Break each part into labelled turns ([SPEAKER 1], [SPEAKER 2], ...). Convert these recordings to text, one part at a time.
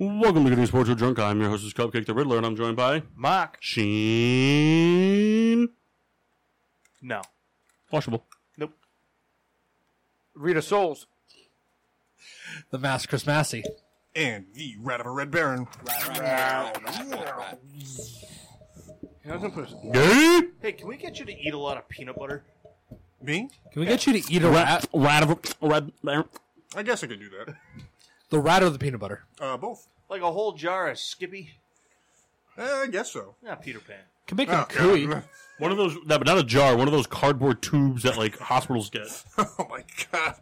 [SPEAKER 1] Welcome to Good News Portrait Drunk. I'm your hostess Cupcake the Riddler, and I'm joined by
[SPEAKER 2] Mock.
[SPEAKER 1] Sheen
[SPEAKER 2] No.
[SPEAKER 1] Washable.
[SPEAKER 2] Nope. Rita Souls.
[SPEAKER 3] The Mask Chris Massey.
[SPEAKER 4] and the Rat of a Red Baron.
[SPEAKER 1] Gay?
[SPEAKER 2] Hey, can we get you to eat a lot of peanut butter?
[SPEAKER 4] Me?
[SPEAKER 3] Can we get you to eat a rat?
[SPEAKER 1] Rat of a red.
[SPEAKER 4] I guess I could do that.
[SPEAKER 3] The rat or the peanut butter?
[SPEAKER 4] Uh, both.
[SPEAKER 2] Like a whole jar of Skippy?
[SPEAKER 4] Eh, I guess so.
[SPEAKER 2] Not Peter Pan.
[SPEAKER 3] Can make him
[SPEAKER 4] Oh,
[SPEAKER 3] cooey.
[SPEAKER 4] God.
[SPEAKER 1] One of those, no, but not a jar, one of those cardboard tubes that like hospitals get.
[SPEAKER 4] Oh my god.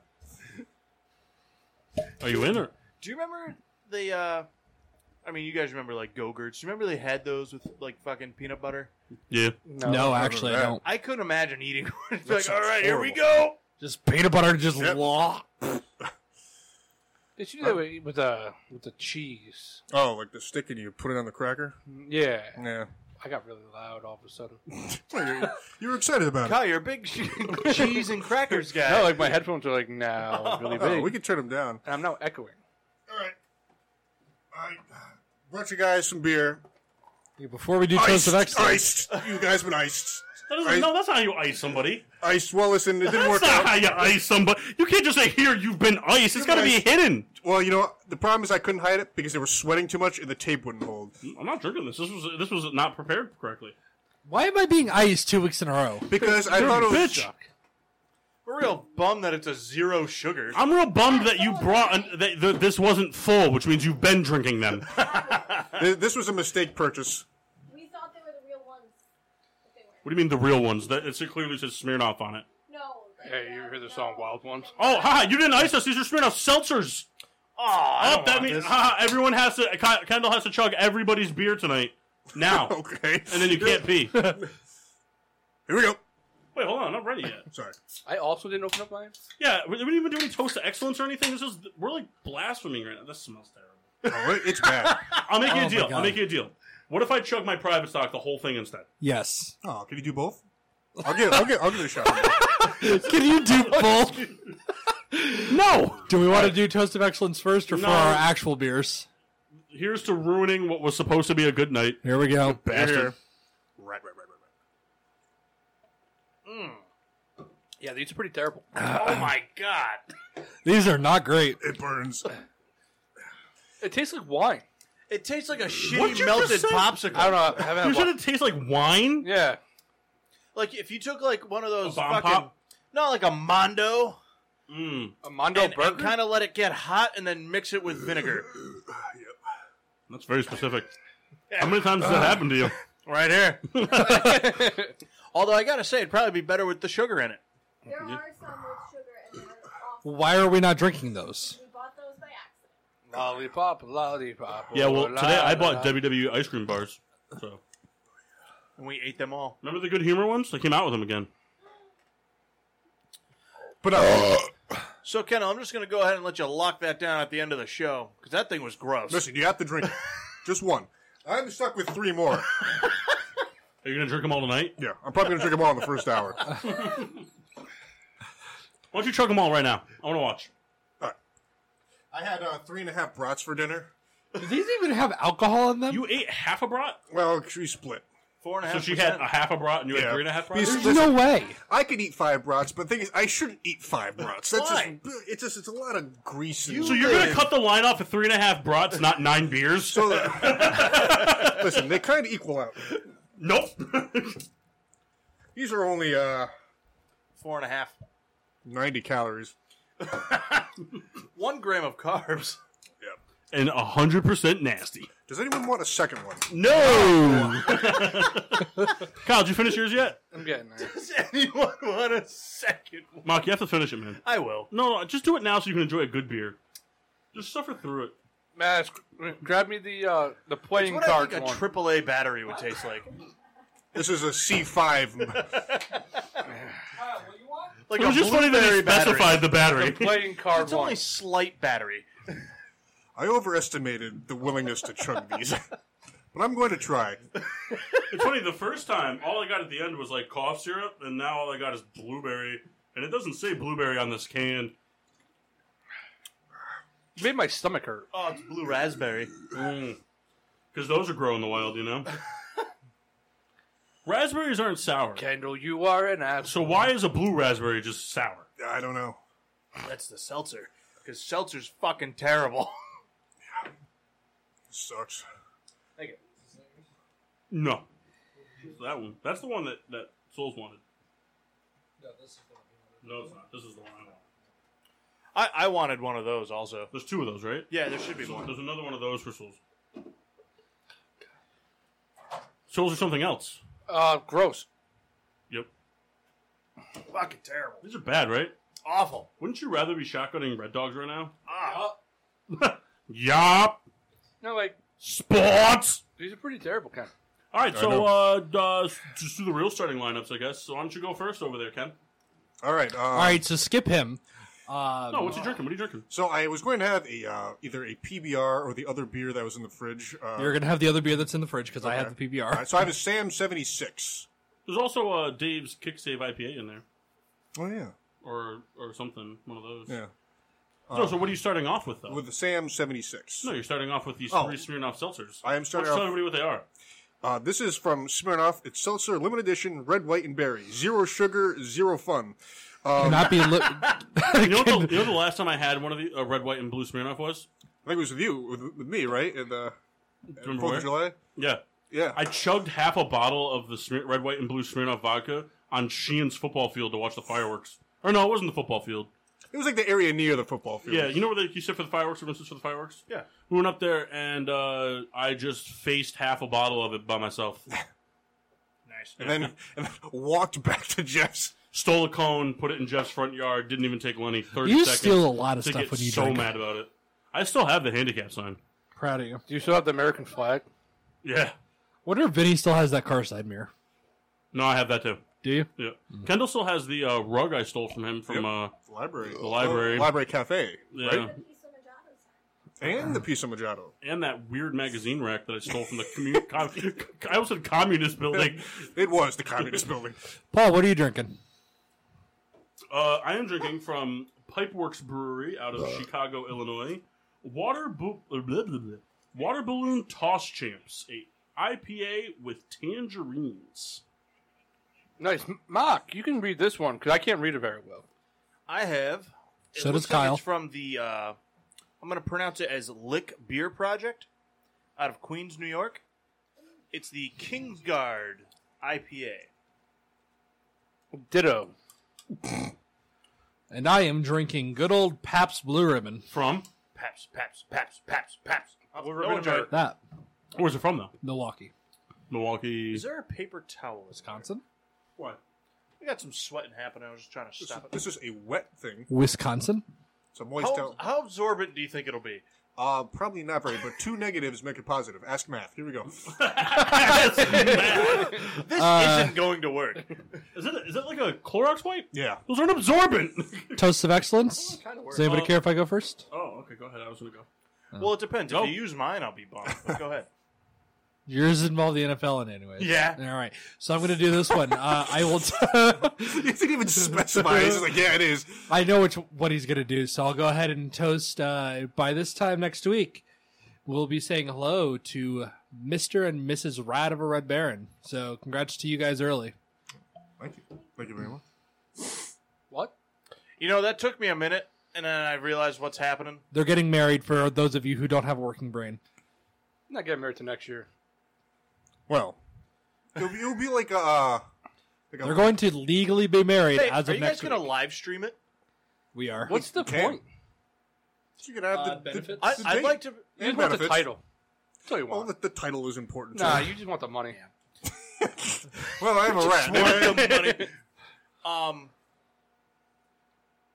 [SPEAKER 1] Are you in or?
[SPEAKER 2] Do you remember the, uh, I mean, you guys remember like Go-Gurts. Do you remember they had those with like fucking peanut butter?
[SPEAKER 1] Yeah.
[SPEAKER 3] No, actually, I
[SPEAKER 4] that.
[SPEAKER 3] don't.
[SPEAKER 2] I couldn't imagine eating one. It's
[SPEAKER 4] That
[SPEAKER 2] like, all
[SPEAKER 4] sounds
[SPEAKER 2] right, here we go.
[SPEAKER 4] horrible.
[SPEAKER 3] Just peanut butter, and just
[SPEAKER 4] Yep.
[SPEAKER 3] law.
[SPEAKER 5] Did you do that with with the with the cheese?
[SPEAKER 4] Oh, like the stick and you put it on the cracker?
[SPEAKER 5] Yeah,
[SPEAKER 4] Yeah.
[SPEAKER 5] I got really loud all of a sudden.
[SPEAKER 4] Well, you, you were excited about it.
[SPEAKER 2] Kyle, you're a big che- cheese and crackers guy.
[SPEAKER 5] No, like my headphones are like now really
[SPEAKER 4] Oh,
[SPEAKER 5] big,
[SPEAKER 4] we could turn them down.
[SPEAKER 5] and I'm now echoing.
[SPEAKER 4] All right. I brought you guys some beer.
[SPEAKER 3] Before we do toast
[SPEAKER 4] Iced,
[SPEAKER 3] of excellence,
[SPEAKER 4] iced. You guys been iced.
[SPEAKER 1] That is,
[SPEAKER 4] I-
[SPEAKER 1] no, that's not how you ice somebody.
[SPEAKER 4] Iced. Well, listen, it didn't
[SPEAKER 1] That's
[SPEAKER 4] work
[SPEAKER 1] not
[SPEAKER 4] out.
[SPEAKER 1] how you ice somebody. You can't just say, here, you've been iced. It's got to be
[SPEAKER 4] iced.
[SPEAKER 1] hidden.
[SPEAKER 4] Well, you know, what? the problem is I couldn't hide it because they were sweating too much and the tape wouldn't hold.
[SPEAKER 1] I'm not drinking this. This was this was not prepared correctly.
[SPEAKER 3] why am I being iced two weeks in a row?
[SPEAKER 4] Because I thought it was.
[SPEAKER 1] Bitch,
[SPEAKER 2] We're real bummed that it's a zero sugar.
[SPEAKER 1] I'm real bummed that you brought an, that, that this wasn't full, which means you've been drinking them.
[SPEAKER 4] Th- This was a mistake purchase.
[SPEAKER 6] We thought they were the real ones, but they weren't.
[SPEAKER 1] What do you mean the real ones? That it clearly says Smirnoff on it.
[SPEAKER 6] No. like,
[SPEAKER 5] Hey, you
[SPEAKER 6] uh,
[SPEAKER 5] heard the
[SPEAKER 6] no.
[SPEAKER 5] song "Wild Ones"?
[SPEAKER 1] Oh, haha, you didn't ice us. These are Smirnoff seltzers.
[SPEAKER 2] Aw, I
[SPEAKER 1] Up,
[SPEAKER 2] don't
[SPEAKER 1] that
[SPEAKER 2] want
[SPEAKER 1] means
[SPEAKER 2] this.
[SPEAKER 1] haha, everyone has to. Ki- Kendall has to chug everybody's beer tonight. Now,
[SPEAKER 4] Okay.
[SPEAKER 1] and then you can't pee. Wait,
[SPEAKER 4] Here we go.
[SPEAKER 1] hold on, I'm not ready yet.
[SPEAKER 4] Sorry.
[SPEAKER 5] I also didn't open up mine.
[SPEAKER 1] Yeah, we we didn't even do any toast to excellence or anything. This is we're like blaspheming right now. This smells terrible.
[SPEAKER 4] Oh, it- it's bad.
[SPEAKER 1] I'll make you
[SPEAKER 3] Oh
[SPEAKER 1] a
[SPEAKER 3] my
[SPEAKER 1] deal. I'll
[SPEAKER 3] God.
[SPEAKER 1] make you a deal. What if I chug my private stock, the whole thing instead?
[SPEAKER 3] Yes.
[SPEAKER 4] oh, can you do both? I'll give, I'll give, I'll give it a shot.
[SPEAKER 3] Can you do both?
[SPEAKER 1] No.
[SPEAKER 3] Do we want to do toast of excellence first or for
[SPEAKER 1] No.
[SPEAKER 3] our actual beers?
[SPEAKER 1] Here's to ruining what was supposed to be a good night.
[SPEAKER 3] Here we go.
[SPEAKER 1] Bastard.
[SPEAKER 4] Right, right, right, right,
[SPEAKER 5] Yeah, these are pretty terrible.
[SPEAKER 2] Oh my god.
[SPEAKER 3] These are not great.
[SPEAKER 4] right. It burns.
[SPEAKER 5] It tastes like wine.
[SPEAKER 2] It tastes like a
[SPEAKER 1] What'd
[SPEAKER 2] shitty
[SPEAKER 1] you
[SPEAKER 2] melted
[SPEAKER 1] just say?
[SPEAKER 2] popsicle.
[SPEAKER 5] I don't know. I haven't
[SPEAKER 1] You
[SPEAKER 5] had
[SPEAKER 1] said
[SPEAKER 5] wine.
[SPEAKER 1] it tastes like wine.
[SPEAKER 5] Yeah,
[SPEAKER 2] Like if you took like one of those
[SPEAKER 1] bomb
[SPEAKER 2] fucking
[SPEAKER 1] pop?
[SPEAKER 2] no, like a mondo
[SPEAKER 1] Mm.
[SPEAKER 5] a Mondo
[SPEAKER 2] and,
[SPEAKER 5] burger.
[SPEAKER 2] kind of let it get hot and then mix it with vinegar.
[SPEAKER 1] That's very specific. How many times has that happened to you?
[SPEAKER 2] right here. Although I gotta say, it'd probably be better with the sugar in it.
[SPEAKER 6] There are some with sugar and they're awful.
[SPEAKER 3] Why are we not drinking those?
[SPEAKER 6] We bought those by accident.
[SPEAKER 5] lollipop, lollipop.
[SPEAKER 1] Yeah, well,
[SPEAKER 5] la,
[SPEAKER 1] today I
[SPEAKER 5] la, la.
[SPEAKER 1] bought WWE ice cream bars. So
[SPEAKER 2] And we ate them all.
[SPEAKER 1] remember the good humor ones? They came out with them again.
[SPEAKER 4] But uh,
[SPEAKER 2] So Kendall, I'm just gonna go ahead and let you lock that down at the end of the show because that thing was gross.
[SPEAKER 4] listen, you have to drink it. just one. I'm stuck with three more.
[SPEAKER 1] Are you gonna drink them all tonight?
[SPEAKER 4] Yeah, I'm probably gonna drink them all in the first hour.
[SPEAKER 1] Why don't you chug them all right now? I want to watch.
[SPEAKER 4] I had uh, three and a half brats for dinner.
[SPEAKER 3] Do these even have alcohol in them?
[SPEAKER 1] You ate half a brat,
[SPEAKER 4] Well, we split.
[SPEAKER 2] Four and a
[SPEAKER 1] so
[SPEAKER 2] half.
[SPEAKER 1] she had a half a brat, and you had
[SPEAKER 4] Yeah.
[SPEAKER 1] three and a half brats.
[SPEAKER 4] These-
[SPEAKER 3] There's no way.
[SPEAKER 4] I could eat five brats, but the thing is, I shouldn't eat five brats. That's
[SPEAKER 2] Why?
[SPEAKER 4] just it's just it's a lot of grease. And
[SPEAKER 1] So you're gonna cut the line off at three and a half brats, not nine beers?
[SPEAKER 4] So listen, they kind of equal out.
[SPEAKER 1] nope.
[SPEAKER 4] These are only uh,
[SPEAKER 2] four and a half.
[SPEAKER 4] 90 calories.
[SPEAKER 2] One gram of carbs.
[SPEAKER 1] and hundred percent nasty.
[SPEAKER 4] Does anyone want a second one?
[SPEAKER 1] No. Kyle, did you finish yours yet?
[SPEAKER 5] I'm getting there.
[SPEAKER 2] Does anyone want a second? one?
[SPEAKER 1] Mark, you have to finish it, man.
[SPEAKER 2] I will.
[SPEAKER 1] No, no, just do it now so you can enjoy a good beer. Just suffer through it.
[SPEAKER 5] Mask, grab me the uh, the
[SPEAKER 2] It's
[SPEAKER 5] playing
[SPEAKER 2] what I
[SPEAKER 5] card
[SPEAKER 2] think a
[SPEAKER 5] one.
[SPEAKER 2] triple A battery would taste like.
[SPEAKER 4] This is a C5.
[SPEAKER 2] Like
[SPEAKER 1] it was
[SPEAKER 2] a
[SPEAKER 1] just funny that
[SPEAKER 2] blueberry
[SPEAKER 1] they
[SPEAKER 2] battery.
[SPEAKER 1] specified the
[SPEAKER 5] the
[SPEAKER 1] battery.
[SPEAKER 5] playing card
[SPEAKER 2] It's
[SPEAKER 5] one.
[SPEAKER 2] only slight battery.
[SPEAKER 4] I overestimated the willingness to chug these, but I'm going to try.
[SPEAKER 1] it's funny, the first time, all I got at the end was like cough syrup, and now all I got is blueberry. And it doesn't say blueberry on this can.
[SPEAKER 5] You made my stomach hurt.
[SPEAKER 2] Oh, it's blue raspberry.
[SPEAKER 1] Because those are grow in the wild, you know? Raspberries aren't sour.
[SPEAKER 5] Kendall, you are an
[SPEAKER 1] So
[SPEAKER 5] asshole.
[SPEAKER 1] why is a blue raspberry just sour?
[SPEAKER 4] I don't know.
[SPEAKER 2] That's the seltzer. Because seltzer's fucking terrible.
[SPEAKER 4] This sucks.
[SPEAKER 1] No. That one. That's the one that, that Souls wanted. No, this is the one. No, it's not. This is the one I want.
[SPEAKER 2] I, I wanted one of those also.
[SPEAKER 1] There's two of those, right?
[SPEAKER 2] Yeah, there should be one.
[SPEAKER 1] There's another one of those for Souls. Souls are something else.
[SPEAKER 5] Uh, gross.
[SPEAKER 1] Yep.
[SPEAKER 2] Fucking terrible.
[SPEAKER 1] These are bad, right?
[SPEAKER 2] Awful.
[SPEAKER 1] Wouldn't you rather be shotgunning Red Dogs right now?
[SPEAKER 2] Ah.
[SPEAKER 1] Yup.
[SPEAKER 5] No, like
[SPEAKER 1] Sports.
[SPEAKER 5] these are pretty terrible, Ken.
[SPEAKER 1] All right,
[SPEAKER 4] I
[SPEAKER 1] so
[SPEAKER 4] know.
[SPEAKER 1] uh, d- uh, s- just do the real starting lineups, I guess. So why don't you go first over there, Ken?
[SPEAKER 4] All right. Uh,
[SPEAKER 3] All right, so skip him. Um,
[SPEAKER 1] No, what's he drinking? What are you drinking?
[SPEAKER 4] So I was going to have a uh, either a PBR or the other beer that was in the fridge. Uh,
[SPEAKER 3] You're gonna have the other beer that's in the fridge because I have the
[SPEAKER 4] all right,
[SPEAKER 3] PBR.
[SPEAKER 4] so I have a Sam 76.
[SPEAKER 1] There's also uh, Dave's Kick Save IPA in there,
[SPEAKER 4] Oh, yeah.
[SPEAKER 1] or or something, one of those.
[SPEAKER 4] Yeah. um,
[SPEAKER 1] no, so what are you starting off with though?
[SPEAKER 4] With the Sam 76.
[SPEAKER 1] no, you're starting off with these
[SPEAKER 4] Oh.
[SPEAKER 1] three Smirnoff seltzers.
[SPEAKER 4] I am starting
[SPEAKER 1] Let's
[SPEAKER 4] off-
[SPEAKER 1] Tell everybody what they are.
[SPEAKER 4] Uh, this is from Smirnoff. It's seltzer, limited edition, red, white, and berry. Zero sugar, zero fun.
[SPEAKER 3] Not be li-
[SPEAKER 1] You know, what the, you know the last time I had one of the uh, red, white, and blue Smirnoff was.
[SPEAKER 4] I think it was with you, with, with me, right? At the
[SPEAKER 1] Remember
[SPEAKER 4] Fourth
[SPEAKER 1] where?
[SPEAKER 4] of July.
[SPEAKER 1] Yeah,
[SPEAKER 4] Yeah.
[SPEAKER 1] I chugged half a bottle of the Smir- red, white, and blue Smirnoff vodka on Sheehan's football field to watch the fireworks. Or no, it wasn't the football field.
[SPEAKER 4] it was like the area near the football field.
[SPEAKER 1] Yeah, you know where they, you sit for the fireworks? Everyone sits for the fireworks?
[SPEAKER 2] Yeah.
[SPEAKER 1] We went up there and uh, I just faced half a bottle of it by myself.
[SPEAKER 2] Nice.
[SPEAKER 4] And then, and then walked back to Jeff's.
[SPEAKER 1] Stole a cone, put it in Jeff's front yard, didn't even take Lenny 30
[SPEAKER 3] You
[SPEAKER 1] seconds.
[SPEAKER 3] steal a lot of
[SPEAKER 1] to
[SPEAKER 3] stuff
[SPEAKER 1] get
[SPEAKER 3] when you
[SPEAKER 1] so
[SPEAKER 3] drink.
[SPEAKER 1] mad about it. I still have the handicap sign.
[SPEAKER 3] Proud of you.
[SPEAKER 5] Do you still have the American flag?
[SPEAKER 1] Yeah.
[SPEAKER 3] Wonder if Vinny still has that car side mirror.
[SPEAKER 1] No, I have that too.
[SPEAKER 3] Do you?
[SPEAKER 1] Yeah.
[SPEAKER 3] Mm.
[SPEAKER 1] Kendall still has the uh, rug I stole from him from.
[SPEAKER 4] Yep.
[SPEAKER 1] Uh,
[SPEAKER 4] Library. The
[SPEAKER 1] library.
[SPEAKER 4] Oh, library cafe.
[SPEAKER 1] yeah.
[SPEAKER 4] Right?
[SPEAKER 6] The piece of Majado's
[SPEAKER 4] And the piece of Mojado.
[SPEAKER 1] And that weird magazine rack that I stole from the commu- com- I almost said communist building.
[SPEAKER 4] It was the communist building.
[SPEAKER 3] Paul, what are you drinking?
[SPEAKER 1] Uh, I am drinking from Pipeworks Brewery out of Chicago, Illinois. Water, bo- uh, blah, blah, blah. Water Balloon Toss Champs, a IPA with tangerines.
[SPEAKER 5] Nice, M- Mark. You can read this one because I can't read it very well.
[SPEAKER 2] I have. it
[SPEAKER 3] So does
[SPEAKER 2] looks like
[SPEAKER 3] Kyle.
[SPEAKER 2] It's from the. Uh, I'm going to pronounce it as Lick Beer Project, out of Queens, New York. It's the Kingsguard IPA.
[SPEAKER 5] Ditto.
[SPEAKER 3] And I am drinking good old Pabst Blue Ribbon.
[SPEAKER 1] From?
[SPEAKER 2] Paps, paps, paps, paps, paps.
[SPEAKER 1] We're
[SPEAKER 2] No
[SPEAKER 1] gonna
[SPEAKER 2] one tried it.
[SPEAKER 3] That
[SPEAKER 1] Where's it from, though?
[SPEAKER 3] Milwaukee,
[SPEAKER 1] Milwaukee.
[SPEAKER 2] Is there a paper towel?
[SPEAKER 3] Wisconsin,
[SPEAKER 1] What?
[SPEAKER 2] We got some sweating happening. I was just trying to
[SPEAKER 4] This,
[SPEAKER 2] stop it.
[SPEAKER 4] this is a wet thing.
[SPEAKER 3] Wisconsin.
[SPEAKER 4] It's a moist
[SPEAKER 2] How,
[SPEAKER 4] towel.
[SPEAKER 2] how absorbent do you think it'll be?
[SPEAKER 4] Uh, probably not very, but two negatives make it positive. Ask math. Here we go.
[SPEAKER 2] This
[SPEAKER 3] Uh,
[SPEAKER 2] isn't going to work.
[SPEAKER 1] Is it, is it like a Clorox wipe?
[SPEAKER 4] Yeah.
[SPEAKER 1] Those aren't absorbent. Uh,
[SPEAKER 3] Toast of Excellence.
[SPEAKER 5] Kind of
[SPEAKER 3] Does anybody care if I go first?
[SPEAKER 1] oh, okay, go ahead. I was going to go.
[SPEAKER 2] Well, it depends.
[SPEAKER 1] Nope.
[SPEAKER 2] If you use mine, I'll be bummed. But go ahead.
[SPEAKER 3] Yours involve the NFL in anyways.
[SPEAKER 2] Yeah.
[SPEAKER 3] All right. So I'm going to do this one. Uh, I will. T-
[SPEAKER 4] You didn't even specify. It's just like, yeah, it is.
[SPEAKER 3] I know which what he's going to do, so I'll go ahead and toast. Uh, by this time next week, we'll be saying hello to Mister and Mrs. Rad of a Red Baron. So congrats to you guys early.
[SPEAKER 4] Thank you. Thank you very much.
[SPEAKER 5] What?
[SPEAKER 2] You know, that took me a minute, and then I realized what's happening.
[SPEAKER 3] They're getting married. For those of you who don't have a working brain,
[SPEAKER 5] I'm not getting married to next year.
[SPEAKER 4] Well, it'll be, it'll be like a. Uh, like a-
[SPEAKER 3] they're going to legally be married
[SPEAKER 2] Hey,
[SPEAKER 3] as
[SPEAKER 2] are
[SPEAKER 3] of
[SPEAKER 2] you guys
[SPEAKER 3] next
[SPEAKER 2] going to
[SPEAKER 3] week.
[SPEAKER 2] live stream it?
[SPEAKER 3] we are.
[SPEAKER 5] What's the
[SPEAKER 4] Ken.
[SPEAKER 5] point?
[SPEAKER 4] You can add
[SPEAKER 3] Uh,
[SPEAKER 4] the,
[SPEAKER 3] benefits?
[SPEAKER 4] The,
[SPEAKER 2] I,
[SPEAKER 4] the
[SPEAKER 2] I'd
[SPEAKER 4] date
[SPEAKER 2] like to.
[SPEAKER 5] You just
[SPEAKER 4] and
[SPEAKER 5] want the
[SPEAKER 4] benefits.
[SPEAKER 5] title. That's all you
[SPEAKER 4] Oh,
[SPEAKER 5] want.
[SPEAKER 4] the, the title is important.
[SPEAKER 5] Nah,
[SPEAKER 4] too.
[SPEAKER 5] you just want the money.
[SPEAKER 4] well, I have a rat.
[SPEAKER 2] want the money. Um,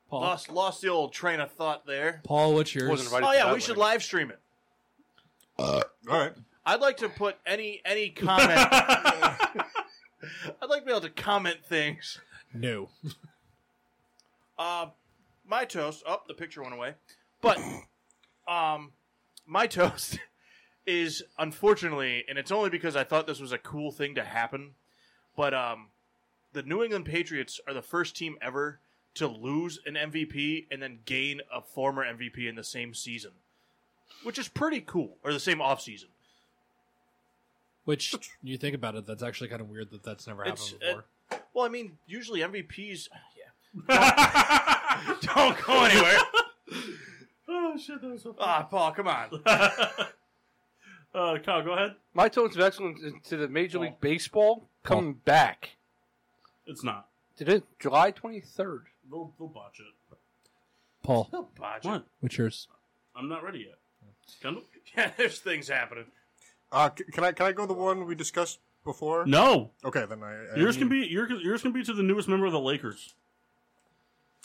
[SPEAKER 3] Paul,
[SPEAKER 2] Lost lost the old train of thought there.
[SPEAKER 3] Paul, what's yours?
[SPEAKER 5] Wasn't invited
[SPEAKER 2] Oh
[SPEAKER 5] to
[SPEAKER 2] yeah,
[SPEAKER 5] that
[SPEAKER 2] we should
[SPEAKER 5] wedding.
[SPEAKER 2] live stream it.
[SPEAKER 4] All right.
[SPEAKER 2] I'd like to put any any comment. I'd like to be able to comment things.
[SPEAKER 3] No.
[SPEAKER 2] Uh, my toast. Oh, the picture went away. But um, my toast is unfortunately, and it's only because I thought this was a cool thing to happen. But um, the New England Patriots are the first team ever to lose an MVP and then gain a former MVP in the same season, which is pretty cool, or the same offseason.
[SPEAKER 3] Which you think about it, that's actually kind of weird that that's never happened
[SPEAKER 2] It's-
[SPEAKER 3] before.
[SPEAKER 2] Well, I mean, usually MVPs. Yeah.
[SPEAKER 1] Don't
[SPEAKER 2] Go anywhere.
[SPEAKER 1] Oh shit, that was so
[SPEAKER 2] Ah, Paul, come on.
[SPEAKER 1] uh, Kyle, go ahead.
[SPEAKER 5] My toast of excellence is to the Major League Baseball coming back.
[SPEAKER 1] It's not.
[SPEAKER 5] Did it July twenty third?
[SPEAKER 1] They'll, they'll botch it.
[SPEAKER 3] Paul,
[SPEAKER 2] Don't bodge it.
[SPEAKER 1] What?
[SPEAKER 3] what's yours?
[SPEAKER 1] I'm not ready yet. Kendall?
[SPEAKER 2] Yeah, there's things happening.
[SPEAKER 4] Uh, c- can I can I go the one we discussed before?
[SPEAKER 1] No.
[SPEAKER 4] Okay, then I, I
[SPEAKER 1] Yours can be your, yours can be to the newest member of the Lakers.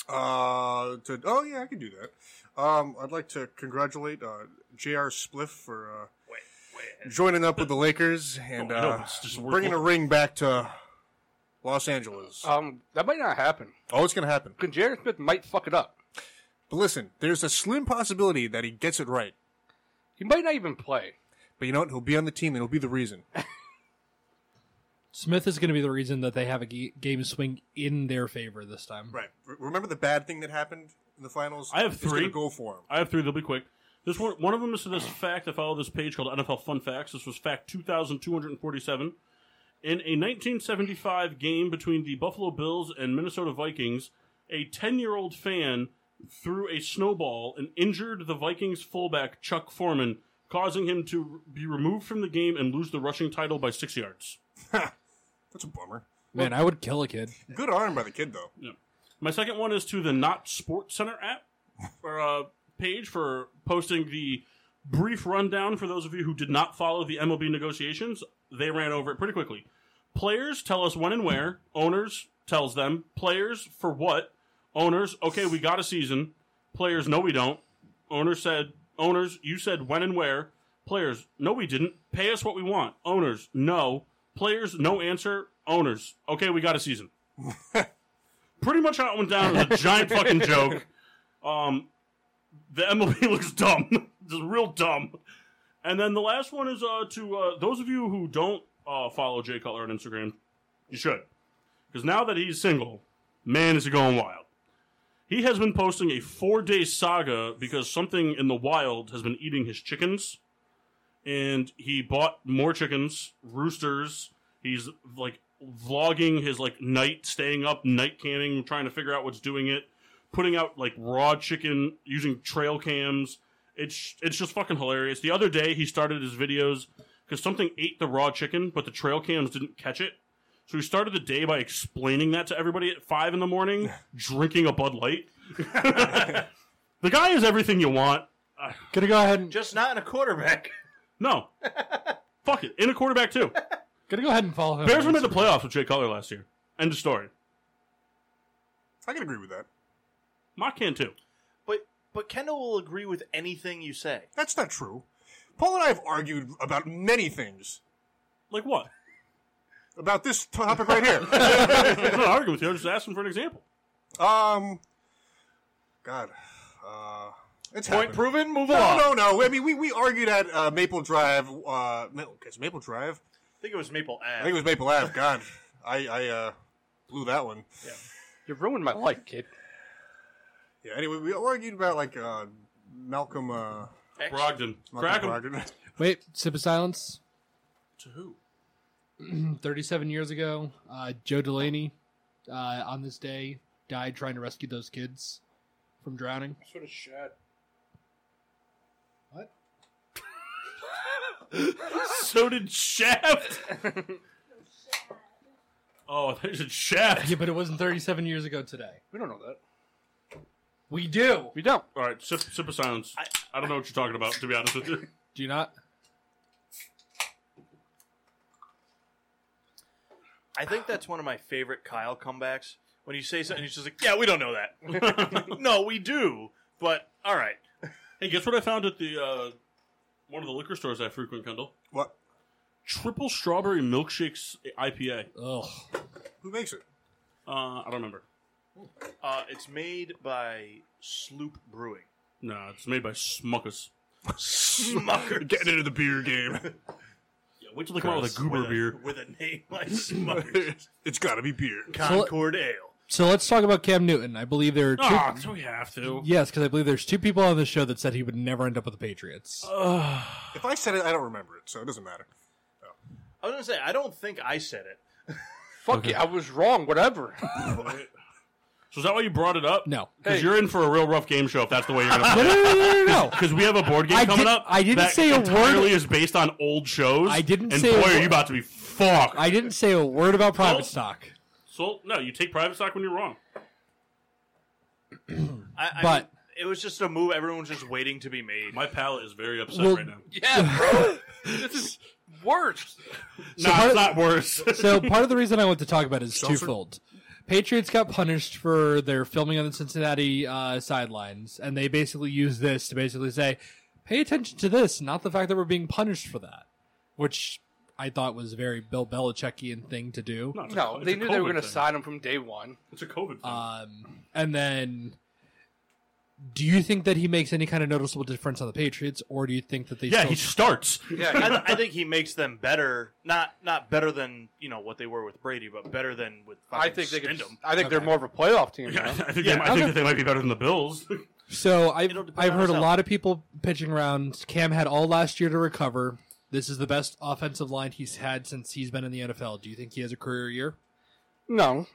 [SPEAKER 4] Uh, to, oh yeah, I can do that. Um, I'd like to congratulate uh, J.R. Spliff for uh, joining up with the Lakers and
[SPEAKER 1] No, Oh, I know,
[SPEAKER 4] uh,
[SPEAKER 1] but it's just worth
[SPEAKER 4] bringing a
[SPEAKER 1] looking.
[SPEAKER 4] ring back to Los Angeles.
[SPEAKER 5] Um, that might not happen.
[SPEAKER 4] oh, it's gonna happen.
[SPEAKER 5] Because Jared Smith might fuck it up.
[SPEAKER 4] But listen, there's a slim possibility that he gets it right.
[SPEAKER 5] He might not even play.
[SPEAKER 4] But you know what? He'll be on the team, and he'll be the reason.
[SPEAKER 3] Smith is going to be the reason that they have a ge- game swing in their favor this time.
[SPEAKER 4] right. R- remember the bad thing that happened in the finals?
[SPEAKER 1] I have
[SPEAKER 4] It's gonna
[SPEAKER 1] three.
[SPEAKER 4] go for him.
[SPEAKER 1] I have three. They'll be quick. This one, one of them is to this fact. I follow this page called NFL Fun Facts. This was fact 2,247. In a 1975 game between the Buffalo Bills and Minnesota Vikings, a 10 year old fan threw a snowball and injured the Vikings fullback Chuck Foreman, causing him to be removed from the game and lose the rushing title by six yards.
[SPEAKER 4] That's a bummer.
[SPEAKER 3] Man, I would kill a kid.
[SPEAKER 4] Good arm by the kid, though.
[SPEAKER 1] My second one is to the Not Sports Center app or uh, page for posting the brief rundown for those of you who did not follow the MLB negotiations. They ran over it pretty quickly. Players tell us when and where. Owners tells them. Players for what? Owners, okay, we got a season. Players, no, we don't. Owners said, owners, you said when and where. Players, no, we didn't. Pay us what we want. Owners, no. Players, no answer. Owners, okay, we got a season pretty much how it went down was a giant fucking joke. Um, the MLB looks dumb, just real dumb. And then the last one is uh, to uh, those of you who don't uh, follow Jay Cutler on Instagram, you should, because now that he's single, man, is he going wild. He has been posting a four-day saga because something in the wild has been eating his chickens, and he bought more chickens, roosters. He's like vlogging his like night staying up night canning trying to figure out what's doing it putting out like raw chicken using trail cams it's it's just fucking hilarious the other day he started his videos because something ate the raw chicken but the trail cams didn't catch it so he started the day by explaining that to everybody at five in the morning drinking a bud light the guy is everything you want
[SPEAKER 3] Gonna go ahead and
[SPEAKER 2] Just not in a quarterback.
[SPEAKER 1] no fuck it in a quarterback too
[SPEAKER 3] gonna go ahead and follow him.
[SPEAKER 1] bears
[SPEAKER 3] on
[SPEAKER 1] were made the
[SPEAKER 3] Instagram.
[SPEAKER 1] playoffs with jay cutler last year end of story
[SPEAKER 4] I can agree with that.
[SPEAKER 1] mock can too
[SPEAKER 2] But but Kendall will agree with anything you say.
[SPEAKER 4] That's not true. Paul and I have argued about many things.
[SPEAKER 1] like what
[SPEAKER 4] About this topic right here.
[SPEAKER 1] I'm not arguing with you. I'm just asking for an example.
[SPEAKER 4] um, God, uh, it's
[SPEAKER 2] Point
[SPEAKER 4] happened.
[SPEAKER 2] proven. Move
[SPEAKER 4] No,
[SPEAKER 2] on.
[SPEAKER 4] no, no. I mean, we, we argued at uh, Maple Drive. Uh, Ma- okay, it's Maple Drive.
[SPEAKER 2] I think it was Maple
[SPEAKER 4] I
[SPEAKER 2] Ave.
[SPEAKER 4] think it was Maple Ave. God, I I uh, blew that one.
[SPEAKER 5] You ruined my life, kid.
[SPEAKER 4] Yeah. Anyway, we argued about like uh, Malcolm. Uh,
[SPEAKER 2] X.
[SPEAKER 1] Brogdon. Crack
[SPEAKER 4] Malcolm
[SPEAKER 1] him.
[SPEAKER 4] Brogdon.
[SPEAKER 3] Wait, sip of silence.
[SPEAKER 1] To who?
[SPEAKER 3] 37 years ago, uh, Joe Delaney, uh, on this day, died trying to rescue those kids from drowning.
[SPEAKER 5] Sort of shit.
[SPEAKER 1] So did Shaft. oh, there's a Shaft.
[SPEAKER 3] Yeah, but it wasn't 37 years ago today.
[SPEAKER 5] We don't know that.
[SPEAKER 3] We do.
[SPEAKER 5] We don't.
[SPEAKER 1] All right, sip, sip of silence. I, don't know what you're talking about, to be honest with you.
[SPEAKER 3] Do you not?
[SPEAKER 2] I think that's one of my favorite Kyle comebacks when you say something, it's just like, yeah, we don't know that. no, we do. But all right,
[SPEAKER 1] Hey, guess what I found at the uh, one of the liquor stores I frequent, Kendall?
[SPEAKER 4] What?
[SPEAKER 1] Triple strawberry milkshakes IPA.
[SPEAKER 3] Ugh.
[SPEAKER 4] Who makes it?
[SPEAKER 1] Uh, I don't remember.
[SPEAKER 2] uh, it's made by Sloop Brewing.
[SPEAKER 1] No, it's made by Smuckers.
[SPEAKER 2] Smucker
[SPEAKER 4] Getting into the beer game.
[SPEAKER 1] Yeah, wait till they come out with a
[SPEAKER 2] uh,
[SPEAKER 1] goober beer.
[SPEAKER 2] with a name like Smucker
[SPEAKER 4] it's got to be beer.
[SPEAKER 2] Concord Ale.
[SPEAKER 3] So let's talk about Cam Newton. I believe there are two.
[SPEAKER 1] Ah, so we have to.
[SPEAKER 3] Yes, because I believe there's two people on the show that said he would never end up with the Patriots.
[SPEAKER 4] If I said it, I don't remember it, so it doesn't matter.
[SPEAKER 2] I was gonna say I don't think I said it.
[SPEAKER 5] Fuck yeah, I was wrong. Whatever.
[SPEAKER 1] So is that why you brought it up?
[SPEAKER 3] No.
[SPEAKER 1] because
[SPEAKER 5] Hey.
[SPEAKER 1] you're in for a real rough game show if that's the way you're gonna.
[SPEAKER 3] no,
[SPEAKER 1] play
[SPEAKER 3] no, no, no, no, no.
[SPEAKER 1] Because we have a board game
[SPEAKER 3] I
[SPEAKER 1] coming
[SPEAKER 3] did-
[SPEAKER 1] up.
[SPEAKER 3] I didn't
[SPEAKER 1] that
[SPEAKER 3] say a word.
[SPEAKER 1] entirely is based on old shows.
[SPEAKER 3] I didn't
[SPEAKER 1] and
[SPEAKER 3] say a
[SPEAKER 1] boy, are
[SPEAKER 3] word.
[SPEAKER 1] you about to be fucked.
[SPEAKER 3] I didn't say a word about private
[SPEAKER 1] Well-
[SPEAKER 3] stock.
[SPEAKER 1] so no, you take private stock when you're wrong.
[SPEAKER 2] I, I
[SPEAKER 3] But-
[SPEAKER 2] mean, it was just a move everyone's just waiting to be made.
[SPEAKER 1] My palate is very upset
[SPEAKER 3] Well-
[SPEAKER 1] right now.
[SPEAKER 5] yeah, bro. this is worse.
[SPEAKER 1] no,
[SPEAKER 3] part
[SPEAKER 1] it's
[SPEAKER 3] of-
[SPEAKER 1] not worse.
[SPEAKER 3] So part of the reason I want to talk about it is
[SPEAKER 4] Seltzer?
[SPEAKER 3] twofold. Patriots got punished for their filming on the Cincinnati uh, sidelines, and they basically used this to basically say, "Pay attention to this, not the fact that we're being punished for that," which I thought was a very Bill Belichickian thing to do.
[SPEAKER 1] No, it's a-
[SPEAKER 5] No,
[SPEAKER 1] it's
[SPEAKER 5] they
[SPEAKER 1] a
[SPEAKER 5] knew they
[SPEAKER 1] COVID
[SPEAKER 5] were going to
[SPEAKER 1] thing.
[SPEAKER 5] sign him from day one.
[SPEAKER 1] It's a COVID thing.
[SPEAKER 3] Um, and then, do you think that he makes any kind of noticeable difference on the Patriots, or do you think that they?
[SPEAKER 1] yeah,
[SPEAKER 3] still-
[SPEAKER 1] he starts.
[SPEAKER 5] Yeah,
[SPEAKER 2] I, I think he makes them better, not not better than you know what they were with Brady, but better than with.
[SPEAKER 5] I
[SPEAKER 2] fucking
[SPEAKER 5] think they could.
[SPEAKER 2] Stidham.
[SPEAKER 5] I think they're
[SPEAKER 3] Okay.
[SPEAKER 5] more of a playoff team.
[SPEAKER 1] Yeah,
[SPEAKER 5] Yeah.
[SPEAKER 1] I think,
[SPEAKER 2] Yeah,
[SPEAKER 1] they, I think that they might be better than the Bills.
[SPEAKER 3] So I've
[SPEAKER 2] It'll depend
[SPEAKER 3] I've
[SPEAKER 2] on
[SPEAKER 3] heard a
[SPEAKER 2] himself.
[SPEAKER 3] lot of people pitching around. Cam had all last year to recover. This is the best offensive line he's had since he's been in the NFL. Do you think he has a career year?
[SPEAKER 5] No,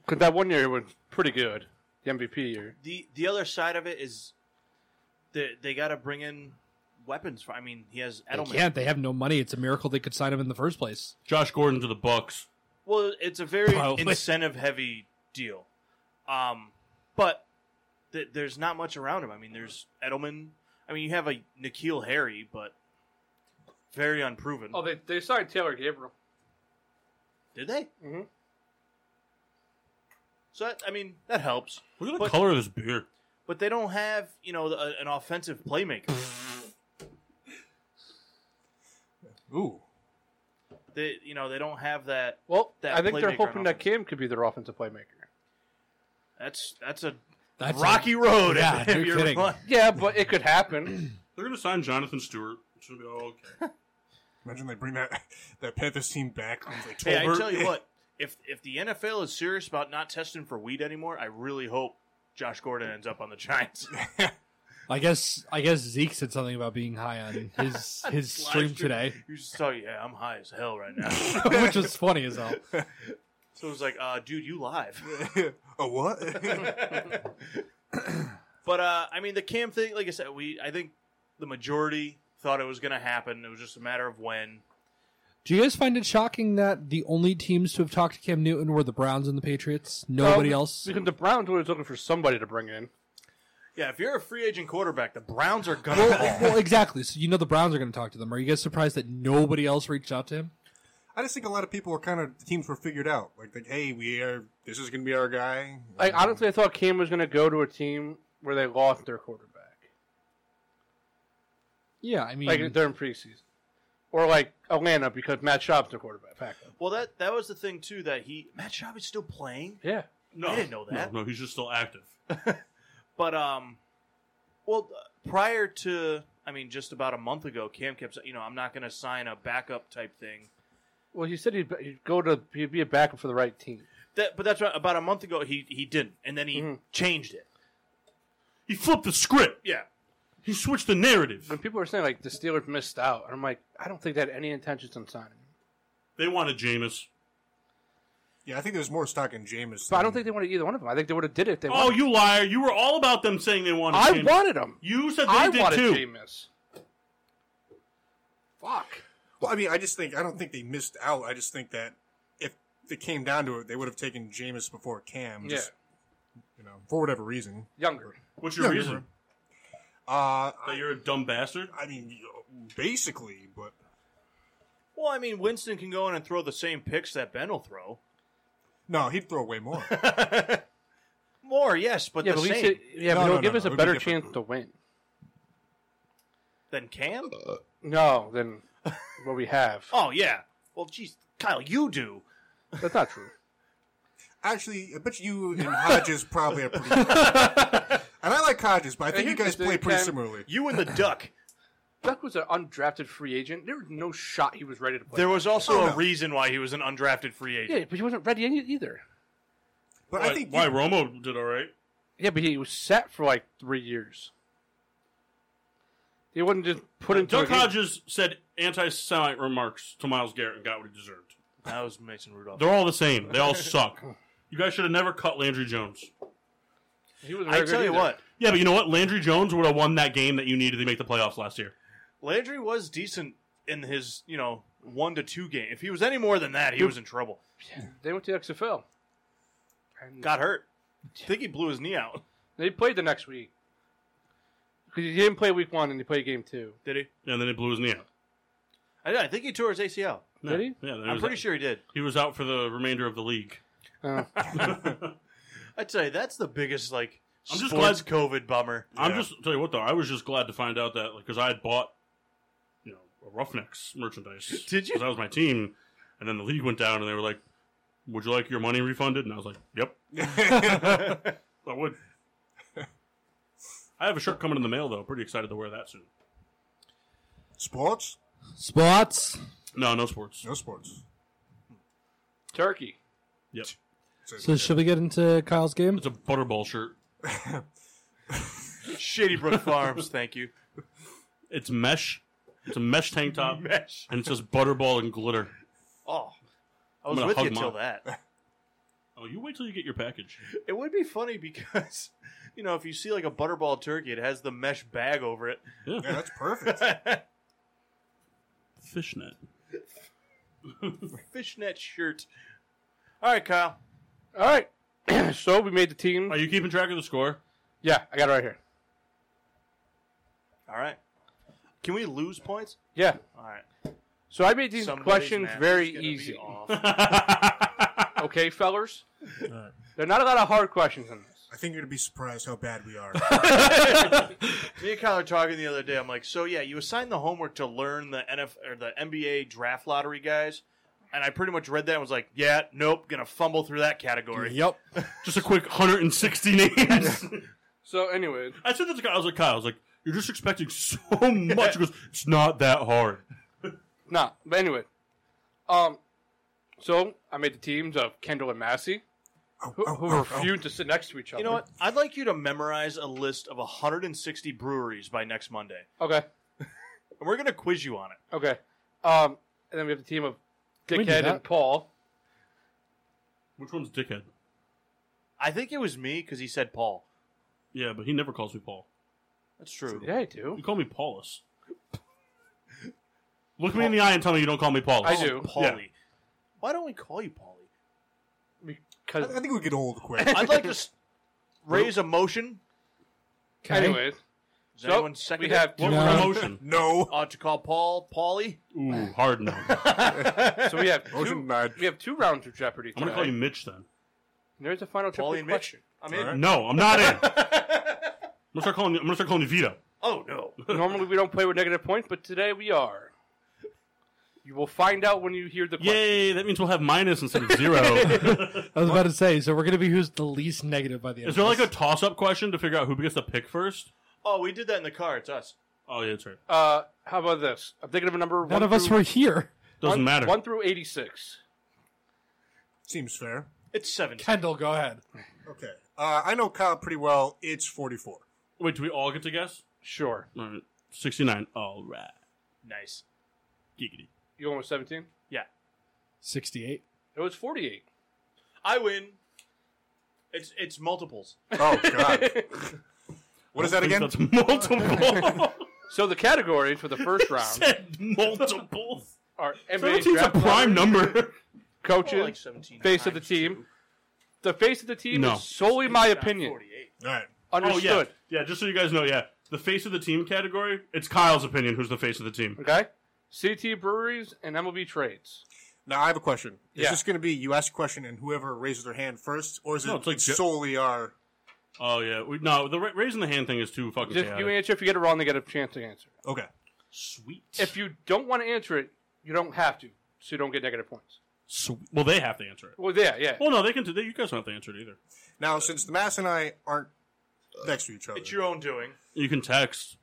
[SPEAKER 5] because that one year was pretty good. The MVP year.
[SPEAKER 2] the the other side of it is they they got to bring in weapons. For, I mean, he has
[SPEAKER 3] They
[SPEAKER 2] Edelman.
[SPEAKER 3] can't. They have no money. It's a miracle they could sign him in the first place.
[SPEAKER 1] Josh Gordon to the Bucks.
[SPEAKER 2] Well, it's a very
[SPEAKER 3] Probably.
[SPEAKER 2] incentive heavy deal, um, but th- there's not much around him. I mean, there's Edelman. I mean, you have a Nikhil Harry, but very unproven.
[SPEAKER 5] Oh, they they signed Taylor Gabriel.
[SPEAKER 2] Did they?
[SPEAKER 3] Mm-hmm.
[SPEAKER 5] Mhm.
[SPEAKER 2] So that, I mean, that helps.
[SPEAKER 1] Look at the
[SPEAKER 2] But-
[SPEAKER 1] color of this beer.
[SPEAKER 2] But they don't have, you know, the, uh, an offensive playmaker.
[SPEAKER 4] Ooh.
[SPEAKER 2] they, you know, they don't have that.
[SPEAKER 5] Well,
[SPEAKER 2] That
[SPEAKER 5] I think they're
[SPEAKER 2] playmaker on
[SPEAKER 5] hoping that Cam could be their offensive playmaker.
[SPEAKER 2] That's that's a
[SPEAKER 3] That's
[SPEAKER 2] rocky road.
[SPEAKER 3] Yeah,
[SPEAKER 2] if
[SPEAKER 3] no
[SPEAKER 2] you're
[SPEAKER 3] kidding.
[SPEAKER 2] run-
[SPEAKER 5] Yeah, but it could happen.
[SPEAKER 1] They're going to sign Jonathan Stewart. It's going to be all okay.
[SPEAKER 4] Imagine they bring that that Panthers team back. and it's like
[SPEAKER 2] Hey, I
[SPEAKER 4] Tolbert.
[SPEAKER 2] tell you what, if if the NFL is serious about not testing for weed anymore, I really hope Josh Gordon ends up on the Giants.
[SPEAKER 3] I guess I guess Zeke said something about being high on his his stream today,
[SPEAKER 2] You just tell you, yeah, I'm high as hell right now.
[SPEAKER 3] which was funny as hell.
[SPEAKER 2] so it was like, uh, dude, you live.
[SPEAKER 4] a what?
[SPEAKER 2] But uh, I mean, the Cam thing, like I said, we I think the majority thought it was going to happen. It was just a matter of when.
[SPEAKER 3] Do you guys find it shocking that the only teams to have talked to Cam Newton were the Browns and the Patriots? Nobody
[SPEAKER 5] Um,
[SPEAKER 3] else.
[SPEAKER 5] Because the Browns were looking for somebody to bring in.
[SPEAKER 2] Yeah, if you're a free agent quarterback, the Browns are gonna.
[SPEAKER 3] Well, well, exactly. So you know the Browns are going to talk to them. Are you guys surprised that nobody else reached out to him?
[SPEAKER 4] I just think a lot of people were kind of the teams were figured out. Like, like hey, we are. This is gonna be our guy.
[SPEAKER 5] Like honestly, I thought Cam was going to go to a team where they lost their quarterback,
[SPEAKER 3] Yeah, I mean,
[SPEAKER 5] like during preseason, or like Atlanta because Matt Schaub's their quarterback. backup.
[SPEAKER 2] well, that that was the thing too that he Matt Schaub is still playing.
[SPEAKER 5] Yeah.
[SPEAKER 1] No,
[SPEAKER 2] I didn't know that.
[SPEAKER 1] No, no, he's just still active.
[SPEAKER 2] But um, well, uh, prior to I mean, just about a month ago, Cam kept saying, you know I'm not going to sign a backup type thing.
[SPEAKER 5] Well, he said he'd, be- he'd go to he'd be a backup for the right team.
[SPEAKER 2] That, but that's right. About a month ago, he he didn't, and then he
[SPEAKER 5] Mhm.
[SPEAKER 2] changed it.
[SPEAKER 1] He flipped the script.
[SPEAKER 2] Yeah,
[SPEAKER 1] He switched the narrative.
[SPEAKER 5] When people are saying like the Steelers missed out, and I'm like, I don't think they had any intentions on signing him.
[SPEAKER 1] They wanted Jameis.
[SPEAKER 4] Yeah, I think there's more stock in Jameis.
[SPEAKER 5] But I don't
[SPEAKER 4] than-
[SPEAKER 5] think they wanted either one of them. I think they would have did it. If they
[SPEAKER 1] Oh,
[SPEAKER 5] wanted him.
[SPEAKER 1] you liar. You were all about them saying they wanted
[SPEAKER 5] I
[SPEAKER 1] Jameis.
[SPEAKER 5] wanted him.
[SPEAKER 1] You said they
[SPEAKER 5] I
[SPEAKER 1] did
[SPEAKER 5] wanted
[SPEAKER 1] too.
[SPEAKER 5] Jameis. Fuck.
[SPEAKER 4] Well, I mean, I just think I don't think they missed out. I just think that if it came down to it, they would have taken Jameis before Cam. Just, You know, for whatever reason.
[SPEAKER 5] Yeah, younger.
[SPEAKER 1] What's your
[SPEAKER 4] Yeah,
[SPEAKER 1] reason?
[SPEAKER 4] you're- Uh,
[SPEAKER 1] That
[SPEAKER 4] I,
[SPEAKER 1] you're a dumb bastard?
[SPEAKER 4] I mean, you- basically, but
[SPEAKER 2] Well, I mean, Winston can go in and throw the same picks that Ben will throw.
[SPEAKER 4] No, he'd throw away more.
[SPEAKER 2] More, yes, but
[SPEAKER 5] yeah,
[SPEAKER 2] the
[SPEAKER 5] but we
[SPEAKER 2] same
[SPEAKER 5] should, yeah,
[SPEAKER 4] No,
[SPEAKER 5] but it'll
[SPEAKER 4] no,
[SPEAKER 5] give
[SPEAKER 4] no,
[SPEAKER 5] us
[SPEAKER 4] no, it'll
[SPEAKER 5] a
[SPEAKER 4] be
[SPEAKER 5] better
[SPEAKER 4] different.
[SPEAKER 5] chance to win.
[SPEAKER 2] than Cam.
[SPEAKER 5] No, than what we have.
[SPEAKER 2] Oh yeah. Well, geez, Kyle, you do.
[SPEAKER 5] That's not true.
[SPEAKER 4] Actually, I bet you and Hodges probably are pretty. and I like Hodges, but I think you guys play pretty similarly.
[SPEAKER 2] You and the duck.
[SPEAKER 5] Duck was an undrafted free agent. There was no shot he was ready to play.
[SPEAKER 2] There was also
[SPEAKER 4] Oh,
[SPEAKER 2] a
[SPEAKER 4] no.
[SPEAKER 2] reason why he was an undrafted free agent.
[SPEAKER 5] yeah, but he wasn't ready any- either.
[SPEAKER 4] But
[SPEAKER 1] Why,
[SPEAKER 4] I think
[SPEAKER 1] why
[SPEAKER 4] you-
[SPEAKER 1] Romo did all right.
[SPEAKER 5] Yeah, but he was sat for like three years. He wasn't just put into
[SPEAKER 1] Duck
[SPEAKER 5] a game.
[SPEAKER 1] Hodges said anti-Semite remarks to Miles Garrett and got what he deserved.
[SPEAKER 2] That was Mason Rudolph.
[SPEAKER 1] They're all the same. They all suck. You guys should have never cut Landry Jones.
[SPEAKER 5] He wasn't
[SPEAKER 2] I
[SPEAKER 5] very good
[SPEAKER 2] tell you
[SPEAKER 5] either.
[SPEAKER 2] what,
[SPEAKER 1] Yeah, but you know what? Landry Jones would have won that game that you needed to make the playoffs last year.
[SPEAKER 2] Landry was decent in his, you know, one to two game. If he was any more than that, he was in trouble.
[SPEAKER 5] they went to the XFL. And
[SPEAKER 2] Got hurt. I think he blew his knee out.
[SPEAKER 5] They played the next week. 'Cause he didn't play week one and he played game two.
[SPEAKER 2] Did he?
[SPEAKER 1] And then it blew his knee out.
[SPEAKER 2] I, I think he tore his ACL.
[SPEAKER 1] No.
[SPEAKER 5] Did
[SPEAKER 1] Yeah,
[SPEAKER 2] I'm pretty sure he did.
[SPEAKER 1] he was out for the remainder of the league.
[SPEAKER 5] Uh,
[SPEAKER 2] I tell you, that's the biggest like
[SPEAKER 1] I'm just
[SPEAKER 2] sports COVID bummer.
[SPEAKER 1] I'm
[SPEAKER 2] Yeah.
[SPEAKER 1] just tell you what though, I was just glad to find out that like because I had bought, you know, a Roughnecks merchandise.
[SPEAKER 2] Did you?
[SPEAKER 1] 'Cause That was my team, and then the league went down, and they were like, "Would you like your money refunded?" And I was like, "Yep, I would." I have a shirt coming in the mail though. Pretty excited to wear that soon.
[SPEAKER 4] sports,
[SPEAKER 3] Spots.
[SPEAKER 1] No, no sports.
[SPEAKER 4] no sports.
[SPEAKER 5] Turkey.
[SPEAKER 1] Yep,
[SPEAKER 3] So should we get into Kyle's game?
[SPEAKER 1] it's a butterball shirt.
[SPEAKER 2] Shady Brook Farms. thank you.
[SPEAKER 1] It's mesh. It's a mesh tank top,
[SPEAKER 2] Mesh.
[SPEAKER 1] and it says butterball and glitter.
[SPEAKER 2] Oh, I
[SPEAKER 1] I'm
[SPEAKER 2] was
[SPEAKER 1] gonna
[SPEAKER 2] with
[SPEAKER 1] hug
[SPEAKER 2] you
[SPEAKER 1] mine.
[SPEAKER 2] till that.
[SPEAKER 1] Oh, you wait till you get your package.
[SPEAKER 2] It would be funny because, you know, if you see like a butterball turkey, it has the mesh bag over it.
[SPEAKER 4] Yeah, that's perfect.
[SPEAKER 1] Fishnet.
[SPEAKER 2] Fishnet shirt. All right, Kyle.
[SPEAKER 5] All right. so we made the team.
[SPEAKER 1] Are you keeping track of the score?
[SPEAKER 5] Yeah, I got it right here.
[SPEAKER 2] All right. Can we lose points?
[SPEAKER 5] Yeah.
[SPEAKER 2] All right.
[SPEAKER 5] So I made these
[SPEAKER 2] Somebody's
[SPEAKER 5] questions
[SPEAKER 2] math is
[SPEAKER 5] very
[SPEAKER 2] gonna be
[SPEAKER 5] easy.
[SPEAKER 2] off.
[SPEAKER 5] Okay, fellers? There are not a lot of hard questions in this.
[SPEAKER 4] I think you're gonna be surprised how bad we are.
[SPEAKER 2] Me and Kyle were talking the other day. I'm like, so yeah, you assigned the homework to learn the NF or the NBA draft lottery guys, and I pretty much read that and was like, yeah, nope, gonna fumble through that category.
[SPEAKER 3] Yep.
[SPEAKER 1] Just a quick 160 names.
[SPEAKER 5] So, anyway,
[SPEAKER 1] I said that to Kyle. I was like, Kyle, I was like, you're just expecting so much. He goes, it's not that hard.
[SPEAKER 5] Nah, but anyway. Um, so I made the teams of Kendall and Massey,
[SPEAKER 4] Oh,
[SPEAKER 5] who,
[SPEAKER 4] oh,
[SPEAKER 5] who
[SPEAKER 4] oh, oh.
[SPEAKER 5] refused to sit next to each other.
[SPEAKER 2] You know what? I'd like you to memorize a list of 160 breweries by next Monday,
[SPEAKER 5] Okay,
[SPEAKER 2] and we're gonna quiz you on it.
[SPEAKER 5] okay. Um, and then we have the team of
[SPEAKER 3] we do
[SPEAKER 5] Dickhead
[SPEAKER 3] that?
[SPEAKER 5] and Paul.
[SPEAKER 1] Which one's dickhead?
[SPEAKER 2] I think it was me because he said Paul.
[SPEAKER 1] Yeah, but he never calls me Paul.
[SPEAKER 2] That's true.
[SPEAKER 5] Yeah, I
[SPEAKER 1] You
[SPEAKER 5] do.
[SPEAKER 1] call me Paulus. Look me in the eye and tell me you don't call me Paulus.
[SPEAKER 5] I do.
[SPEAKER 2] Paulie.
[SPEAKER 1] Yeah.
[SPEAKER 2] Why don't we call you Paulie?
[SPEAKER 4] I,
[SPEAKER 5] Because,
[SPEAKER 4] I think we get old quick.
[SPEAKER 2] I'd like to s- raise a motion.
[SPEAKER 3] Okay.
[SPEAKER 5] anyways,
[SPEAKER 2] Is
[SPEAKER 5] So,
[SPEAKER 2] anyone second?
[SPEAKER 5] we have
[SPEAKER 1] What
[SPEAKER 3] No.
[SPEAKER 1] promotion?
[SPEAKER 4] no.
[SPEAKER 2] uh, to call Paul Paulie.
[SPEAKER 1] Ooh, hard no. I'm
[SPEAKER 5] so we have two,
[SPEAKER 4] Motion denied.
[SPEAKER 5] we have two rounds of Jeopardy.
[SPEAKER 1] gonna call
[SPEAKER 5] tonight.
[SPEAKER 1] you Mitch then.
[SPEAKER 5] And There's a final
[SPEAKER 2] Paulie
[SPEAKER 5] Jeopardy
[SPEAKER 2] and
[SPEAKER 5] question.
[SPEAKER 2] I mean,
[SPEAKER 4] Alright.
[SPEAKER 1] No, I'm not in. I'm gonna start calling you. I'm gonna start calling you Vito.
[SPEAKER 2] oh no.
[SPEAKER 5] Normally we don't play with negative points, but today we are. You will find out when you hear the question.
[SPEAKER 1] Yay! That means we'll have minus instead of zero.
[SPEAKER 3] I was about to say. So we're gonna be who's the least negative by the end.
[SPEAKER 1] Is there
[SPEAKER 3] of
[SPEAKER 1] like a
[SPEAKER 3] this.
[SPEAKER 1] toss-up question to figure out who gets to pick first?
[SPEAKER 2] Oh, we did that in the car. It's us.
[SPEAKER 1] Oh yeah, that's right.
[SPEAKER 5] Uh, how about this? I'm thinking of a number.
[SPEAKER 3] none
[SPEAKER 5] one
[SPEAKER 3] of us
[SPEAKER 5] through-
[SPEAKER 3] were here?
[SPEAKER 1] Doesn't
[SPEAKER 5] one-
[SPEAKER 1] matter.
[SPEAKER 5] One through eighty-six.
[SPEAKER 4] Seems fair.
[SPEAKER 2] It's seven.
[SPEAKER 3] Kendall, go ahead.
[SPEAKER 4] Okay. Uh, I know Kyle pretty well. It's 44.
[SPEAKER 1] Wait, do we all get to guess?
[SPEAKER 5] Sure.
[SPEAKER 1] All right, 69. All right.
[SPEAKER 2] Nice.
[SPEAKER 1] Giggity.
[SPEAKER 5] You went with 17?
[SPEAKER 3] Sixty-eight.
[SPEAKER 5] It was 48.
[SPEAKER 2] I win. It's it's multiples.
[SPEAKER 4] Oh God. what is that
[SPEAKER 1] I think
[SPEAKER 4] again?
[SPEAKER 1] That's multiple.
[SPEAKER 5] So the categories for the first round
[SPEAKER 1] Said multiple.
[SPEAKER 5] are NBA
[SPEAKER 1] 17's a
[SPEAKER 5] draft
[SPEAKER 1] prime
[SPEAKER 5] lottery,
[SPEAKER 1] number.
[SPEAKER 5] coaches,
[SPEAKER 2] Well, like 17
[SPEAKER 5] face of the
[SPEAKER 2] times
[SPEAKER 5] team.
[SPEAKER 2] two.
[SPEAKER 5] The face of the team
[SPEAKER 1] No.
[SPEAKER 5] is solely my
[SPEAKER 2] Not
[SPEAKER 5] opinion.
[SPEAKER 2] 48.
[SPEAKER 4] All right.
[SPEAKER 1] Oh yeah,
[SPEAKER 5] Understood.
[SPEAKER 1] yeah. Just so you guys know, yeah, the face of the team category. It's Kyle's opinion. Who's the face of the team?
[SPEAKER 5] Okay? CT Breweries and MLB Trades.
[SPEAKER 4] Now I have a question. Is
[SPEAKER 5] Yeah.
[SPEAKER 4] this going to be you ask a question and whoever raises their hand first, or is
[SPEAKER 1] No,
[SPEAKER 4] it
[SPEAKER 1] it's like ge-
[SPEAKER 4] solely our?
[SPEAKER 1] Oh yeah, we, no. The ra- raising the hand thing is too fucking.
[SPEAKER 5] Just, you
[SPEAKER 1] chaotic.
[SPEAKER 5] answer. If you get it wrong, they get a chance to answer.
[SPEAKER 4] Okay,
[SPEAKER 1] Sweet.
[SPEAKER 5] If you don't want to answer it, you don't have to, so you don't get negative points.
[SPEAKER 1] Sweet. Well, they have to answer it.
[SPEAKER 5] Well, yeah, yeah.
[SPEAKER 1] Well, no, they can. They, you guys don't have to answer it either.
[SPEAKER 4] now since the mass and I aren't next to each other,
[SPEAKER 2] It's your own doing.
[SPEAKER 1] You can text.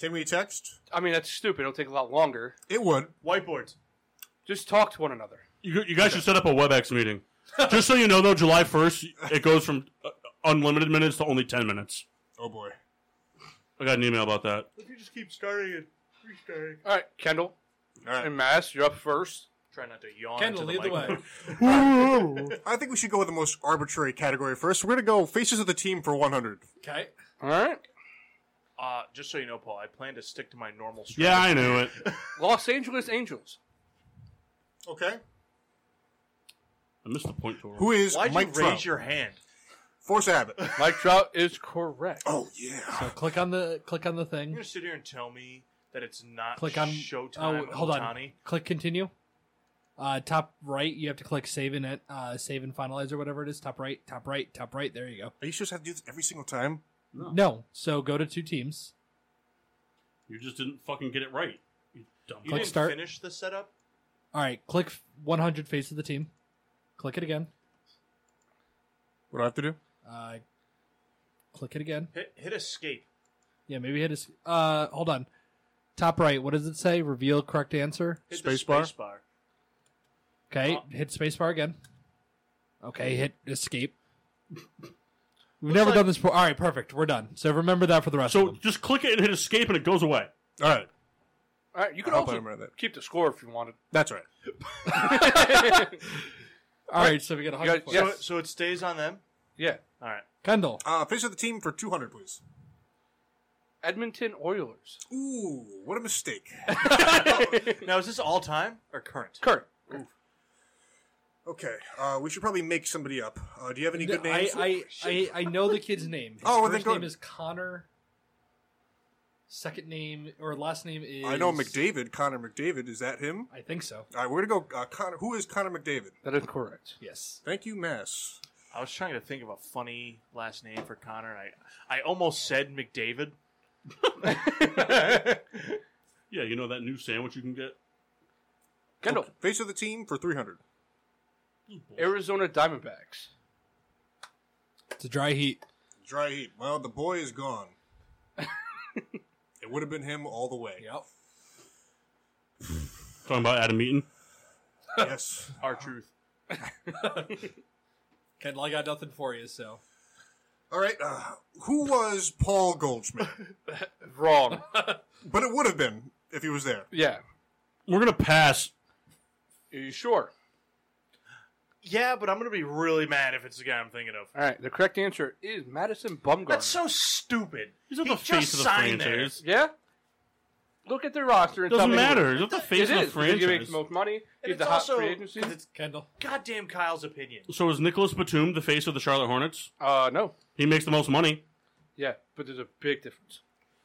[SPEAKER 4] can we text?
[SPEAKER 5] I mean, that's stupid. It'll take a lot longer.
[SPEAKER 4] It would.
[SPEAKER 2] Whiteboards.
[SPEAKER 5] Just talk to one another.
[SPEAKER 1] You, you guys should set up a WebEx meeting. Just so you know, though, July first, it goes from uh, unlimited minutes to only ten minutes.
[SPEAKER 4] Oh boy.
[SPEAKER 1] I got an email about that.
[SPEAKER 2] If you just keep starting and restarting.
[SPEAKER 5] All right, Kendall
[SPEAKER 4] All right.
[SPEAKER 5] and Mass, you're up first.
[SPEAKER 2] Try not to yawn.
[SPEAKER 3] Kendall,
[SPEAKER 2] into
[SPEAKER 3] lead the way.
[SPEAKER 2] microphone.
[SPEAKER 4] I think we should go with the most arbitrary category first. We're going to go faces of the team for 100.
[SPEAKER 3] Okay.
[SPEAKER 5] All right,
[SPEAKER 2] Uh, just so you know, Paul, I plan to stick to my normal strategy.
[SPEAKER 1] Yeah, I knew it.
[SPEAKER 5] Los Angeles Angels.
[SPEAKER 4] Okay.
[SPEAKER 1] I missed the point to
[SPEAKER 4] Who is
[SPEAKER 2] Why'd
[SPEAKER 4] Mike
[SPEAKER 2] you
[SPEAKER 4] Trout?
[SPEAKER 2] raise your hand?
[SPEAKER 4] Force Abbott.
[SPEAKER 5] Mike Trout is correct.
[SPEAKER 4] oh yeah.
[SPEAKER 3] So click on the click on the
[SPEAKER 2] You're
[SPEAKER 3] thing.
[SPEAKER 2] gonna sit here and tell me that it's not
[SPEAKER 3] Uh, Click on.
[SPEAKER 2] Showtime.
[SPEAKER 3] Oh, hold on.
[SPEAKER 2] Ohtani?
[SPEAKER 3] Click continue. Uh, top right, you have to click save in it. Uh, save and finalize or whatever it is. Top right, top right, top right. There you
[SPEAKER 4] Are you sure you have to do this every single time?
[SPEAKER 3] go. No. So go to two teams.
[SPEAKER 1] You just didn't fucking get it right. You dumb.
[SPEAKER 2] You
[SPEAKER 3] Click
[SPEAKER 2] didn't
[SPEAKER 3] start.
[SPEAKER 2] finish the setup.
[SPEAKER 3] All right. Click 100 face of the team. Click it again.
[SPEAKER 4] What do I have to do?
[SPEAKER 3] Uh, click it again.
[SPEAKER 2] Hit, hit escape.
[SPEAKER 3] Yeah, maybe hit his. Uh, hold on. Top right. What does it say? Reveal correct answer.
[SPEAKER 2] Hit the
[SPEAKER 4] Space bar?
[SPEAKER 2] space bar.
[SPEAKER 3] Okay,
[SPEAKER 2] Uh,
[SPEAKER 3] hit spacebar again. Okay, hit escape. We've
[SPEAKER 2] Looks
[SPEAKER 3] never
[SPEAKER 2] like-
[SPEAKER 3] done this before. All right, perfect. We're done. So remember that for the rest of
[SPEAKER 1] So
[SPEAKER 3] them.
[SPEAKER 1] just click it and hit escape, and it goes away.
[SPEAKER 4] All right.
[SPEAKER 5] All right, you can
[SPEAKER 4] I'll put
[SPEAKER 5] also
[SPEAKER 4] him right there.
[SPEAKER 5] keep the score if you wanted.
[SPEAKER 4] That's all right.
[SPEAKER 3] All right, so we got a
[SPEAKER 5] You
[SPEAKER 3] hundred.
[SPEAKER 5] guys-
[SPEAKER 3] points.
[SPEAKER 2] So,
[SPEAKER 5] Yes.
[SPEAKER 2] so it stays on them.
[SPEAKER 5] yeah,
[SPEAKER 2] All right.
[SPEAKER 3] Kendall,
[SPEAKER 4] Uh, face of the team for 200, please.
[SPEAKER 5] Edmonton Oilers.
[SPEAKER 4] Ooh, what a mistake.
[SPEAKER 2] Now is this all time or current?
[SPEAKER 5] Kurt.
[SPEAKER 4] Okay, uh, we should probably make somebody up. Uh, do you have any good
[SPEAKER 3] I,
[SPEAKER 4] names?
[SPEAKER 3] I, I I know the kid's name. His
[SPEAKER 4] Oh, well, then
[SPEAKER 3] first
[SPEAKER 4] go
[SPEAKER 3] name
[SPEAKER 4] ahead.
[SPEAKER 3] is Connor. Second name or last name is
[SPEAKER 4] I know McDavid, Connor McDavid. Is that him?
[SPEAKER 3] I think so.
[SPEAKER 4] All right, we're gonna go. Uh, Connor, who is Connor McDavid?
[SPEAKER 5] That is correct.
[SPEAKER 3] Yes.
[SPEAKER 4] Thank you, Mass.
[SPEAKER 2] I was trying to think of a funny last name for Connor. And I I almost said McDavid.
[SPEAKER 1] Yeah, you know that new sandwich you can get.
[SPEAKER 5] Kendall.
[SPEAKER 4] Okay, Face of the team for 300.
[SPEAKER 5] Arizona Diamondbacks.
[SPEAKER 3] It's a dry heat.
[SPEAKER 4] Dry heat. Well, the boy is gone. it would have been him all the way.
[SPEAKER 3] Yep.
[SPEAKER 1] Talking about Adam Eaton.
[SPEAKER 4] Yes.
[SPEAKER 2] Our truth.
[SPEAKER 3] Kendall, I got nothing for you. So
[SPEAKER 4] All right. Uh, who was Paul Goldschmidt?
[SPEAKER 5] Wrong.
[SPEAKER 4] But it would have been if he was there.
[SPEAKER 5] yeah.
[SPEAKER 1] We're gonna pass.
[SPEAKER 5] Are you sure?
[SPEAKER 2] Yeah, but I'm gonna be really mad if it's the guy I'm thinking of.
[SPEAKER 5] All right. The correct answer is Madison Bumgarner.
[SPEAKER 2] That's so stupid.
[SPEAKER 1] He's not
[SPEAKER 2] He
[SPEAKER 1] the face
[SPEAKER 2] just
[SPEAKER 1] of the
[SPEAKER 2] signed there.
[SPEAKER 1] franchise.
[SPEAKER 5] yeah. Look at their roster.
[SPEAKER 1] It
[SPEAKER 5] And
[SPEAKER 1] doesn't
[SPEAKER 5] tell me who-
[SPEAKER 1] matter. He's not the face
[SPEAKER 5] it
[SPEAKER 1] of the
[SPEAKER 5] is, because He makes
[SPEAKER 1] franchise.
[SPEAKER 5] the most money.
[SPEAKER 2] And
[SPEAKER 5] He's
[SPEAKER 2] it's
[SPEAKER 5] the hot
[SPEAKER 2] also
[SPEAKER 5] free agency.
[SPEAKER 2] 'cause it's
[SPEAKER 3] Kendall,
[SPEAKER 2] goddamn Kyle's opinion.
[SPEAKER 1] So is Nicholas Batum the face of the Charlotte Hornets?
[SPEAKER 5] Uh, no.
[SPEAKER 1] He makes the most money.
[SPEAKER 5] Yeah, but there's a big difference.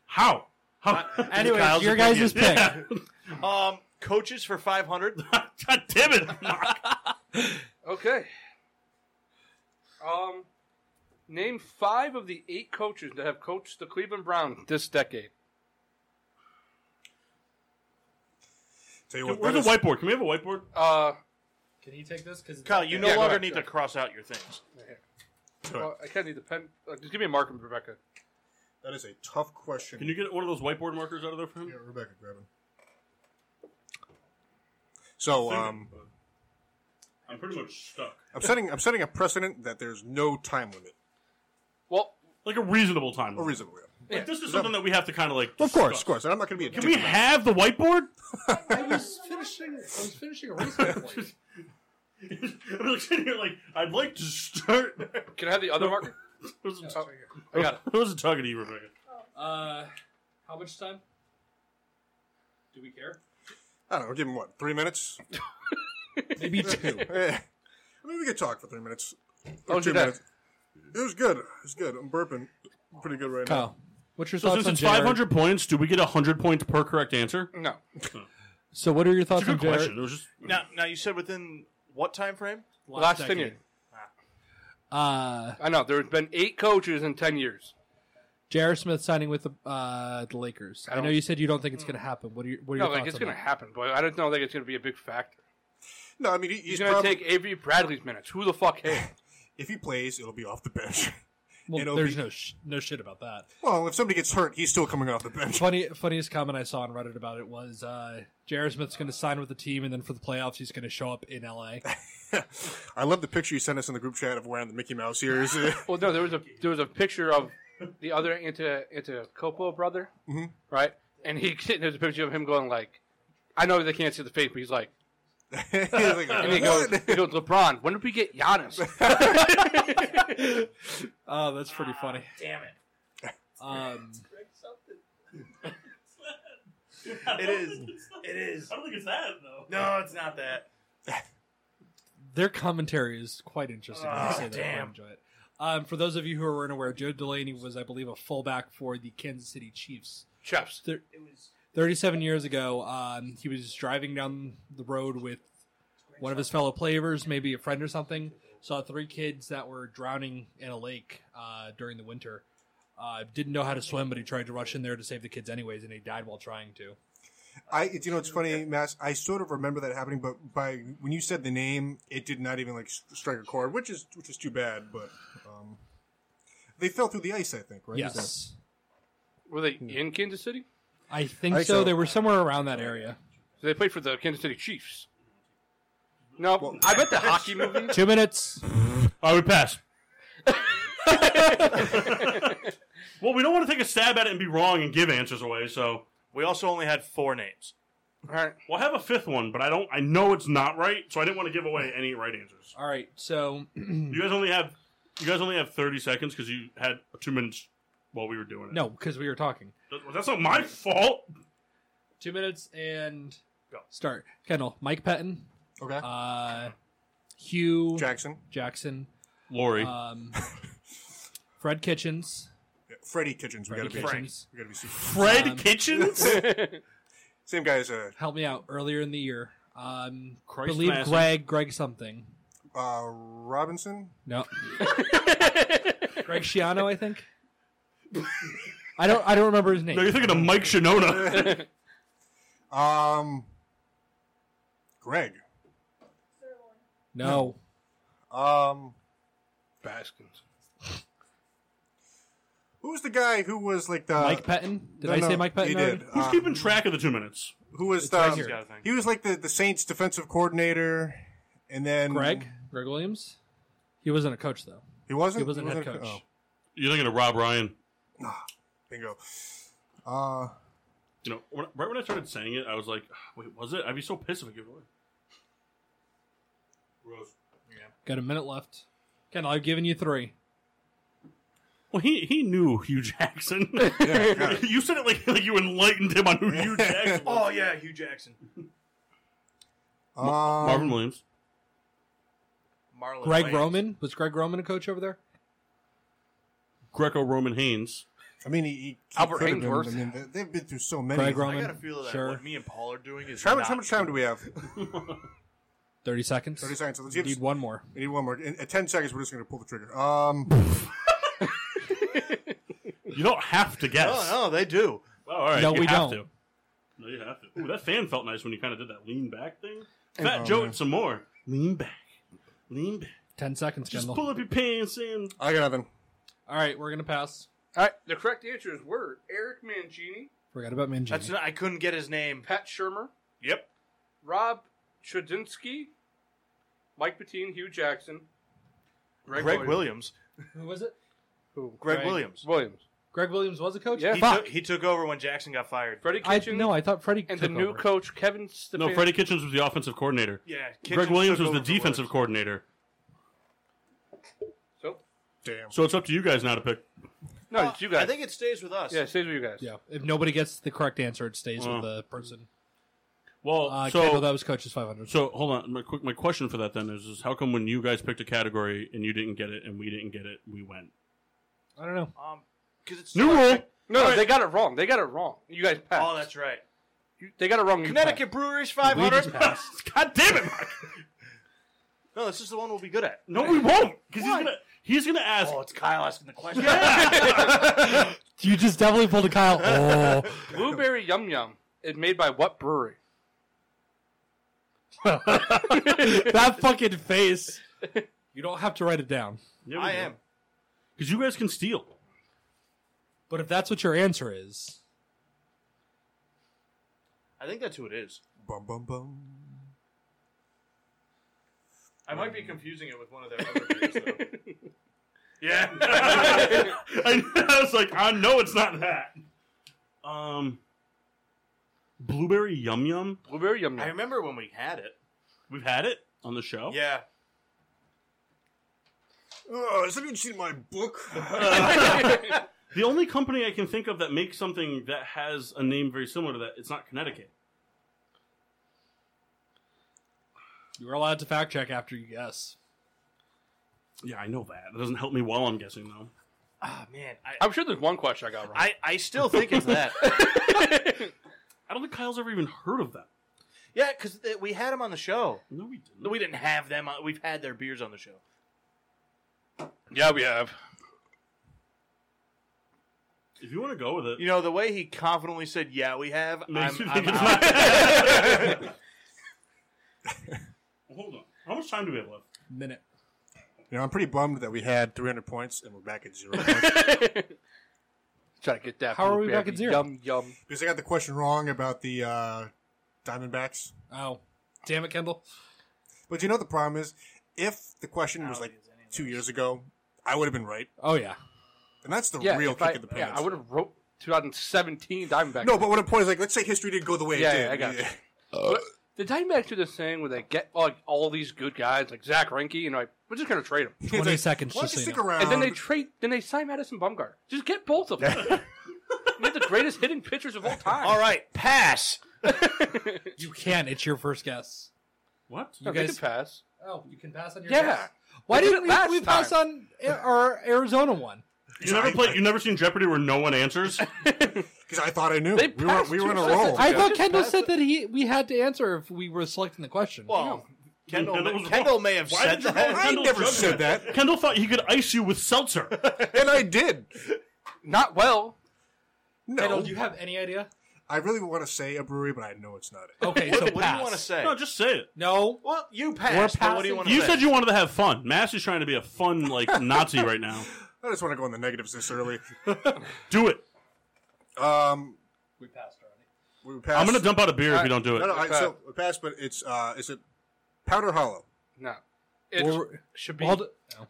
[SPEAKER 1] How? How?
[SPEAKER 3] anyways,
[SPEAKER 1] Kyle's
[SPEAKER 3] your guys'
[SPEAKER 1] opinion.
[SPEAKER 2] Um, coaches for 500.
[SPEAKER 1] Yeah. God damn it!
[SPEAKER 5] Okay. Um, name five of the eight coaches that have coached the Cleveland Browns this decade.
[SPEAKER 4] Tell you what,
[SPEAKER 1] Where's
[SPEAKER 4] that
[SPEAKER 1] the
[SPEAKER 4] is-
[SPEAKER 1] whiteboard? Can we have a whiteboard?
[SPEAKER 5] Uh,
[SPEAKER 3] can you take this? Because
[SPEAKER 2] Kyle, you no
[SPEAKER 5] Yeah, go
[SPEAKER 2] longer
[SPEAKER 5] ahead,
[SPEAKER 2] need
[SPEAKER 5] go
[SPEAKER 2] to
[SPEAKER 5] ahead.
[SPEAKER 2] cross out your things.
[SPEAKER 5] well, I kind of need the pen. Uh, just give me a mark, Rebecca.
[SPEAKER 4] that is a tough question.
[SPEAKER 1] Can you get one of those whiteboard markers out of there for him?
[SPEAKER 4] Yeah, Rebecca, grab him. So, um,
[SPEAKER 1] I'm pretty much stuck.
[SPEAKER 4] I'm setting I'm setting a precedent that there's no time limit,
[SPEAKER 5] Well,
[SPEAKER 1] Like a reasonable time.
[SPEAKER 4] or
[SPEAKER 1] limit.
[SPEAKER 4] reasonable. limit.
[SPEAKER 1] Like, this is something that we have to kind Mm. of like.
[SPEAKER 4] Of course,
[SPEAKER 1] discuss.
[SPEAKER 4] of course, and I'm not going to be a
[SPEAKER 1] Can
[SPEAKER 4] dick
[SPEAKER 1] we
[SPEAKER 4] about it.
[SPEAKER 1] have the whiteboard?
[SPEAKER 3] I was finishing. I was finishing a research point.
[SPEAKER 1] I'm like sitting here like I'd like to start.
[SPEAKER 5] can I have the other marker?
[SPEAKER 1] I wasn't-
[SPEAKER 5] Oh, I got it.
[SPEAKER 1] I wasn't talking to you, Rebecca.
[SPEAKER 3] Uh, how much time? Do we care?
[SPEAKER 4] I don't know. Give him what three minutes?
[SPEAKER 3] Maybe
[SPEAKER 4] Two. Eh. I mean, we could talk for three minutes.
[SPEAKER 5] How
[SPEAKER 4] Or
[SPEAKER 5] was
[SPEAKER 4] two
[SPEAKER 5] your day?
[SPEAKER 4] minutes. It was good. It was good. I'm burping pretty good right now.
[SPEAKER 3] Kyle, what's your
[SPEAKER 1] So
[SPEAKER 3] thoughts
[SPEAKER 1] since
[SPEAKER 3] on
[SPEAKER 1] it's
[SPEAKER 3] Jared?
[SPEAKER 1] 500 points, do we get 100 points per correct answer?
[SPEAKER 5] No.
[SPEAKER 3] So, what are your
[SPEAKER 1] It's a
[SPEAKER 3] thoughts on
[SPEAKER 1] good
[SPEAKER 3] J.R.
[SPEAKER 1] question. It was just
[SPEAKER 2] Now, now you said within what time frame?
[SPEAKER 5] Last, ten years.
[SPEAKER 3] Uh,
[SPEAKER 5] I know there's been eight coaches in ten years.
[SPEAKER 3] J.R. Smith signing with the, uh, the Lakers. I, know
[SPEAKER 5] don't-
[SPEAKER 3] you said you don't think it's going to happen. What are your, what are
[SPEAKER 5] No,
[SPEAKER 3] your
[SPEAKER 5] like
[SPEAKER 3] thoughts
[SPEAKER 5] it's
[SPEAKER 3] on
[SPEAKER 5] gonna
[SPEAKER 3] that?
[SPEAKER 5] happen, but I don't know think it's gonna be a big factor.
[SPEAKER 4] No, I mean he- he's,
[SPEAKER 5] He's, gonna
[SPEAKER 4] probably,
[SPEAKER 5] take Avery Bradley's minutes. Who the fuck cares?
[SPEAKER 4] if he plays, it'll be off the bench.
[SPEAKER 3] Well,
[SPEAKER 4] It'll
[SPEAKER 3] there's
[SPEAKER 4] be-
[SPEAKER 3] no sh- no shit about that.
[SPEAKER 4] well, if somebody gets hurt, he's still coming off the bench.
[SPEAKER 3] Funny funniest comment I saw on Reddit about it was uh, J.R. Smith's going to sign with the team, and then for the playoffs, he's going to show up in L.A.
[SPEAKER 4] I love the picture you sent us in the group chat of wearing the Mickey Mouse ears.
[SPEAKER 5] Well, no, there was a there was a picture of the other Anta Anta Copo brother,
[SPEAKER 3] Mm-hmm.
[SPEAKER 4] Mhm.
[SPEAKER 5] right? And he there's a picture of him going like, I know they can't see the face, but he's like,
[SPEAKER 4] He's like,
[SPEAKER 5] and he goes,
[SPEAKER 4] "What?"
[SPEAKER 5] he goes, LeBron, when did we get Giannis?
[SPEAKER 3] Oh, that's pretty funny.
[SPEAKER 1] damn it.
[SPEAKER 3] Um,
[SPEAKER 2] It is.
[SPEAKER 1] It's not-
[SPEAKER 2] It is.
[SPEAKER 1] I don't think it's that though.
[SPEAKER 2] No, it's not that.
[SPEAKER 3] their commentary is quite interesting. I
[SPEAKER 2] Ah,
[SPEAKER 3] say that. I
[SPEAKER 2] damn.
[SPEAKER 3] enjoy it. Um, for those of you who are unaware, Joe Delaney was, I believe, a fullback for the Kansas City Chiefs.
[SPEAKER 5] Chefs.
[SPEAKER 3] Thir- 37 years ago, um, he was driving down the road with one of his fellow players, maybe a friend or something. Saw three kids that were drowning in a lake uh, during the winter. Uh, didn't know how to swim, but he tried to rush in there to save the kids anyways, and he died while trying to.
[SPEAKER 4] I, it's- you know, it's funny, Mass. I sort of remember that happening, but by when you said the name, it did not even like s- strike a chord, which is which is too bad. But um, they fell through the ice, I think. Right? Is that-
[SPEAKER 3] Yes.
[SPEAKER 5] Were
[SPEAKER 3] Hmm.
[SPEAKER 5] they in Kansas City?
[SPEAKER 3] I think
[SPEAKER 4] I think
[SPEAKER 3] so.
[SPEAKER 4] so.
[SPEAKER 3] They were somewhere around that area.
[SPEAKER 5] So they played for the Kansas City Chiefs. No, I bet the hockey movie.
[SPEAKER 3] Two minutes.
[SPEAKER 1] I would pass. well, we don't want to take a stab at it and be wrong and give answers away. So,
[SPEAKER 2] We also only had four names.
[SPEAKER 5] All right,
[SPEAKER 1] well, I have a fifth one, but I don't. I know it's not right, so I didn't want to give away any right answers.
[SPEAKER 3] All right. So
[SPEAKER 1] You guys only have you guys only have thirty seconds because you had two minutes while we were doing it.
[SPEAKER 3] no, because we were talking.
[SPEAKER 1] That- that's not my fault.
[SPEAKER 3] Two minutes and
[SPEAKER 1] Go.
[SPEAKER 3] start. Kendall, Mike Pettin,
[SPEAKER 4] Okay.
[SPEAKER 3] uh, Hugh
[SPEAKER 4] Jackson,
[SPEAKER 3] Jackson,
[SPEAKER 1] Lori,
[SPEAKER 3] um, Fred Kitchens,
[SPEAKER 4] Yeah, Freddie Kitchens. We
[SPEAKER 3] Freddie
[SPEAKER 4] gotta be.
[SPEAKER 3] Kitchens.
[SPEAKER 4] We gotta be. Super.
[SPEAKER 1] Fred
[SPEAKER 3] um,
[SPEAKER 1] Kitchens,
[SPEAKER 4] Same guy as uh,
[SPEAKER 3] help me out earlier in the year. Um,
[SPEAKER 1] Christ
[SPEAKER 3] believe
[SPEAKER 1] Massey.
[SPEAKER 3] Greg, Greg something.
[SPEAKER 4] uh, Robinson.
[SPEAKER 3] No, Greg Schiano, I think. I don't. I don't remember his name.
[SPEAKER 1] No, you're thinking of Mike Shinoda.
[SPEAKER 4] Um, Greg.
[SPEAKER 6] Sirloin.
[SPEAKER 3] no,
[SPEAKER 4] Um,
[SPEAKER 5] Baskins.
[SPEAKER 4] who was the guy who was like the
[SPEAKER 3] Mike Pettin. Did
[SPEAKER 4] Uh, No,
[SPEAKER 3] I
[SPEAKER 4] no,
[SPEAKER 3] say Mike Pettin?
[SPEAKER 4] You did.
[SPEAKER 3] already?
[SPEAKER 1] Who's
[SPEAKER 4] Uh,
[SPEAKER 1] keeping track of the two minutes?
[SPEAKER 4] who was the?
[SPEAKER 3] right here.
[SPEAKER 4] he was like the, the Saints defensive coordinator, and then
[SPEAKER 3] Greg. Greg Williams. He wasn't a coach though.
[SPEAKER 4] He wasn't.
[SPEAKER 3] He wasn't a head coach.
[SPEAKER 4] Oh,
[SPEAKER 1] You're thinking of Rob Ryan.
[SPEAKER 4] bingo. Uh,
[SPEAKER 1] You know, when, right when I started saying it, I was like, "Ah, "Wait, was it?" I'd be so pissed if I gave it away. Gross.
[SPEAKER 3] Got a minute left. Kendall, I've given you three.
[SPEAKER 1] Well, he he knew Hugh Jackson. you said it like like you enlightened him on who Hugh Jackson. was.
[SPEAKER 2] Oh yeah, Hugh Jackson.
[SPEAKER 4] um,
[SPEAKER 1] Marvin Williams.
[SPEAKER 2] Marlon.
[SPEAKER 3] Greg
[SPEAKER 2] Wayans.
[SPEAKER 3] Roman was Greg Roman a coach over there?
[SPEAKER 1] Greco-Roman Haynes.
[SPEAKER 4] I mean, he, he
[SPEAKER 5] Albert
[SPEAKER 4] could have been-
[SPEAKER 5] Ainsworth.
[SPEAKER 4] I mean, they- they've been through so many.
[SPEAKER 3] Greg Roman.
[SPEAKER 2] I got a feel that
[SPEAKER 3] Sure.
[SPEAKER 2] what me and Paul are doing is
[SPEAKER 4] How much,
[SPEAKER 2] not
[SPEAKER 4] how much time do we have?
[SPEAKER 3] Thirty seconds.
[SPEAKER 4] Thirty seconds. So let's
[SPEAKER 3] You
[SPEAKER 4] give.
[SPEAKER 3] Need one more.
[SPEAKER 4] We need one more. In, at ten seconds, we're just going to pull the trigger. Um,
[SPEAKER 1] You don't have to guess.
[SPEAKER 2] Oh, No, no, they do.
[SPEAKER 1] Well, all right.
[SPEAKER 3] No,
[SPEAKER 1] you
[SPEAKER 3] we
[SPEAKER 1] have
[SPEAKER 3] don't.
[SPEAKER 1] To. No, you have to. Ooh, that fan felt nice when you kind of did that lean back thing.
[SPEAKER 4] Oh,
[SPEAKER 1] Fat Joe,
[SPEAKER 4] man.
[SPEAKER 1] it's some more. Lean back. Lean back.
[SPEAKER 3] Ten seconds,
[SPEAKER 1] Just
[SPEAKER 3] Kendall.
[SPEAKER 1] pull up your pants and.
[SPEAKER 4] I got nothing.
[SPEAKER 3] All right, we're gonna pass.
[SPEAKER 5] All right, the correct answers were Eric Mangini,
[SPEAKER 3] Forgot about Mangini.
[SPEAKER 2] That's not, I couldn't get his name.
[SPEAKER 5] Pat Shermer,
[SPEAKER 2] Yep.
[SPEAKER 5] Rob Chudinsky, Mike Bettine, Hugh Jackson,
[SPEAKER 2] Greg,
[SPEAKER 5] Williams.
[SPEAKER 2] Williams.
[SPEAKER 3] Who was it?
[SPEAKER 5] Who?
[SPEAKER 2] Greg,
[SPEAKER 3] Greg.
[SPEAKER 2] Williams.
[SPEAKER 5] Williams.
[SPEAKER 3] Greg Williams was a coach.
[SPEAKER 5] Yeah.
[SPEAKER 2] He
[SPEAKER 5] Fuck.
[SPEAKER 2] took, he took over when Jackson got fired.
[SPEAKER 5] Freddie
[SPEAKER 3] I
[SPEAKER 5] Kitchen.
[SPEAKER 3] no, I thought Freddie
[SPEAKER 5] and the
[SPEAKER 3] took
[SPEAKER 5] new
[SPEAKER 3] over.
[SPEAKER 5] coach Kevin Stefanski.
[SPEAKER 1] No, Freddie Kitchens was the offensive coordinator.
[SPEAKER 2] Yeah.
[SPEAKER 1] Greg
[SPEAKER 2] Kitchens
[SPEAKER 1] Williams
[SPEAKER 2] took
[SPEAKER 1] was the
[SPEAKER 2] over for
[SPEAKER 1] defensive
[SPEAKER 2] Williams.
[SPEAKER 1] coordinator.
[SPEAKER 5] So
[SPEAKER 4] Damn.
[SPEAKER 1] So it's up to you guys now to pick.
[SPEAKER 5] no, it's Oh, you guys.
[SPEAKER 2] I think it stays with us.
[SPEAKER 5] yeah, it stays with you guys.
[SPEAKER 3] Yeah. If nobody gets the correct answer, it stays
[SPEAKER 1] Oh.
[SPEAKER 3] with the person.
[SPEAKER 1] Well,
[SPEAKER 3] Uh,
[SPEAKER 1] so
[SPEAKER 3] Kendall, that was coaches five hundred.
[SPEAKER 1] so hold on. My quick, my question for that then is, is how come when you guys picked a category and you didn't get it and we didn't get it, we went?
[SPEAKER 3] I don't know.
[SPEAKER 2] Um, because it's
[SPEAKER 1] New rule.
[SPEAKER 5] No, they got it wrong. They got it wrong. You guys passed.
[SPEAKER 2] Oh, that's right.
[SPEAKER 5] You, they got it wrong. you
[SPEAKER 2] Connecticut Breweries
[SPEAKER 3] We just
[SPEAKER 2] 500.
[SPEAKER 3] passed.
[SPEAKER 1] God damn it, Mike.
[SPEAKER 2] No, this is the one we'll be good at.
[SPEAKER 1] No, we won't. Because he's
[SPEAKER 2] Why?
[SPEAKER 1] gonna he's gonna ask.
[SPEAKER 2] it's Kyle asking the question.
[SPEAKER 3] You just definitely pulled a Kyle. Oh.
[SPEAKER 5] pass. Blueberry Yum Yum is made by what brewery?
[SPEAKER 3] that fucking face. You don't have to write it down.
[SPEAKER 2] I am.
[SPEAKER 1] Because you guys can steal.
[SPEAKER 3] But if that's what your answer is,
[SPEAKER 2] I think that's who it is.
[SPEAKER 4] Bum bum bum.
[SPEAKER 2] I might be confusing it with one of their other beers, though.
[SPEAKER 1] Yeah. I, I was like, I know it's not that. Um, blueberry yum yum.
[SPEAKER 5] Blueberry Yum
[SPEAKER 2] I
[SPEAKER 5] Yum.
[SPEAKER 2] remember when we had it.
[SPEAKER 1] We've had it on the show.
[SPEAKER 2] Yeah.
[SPEAKER 4] Oh, has anyone seen my book?
[SPEAKER 1] The only company I can think of that makes something that has a name very similar to that, it's not Connecticut.
[SPEAKER 3] you are allowed to fact check after you guess.
[SPEAKER 1] Yeah, I know that. That doesn't help me while I'm guessing though.
[SPEAKER 2] Ah, man. I,
[SPEAKER 5] I'm sure there's one question I got wrong.
[SPEAKER 2] I, I still think it's that.
[SPEAKER 1] I don't think Kyle's ever even heard of that.
[SPEAKER 2] yeah, because we had them on the show.
[SPEAKER 1] No, we didn't.
[SPEAKER 2] No, we didn't have them. On, we've had their beers on the show.
[SPEAKER 5] yeah, we have.
[SPEAKER 1] If you want to go with it,
[SPEAKER 2] You know, the way he confidently said, yeah, we have,
[SPEAKER 1] makes
[SPEAKER 2] I'm,
[SPEAKER 1] me
[SPEAKER 2] I'm
[SPEAKER 1] think it's
[SPEAKER 2] out.
[SPEAKER 1] not. Hold on. How much time do we have left?
[SPEAKER 3] Minute.
[SPEAKER 4] You know, I'm pretty bummed that we had 300 points and we're back at zero points
[SPEAKER 5] Try to get that.
[SPEAKER 3] How are we back
[SPEAKER 5] blueberry
[SPEAKER 3] at zero?
[SPEAKER 5] Yum Yum.
[SPEAKER 4] because I got the question wrong about the uh, Diamondbacks.
[SPEAKER 3] Oh. Damn it, Kendall.
[SPEAKER 4] But you know what the problem is, if the question was like two years ago, I would have been right,
[SPEAKER 3] Oh, yeah.
[SPEAKER 4] and that's the
[SPEAKER 5] Yeah,
[SPEAKER 4] real
[SPEAKER 5] if
[SPEAKER 4] kick
[SPEAKER 5] I,
[SPEAKER 4] of the
[SPEAKER 5] yeah,
[SPEAKER 4] pants.
[SPEAKER 5] I would have wrote 2017 Diamondback.
[SPEAKER 4] no, but what I'm point is like, let's say history didn't go the way
[SPEAKER 5] Yeah,
[SPEAKER 4] it did.
[SPEAKER 5] yeah, I got it. But the Diamondbacks do this thing where they get like all these good guys like Zach Renke, and like we're just gonna trade them,
[SPEAKER 3] 20 seconds,
[SPEAKER 4] Why don't
[SPEAKER 3] just
[SPEAKER 4] you
[SPEAKER 3] so you
[SPEAKER 4] stick
[SPEAKER 3] know.
[SPEAKER 4] around?
[SPEAKER 5] and then they trade, then they sign Madison Bumgarner. Just get both of them. we have the greatest hitting pitchers of all time.
[SPEAKER 2] All right, pass.
[SPEAKER 3] You can't. It's your first guess.
[SPEAKER 1] What?
[SPEAKER 3] You
[SPEAKER 5] they
[SPEAKER 3] guys-
[SPEAKER 5] can pass.
[SPEAKER 3] Oh, you can pass on your
[SPEAKER 5] Yeah.
[SPEAKER 3] Why
[SPEAKER 5] We did
[SPEAKER 3] didn't
[SPEAKER 5] it
[SPEAKER 3] we,
[SPEAKER 5] last
[SPEAKER 3] we pass on A- our Arizona one?
[SPEAKER 1] You never played. You never seen Jeopardy where no one answers.
[SPEAKER 4] because I thought I knew.
[SPEAKER 5] They
[SPEAKER 4] We were,
[SPEAKER 5] passed
[SPEAKER 4] we were on a
[SPEAKER 5] two
[SPEAKER 4] roll.
[SPEAKER 5] seconds.
[SPEAKER 3] I
[SPEAKER 5] Yeah.
[SPEAKER 3] thought
[SPEAKER 5] Just
[SPEAKER 3] Kendall
[SPEAKER 5] pass
[SPEAKER 3] said
[SPEAKER 5] it.
[SPEAKER 3] that he we had to answer if we were selecting the question.
[SPEAKER 2] Well, Kendall,
[SPEAKER 1] Kendall
[SPEAKER 2] Kendall,
[SPEAKER 1] was
[SPEAKER 2] may have
[SPEAKER 1] Why
[SPEAKER 2] said
[SPEAKER 1] did you
[SPEAKER 2] that.
[SPEAKER 1] go
[SPEAKER 4] I
[SPEAKER 1] Kendall
[SPEAKER 4] never
[SPEAKER 1] Judge
[SPEAKER 4] said that,
[SPEAKER 1] Kendall thought he could ice you with seltzer.
[SPEAKER 4] and I did.
[SPEAKER 5] Not well.
[SPEAKER 4] No,
[SPEAKER 3] Kendall, do you have any idea?
[SPEAKER 4] I really want to say a brewery, but I know it's not it.
[SPEAKER 3] Okay,
[SPEAKER 2] What,
[SPEAKER 3] so
[SPEAKER 2] what do you
[SPEAKER 3] pass.
[SPEAKER 2] want to say?
[SPEAKER 1] no, just say it.
[SPEAKER 3] No,
[SPEAKER 2] well, you pass.
[SPEAKER 3] We're
[SPEAKER 2] but what do you
[SPEAKER 3] passing-
[SPEAKER 2] want to
[SPEAKER 1] You
[SPEAKER 2] say?
[SPEAKER 1] said you wanted to have fun. Mass is trying to be a fun like Nazi right now.
[SPEAKER 4] I just want to go on the negatives this early.
[SPEAKER 1] Do it.
[SPEAKER 4] Um,
[SPEAKER 3] we passed already.
[SPEAKER 4] we passed.
[SPEAKER 1] I'm gonna dump out a beer if you don't do
[SPEAKER 4] No,
[SPEAKER 1] it.
[SPEAKER 4] no, I, so we passed, but it's uh, is it Powder Hollow?
[SPEAKER 5] No, it
[SPEAKER 3] Or-
[SPEAKER 5] should be.
[SPEAKER 3] Well, d-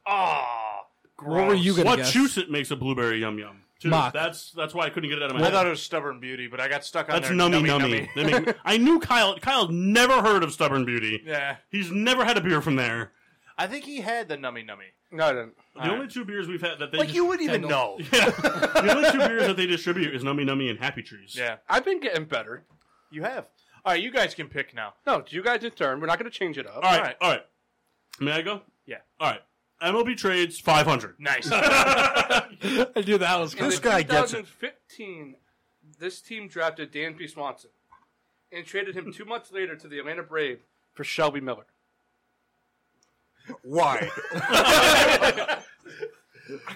[SPEAKER 2] Ah,
[SPEAKER 3] what were you going to guess?
[SPEAKER 1] Wachusett makes a blueberry yum yum. Dude,
[SPEAKER 3] Mock.
[SPEAKER 1] That's that's why I couldn't get it out of my
[SPEAKER 2] I
[SPEAKER 1] head.
[SPEAKER 2] thought it was Stubborn Beauty, but I got stuck on
[SPEAKER 1] that's
[SPEAKER 2] there.
[SPEAKER 1] nummy nummy. They make- I knew Kyle. Kyle never heard of Stubborn Beauty.
[SPEAKER 2] Yeah,
[SPEAKER 1] He's never had a beer from there.
[SPEAKER 2] I think he had the nummy nummy.
[SPEAKER 5] no, I didn't.
[SPEAKER 1] The only two beers we've had that they
[SPEAKER 2] Like
[SPEAKER 1] dis-
[SPEAKER 2] you wouldn't even know.
[SPEAKER 3] Kendall.
[SPEAKER 1] yeah. the only two beers that they distribute is Nummy Nummy and Happy Trees.
[SPEAKER 2] Yeah,
[SPEAKER 5] I've been getting better.
[SPEAKER 2] you have. All right, you guys can pick now.
[SPEAKER 5] No, you guys in turn. We're not gonna change it up.
[SPEAKER 1] All right, all
[SPEAKER 2] All
[SPEAKER 1] right.
[SPEAKER 2] right.
[SPEAKER 1] May I go?
[SPEAKER 2] Yeah.
[SPEAKER 1] All right. MLB trades five hundred.
[SPEAKER 2] Nice.
[SPEAKER 3] I knew that was
[SPEAKER 5] In
[SPEAKER 3] coming.
[SPEAKER 4] This guy gets it.
[SPEAKER 5] 2015, this team drafted Dansby Swanson and traded him two months later to the Atlanta Braves for Shelby Miller.
[SPEAKER 4] Why?
[SPEAKER 1] I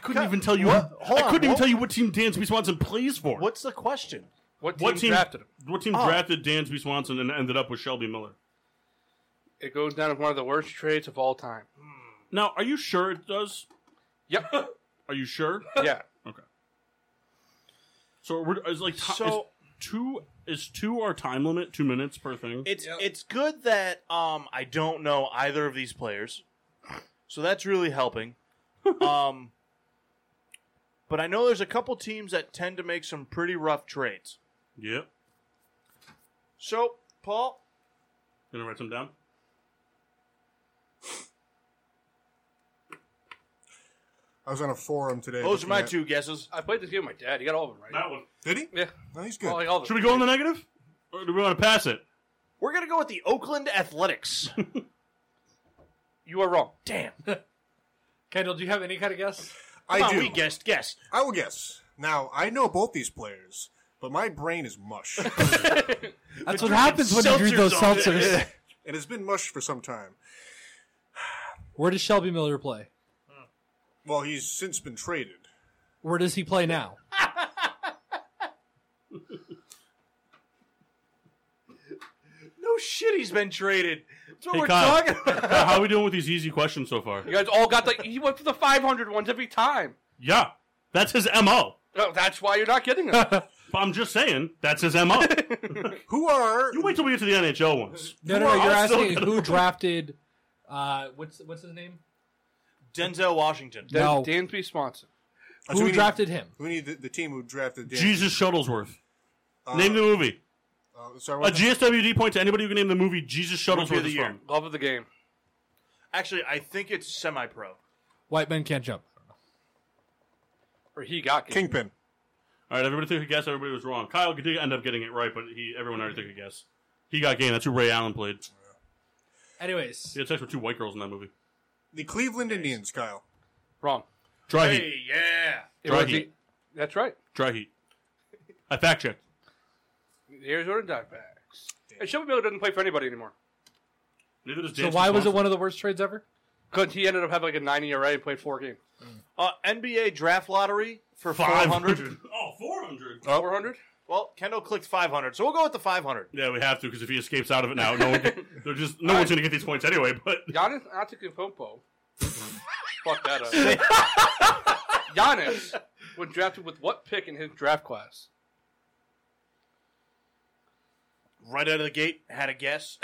[SPEAKER 1] couldn't even tell you.
[SPEAKER 2] what-
[SPEAKER 1] who-
[SPEAKER 2] hold
[SPEAKER 1] I
[SPEAKER 2] on,
[SPEAKER 1] couldn't even
[SPEAKER 2] what-
[SPEAKER 1] tell you what team Dansby Swanson plays for.
[SPEAKER 2] What's the question?
[SPEAKER 5] What team,
[SPEAKER 1] What team
[SPEAKER 5] drafted him?
[SPEAKER 1] What
[SPEAKER 2] Oh.
[SPEAKER 1] team drafted Dansby Swanson and ended up with Shelby Miller?
[SPEAKER 5] It goes down as one of the worst trades of all time.
[SPEAKER 1] Now, are you sure it does?
[SPEAKER 5] Yep.
[SPEAKER 1] Are you sure?
[SPEAKER 5] yeah.
[SPEAKER 1] So we're is like ti-
[SPEAKER 2] So-
[SPEAKER 1] is two is two our time limit two minutes per thing.
[SPEAKER 2] It's it's good that um I don't know either of these players, so that's really helping. um, but I know there's a couple teams that tend to make some pretty rough trades.
[SPEAKER 1] yep.
[SPEAKER 2] So Paul,
[SPEAKER 1] Gonna write some down.
[SPEAKER 4] I was on a forum today.
[SPEAKER 2] those are
[SPEAKER 4] looking
[SPEAKER 2] my
[SPEAKER 4] at-
[SPEAKER 2] two guesses.
[SPEAKER 5] I played this game with my dad. He got all of them right.
[SPEAKER 1] That one.
[SPEAKER 4] Did he?
[SPEAKER 5] Yeah.
[SPEAKER 4] No, he's good.
[SPEAKER 5] All, like, all of
[SPEAKER 1] Should
[SPEAKER 5] them.
[SPEAKER 1] we go on the negative, or do we want to pass it?
[SPEAKER 2] We're gonna go with the Oakland Athletics.
[SPEAKER 5] You are wrong.
[SPEAKER 2] Damn,
[SPEAKER 3] Kendall, do you have any kind of guess?
[SPEAKER 4] I
[SPEAKER 2] Come on,
[SPEAKER 4] do.
[SPEAKER 2] we guessed guess.
[SPEAKER 4] I will guess. Now I know both these players, but my brain is mush.
[SPEAKER 3] That's what happens when you drink those
[SPEAKER 1] seltzers on it.
[SPEAKER 3] seltzers.
[SPEAKER 4] and it's been mush for some time.
[SPEAKER 3] Where does Shelby Miller play?
[SPEAKER 4] Well, he's since been traded.
[SPEAKER 3] Where does he play now?
[SPEAKER 2] No shit, he's been traded. That's what
[SPEAKER 1] Hey,
[SPEAKER 2] we're
[SPEAKER 1] Kyle.
[SPEAKER 2] talking about.
[SPEAKER 1] Uh, How are we doing with these easy questions so far?
[SPEAKER 5] You guys all got the. He went for the 500 ones every time.
[SPEAKER 1] Yeah, that's his mo.
[SPEAKER 5] Oh, that's why you're not getting them.
[SPEAKER 1] But I'm just saying that's his mo.
[SPEAKER 4] Who are
[SPEAKER 1] you wait till we get to the NHL ones.
[SPEAKER 3] No, no, no.
[SPEAKER 1] Well,
[SPEAKER 3] You're
[SPEAKER 1] I'll still
[SPEAKER 3] asking
[SPEAKER 1] get
[SPEAKER 3] who drafted. Uh, what's what's his name?
[SPEAKER 2] Denzel Washington.
[SPEAKER 5] Dan-
[SPEAKER 3] No.
[SPEAKER 5] Dansby Swanson.
[SPEAKER 4] Uh, so we
[SPEAKER 3] Who
[SPEAKER 4] need-
[SPEAKER 3] drafted him?
[SPEAKER 4] We need the, the team who drafted Dan.
[SPEAKER 1] Jesus Shuttlesworth.
[SPEAKER 4] Uh,
[SPEAKER 1] Name the movie.
[SPEAKER 4] uh, sorry,
[SPEAKER 1] A
[SPEAKER 4] what-
[SPEAKER 1] GSWD point to anybody who can name the movie Jesus
[SPEAKER 2] Movie of
[SPEAKER 1] Shuttlesworth
[SPEAKER 2] the
[SPEAKER 1] is
[SPEAKER 2] year.
[SPEAKER 1] from.
[SPEAKER 5] Love of the game.
[SPEAKER 2] Actually, I think it's semi-pro.
[SPEAKER 3] White men can't jump.
[SPEAKER 5] Or he got game.
[SPEAKER 4] Kingpin.
[SPEAKER 1] All right, everybody took a guess. Everybody was wrong. Kyle did end up getting it right, but he everyone already took a guess. He got game. That's who Ray Allen played.
[SPEAKER 3] Anyways,
[SPEAKER 1] He had sex with two white girls in that movie.
[SPEAKER 4] The Cleveland Indians, Kyle.
[SPEAKER 5] Wrong.
[SPEAKER 1] Dry heat.
[SPEAKER 2] Hey, yeah.
[SPEAKER 5] It
[SPEAKER 1] Dry
[SPEAKER 5] was
[SPEAKER 1] heat.
[SPEAKER 5] the- that's right.
[SPEAKER 1] Dry heat. I fact checked.
[SPEAKER 5] The Arizona Diamondbacks. And Shelby Miller doesn't play for anybody anymore.
[SPEAKER 1] Neither does
[SPEAKER 3] so
[SPEAKER 1] Dansby
[SPEAKER 3] why was it
[SPEAKER 1] Swanson.
[SPEAKER 3] one of the worst trades ever?
[SPEAKER 5] Because he ended up having like a 9 ERA and played four games.
[SPEAKER 2] Uh, NBA draft lottery for
[SPEAKER 1] 500?
[SPEAKER 2] 400.
[SPEAKER 1] Oh, 400.
[SPEAKER 5] 400?
[SPEAKER 2] Well, Kendall clicked 500, so we'll go with the 500.
[SPEAKER 1] Yeah, we have to because if he escapes out of it now, no one can, they're just no one's going to get these points anyway. But
[SPEAKER 5] Giannis Antetokounmpo. Fuck that up. Giannis was drafted with what pick in his draft class?
[SPEAKER 2] Right out of the gate, had a guess,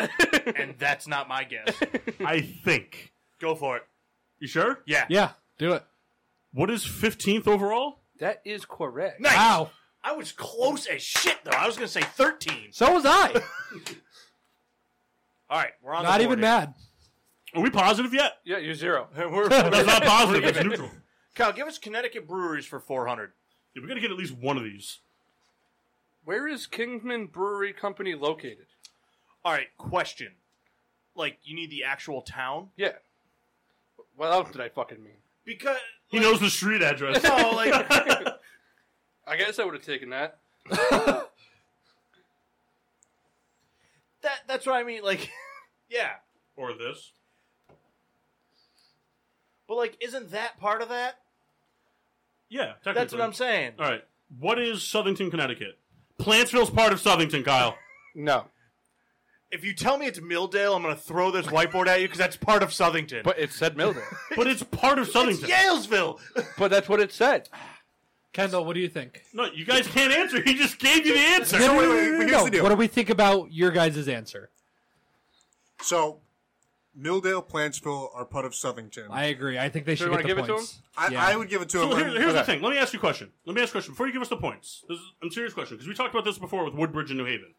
[SPEAKER 2] and that's not my guess.
[SPEAKER 1] I think
[SPEAKER 2] Go for it.
[SPEAKER 1] you sure.
[SPEAKER 2] Yeah.
[SPEAKER 3] Yeah, do it.
[SPEAKER 1] What is 15th overall?
[SPEAKER 5] That is correct.
[SPEAKER 2] Nice.
[SPEAKER 3] Wow.
[SPEAKER 2] I was close as shit, though. I was going to say 13.
[SPEAKER 3] So was I.
[SPEAKER 2] All right, we're on
[SPEAKER 3] Not
[SPEAKER 2] the board
[SPEAKER 3] even mad.
[SPEAKER 1] Are we positive yet?
[SPEAKER 5] Yeah, you're zero.
[SPEAKER 2] here. We're,
[SPEAKER 1] That's not positive. It's neutral.
[SPEAKER 2] Kyle, give us Connecticut breweries for 400.
[SPEAKER 1] Yeah, we got to get at least one of these.
[SPEAKER 5] Where is Kingman Brewery Company located?
[SPEAKER 2] All right, question. Like, you need the actual town?
[SPEAKER 5] Yeah. What else did I fucking mean?
[SPEAKER 2] Because.
[SPEAKER 1] He knows the street address.
[SPEAKER 2] No, like.
[SPEAKER 5] I guess I would have taken that.
[SPEAKER 2] That that's what I mean. Like, yeah,
[SPEAKER 1] or this.
[SPEAKER 2] but like, isn't that part of that?
[SPEAKER 1] Yeah, technically.
[SPEAKER 2] That's what I'm saying.
[SPEAKER 1] All right. What is Southington, Connecticut? Plantsville's part of Southington, Kyle.
[SPEAKER 5] No.
[SPEAKER 2] If you tell me it's Milldale, I'm gonna throw this whiteboard at you because that's part of Southington.
[SPEAKER 5] But it said Mildred.
[SPEAKER 1] But it's part of
[SPEAKER 2] it's
[SPEAKER 1] Southington.
[SPEAKER 2] Yalesville.
[SPEAKER 5] but that's what it said.
[SPEAKER 3] Kendall, what do you think?
[SPEAKER 1] No, you guys can't answer. He just gave you the answer.
[SPEAKER 4] No, wait, wait, wait, here's the deal.
[SPEAKER 3] What do we think about your guys' answer?
[SPEAKER 4] So, Milldale, Plantsville are part of Southington.
[SPEAKER 3] I
[SPEAKER 4] I,
[SPEAKER 3] agree. I think they
[SPEAKER 5] So
[SPEAKER 3] should
[SPEAKER 5] you
[SPEAKER 3] get the
[SPEAKER 5] wanna give it to
[SPEAKER 3] points.
[SPEAKER 4] I,
[SPEAKER 3] yeah.
[SPEAKER 4] would give it to
[SPEAKER 1] So
[SPEAKER 4] him.
[SPEAKER 1] here- here's the
[SPEAKER 5] Okay.
[SPEAKER 1] thing. Let me ask you a question. Let me ask you a question before you give us the points. This is a serious question because we talked about this before with Woodbridge and New Haven.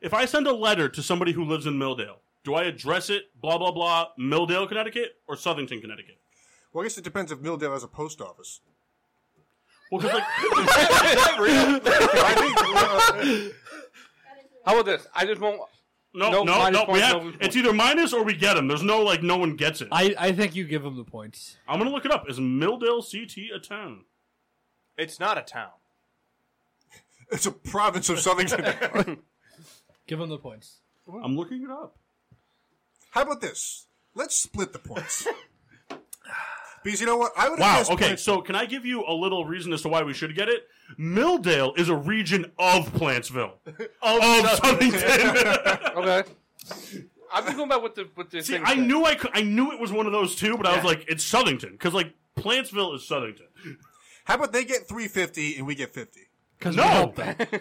[SPEAKER 1] If I send a letter to somebody who lives in Milldale, do I address it blah blah blah Milldale, Connecticut, or Southington, Connecticut?
[SPEAKER 4] well, I guess it depends if Milldale has a post office.
[SPEAKER 1] Well, 'cause, like,
[SPEAKER 4] I think, uh,
[SPEAKER 6] That is
[SPEAKER 5] How about this? I just won't.
[SPEAKER 1] no, no,
[SPEAKER 5] No,
[SPEAKER 1] no,
[SPEAKER 5] minus
[SPEAKER 1] we
[SPEAKER 5] points,
[SPEAKER 1] have.
[SPEAKER 5] no points.
[SPEAKER 1] it's either minus or we get them. There's no like no one gets it. I,
[SPEAKER 3] I, I think you give them the points.
[SPEAKER 1] am gonna look it up. Is Milldale CT a town?
[SPEAKER 2] It's not a town.
[SPEAKER 4] it's a province of Southington.
[SPEAKER 3] Give them the points.
[SPEAKER 1] I'm looking it up.
[SPEAKER 4] How about this? Let's split the points. Because you know what? I would have
[SPEAKER 1] Wow.
[SPEAKER 4] guessed
[SPEAKER 1] Okay.
[SPEAKER 4] Plants-
[SPEAKER 1] So can I give you a little reason as to why we should get it? Milldale is a region of Plantsville, of Southington.
[SPEAKER 5] Okay. I've been going back with the with the.
[SPEAKER 1] See,
[SPEAKER 5] thing
[SPEAKER 1] I
[SPEAKER 5] said.
[SPEAKER 1] knew I could, I knew it was one of those two, but I was like, it's Southington because like Plantsville is Southington.
[SPEAKER 4] How about they get 350 and we get 50?
[SPEAKER 3] Because
[SPEAKER 1] No.
[SPEAKER 3] we helped them.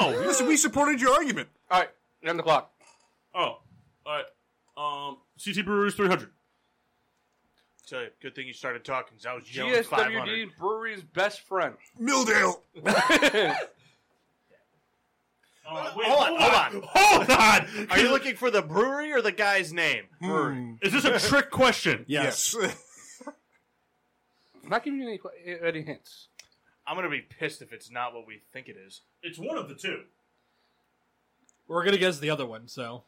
[SPEAKER 1] No.
[SPEAKER 4] Listen, we supported your argument.
[SPEAKER 5] All right, end the clock.
[SPEAKER 1] oh, all right. Um, CT Brewers three hundred.
[SPEAKER 2] Tell you, good thing you started talking. 'cause I was yelling 500.
[SPEAKER 5] GSWD Brewery's best friend.
[SPEAKER 4] Milldale.
[SPEAKER 2] hold on, hold on.
[SPEAKER 1] Uh, Hold on.
[SPEAKER 2] Are you looking for the brewery or the guy's name?
[SPEAKER 4] Hmm,
[SPEAKER 1] Is this a trick question?
[SPEAKER 4] Yes.
[SPEAKER 5] I'm not giving you any any hints.
[SPEAKER 2] I'm gonna be pissed if it's not what we think it is.
[SPEAKER 1] It's one of the two.
[SPEAKER 3] We're going to guess the other one, so.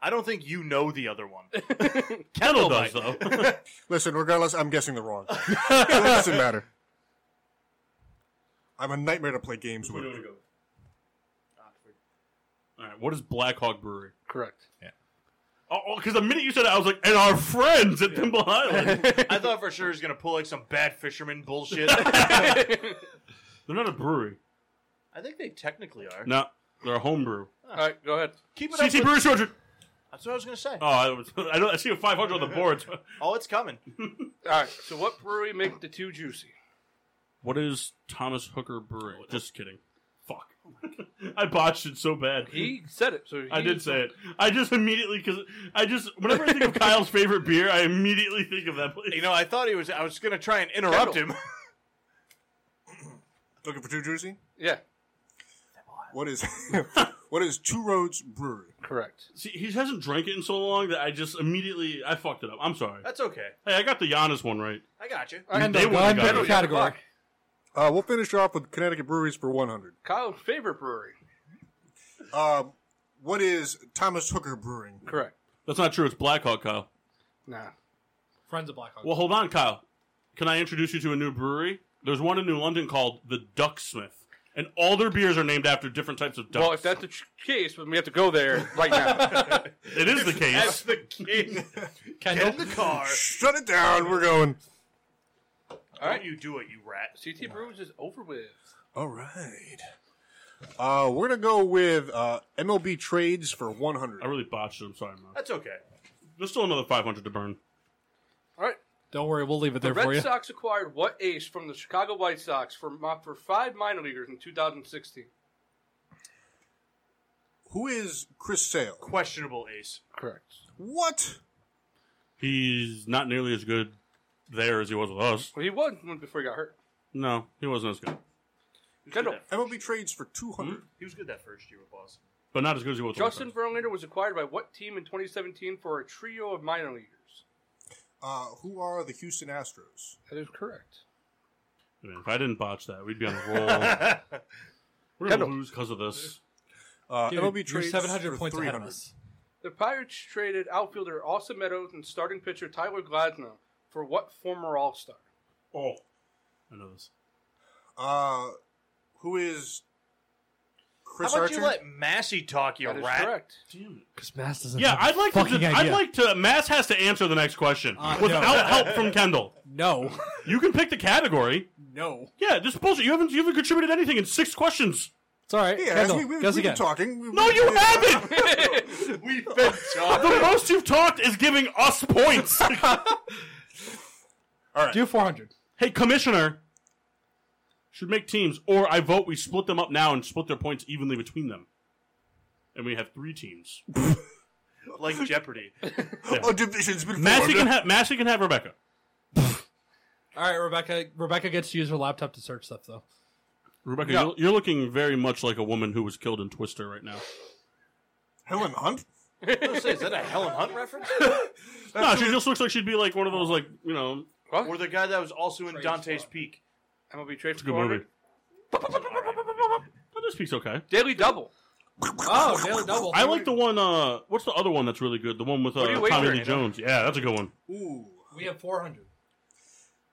[SPEAKER 2] I don't think you know the other one.
[SPEAKER 1] Kendall does though.
[SPEAKER 4] Listen, regardless, I'm guessing the wrong. thing. it doesn't matter. I'm a nightmare to play games with.
[SPEAKER 1] Where do we go?
[SPEAKER 5] Oxford.
[SPEAKER 1] All right. What is Black Hawk Brewery?
[SPEAKER 5] Correct.
[SPEAKER 1] Oh, because the minute you said it, I was like, and our friends at Thimble Island.
[SPEAKER 2] I thought for sure he was gonna pull like some bad fisherman bullshit.
[SPEAKER 1] They're not a brewery.
[SPEAKER 2] I think they technically are.
[SPEAKER 1] No, they're a homebrew.
[SPEAKER 5] All right, go ahead.
[SPEAKER 2] Keep it up.
[SPEAKER 1] CT
[SPEAKER 2] With,
[SPEAKER 1] Brew Shortridge.
[SPEAKER 2] that's what I was gonna say.
[SPEAKER 1] Oh, I, was- I, don't, I see a 500 on the board.
[SPEAKER 2] oh, it's coming.
[SPEAKER 5] All right. So, what brewery make the two juicy?
[SPEAKER 1] What is Thomas Hooker
[SPEAKER 5] Oh,
[SPEAKER 1] Brewing? Just kidding. Fuck. I botched it so bad.
[SPEAKER 5] He said it. So
[SPEAKER 1] I
[SPEAKER 5] he-
[SPEAKER 1] did say it. I just immediately because I just whenever I think of Kyle's favorite beer, I immediately think of that place.
[SPEAKER 2] You know, I thought he was. I was gonna try and interrupt
[SPEAKER 5] Kendall.
[SPEAKER 2] him.
[SPEAKER 4] Looking for two juicy?
[SPEAKER 5] Yeah,
[SPEAKER 4] What is what is Two Roads Brewery?
[SPEAKER 5] correct.
[SPEAKER 1] See, he hasn't drank it in so long that I just immediately I fucked it up. I'm sorry.
[SPEAKER 2] That's okay.
[SPEAKER 1] Hey, I got the Giannis one right.
[SPEAKER 2] I got you.
[SPEAKER 5] All right,
[SPEAKER 1] They
[SPEAKER 3] Kendall, go
[SPEAKER 1] would've
[SPEAKER 3] ahead and
[SPEAKER 1] got
[SPEAKER 3] pick
[SPEAKER 1] it.
[SPEAKER 3] a category.
[SPEAKER 4] Uh, we'll finish off with Connecticut Breweries for 100.
[SPEAKER 5] Kyle's favorite brewery.
[SPEAKER 4] Uh, what is Thomas Hooker Brewing?
[SPEAKER 5] Correct.
[SPEAKER 1] That's not true. It's Blackhawk, Kyle.
[SPEAKER 5] Nah.
[SPEAKER 3] Friends of Black Hawk.
[SPEAKER 1] Well, hold on, Kyle. Can I introduce you to a new brewery? There's one in New London called the Ducksmith, and all their beers are named after different types of ducks.
[SPEAKER 5] Well, if that's the tr- case, then we have to go there right now.
[SPEAKER 1] it is the case.
[SPEAKER 2] the kid.
[SPEAKER 3] Kendall,
[SPEAKER 2] car.
[SPEAKER 4] Shut it down. We're going.
[SPEAKER 2] All right, you do it, you rat.
[SPEAKER 5] CT Brews is over with.
[SPEAKER 4] All right. Uh, we're gonna go with uh, MLB trades for 100.
[SPEAKER 1] I really botched it. I'm sorry, man.
[SPEAKER 2] That's okay.
[SPEAKER 1] There's still another 500 to burn.
[SPEAKER 5] All right.
[SPEAKER 3] don't worry, we'll leave it
[SPEAKER 5] The
[SPEAKER 3] there for
[SPEAKER 5] Red
[SPEAKER 3] you.
[SPEAKER 5] Sox acquired what ace from the Chicago White Sox for mo- for five minor leaguers in 2016?
[SPEAKER 4] Who is Chris Sale?
[SPEAKER 2] Questionable ace.
[SPEAKER 5] Correct.
[SPEAKER 4] What?
[SPEAKER 1] He's not nearly as good there as he was with us.
[SPEAKER 5] Well, he won one before he got hurt.
[SPEAKER 1] No, he wasn't as good,
[SPEAKER 5] Kendall.
[SPEAKER 4] MLB trades for 200.
[SPEAKER 2] He was good that first year with Boston.
[SPEAKER 1] but not as good as he was. with us.
[SPEAKER 5] Justin Verlander was acquired by what team in 2017 for a trio of minor leaguers?
[SPEAKER 4] Uh, who are the Houston Astros?
[SPEAKER 5] That is correct.
[SPEAKER 1] I mean, if I didn't botch that, we'd be on a roll. We're gonna
[SPEAKER 5] Kendall.
[SPEAKER 1] lose because of this.
[SPEAKER 4] Uh,
[SPEAKER 3] Dude,
[SPEAKER 4] MLB
[SPEAKER 3] you're
[SPEAKER 4] trades
[SPEAKER 3] 700
[SPEAKER 4] for
[SPEAKER 3] points ahead
[SPEAKER 4] 300.
[SPEAKER 3] of us.
[SPEAKER 5] The Pirates traded outfielder Austin Meadows and starting pitcher Tyler Glasnow for what former All Star?
[SPEAKER 1] Oh, I know this.
[SPEAKER 4] Uh, who is Chris
[SPEAKER 2] How about
[SPEAKER 4] Archer?
[SPEAKER 2] you let Massey talk, you
[SPEAKER 5] That is
[SPEAKER 2] rat?
[SPEAKER 5] correct.
[SPEAKER 1] Damn it.
[SPEAKER 3] Because Mass doesn't.
[SPEAKER 1] Yeah,
[SPEAKER 3] have a
[SPEAKER 1] I'd like
[SPEAKER 3] fucking
[SPEAKER 1] to. I'd
[SPEAKER 3] idea.
[SPEAKER 1] like to. Mass has to answer the next question
[SPEAKER 3] Uh,
[SPEAKER 1] without
[SPEAKER 3] no.
[SPEAKER 1] help from Kendall.
[SPEAKER 3] No,
[SPEAKER 1] You can pick the category.
[SPEAKER 3] no.
[SPEAKER 1] Yeah, this is bullshit. You haven't. You haven't contributed anything in six questions.
[SPEAKER 3] It's all right.
[SPEAKER 4] Yeah,
[SPEAKER 3] Kendall,
[SPEAKER 4] we, we,
[SPEAKER 3] guess
[SPEAKER 4] we've been
[SPEAKER 3] again.
[SPEAKER 4] talking. We-
[SPEAKER 1] No,
[SPEAKER 4] we-
[SPEAKER 1] you
[SPEAKER 4] we-
[SPEAKER 1] haven't.
[SPEAKER 2] We've been talking.
[SPEAKER 1] the most you've talked is giving us points.
[SPEAKER 3] Do 400.
[SPEAKER 1] hey, commissioner, should make teams, or I vote we split them up now and split their points evenly between them, and we have three teams.
[SPEAKER 2] like Jeopardy.
[SPEAKER 4] Oh, division's been
[SPEAKER 1] Massey
[SPEAKER 4] formed.
[SPEAKER 1] can have. Massey can have Rebecca.
[SPEAKER 3] All right, Rebecca. Rebecca gets to use her laptop to search stuff, though.
[SPEAKER 1] Rebecca,
[SPEAKER 5] No.
[SPEAKER 1] you're, you're looking very much like a woman who was killed in Twister right now.
[SPEAKER 4] Helen Hunt.
[SPEAKER 2] Say, is that a Helen Hunt reference?
[SPEAKER 1] no, she just looks like she'd be like one of those like you know.
[SPEAKER 5] What?
[SPEAKER 2] or the guy that was also in Dante's Peak?
[SPEAKER 5] MLB trade
[SPEAKER 1] It's
[SPEAKER 5] for
[SPEAKER 1] a good movie.
[SPEAKER 5] 400.
[SPEAKER 1] Well, this piece okay.
[SPEAKER 5] Daily double.
[SPEAKER 3] Oh, daily double.
[SPEAKER 1] I like the one. uh What's the other one that's really good? The one with
[SPEAKER 5] are you
[SPEAKER 1] uh,
[SPEAKER 5] waiting
[SPEAKER 1] Tommy
[SPEAKER 5] for,
[SPEAKER 1] Lee
[SPEAKER 5] Nino?
[SPEAKER 1] Jones. Yeah, that's a good one.
[SPEAKER 4] Ooh,
[SPEAKER 3] We have 400.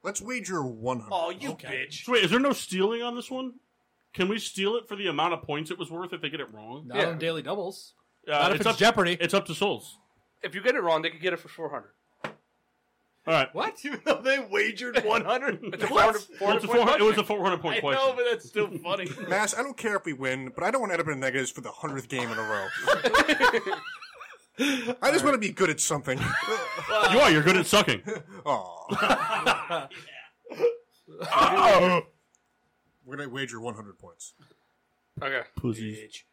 [SPEAKER 4] let's wager 100.
[SPEAKER 2] Oh, you
[SPEAKER 3] Okay.
[SPEAKER 2] bitch.
[SPEAKER 1] So wait, is there no stealing on this one? Can we steal it for the amount of points it was worth if they get it wrong?
[SPEAKER 3] Not
[SPEAKER 5] Yeah.
[SPEAKER 3] on daily doubles.
[SPEAKER 1] Uh,
[SPEAKER 3] Not if it's
[SPEAKER 1] up,
[SPEAKER 3] Jeopardy.
[SPEAKER 1] It's up to Souls.
[SPEAKER 5] If you get it wrong, they could get it for 400.
[SPEAKER 1] All right.
[SPEAKER 3] What?
[SPEAKER 2] Even though they wagered 100.
[SPEAKER 5] It's a 400,
[SPEAKER 1] Well,
[SPEAKER 5] 400
[SPEAKER 1] it's a
[SPEAKER 5] point
[SPEAKER 1] 400 it was a
[SPEAKER 5] question.
[SPEAKER 1] 400 point question.
[SPEAKER 2] but that's still funny.
[SPEAKER 4] Mass, I don't care if we win, but I don't want to end up in the negatives for the hundredth game in a row. I just want to be good at something.
[SPEAKER 1] you are. You're good at sucking.
[SPEAKER 4] Aw. We're gonna wager 100 points.
[SPEAKER 5] okay.
[SPEAKER 1] Pussies.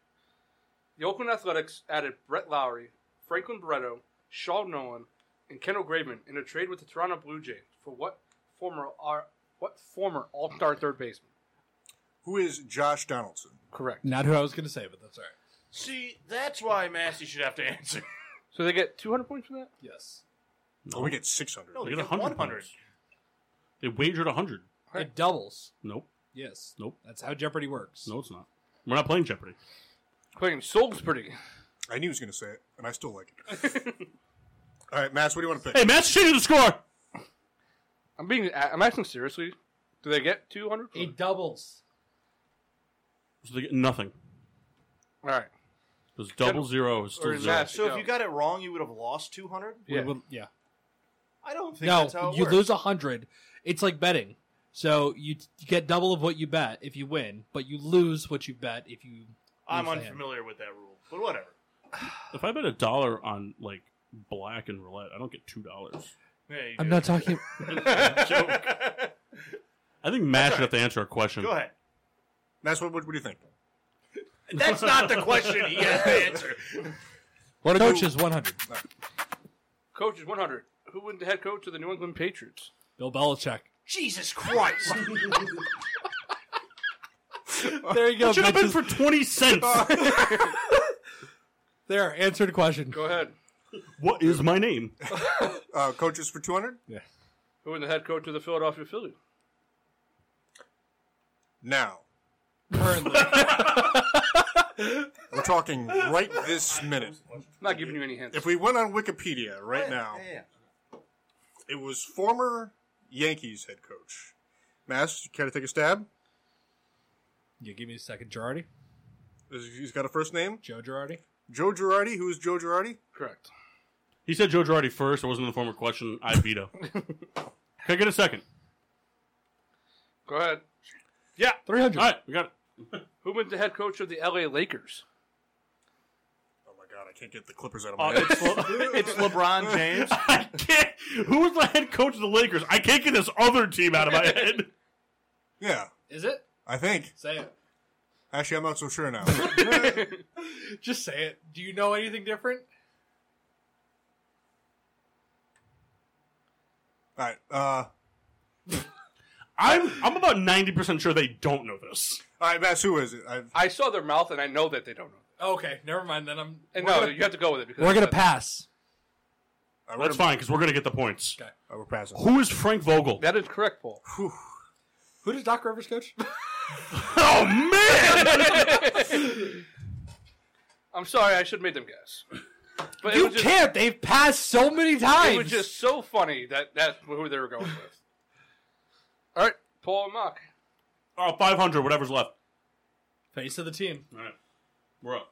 [SPEAKER 5] The Oakland Athletics added Brett Lowry, Franklin Barreto, Shaw Nolan, and Kendall Graveman in a trade with the Toronto Blue Jays for what former are what former All Star third baseman?
[SPEAKER 4] Who is Josh Donaldson?
[SPEAKER 5] Correct.
[SPEAKER 3] Not who I was going to say, but that's all right.
[SPEAKER 2] See, that's why Massey should have to answer.
[SPEAKER 5] So they get 200 points for that.
[SPEAKER 3] Yes.
[SPEAKER 4] Oh, we get 600.
[SPEAKER 2] No,
[SPEAKER 1] They
[SPEAKER 2] they
[SPEAKER 1] get
[SPEAKER 2] get
[SPEAKER 1] 100.
[SPEAKER 2] 100.
[SPEAKER 1] points. They wagered 100.
[SPEAKER 3] It doubles.
[SPEAKER 1] Nope.
[SPEAKER 3] Yes.
[SPEAKER 1] Nope.
[SPEAKER 3] That's how Jeopardy works.
[SPEAKER 1] No, it's not. We're not playing Jeopardy.
[SPEAKER 5] Playing Salisbury.
[SPEAKER 4] I knew he was gonna say it, and I still like it. All right, Mass, what do you want to pick?
[SPEAKER 1] Hey, Matt's changing the score.
[SPEAKER 5] I'm being. I'm asking seriously. Do they get 200?
[SPEAKER 3] It doubles.
[SPEAKER 1] So they get nothing.
[SPEAKER 5] All right.
[SPEAKER 1] Because double zero is
[SPEAKER 5] Or
[SPEAKER 1] still
[SPEAKER 5] is
[SPEAKER 1] zero.
[SPEAKER 5] that-
[SPEAKER 2] So if
[SPEAKER 5] Yeah.
[SPEAKER 2] you got it wrong, you would have lost two hundred.
[SPEAKER 3] Yeah.
[SPEAKER 5] Yeah.
[SPEAKER 3] yeah.
[SPEAKER 2] I don't think that's how
[SPEAKER 3] No,
[SPEAKER 2] it
[SPEAKER 3] you
[SPEAKER 2] works.
[SPEAKER 3] lose a hundred. It's like betting. So you t- you get double of what you bet if you win, but you lose what you bet if you.
[SPEAKER 2] I'm
[SPEAKER 3] lose the hand.
[SPEAKER 2] unfamiliar with that rule, but whatever.
[SPEAKER 1] If I bet a dollar on like black and roulette, I don't get two dollars.
[SPEAKER 2] Yeah, you
[SPEAKER 3] I'm
[SPEAKER 2] do.
[SPEAKER 3] not talking.
[SPEAKER 1] I think Matt should have to answer a question.
[SPEAKER 2] Go ahead.
[SPEAKER 4] That's what, what. What do you think?
[SPEAKER 2] That's not the question he has to answer.
[SPEAKER 4] What
[SPEAKER 3] Coach is 100.
[SPEAKER 5] Coach is 100. Who was the head coach of the New England Patriots?
[SPEAKER 3] Bill Belichick.
[SPEAKER 2] Jesus Christ!
[SPEAKER 3] There you go.
[SPEAKER 1] Should have been for twenty cents.
[SPEAKER 3] there, answered question.
[SPEAKER 5] Go ahead.
[SPEAKER 1] what is my name?
[SPEAKER 4] Uh, coaches for two hundred.
[SPEAKER 5] Who was the head coach of the Philadelphia Phillies?
[SPEAKER 4] Now
[SPEAKER 3] Currently.
[SPEAKER 4] we're talking right this minute.
[SPEAKER 5] I'm not giving you any hints.
[SPEAKER 4] If we went on Wikipedia right now,
[SPEAKER 2] Yeah.
[SPEAKER 4] it was former Yankees head coach. Mass, care to take a stab?
[SPEAKER 3] you give me a second. Girardi?
[SPEAKER 4] Is- He's got a first name,
[SPEAKER 3] Joe Girardi?
[SPEAKER 4] Joe Girardi. Who is Joe Girardi?
[SPEAKER 5] Correct.
[SPEAKER 1] He said Joe Girardi first. It wasn't in the form of question. I veto. Can I get a second?
[SPEAKER 5] Go ahead.
[SPEAKER 3] 300.
[SPEAKER 1] All right, we got it.
[SPEAKER 5] Who was the head coach of the LA Lakers?
[SPEAKER 4] Oh my god, I can't get the Clippers out of
[SPEAKER 2] Uh,
[SPEAKER 4] my head.
[SPEAKER 2] it's, Le- it's LeBron James.
[SPEAKER 1] I can't. Who was the head coach of the Lakers? I can't get this other team out of my head.
[SPEAKER 4] Yeah,
[SPEAKER 3] Is it?
[SPEAKER 4] I think.
[SPEAKER 3] Say it.
[SPEAKER 4] Actually, I'm not so sure now.
[SPEAKER 3] Just say it. Do you know anything different?
[SPEAKER 4] All right. Uh, all
[SPEAKER 1] I'm I'm about ninety percent sure they don't know this.
[SPEAKER 4] right, Mass. Who is it? i
[SPEAKER 5] I saw their mouth, and I know that they don't know.
[SPEAKER 3] Okay, never mind. Then I'm.
[SPEAKER 5] And
[SPEAKER 3] we're
[SPEAKER 5] no,
[SPEAKER 3] gonna,
[SPEAKER 5] you have to go with it because
[SPEAKER 3] we're gonna pass.
[SPEAKER 4] I
[SPEAKER 1] That's fine because we're gonna get the points.
[SPEAKER 4] Oh, we're passing.
[SPEAKER 1] Who is Frank Vogel?
[SPEAKER 5] That is correct, Paul.
[SPEAKER 3] Who does Doc Rivers coach?
[SPEAKER 1] oh man!
[SPEAKER 5] I'm sorry, I should have made them guess. But it
[SPEAKER 3] you
[SPEAKER 5] was just,
[SPEAKER 3] can't. They've passed so many times.
[SPEAKER 5] It was just so funny that that's who they were going with. All right, Paul and Mock.
[SPEAKER 1] oh, 500, whatever's left.
[SPEAKER 3] face of the team.
[SPEAKER 1] All right, we're up.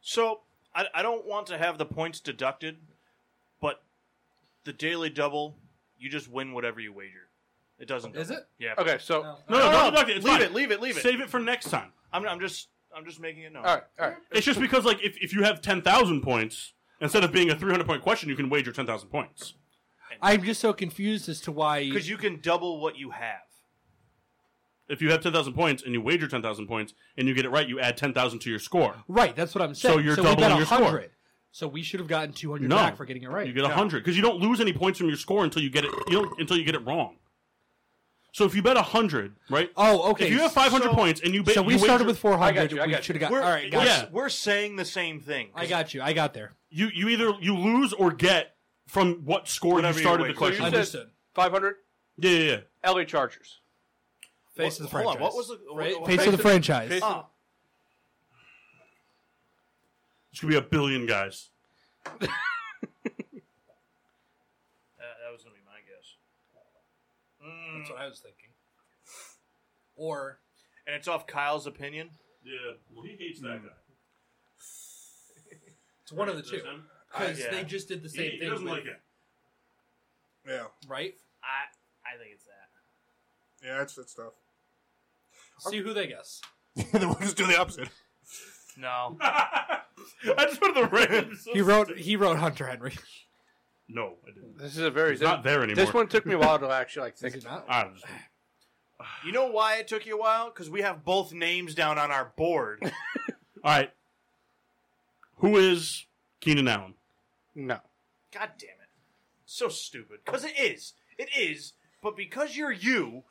[SPEAKER 2] So I, I don't want to have the points deducted, but the daily double, you just win whatever you wager. It doesn't.
[SPEAKER 3] Is
[SPEAKER 2] double.
[SPEAKER 3] it?
[SPEAKER 2] Yeah.
[SPEAKER 5] Okay, so
[SPEAKER 1] No, no, don't deduct it. It's
[SPEAKER 2] leave
[SPEAKER 1] fine.
[SPEAKER 2] it. Leave it. Leave it.
[SPEAKER 1] Save it for next time.
[SPEAKER 2] I'm, I'm just. I'm just making it known.
[SPEAKER 5] all right, all right.
[SPEAKER 1] It's just because like if, if you have ten thousand points instead of being a three hundred point question, you can wager ten thousand points.
[SPEAKER 3] I'm just so confused as to why.
[SPEAKER 2] Because you can double what you have.
[SPEAKER 1] If you have ten thousand points and you wager ten thousand points and you get it right, you add ten thousand to your score.
[SPEAKER 3] right, that's what I'm saying.
[SPEAKER 1] So you're
[SPEAKER 3] we
[SPEAKER 1] doubling
[SPEAKER 3] got
[SPEAKER 1] your score.
[SPEAKER 3] 100. So we should have gotten 200
[SPEAKER 1] No.
[SPEAKER 3] back for getting it right.
[SPEAKER 1] You get hundred because you don't lose any points from your score until you get it. You don't until you get it wrong. So if you bet hundred, right?
[SPEAKER 3] oh, okay.
[SPEAKER 1] if you have five hundred
[SPEAKER 2] so-
[SPEAKER 1] points and you bet,
[SPEAKER 3] so we
[SPEAKER 1] you
[SPEAKER 3] started
[SPEAKER 1] wager-
[SPEAKER 3] with
[SPEAKER 5] I
[SPEAKER 3] 400.
[SPEAKER 5] got you, I
[SPEAKER 3] we
[SPEAKER 5] got you.
[SPEAKER 3] should have got.
[SPEAKER 2] We're,
[SPEAKER 3] all
[SPEAKER 2] we're,
[SPEAKER 3] right, guys.
[SPEAKER 1] yeah.
[SPEAKER 2] we're saying the same thing.
[SPEAKER 3] I got you. I got there.
[SPEAKER 1] you you either you lose or get from what score you
[SPEAKER 2] Whatever you
[SPEAKER 1] started the
[SPEAKER 2] wager.
[SPEAKER 1] question.
[SPEAKER 5] So you said-
[SPEAKER 3] Understood.
[SPEAKER 5] 500,
[SPEAKER 1] yeah, yeah, yeah.
[SPEAKER 5] LA Chargers.
[SPEAKER 3] Face of the
[SPEAKER 2] Hold
[SPEAKER 3] franchise.
[SPEAKER 2] on, what was the- what- what-
[SPEAKER 3] face, of the franchise?
[SPEAKER 5] Face-
[SPEAKER 2] Ah,
[SPEAKER 1] It's gonna be a billion guys.
[SPEAKER 2] that, that was gonna be my guess. Mm,
[SPEAKER 3] That's what I was thinking. Or
[SPEAKER 2] And it's off Kyle's opinion.
[SPEAKER 1] Yeah, well, he hates that guy.
[SPEAKER 3] it's one of the two because
[SPEAKER 2] Yeah.
[SPEAKER 3] they just did the same thing. with-
[SPEAKER 4] Yeah,
[SPEAKER 3] Right.
[SPEAKER 2] I I think it's that.
[SPEAKER 4] yeah, that's that stuff.
[SPEAKER 3] See who they guess.
[SPEAKER 4] then we'll just do the opposite.
[SPEAKER 2] No.
[SPEAKER 1] I just went to the Rams.
[SPEAKER 3] He wrote. He wrote Hunter Henry.
[SPEAKER 1] No, I didn't.
[SPEAKER 5] This is a very.
[SPEAKER 1] It's not there anymore.
[SPEAKER 5] This one took me a while to actually like think.
[SPEAKER 3] not?
[SPEAKER 1] I don't know.
[SPEAKER 2] You know why it took you a while? Because we have both names down on our board.
[SPEAKER 1] All right. Who is Keenan Allen?
[SPEAKER 5] No,
[SPEAKER 2] God damn it. So stupid. Because it is. It is. But because you're you,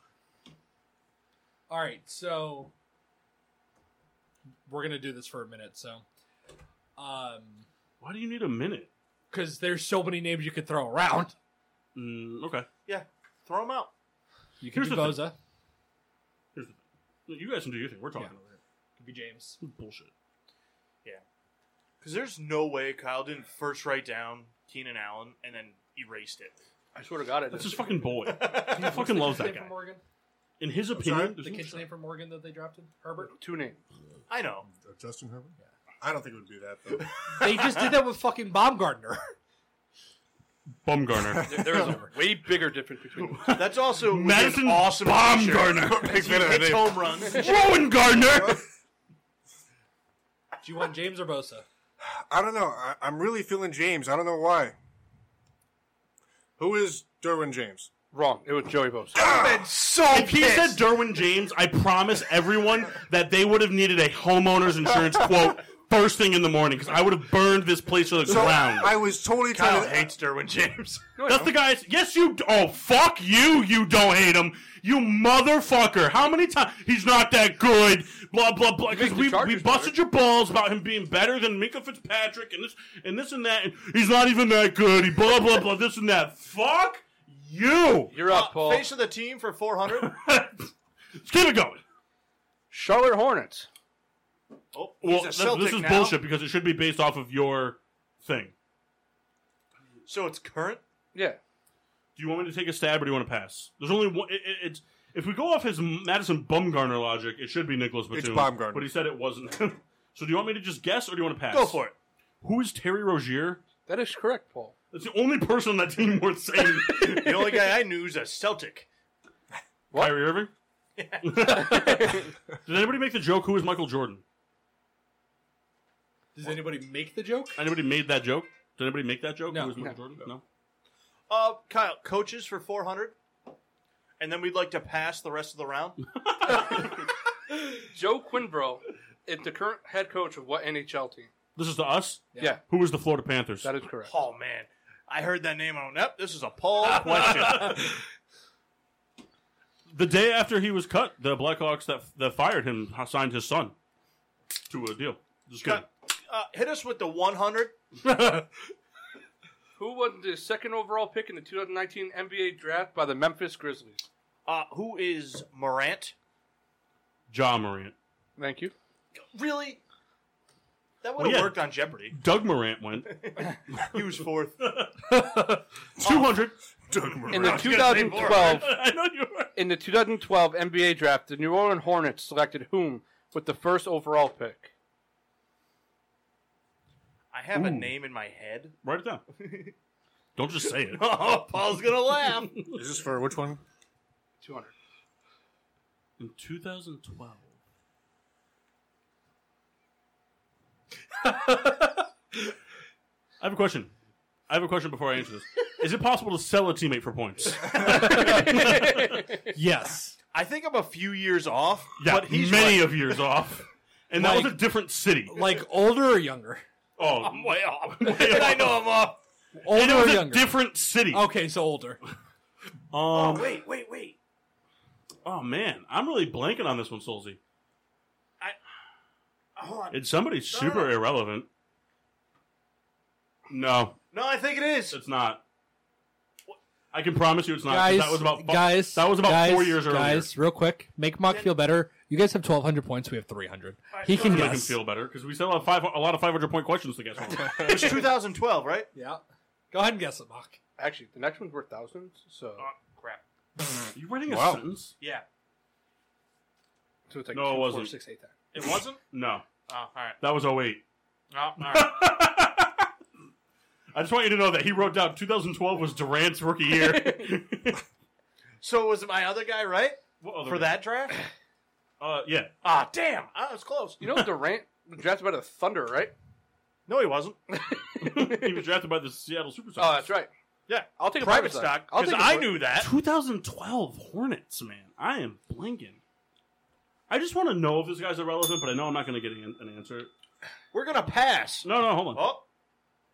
[SPEAKER 3] All right, so we're gonna do this for a minute. So, um,
[SPEAKER 1] Why do you need a minute?
[SPEAKER 3] because there's so many names you could throw around.
[SPEAKER 1] Mm, okay.
[SPEAKER 2] yeah, throw him out.
[SPEAKER 3] You could
[SPEAKER 1] Here's
[SPEAKER 3] be
[SPEAKER 1] the thing.
[SPEAKER 3] Boza.
[SPEAKER 1] Here's the thing. You guys can do your thing. We're talking
[SPEAKER 3] Yeah.
[SPEAKER 1] over here.
[SPEAKER 3] Could be James.
[SPEAKER 1] Bullshit.
[SPEAKER 2] Because there's no way Kyle didn't first write down Keenan Allen and then erased it.
[SPEAKER 5] I swear to God, it
[SPEAKER 1] That's
[SPEAKER 5] is.
[SPEAKER 1] his fucking boy. He fucking loves that guy.
[SPEAKER 3] From Morgan?
[SPEAKER 1] In his opinion,
[SPEAKER 4] sorry?
[SPEAKER 1] there's
[SPEAKER 3] The
[SPEAKER 1] no-
[SPEAKER 3] kid's name from Morgan that they drafted, Herbert.
[SPEAKER 5] Two names.
[SPEAKER 2] I know.
[SPEAKER 4] Justin Herbert. I don't think it would be that though.
[SPEAKER 3] They just did that with fucking Baumgartner.
[SPEAKER 1] Bumgarner.
[SPEAKER 5] There- There is a way bigger difference between them.
[SPEAKER 2] That's also would be
[SPEAKER 1] Madison
[SPEAKER 2] an awesome picture.
[SPEAKER 1] Baumgartner.
[SPEAKER 2] He hits home runs.
[SPEAKER 1] Rowan Gardner.
[SPEAKER 3] Do you want James or Bosa?
[SPEAKER 4] I don't know. I, I'm really feeling James. I don't know why. Who is Derwin James?
[SPEAKER 5] Wrong. It was Joey Bosa.
[SPEAKER 1] Ah!
[SPEAKER 2] so
[SPEAKER 1] If he said Derwin James, I promise everyone that they would have needed a homeowner's insurance quote first thing in the morning because I would have burned this place to the
[SPEAKER 4] So
[SPEAKER 1] ground.
[SPEAKER 4] I was totally trying
[SPEAKER 2] Kyle
[SPEAKER 4] to.
[SPEAKER 2] hates Derwin James.
[SPEAKER 5] No, I
[SPEAKER 1] That's
[SPEAKER 5] don't.
[SPEAKER 1] the guy. Yes, you. Oh, fuck you. You don't hate him. You motherfucker. How many times? He's not that good. Blah blah blah. Because
[SPEAKER 5] the
[SPEAKER 1] we, we
[SPEAKER 5] Chargers
[SPEAKER 1] busted your balls about him being better than Minka Fitzpatrick and this and this and that. And he's not even that good. He blah blah blah. This and that. Fuck you.
[SPEAKER 5] You're up, Paul.
[SPEAKER 2] Face of the team for 400.
[SPEAKER 1] Let's keep it going.
[SPEAKER 5] Charlotte Hornets.
[SPEAKER 2] Oh, he's
[SPEAKER 1] Well,
[SPEAKER 2] a
[SPEAKER 1] that's-
[SPEAKER 2] Celtic
[SPEAKER 1] this is
[SPEAKER 2] now.
[SPEAKER 1] bullshit because it should be based off of your thing.
[SPEAKER 2] So it's current.
[SPEAKER 5] Yeah.
[SPEAKER 1] Do you want me to take a stab or do you want to pass? There's only one. It, it, it's if we go off his Madison Bumgarner logic, it should be Nicholas Batum.
[SPEAKER 4] It's Baumgartner.
[SPEAKER 1] but he said it wasn't. so do you want me to just guess or do you want to pass?
[SPEAKER 2] Go for it.
[SPEAKER 1] Who is Terry Rozier?
[SPEAKER 5] That is correct, Paul.
[SPEAKER 1] That's the only person on that team worth saying.
[SPEAKER 2] The only guy I knew is a Celtic.
[SPEAKER 1] Kyrie Irving. Did anybody make the joke? Who is Michael Jordan?
[SPEAKER 3] Does anybody make the joke?
[SPEAKER 1] Anybody made that joke? Did anybody make that joke?
[SPEAKER 3] No.
[SPEAKER 1] Who is Michael Jordan? No.
[SPEAKER 2] Uh, Kyle, coaches for 400. And then we'd like to pass the rest of the round.
[SPEAKER 5] Joe Quinbro is the current head coach of what NHL team?
[SPEAKER 1] This is to us.
[SPEAKER 5] Yeah.
[SPEAKER 1] Who is the Florida Panthers?
[SPEAKER 5] That is correct.
[SPEAKER 2] Oh, man. I heard that name. I went, yep, this is a Paul question.
[SPEAKER 1] The day after he was cut, the Blackhawks that that fired him signed his son to a deal. Just kidding.
[SPEAKER 2] Cut. Uh, hit us with the 100.
[SPEAKER 5] Who was the second overall pick in the 2019 NBA draft by the Memphis Grizzlies?
[SPEAKER 2] Uh, who is Morant?
[SPEAKER 1] Ja Morant.
[SPEAKER 5] Thank you.
[SPEAKER 2] Really? That would
[SPEAKER 1] Well,
[SPEAKER 2] have
[SPEAKER 1] yeah.
[SPEAKER 2] worked on Jeopardy.
[SPEAKER 1] Doug Morant went
[SPEAKER 2] He was fourth.
[SPEAKER 1] 200.
[SPEAKER 4] Doug Murray.
[SPEAKER 5] In the
[SPEAKER 1] I
[SPEAKER 5] 2012
[SPEAKER 1] know you were.
[SPEAKER 5] in the 2012 NBA draft, the New Orleans Hornets selected whom with the first overall pick?
[SPEAKER 2] I have a name in my head.
[SPEAKER 1] Write it down. Don't just say it.
[SPEAKER 2] Oh, Paul's going to laugh.
[SPEAKER 4] Is this for which one?
[SPEAKER 5] 200.
[SPEAKER 1] In 2012. I have a question. I have a question before I answer this. Is it possible to sell a teammate for points?
[SPEAKER 3] Yes.
[SPEAKER 2] I think I'm a few years off,
[SPEAKER 1] Yeah,
[SPEAKER 2] but he's
[SPEAKER 1] many
[SPEAKER 2] right.
[SPEAKER 1] of years off. And that was
[SPEAKER 3] Like-
[SPEAKER 1] a different city.
[SPEAKER 3] Like older or younger?
[SPEAKER 1] Oh,
[SPEAKER 2] I'm way off. I know I'm off.
[SPEAKER 3] Older
[SPEAKER 1] and it
[SPEAKER 3] or
[SPEAKER 1] was a
[SPEAKER 3] younger?
[SPEAKER 1] different city.
[SPEAKER 3] okay, so older.
[SPEAKER 1] Um,
[SPEAKER 2] Wait, wait, wait.
[SPEAKER 1] Oh man, I'm really blanking on this one, Solzy.
[SPEAKER 2] Hold on.
[SPEAKER 1] It's somebody super
[SPEAKER 2] no.
[SPEAKER 1] irrelevant. No,
[SPEAKER 2] No, I think it is.
[SPEAKER 1] it's not. I can promise you, it's not. 'cause
[SPEAKER 3] guys,
[SPEAKER 1] that was about fu-
[SPEAKER 3] guys.
[SPEAKER 1] That was about
[SPEAKER 3] guys,
[SPEAKER 1] four years earlier.
[SPEAKER 3] Guys, real quick, make Mock feel better. You guys have 1,200 points. We have 300. He can
[SPEAKER 1] Make him
[SPEAKER 3] guess.
[SPEAKER 1] feel better because we still have five, a lot of 500 point questions to guess on.
[SPEAKER 2] It's 2012, right?
[SPEAKER 3] yeah. Go ahead and guess it, Mock.
[SPEAKER 5] Actually, the next one's worth thousands, so
[SPEAKER 2] Oh, Uh, Crap.
[SPEAKER 1] you writing a
[SPEAKER 4] Wow.
[SPEAKER 1] sentence?
[SPEAKER 2] Yeah.
[SPEAKER 5] so it's like
[SPEAKER 1] No, it
[SPEAKER 5] two, four,
[SPEAKER 1] wasn't.
[SPEAKER 5] six, eight times.
[SPEAKER 2] It wasn't?
[SPEAKER 1] No,
[SPEAKER 2] oh, all right.
[SPEAKER 1] that was 08.
[SPEAKER 2] Oh, all right.
[SPEAKER 1] I just want you to know that he wrote down 2012 was Durant's rookie year.
[SPEAKER 2] so was my other guy right
[SPEAKER 1] What other
[SPEAKER 2] for
[SPEAKER 1] guy?
[SPEAKER 2] that draft?
[SPEAKER 1] uh, yeah.
[SPEAKER 2] Ah, damn. I was close.
[SPEAKER 5] You know Durant was drafted by the Thunder, right?
[SPEAKER 2] No, he wasn't.
[SPEAKER 1] he was drafted by the Seattle Supersonics.
[SPEAKER 5] Oh, that's right.
[SPEAKER 2] Yeah.
[SPEAKER 5] I'll take a
[SPEAKER 2] Uh, Private
[SPEAKER 5] private,
[SPEAKER 2] stock.
[SPEAKER 5] I'll
[SPEAKER 2] Because
[SPEAKER 5] take a
[SPEAKER 2] I
[SPEAKER 5] pri-
[SPEAKER 2] knew that.
[SPEAKER 1] 2012 Hornets, man. I am blinking. I just want to know if this guy's irrelevant, but I know I'm not going to get an, an answer.
[SPEAKER 2] We're going to pass.
[SPEAKER 1] No, no, hold on.
[SPEAKER 2] Oh,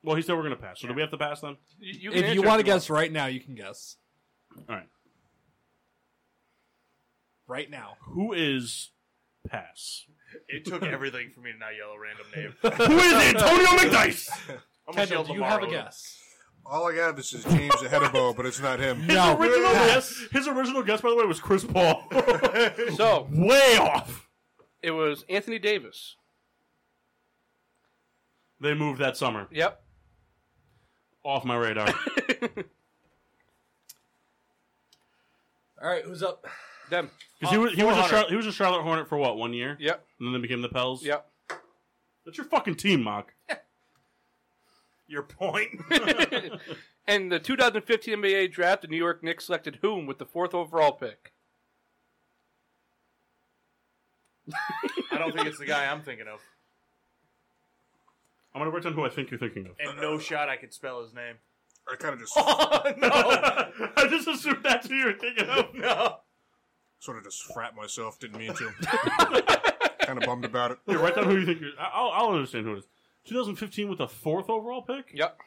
[SPEAKER 1] Well, he said we're going to pass. So do we have to pass then?
[SPEAKER 5] You, can
[SPEAKER 3] If
[SPEAKER 5] answer
[SPEAKER 3] you want to
[SPEAKER 5] if
[SPEAKER 3] guess right now, you can guess.
[SPEAKER 1] All right.
[SPEAKER 3] Right now.
[SPEAKER 1] Who is pass?
[SPEAKER 2] it took everything for me to not yell a random name.
[SPEAKER 1] Who is Antonio McDice?
[SPEAKER 2] I'm gonna
[SPEAKER 3] Kendall,
[SPEAKER 2] yell
[SPEAKER 3] do you
[SPEAKER 2] Lamar
[SPEAKER 3] have a
[SPEAKER 2] Odom.
[SPEAKER 3] guess?
[SPEAKER 4] All I got is this is James Hedebo, but it's not him.
[SPEAKER 1] His
[SPEAKER 3] No.
[SPEAKER 1] original guess. His original guess, by the way, was Chris Paul.
[SPEAKER 5] you want. So
[SPEAKER 1] Way off.
[SPEAKER 5] it was Anthony Davis.
[SPEAKER 1] They moved that summer.
[SPEAKER 5] Yep.
[SPEAKER 1] Off my radar.
[SPEAKER 3] All right, who's up?
[SPEAKER 5] Them.
[SPEAKER 1] Because he was he was a
[SPEAKER 2] 400.
[SPEAKER 1] Char- he was a Charlotte Hornet for what one year,
[SPEAKER 5] Yep.
[SPEAKER 1] and then they became the Pels.
[SPEAKER 5] Yep.
[SPEAKER 1] That's your fucking team, Mock.
[SPEAKER 2] Your point.
[SPEAKER 5] and the 2015 NBA draft, the New York Knicks selected whom with the fourth overall pick?
[SPEAKER 2] I don't think it's the guy I'm thinking of.
[SPEAKER 1] I'm gonna write down who I think you're thinking of.
[SPEAKER 2] And no shot I could spell his name.
[SPEAKER 4] I kind of just
[SPEAKER 1] I just assumed that's who you were thinking of.
[SPEAKER 2] no.
[SPEAKER 4] sort of just frat myself. Didn't mean to. kind of bummed about it.
[SPEAKER 1] Here, write down who you think. You're, I- I'll, I'll understand who it is. 2015 with the fourth overall pick.
[SPEAKER 5] Yep.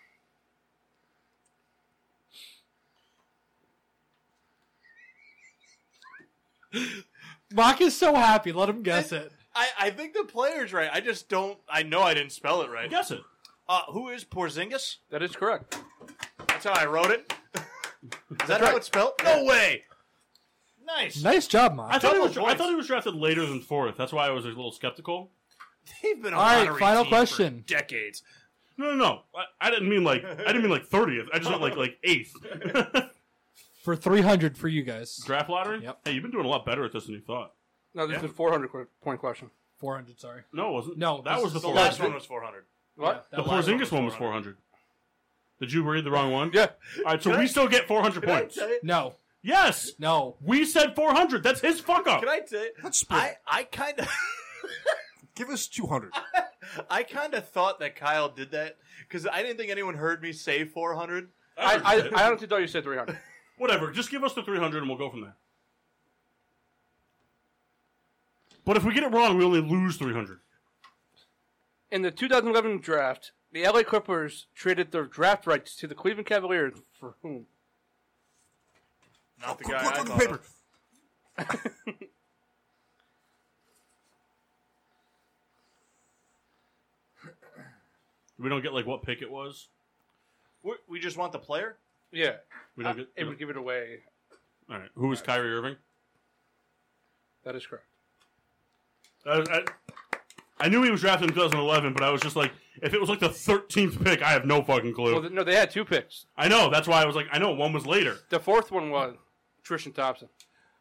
[SPEAKER 3] Mock is so happy. Let him guess it.
[SPEAKER 2] I, I think the player's right. I just don't. I know I didn't spell it
[SPEAKER 1] I
[SPEAKER 2] right.
[SPEAKER 1] guess it.
[SPEAKER 2] Uh, who is Porzingis?
[SPEAKER 5] That is correct.
[SPEAKER 2] That's how I wrote it. Is that
[SPEAKER 5] right.
[SPEAKER 2] how it's spelled? No way. Nice.
[SPEAKER 3] Nice job,
[SPEAKER 1] I
[SPEAKER 3] Mock.
[SPEAKER 1] thought, he
[SPEAKER 2] Double
[SPEAKER 1] was, I
[SPEAKER 2] points.
[SPEAKER 1] thought he was drafted later than fourth. That's why I was a little skeptical.
[SPEAKER 2] They've been a
[SPEAKER 3] All right,
[SPEAKER 2] lottery
[SPEAKER 3] final
[SPEAKER 2] team
[SPEAKER 3] question.
[SPEAKER 2] for decades.
[SPEAKER 1] No, no, no. I, I didn't mean like I didn't mean like thirtieth. I just meant like like eighth.
[SPEAKER 3] For 300 for you guys.
[SPEAKER 1] Draft lottery.
[SPEAKER 3] Yep.
[SPEAKER 1] Hey, you've been doing a lot better at this than you thought.
[SPEAKER 5] No, this
[SPEAKER 2] Yeah.
[SPEAKER 5] is a 400 qu- point question.
[SPEAKER 3] 400, sorry.
[SPEAKER 1] No, it wasn't.
[SPEAKER 3] No,
[SPEAKER 1] that
[SPEAKER 3] this
[SPEAKER 1] was the,
[SPEAKER 2] The
[SPEAKER 3] is Four
[SPEAKER 1] 400.
[SPEAKER 2] last one was 400.
[SPEAKER 5] What?
[SPEAKER 3] Yeah,
[SPEAKER 1] The
[SPEAKER 3] that last one.
[SPEAKER 1] Porzingis one was four hundred. Did you read the wrong one?
[SPEAKER 5] Yeah.
[SPEAKER 1] All right, so we still get four hundred points.
[SPEAKER 3] No,
[SPEAKER 1] Yes,
[SPEAKER 3] no.
[SPEAKER 1] we said four hundred. That's his fuck up.
[SPEAKER 2] Can I tell you?
[SPEAKER 4] Let's split.
[SPEAKER 2] I, I kind of
[SPEAKER 4] Give us two hundred.
[SPEAKER 2] I kind of thought that Kyle did that because I didn't think anyone heard me say 400.
[SPEAKER 5] I, I, I honestly thought you said 300.
[SPEAKER 1] Whatever. Just give us the 300 and we'll go from there. But if we get it wrong, we only lose 300.
[SPEAKER 5] In the 2011 draft, the LA Clippers traded their draft rights to the Cleveland Cavaliers for whom?
[SPEAKER 2] Not the
[SPEAKER 4] Quick,
[SPEAKER 2] guy.
[SPEAKER 4] look,
[SPEAKER 2] I
[SPEAKER 4] look at
[SPEAKER 2] thought
[SPEAKER 4] the paper.
[SPEAKER 2] of.
[SPEAKER 1] We don't get like what pick it was.
[SPEAKER 2] We- We just want the player.
[SPEAKER 5] Yeah.
[SPEAKER 1] We don't
[SPEAKER 5] Uh,
[SPEAKER 1] get.
[SPEAKER 5] it would give it away.
[SPEAKER 1] all right. Who is Kyrie Irving?
[SPEAKER 5] That is correct.
[SPEAKER 1] I, I, I knew he was drafted in 2011, but I was just like, if it was like the 13th pick, I have no fucking clue.
[SPEAKER 5] Well, th- no, they had two picks.
[SPEAKER 1] I know. That's why I was like, I know one was later.
[SPEAKER 5] The fourth one was Trishan Thompson.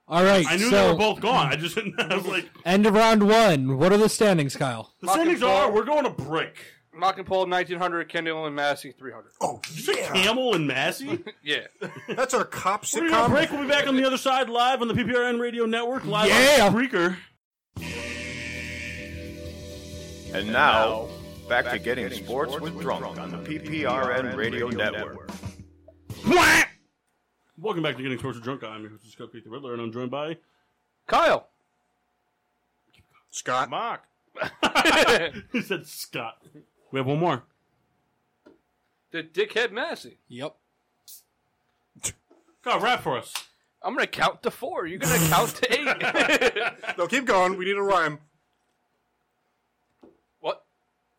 [SPEAKER 3] All right.
[SPEAKER 1] I knew
[SPEAKER 3] so,
[SPEAKER 1] they were both gone. I just didn't. I was like,
[SPEAKER 3] End of round one. What are the standings, Kyle?
[SPEAKER 1] the
[SPEAKER 5] Lock and
[SPEAKER 1] standings are
[SPEAKER 5] ball.
[SPEAKER 1] we're going to break.
[SPEAKER 5] Mock and Paul, 1900. Kendall and Massey, 300.
[SPEAKER 4] Oh yeah,
[SPEAKER 1] Camel and Massey.
[SPEAKER 5] Yeah.
[SPEAKER 4] that's our cop
[SPEAKER 1] We're gonna
[SPEAKER 4] sitcom.
[SPEAKER 1] break. We'll be back on the other side, live on the PPRN Radio Network, live
[SPEAKER 3] Yeah.
[SPEAKER 1] on Spreaker.
[SPEAKER 7] And now, Oh, back, to getting, sports, with drunk on the PPRN Radio Network.
[SPEAKER 1] Welcome back to Getting Towards the Drunk. I'm your host, Scott Pete the Riddler, and I'm joined by
[SPEAKER 5] Kyle.
[SPEAKER 4] Scott,
[SPEAKER 2] Mock.
[SPEAKER 1] he said Scott. We have one more.
[SPEAKER 5] The dickhead Massey.
[SPEAKER 3] Yep.
[SPEAKER 1] God, rap for us.
[SPEAKER 5] I'm going to count to four. You're going to count to eight.
[SPEAKER 4] no, keep going. We need a rhyme.
[SPEAKER 5] what?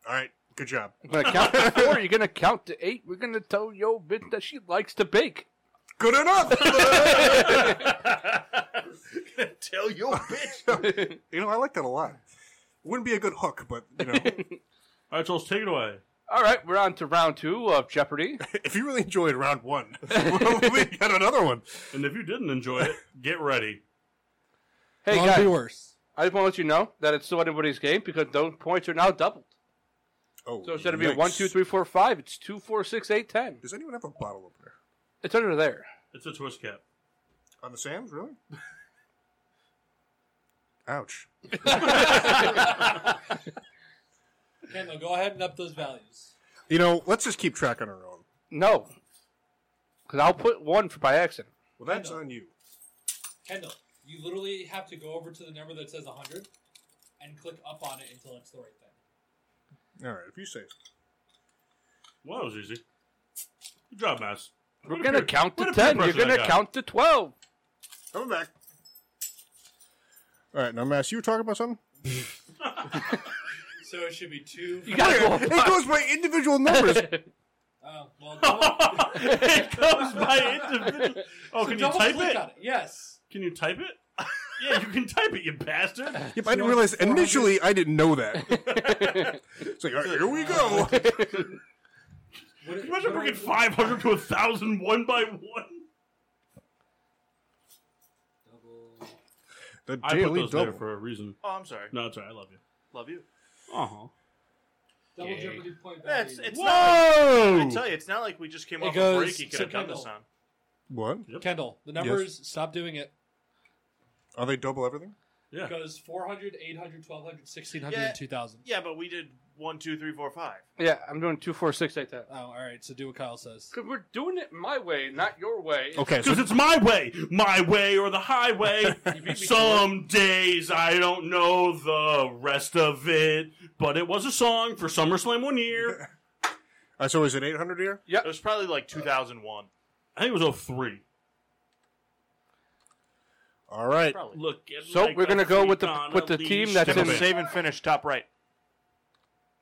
[SPEAKER 4] All right, good job.
[SPEAKER 5] I'm going to count to four. You're going to count to eight. We're going to tell yo bitch that she likes to bake.
[SPEAKER 4] Good enough.
[SPEAKER 2] Tell your bitch.
[SPEAKER 4] you know, I like that a lot. Wouldn't be a good hook, but you know,
[SPEAKER 1] All right, Charles, take it away.
[SPEAKER 5] All right, we're on to round two of Jeopardy.
[SPEAKER 4] if you really enjoyed round one, we got another one.
[SPEAKER 1] And if you didn't enjoy it, get ready.
[SPEAKER 5] Hey,
[SPEAKER 3] Wrong be
[SPEAKER 5] guys,
[SPEAKER 3] worse.
[SPEAKER 5] I just want to let you know that it's still anybody's game because those points are now doubled.
[SPEAKER 4] Oh,
[SPEAKER 5] So instead of being
[SPEAKER 4] yikes.
[SPEAKER 5] one, two, three, four, five, it's two, four, six, eight, ten.
[SPEAKER 4] Does anyone have a bottle opener
[SPEAKER 5] It's under there.
[SPEAKER 1] It's a twist cap.
[SPEAKER 4] on the Sam's? Really? Ouch.
[SPEAKER 3] Kendall, go ahead and up those values.
[SPEAKER 4] You know, let's just keep track on our own.
[SPEAKER 5] No, because I'll put one for by accident.
[SPEAKER 4] Well, that's on you.
[SPEAKER 3] Kendall, you literally have to go over to the number that says 100 and click up on it until it's the right thing.
[SPEAKER 4] All right, if you say. so.
[SPEAKER 1] Well, that was easy. Good job, Mass.
[SPEAKER 5] We're
[SPEAKER 1] Way
[SPEAKER 5] gonna
[SPEAKER 1] peer-
[SPEAKER 5] count
[SPEAKER 1] way
[SPEAKER 5] to
[SPEAKER 1] peer
[SPEAKER 5] ten. You're
[SPEAKER 1] pressure that
[SPEAKER 5] gonna
[SPEAKER 1] guy.
[SPEAKER 5] count to twelve.
[SPEAKER 4] Coming back. All right, now, Mass, you were talking about something?
[SPEAKER 3] So it should be two.
[SPEAKER 5] You gotta go.
[SPEAKER 4] It goes by individual numbers.
[SPEAKER 3] Uh, well, double,
[SPEAKER 1] it comes by individual. Oh, can you
[SPEAKER 3] double
[SPEAKER 1] type
[SPEAKER 3] click
[SPEAKER 1] it?
[SPEAKER 3] on it. Yes.
[SPEAKER 1] Can you type it? Yeah, you can type it, you bastard.
[SPEAKER 4] Yep, I didn't realize. Initially, I didn't know that.
[SPEAKER 2] Oh,
[SPEAKER 4] it's like, all right, here we go.
[SPEAKER 3] What,
[SPEAKER 1] Can you imagine bringing 500 to 1,000 one by one?
[SPEAKER 4] The
[SPEAKER 1] I put
[SPEAKER 4] daily
[SPEAKER 1] those there
[SPEAKER 4] double.
[SPEAKER 1] for a reason.
[SPEAKER 2] Oh, I'm sorry.
[SPEAKER 1] No, it's all right. I love you.
[SPEAKER 5] Uh-huh.
[SPEAKER 2] Love you.
[SPEAKER 1] Uh huh.
[SPEAKER 8] Double Jeopardy point back.
[SPEAKER 2] That's
[SPEAKER 8] in.
[SPEAKER 2] it's not.
[SPEAKER 1] Whoa!
[SPEAKER 2] I tell you, it's not like we just came
[SPEAKER 3] It
[SPEAKER 2] off a
[SPEAKER 3] goes
[SPEAKER 2] break. He could have got
[SPEAKER 3] September.
[SPEAKER 2] this on.
[SPEAKER 4] What?
[SPEAKER 3] Kendall, the numbers, stop doing it.
[SPEAKER 4] Are they double everything?
[SPEAKER 1] yeah.
[SPEAKER 3] It goes 400, 800, 1200, 1600,
[SPEAKER 2] Yeah.
[SPEAKER 3] and 2000.
[SPEAKER 2] Yeah, but we did one, two, three, four, five.
[SPEAKER 5] Yeah, I'm doing two, four, six, eight, ten.
[SPEAKER 3] Oh, all right. So do what Kyle says.
[SPEAKER 5] Because we're doing it my way, not your way.
[SPEAKER 4] Okay, so
[SPEAKER 1] Because it's my way, my way or the highway.
[SPEAKER 5] me to
[SPEAKER 1] some days I don't know the rest of it, but it was a song for SummerSlam one year.
[SPEAKER 4] uh, so is it 800 here?
[SPEAKER 2] It was probably like 2001.
[SPEAKER 1] I think it was 03.
[SPEAKER 4] All right.
[SPEAKER 2] Probably.
[SPEAKER 1] Look, at
[SPEAKER 5] So
[SPEAKER 1] like
[SPEAKER 5] we're
[SPEAKER 1] a
[SPEAKER 5] gonna go with the-
[SPEAKER 1] freak on
[SPEAKER 5] with
[SPEAKER 1] a
[SPEAKER 5] the team
[SPEAKER 1] leash.
[SPEAKER 5] that's
[SPEAKER 1] Step
[SPEAKER 5] in-
[SPEAKER 1] up
[SPEAKER 2] Save and finish, top right.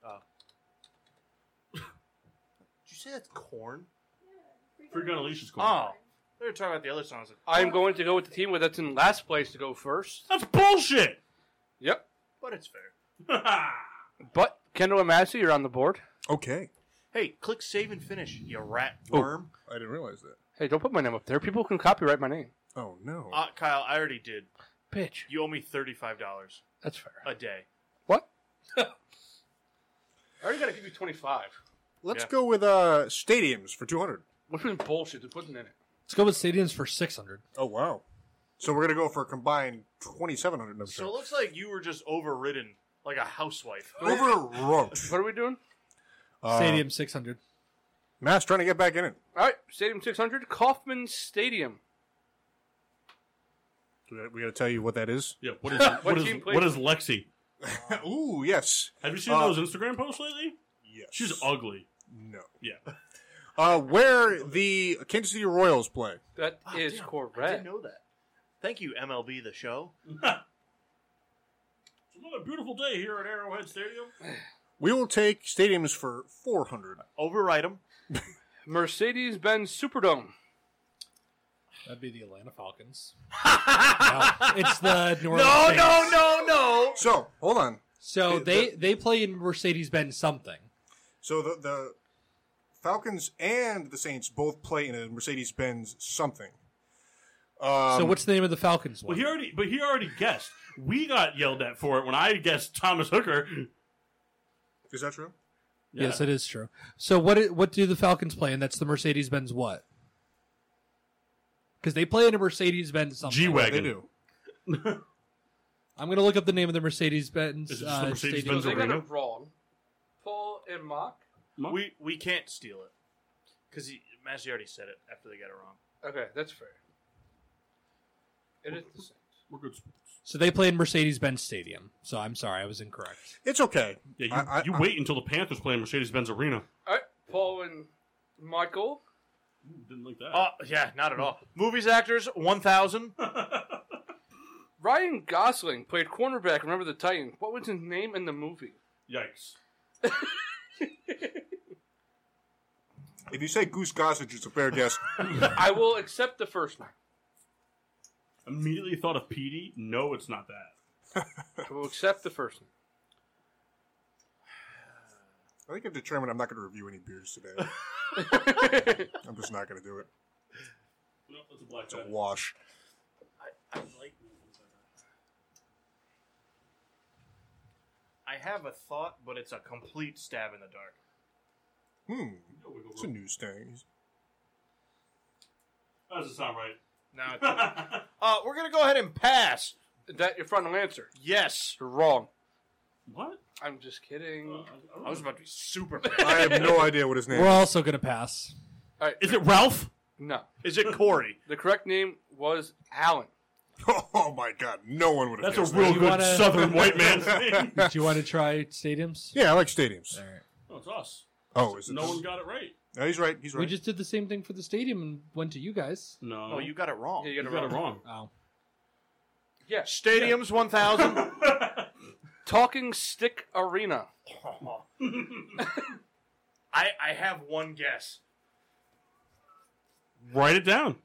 [SPEAKER 2] Did Oh. you say that's corn?
[SPEAKER 1] Freak on a leash is cool.
[SPEAKER 2] Oh, they were talking about the other songs.
[SPEAKER 5] I'm going to go with the team that's in last place to go first.
[SPEAKER 1] That's bullshit.
[SPEAKER 5] Yep.
[SPEAKER 2] But it's fair.
[SPEAKER 5] But Kendall and Massey are on the board.
[SPEAKER 4] Okay.
[SPEAKER 2] Hey, click save and finish, you rat
[SPEAKER 4] Oh.
[SPEAKER 2] worm.
[SPEAKER 4] I didn't realize that.
[SPEAKER 5] Hey, don't put my name up there. People can copyright my name.
[SPEAKER 4] Oh, no.
[SPEAKER 2] Uh, Kyle, I already did.
[SPEAKER 5] Bitch.
[SPEAKER 2] You owe me $35
[SPEAKER 5] That's fair.
[SPEAKER 2] a day.
[SPEAKER 5] What? I already got to give you 25.
[SPEAKER 4] Let's
[SPEAKER 2] yeah.
[SPEAKER 4] go with uh, stadiums for 200.
[SPEAKER 5] What's been bullshit they're putting in it?
[SPEAKER 3] Let's go with stadiums for 600.
[SPEAKER 4] Oh, wow. So we're going to go for a combined 2,700 numbers.
[SPEAKER 2] So it looks like you were just overridden like a housewife.
[SPEAKER 4] Overwrote.
[SPEAKER 5] What are we doing?
[SPEAKER 4] Uh,
[SPEAKER 2] Um,
[SPEAKER 3] Stadium 600.
[SPEAKER 4] Matt's trying to get back in it.
[SPEAKER 5] All right, Stadium 600, Kaufman Stadium.
[SPEAKER 4] Do we- We got to tell you what that is.
[SPEAKER 1] Yeah, what is, what, is,
[SPEAKER 5] team plays-
[SPEAKER 1] what is Lexi?
[SPEAKER 4] Ooh, yes.
[SPEAKER 1] Have you seen
[SPEAKER 4] Uh,
[SPEAKER 1] those Instagram posts lately?
[SPEAKER 4] Yes.
[SPEAKER 1] She's ugly.
[SPEAKER 4] No.
[SPEAKER 1] Yeah.
[SPEAKER 4] Uh, where the Kansas City Royals play.
[SPEAKER 5] That
[SPEAKER 2] Wow, Ah,
[SPEAKER 5] is
[SPEAKER 2] damn, I
[SPEAKER 5] correct.
[SPEAKER 2] didn't know that. Thank you, MLB The Show.
[SPEAKER 1] It's another beautiful day here at Arrowhead Stadium.
[SPEAKER 4] We will take stadiums for 400.
[SPEAKER 2] Override them.
[SPEAKER 5] Mercedes Benz Superdome.
[SPEAKER 3] That'd be the Atlanta Falcons. no, it's the New Orleans
[SPEAKER 2] No,
[SPEAKER 3] Saints.
[SPEAKER 2] no, no, no.
[SPEAKER 4] So, hold on.
[SPEAKER 3] So they, they play in Mercedes-Benz something.
[SPEAKER 4] So the, the Falcons and the Saints both play in a Mercedes Benz something. Um,
[SPEAKER 3] so what's the name of the Falcons one?
[SPEAKER 1] Well, he already, but he already guessed. We got yelled at for it when I guessed Thomas Hooker.
[SPEAKER 4] Is that true?
[SPEAKER 3] Yes, it is true. So what i- what do the Falcons play? And that's the Mercedes-Benz what? Because they play in a Mercedes-Benz something.
[SPEAKER 1] G
[SPEAKER 4] They
[SPEAKER 1] wagon.
[SPEAKER 4] do.
[SPEAKER 3] I'm going to look up the name of the Mercedes-Benz.
[SPEAKER 1] Is it just
[SPEAKER 3] uh,
[SPEAKER 1] the Mercedes-Benz
[SPEAKER 3] stadium.
[SPEAKER 5] They got
[SPEAKER 1] Arena?
[SPEAKER 5] it wrong. Paul and Mock.
[SPEAKER 2] We we can't steal it because Massey already said it after they got it wrong.
[SPEAKER 5] Okay, that's fair. It is the same.
[SPEAKER 1] We're good.
[SPEAKER 3] So they play in Mercedes-Benz Stadium. So I'm sorry, I was incorrect.
[SPEAKER 4] It's okay.
[SPEAKER 1] Yeah, you,
[SPEAKER 4] I- I-
[SPEAKER 1] you
[SPEAKER 4] I-
[SPEAKER 1] wait until the Panthers play in Mercedes Benz Arena.
[SPEAKER 5] All right, Paul and Michael.
[SPEAKER 1] Didn't like that.
[SPEAKER 2] Oh yeah, not at all. Movies actors one thousand.
[SPEAKER 5] Ryan Gosling played cornerback. Remember the Titan. What was his name in the movie?
[SPEAKER 1] Yikes.
[SPEAKER 4] If you say Goose Gossage, it's a fair guess.
[SPEAKER 5] I will accept the first one.
[SPEAKER 1] Immediately thought of Petey. No, it's not that.
[SPEAKER 5] I will accept the first one.
[SPEAKER 4] I think I've determined I'm not going to review any beers today. I'm just not going to do it.
[SPEAKER 1] No, that's a black
[SPEAKER 4] It's a wash.
[SPEAKER 2] I have a thought, but it's a complete stab in the dark.
[SPEAKER 4] Hmm. It's a news thing.
[SPEAKER 1] That doesn't sound right.
[SPEAKER 2] No. uh, we're gonna go ahead and pass.
[SPEAKER 5] Is that your final answer?
[SPEAKER 2] Yes.
[SPEAKER 5] You're wrong.
[SPEAKER 1] What?
[SPEAKER 5] I'm just kidding. All
[SPEAKER 2] I was about to be super.
[SPEAKER 4] I
[SPEAKER 2] Bad.
[SPEAKER 4] have no idea what his name
[SPEAKER 3] We're
[SPEAKER 4] is.
[SPEAKER 3] also going to pass.
[SPEAKER 5] right.
[SPEAKER 1] Is it Ralph?
[SPEAKER 5] No.
[SPEAKER 2] Is it Corey?
[SPEAKER 5] The correct name was Allen.
[SPEAKER 4] Oh my god, no one would have
[SPEAKER 1] That's a
[SPEAKER 4] guessed
[SPEAKER 1] real
[SPEAKER 4] that.
[SPEAKER 1] good
[SPEAKER 3] You wanna-
[SPEAKER 1] Southern white man thing.
[SPEAKER 3] Do you want to try stadiums?
[SPEAKER 4] Yeah, I like stadiums.
[SPEAKER 3] All right.
[SPEAKER 1] No, it's us.
[SPEAKER 4] Oh, is it?
[SPEAKER 1] No one got it right.
[SPEAKER 4] No, he's right. He's right.
[SPEAKER 3] We just did the same thing for the stadium and went to you guys.
[SPEAKER 1] No,
[SPEAKER 2] Oh, you got it wrong.
[SPEAKER 5] Yeah, you
[SPEAKER 1] you got it wrong.
[SPEAKER 3] Oh.
[SPEAKER 5] Yeah.
[SPEAKER 2] Stadiums one thousand. Oh.
[SPEAKER 5] Talking Stick Arena.
[SPEAKER 2] I I have one guess.
[SPEAKER 1] Write it down.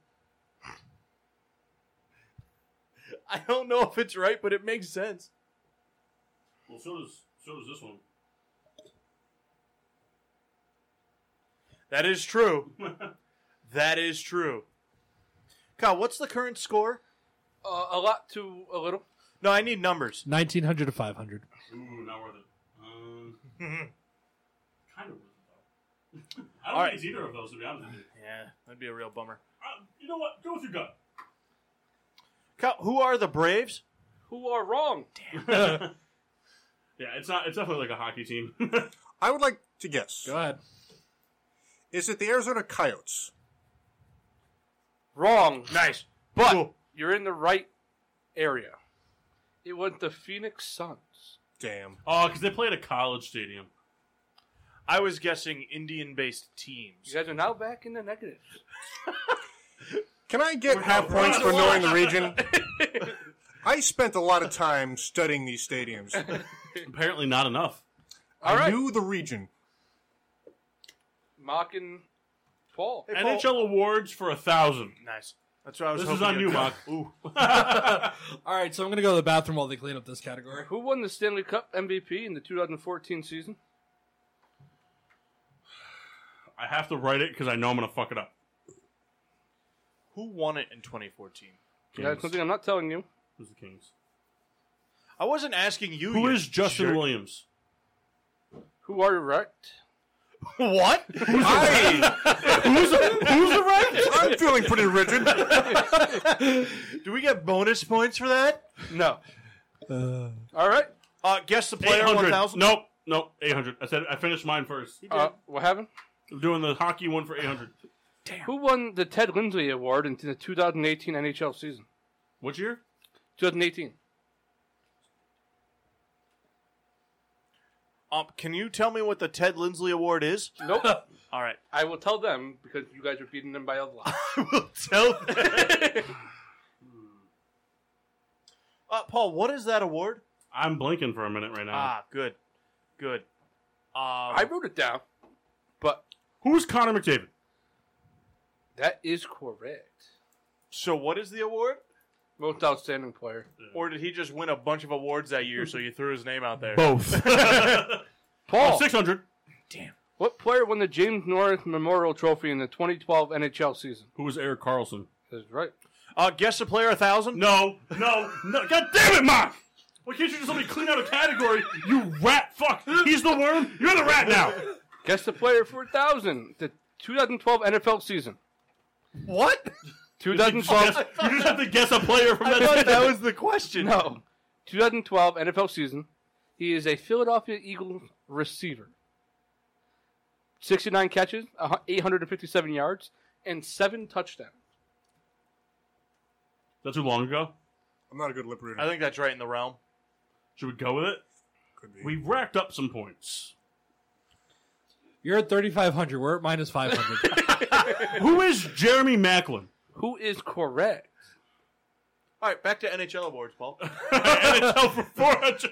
[SPEAKER 2] I don't know if it's right, but it makes sense.
[SPEAKER 1] Well, so does so does this one.
[SPEAKER 2] That is true. that is true. Kyle, what's the current score?
[SPEAKER 5] Uh, a lot to a little.
[SPEAKER 2] No, I need numbers.
[SPEAKER 3] 1900 to 500.
[SPEAKER 1] Ooh, not worth it. Um, I don't
[SPEAKER 2] All
[SPEAKER 1] think
[SPEAKER 2] right.
[SPEAKER 1] it's either of those, to be honest with you.
[SPEAKER 2] Yeah, that'd be a real bummer.
[SPEAKER 1] Uh, you know what? Go with your gut.
[SPEAKER 2] Co- Who are the Braves?
[SPEAKER 5] Who are wrong?
[SPEAKER 1] Yeah, it's not. It's definitely like a hockey team.
[SPEAKER 4] I would like to guess.
[SPEAKER 3] Go ahead.
[SPEAKER 4] Is it the Arizona Coyotes?
[SPEAKER 5] Wrong.
[SPEAKER 2] Nice.
[SPEAKER 5] But you're in the right area. It was the Phoenix Suns.
[SPEAKER 4] Damn.
[SPEAKER 1] oh, because they play at a college stadium.
[SPEAKER 2] I was guessing Indian-based teams.
[SPEAKER 5] You guys are now back in the negative.
[SPEAKER 4] Can I get half points for knowing the region? I spent a lot of time studying these stadiums.
[SPEAKER 1] Apparently, not enough.
[SPEAKER 4] I
[SPEAKER 5] All right.
[SPEAKER 4] knew the region.
[SPEAKER 5] Mocking Paul.
[SPEAKER 2] Hey, Paul.
[SPEAKER 1] NHL awards for a thousand.
[SPEAKER 2] Nice. That's what I was.
[SPEAKER 1] This is
[SPEAKER 2] hoping
[SPEAKER 1] on you,
[SPEAKER 2] you'd
[SPEAKER 1] Mock.
[SPEAKER 2] go.
[SPEAKER 3] All right, so I'm gonna go to the bathroom while they clean up this category.
[SPEAKER 5] Who won the Stanley Cup MVP in the 2014 season?
[SPEAKER 1] I have to write it because I know I'm gonna fuck it up.
[SPEAKER 2] Who won it in 2014?
[SPEAKER 5] That's something I'm not telling you.
[SPEAKER 1] Who's the Kings?
[SPEAKER 2] I wasn't asking you.
[SPEAKER 1] Who
[SPEAKER 2] you
[SPEAKER 1] is Justin
[SPEAKER 2] jerk.
[SPEAKER 1] Williams?
[SPEAKER 5] Who are erect?
[SPEAKER 2] What?
[SPEAKER 4] I,
[SPEAKER 1] who's who's the right?
[SPEAKER 4] I'm feeling pretty rigid.
[SPEAKER 2] Do we get bonus points for that?
[SPEAKER 5] No. All right.
[SPEAKER 2] Uh, guess the
[SPEAKER 1] Eight
[SPEAKER 2] player. One
[SPEAKER 1] hundred.
[SPEAKER 2] thousand.
[SPEAKER 1] Nope. Nope. Eight hundred. I said I finished mine first.
[SPEAKER 5] Uh, what happened?
[SPEAKER 1] I'm doing the hockey one for eight hundred.
[SPEAKER 5] Who won the Ted Lindsay Award in the 2018 NHL season?
[SPEAKER 1] What year?
[SPEAKER 5] 2018.
[SPEAKER 2] Um, can you tell me what the Ted Lindsley Award is?
[SPEAKER 5] Nope.
[SPEAKER 2] All right.
[SPEAKER 5] I will tell them because you guys are beating them by a lot.
[SPEAKER 2] I will tell. them. uh, Paul, what is that award?
[SPEAKER 1] I'm blinking for a minute right now.
[SPEAKER 2] Ah, good, good. Um,
[SPEAKER 5] I wrote it down, but
[SPEAKER 1] Who's Connor McDavid?
[SPEAKER 5] that is correct.
[SPEAKER 2] so, what is the award?
[SPEAKER 5] Most outstanding player.
[SPEAKER 2] Or did he just win a bunch of awards that year? so you threw his name out there.
[SPEAKER 1] Both.
[SPEAKER 2] Oh.
[SPEAKER 5] Paul,
[SPEAKER 1] Oh, Six hundred.
[SPEAKER 5] what player won the James Norris Memorial Trophy in the 2012 NHL season?
[SPEAKER 1] Who was Eric Carlson?
[SPEAKER 5] That's right.
[SPEAKER 2] Uh, guess the player a thousand.
[SPEAKER 1] No, no, no. God damn it, Mark! Why can't you just let me clean out a category? You rat fuck! He's the worm, you're the rat now!
[SPEAKER 5] Guess the player for a thousand. The 2012 NFL season.
[SPEAKER 2] What?
[SPEAKER 5] 2012.
[SPEAKER 1] Guess- you just have to guess a player from
[SPEAKER 2] I
[SPEAKER 1] that.
[SPEAKER 2] thought that was the question.
[SPEAKER 5] no. 2012 NFL season. He is a Philadelphia Eagles receiver. 69 catches, a hu- 857 yards, and seven touchdowns.
[SPEAKER 1] That's too long ago.
[SPEAKER 4] I'm not a good lip
[SPEAKER 2] I
[SPEAKER 4] reader.
[SPEAKER 2] think that's right in the realm.
[SPEAKER 1] Should we go with it?
[SPEAKER 4] Could be.
[SPEAKER 1] We racked up some points.
[SPEAKER 3] You're at 3,500. We're at minus 500.
[SPEAKER 1] Who is Jeremy Macklin?
[SPEAKER 5] Who is correct?
[SPEAKER 2] All right, back to NHL awards, Paul.
[SPEAKER 1] NHL for 400.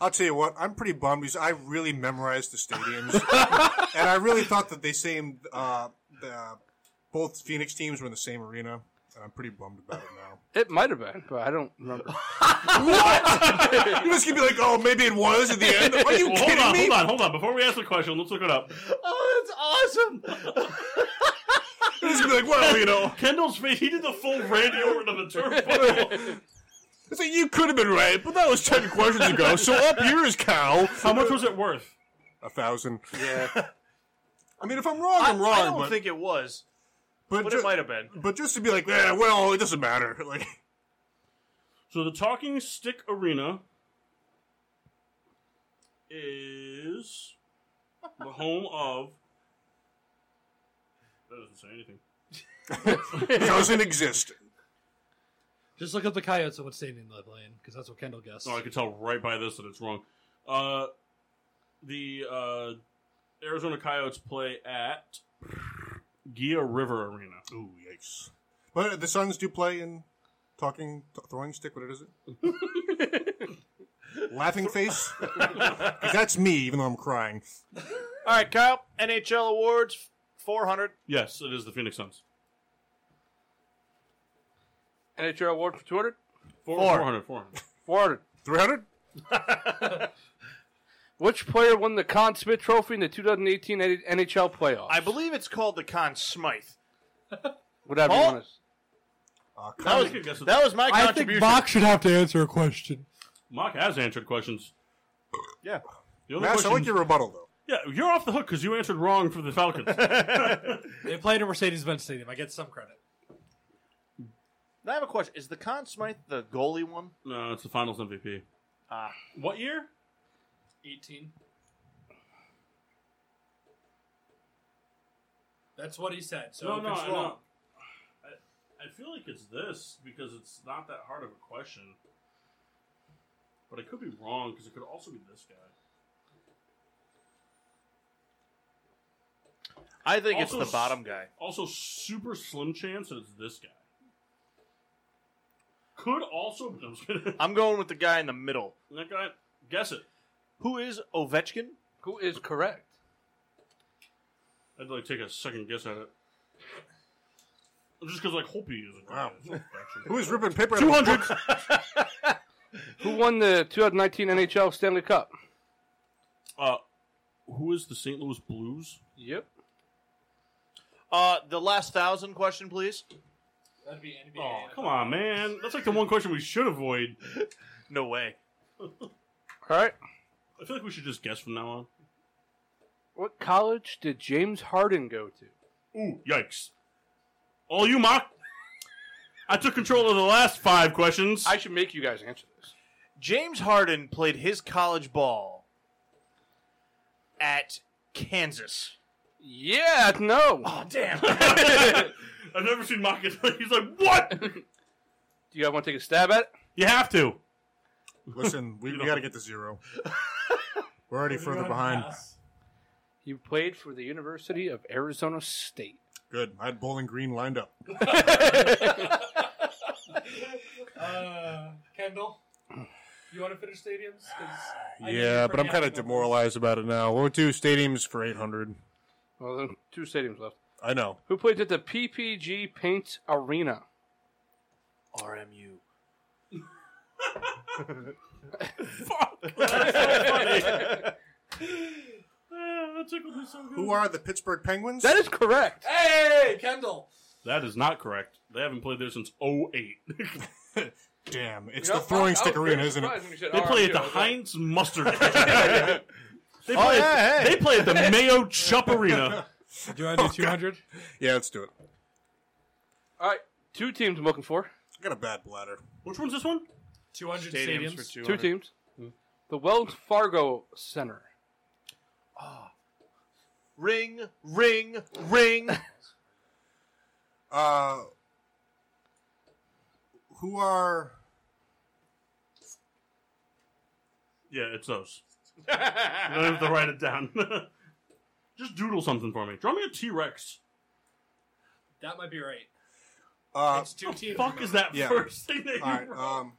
[SPEAKER 4] I'll tell you what, I'm pretty bummed because I really memorized the stadiums. and I really thought that they same, uh, the, both Phoenix teams were in the same arena. And I'm pretty bummed about it now.
[SPEAKER 5] It might have been, but I don't remember.
[SPEAKER 4] you just gonna be like, oh, maybe it was at the end. Are you
[SPEAKER 1] Well, hold
[SPEAKER 4] kidding
[SPEAKER 1] on,
[SPEAKER 4] me?
[SPEAKER 1] hold on, hold on. Before we ask the question, let's look it up.
[SPEAKER 2] oh, that's awesome!
[SPEAKER 4] You're just gonna be like, well, you know.
[SPEAKER 1] Kendall's face, he did the full Randy Orton of the turnbuckle.
[SPEAKER 4] It's like, you could have been right, but that was 10 questions ago. So up here is Cal.
[SPEAKER 1] How much was it worth?
[SPEAKER 4] A thousand.
[SPEAKER 5] yeah.
[SPEAKER 4] I mean, if I'm wrong, I'm wrong.
[SPEAKER 2] I don't
[SPEAKER 4] but,
[SPEAKER 2] think it was,
[SPEAKER 4] but,
[SPEAKER 2] but
[SPEAKER 4] ju-
[SPEAKER 2] it might have been.
[SPEAKER 4] but just to be like, yeah, well, it doesn't matter. Like,
[SPEAKER 1] So the Talking Stick Arena is the home of. That doesn't say anything.
[SPEAKER 4] it doesn't exist.
[SPEAKER 3] Just look up the Coyotes and what stadium they're playing, because that's what Kendall guessed.
[SPEAKER 1] No, Oh, I can tell right by this that it's wrong. Uh, the uh, Arizona Coyotes play at Gia River Arena.
[SPEAKER 4] Ooh, yikes. But the Suns do play in talking, th- throwing stick, what is it? Laughing face? 'Cause that's me, even though I'm crying.
[SPEAKER 2] All right, Kyle, NHL awards, 400.
[SPEAKER 1] Yes, it is the Phoenix Suns.
[SPEAKER 5] NHL award for 200?
[SPEAKER 1] Four,
[SPEAKER 2] Four.
[SPEAKER 1] 400, 400.
[SPEAKER 5] 400.
[SPEAKER 4] 300?
[SPEAKER 5] Which player won the Conn Smythe Trophy in the 2018 NHL playoffs?
[SPEAKER 2] I believe it's called the Conn Smythe.
[SPEAKER 5] Whatever you
[SPEAKER 2] Paul?
[SPEAKER 5] want
[SPEAKER 4] Uh,
[SPEAKER 2] That
[SPEAKER 4] Conn-
[SPEAKER 2] was,
[SPEAKER 1] I could guess what-
[SPEAKER 2] that was my
[SPEAKER 3] I
[SPEAKER 2] contribution.
[SPEAKER 3] think Bach should have to answer a question.
[SPEAKER 1] Mock has answered questions.
[SPEAKER 2] Yeah.
[SPEAKER 1] The only
[SPEAKER 4] Mash, I
[SPEAKER 1] question,
[SPEAKER 4] like your rebuttal, though.
[SPEAKER 1] Yeah, you're off the hook because you answered wrong for the Falcons.
[SPEAKER 3] They played at Mercedes-Benz Stadium. I get some credit.
[SPEAKER 2] Now I have a question. Is the Con Smythe the goalie one?
[SPEAKER 1] no, it's the Finals MVP.
[SPEAKER 2] Ah.
[SPEAKER 1] What year?
[SPEAKER 3] 18. That's what he said. So
[SPEAKER 1] no,
[SPEAKER 3] if
[SPEAKER 1] no,
[SPEAKER 3] it's
[SPEAKER 1] I
[SPEAKER 3] wrong,
[SPEAKER 1] know. I, I feel like it's this because it's not that hard of a question. But I could be wrong because it could also be this guy.
[SPEAKER 2] I think
[SPEAKER 1] Also
[SPEAKER 2] it's
[SPEAKER 1] s-
[SPEAKER 2] the bottom guy.
[SPEAKER 1] Also, super slim chance that it's this guy. Could also be. I'm just kidding.
[SPEAKER 2] I'm going with the guy in the middle.
[SPEAKER 1] That guy, guess it.
[SPEAKER 2] Who is Ovechkin?
[SPEAKER 5] Who is correct?
[SPEAKER 1] I'd like to take a second guess at it. Just because, like, Holpe is a
[SPEAKER 4] Wow.
[SPEAKER 1] guy.
[SPEAKER 4] Who is ripping paper? out of a
[SPEAKER 1] Two hundred.
[SPEAKER 5] Who won the 2019 NHL Stanley Cup?
[SPEAKER 1] Uh, who is the St. Louis Blues?
[SPEAKER 5] Yep.
[SPEAKER 2] Uh, the last thousand question, please.
[SPEAKER 3] that'd be NBA.
[SPEAKER 1] Oh, come on, man. That's like the one question we should avoid.
[SPEAKER 2] No way.
[SPEAKER 5] All right.
[SPEAKER 1] I feel like we should just guess from now on.
[SPEAKER 5] What college did James Harden go to?
[SPEAKER 1] Ooh, yikes! All you mock. I took control of the last five questions.
[SPEAKER 5] I should make you guys answer this.
[SPEAKER 2] James Harden played his college ball at Kansas.
[SPEAKER 5] Yeah, no.
[SPEAKER 2] Oh, damn.
[SPEAKER 1] I've never seen mock it. He's like, what?
[SPEAKER 5] Do you guys want to take a stab at it?
[SPEAKER 1] You have to.
[SPEAKER 4] Listen, we, we got to get to zero. We're already further behind.
[SPEAKER 5] He played for the University of Arizona State.
[SPEAKER 4] Good. I had Bowling Green lined up.
[SPEAKER 3] Uh, Kendall, you want to finish stadiums? 'Cause I know
[SPEAKER 4] Yeah,
[SPEAKER 3] you're
[SPEAKER 4] but I'm
[SPEAKER 3] pretty
[SPEAKER 4] kind of
[SPEAKER 3] active on
[SPEAKER 4] demoralized about it now. We're two stadiums for 800.
[SPEAKER 5] Well, there are two stadiums left.
[SPEAKER 4] I know.
[SPEAKER 5] Who played at the PPG Paint Arena?
[SPEAKER 2] RMU.
[SPEAKER 1] Ah, that tickled me so good.
[SPEAKER 4] Who are the Pittsburgh Penguins?
[SPEAKER 5] That is correct.
[SPEAKER 3] this. Hey, Kendall.
[SPEAKER 1] That is not correct. They haven't played there since 08.
[SPEAKER 4] Damn, it's
[SPEAKER 5] You know,
[SPEAKER 4] the throwing
[SPEAKER 5] I- I
[SPEAKER 4] stick
[SPEAKER 5] was
[SPEAKER 4] arena,
[SPEAKER 5] very
[SPEAKER 4] isn't it?
[SPEAKER 5] surprised when you said
[SPEAKER 3] Oh,
[SPEAKER 1] They play
[SPEAKER 5] RMU.
[SPEAKER 1] at the
[SPEAKER 5] I was like,
[SPEAKER 1] Heinz Mustard. Arena. they, play
[SPEAKER 4] Oh,
[SPEAKER 1] at,
[SPEAKER 4] yeah, hey.
[SPEAKER 1] they play at the Mayo Chup Arena.
[SPEAKER 3] Do you want to do 200?
[SPEAKER 4] Yeah, let's do it.
[SPEAKER 5] All right, two teams I'm looking for.
[SPEAKER 4] I got a bad bladder.
[SPEAKER 1] Which one's this one?
[SPEAKER 3] 200
[SPEAKER 2] Stadiums
[SPEAKER 3] stadiums.
[SPEAKER 2] for
[SPEAKER 5] Two
[SPEAKER 2] 200.
[SPEAKER 5] teams. The Wells Fargo Center.
[SPEAKER 2] Ring, ring, ring.
[SPEAKER 4] Uh, who are
[SPEAKER 1] Yeah, it's those. I don't have to write it down. Just doodle something for me. Draw me a T Rex.
[SPEAKER 3] That might be right.
[SPEAKER 4] uh,
[SPEAKER 3] It's two teams.
[SPEAKER 1] Fuck is that
[SPEAKER 4] Yeah.
[SPEAKER 1] first thing that you
[SPEAKER 4] all right,
[SPEAKER 2] uh,
[SPEAKER 1] wrote?
[SPEAKER 4] um,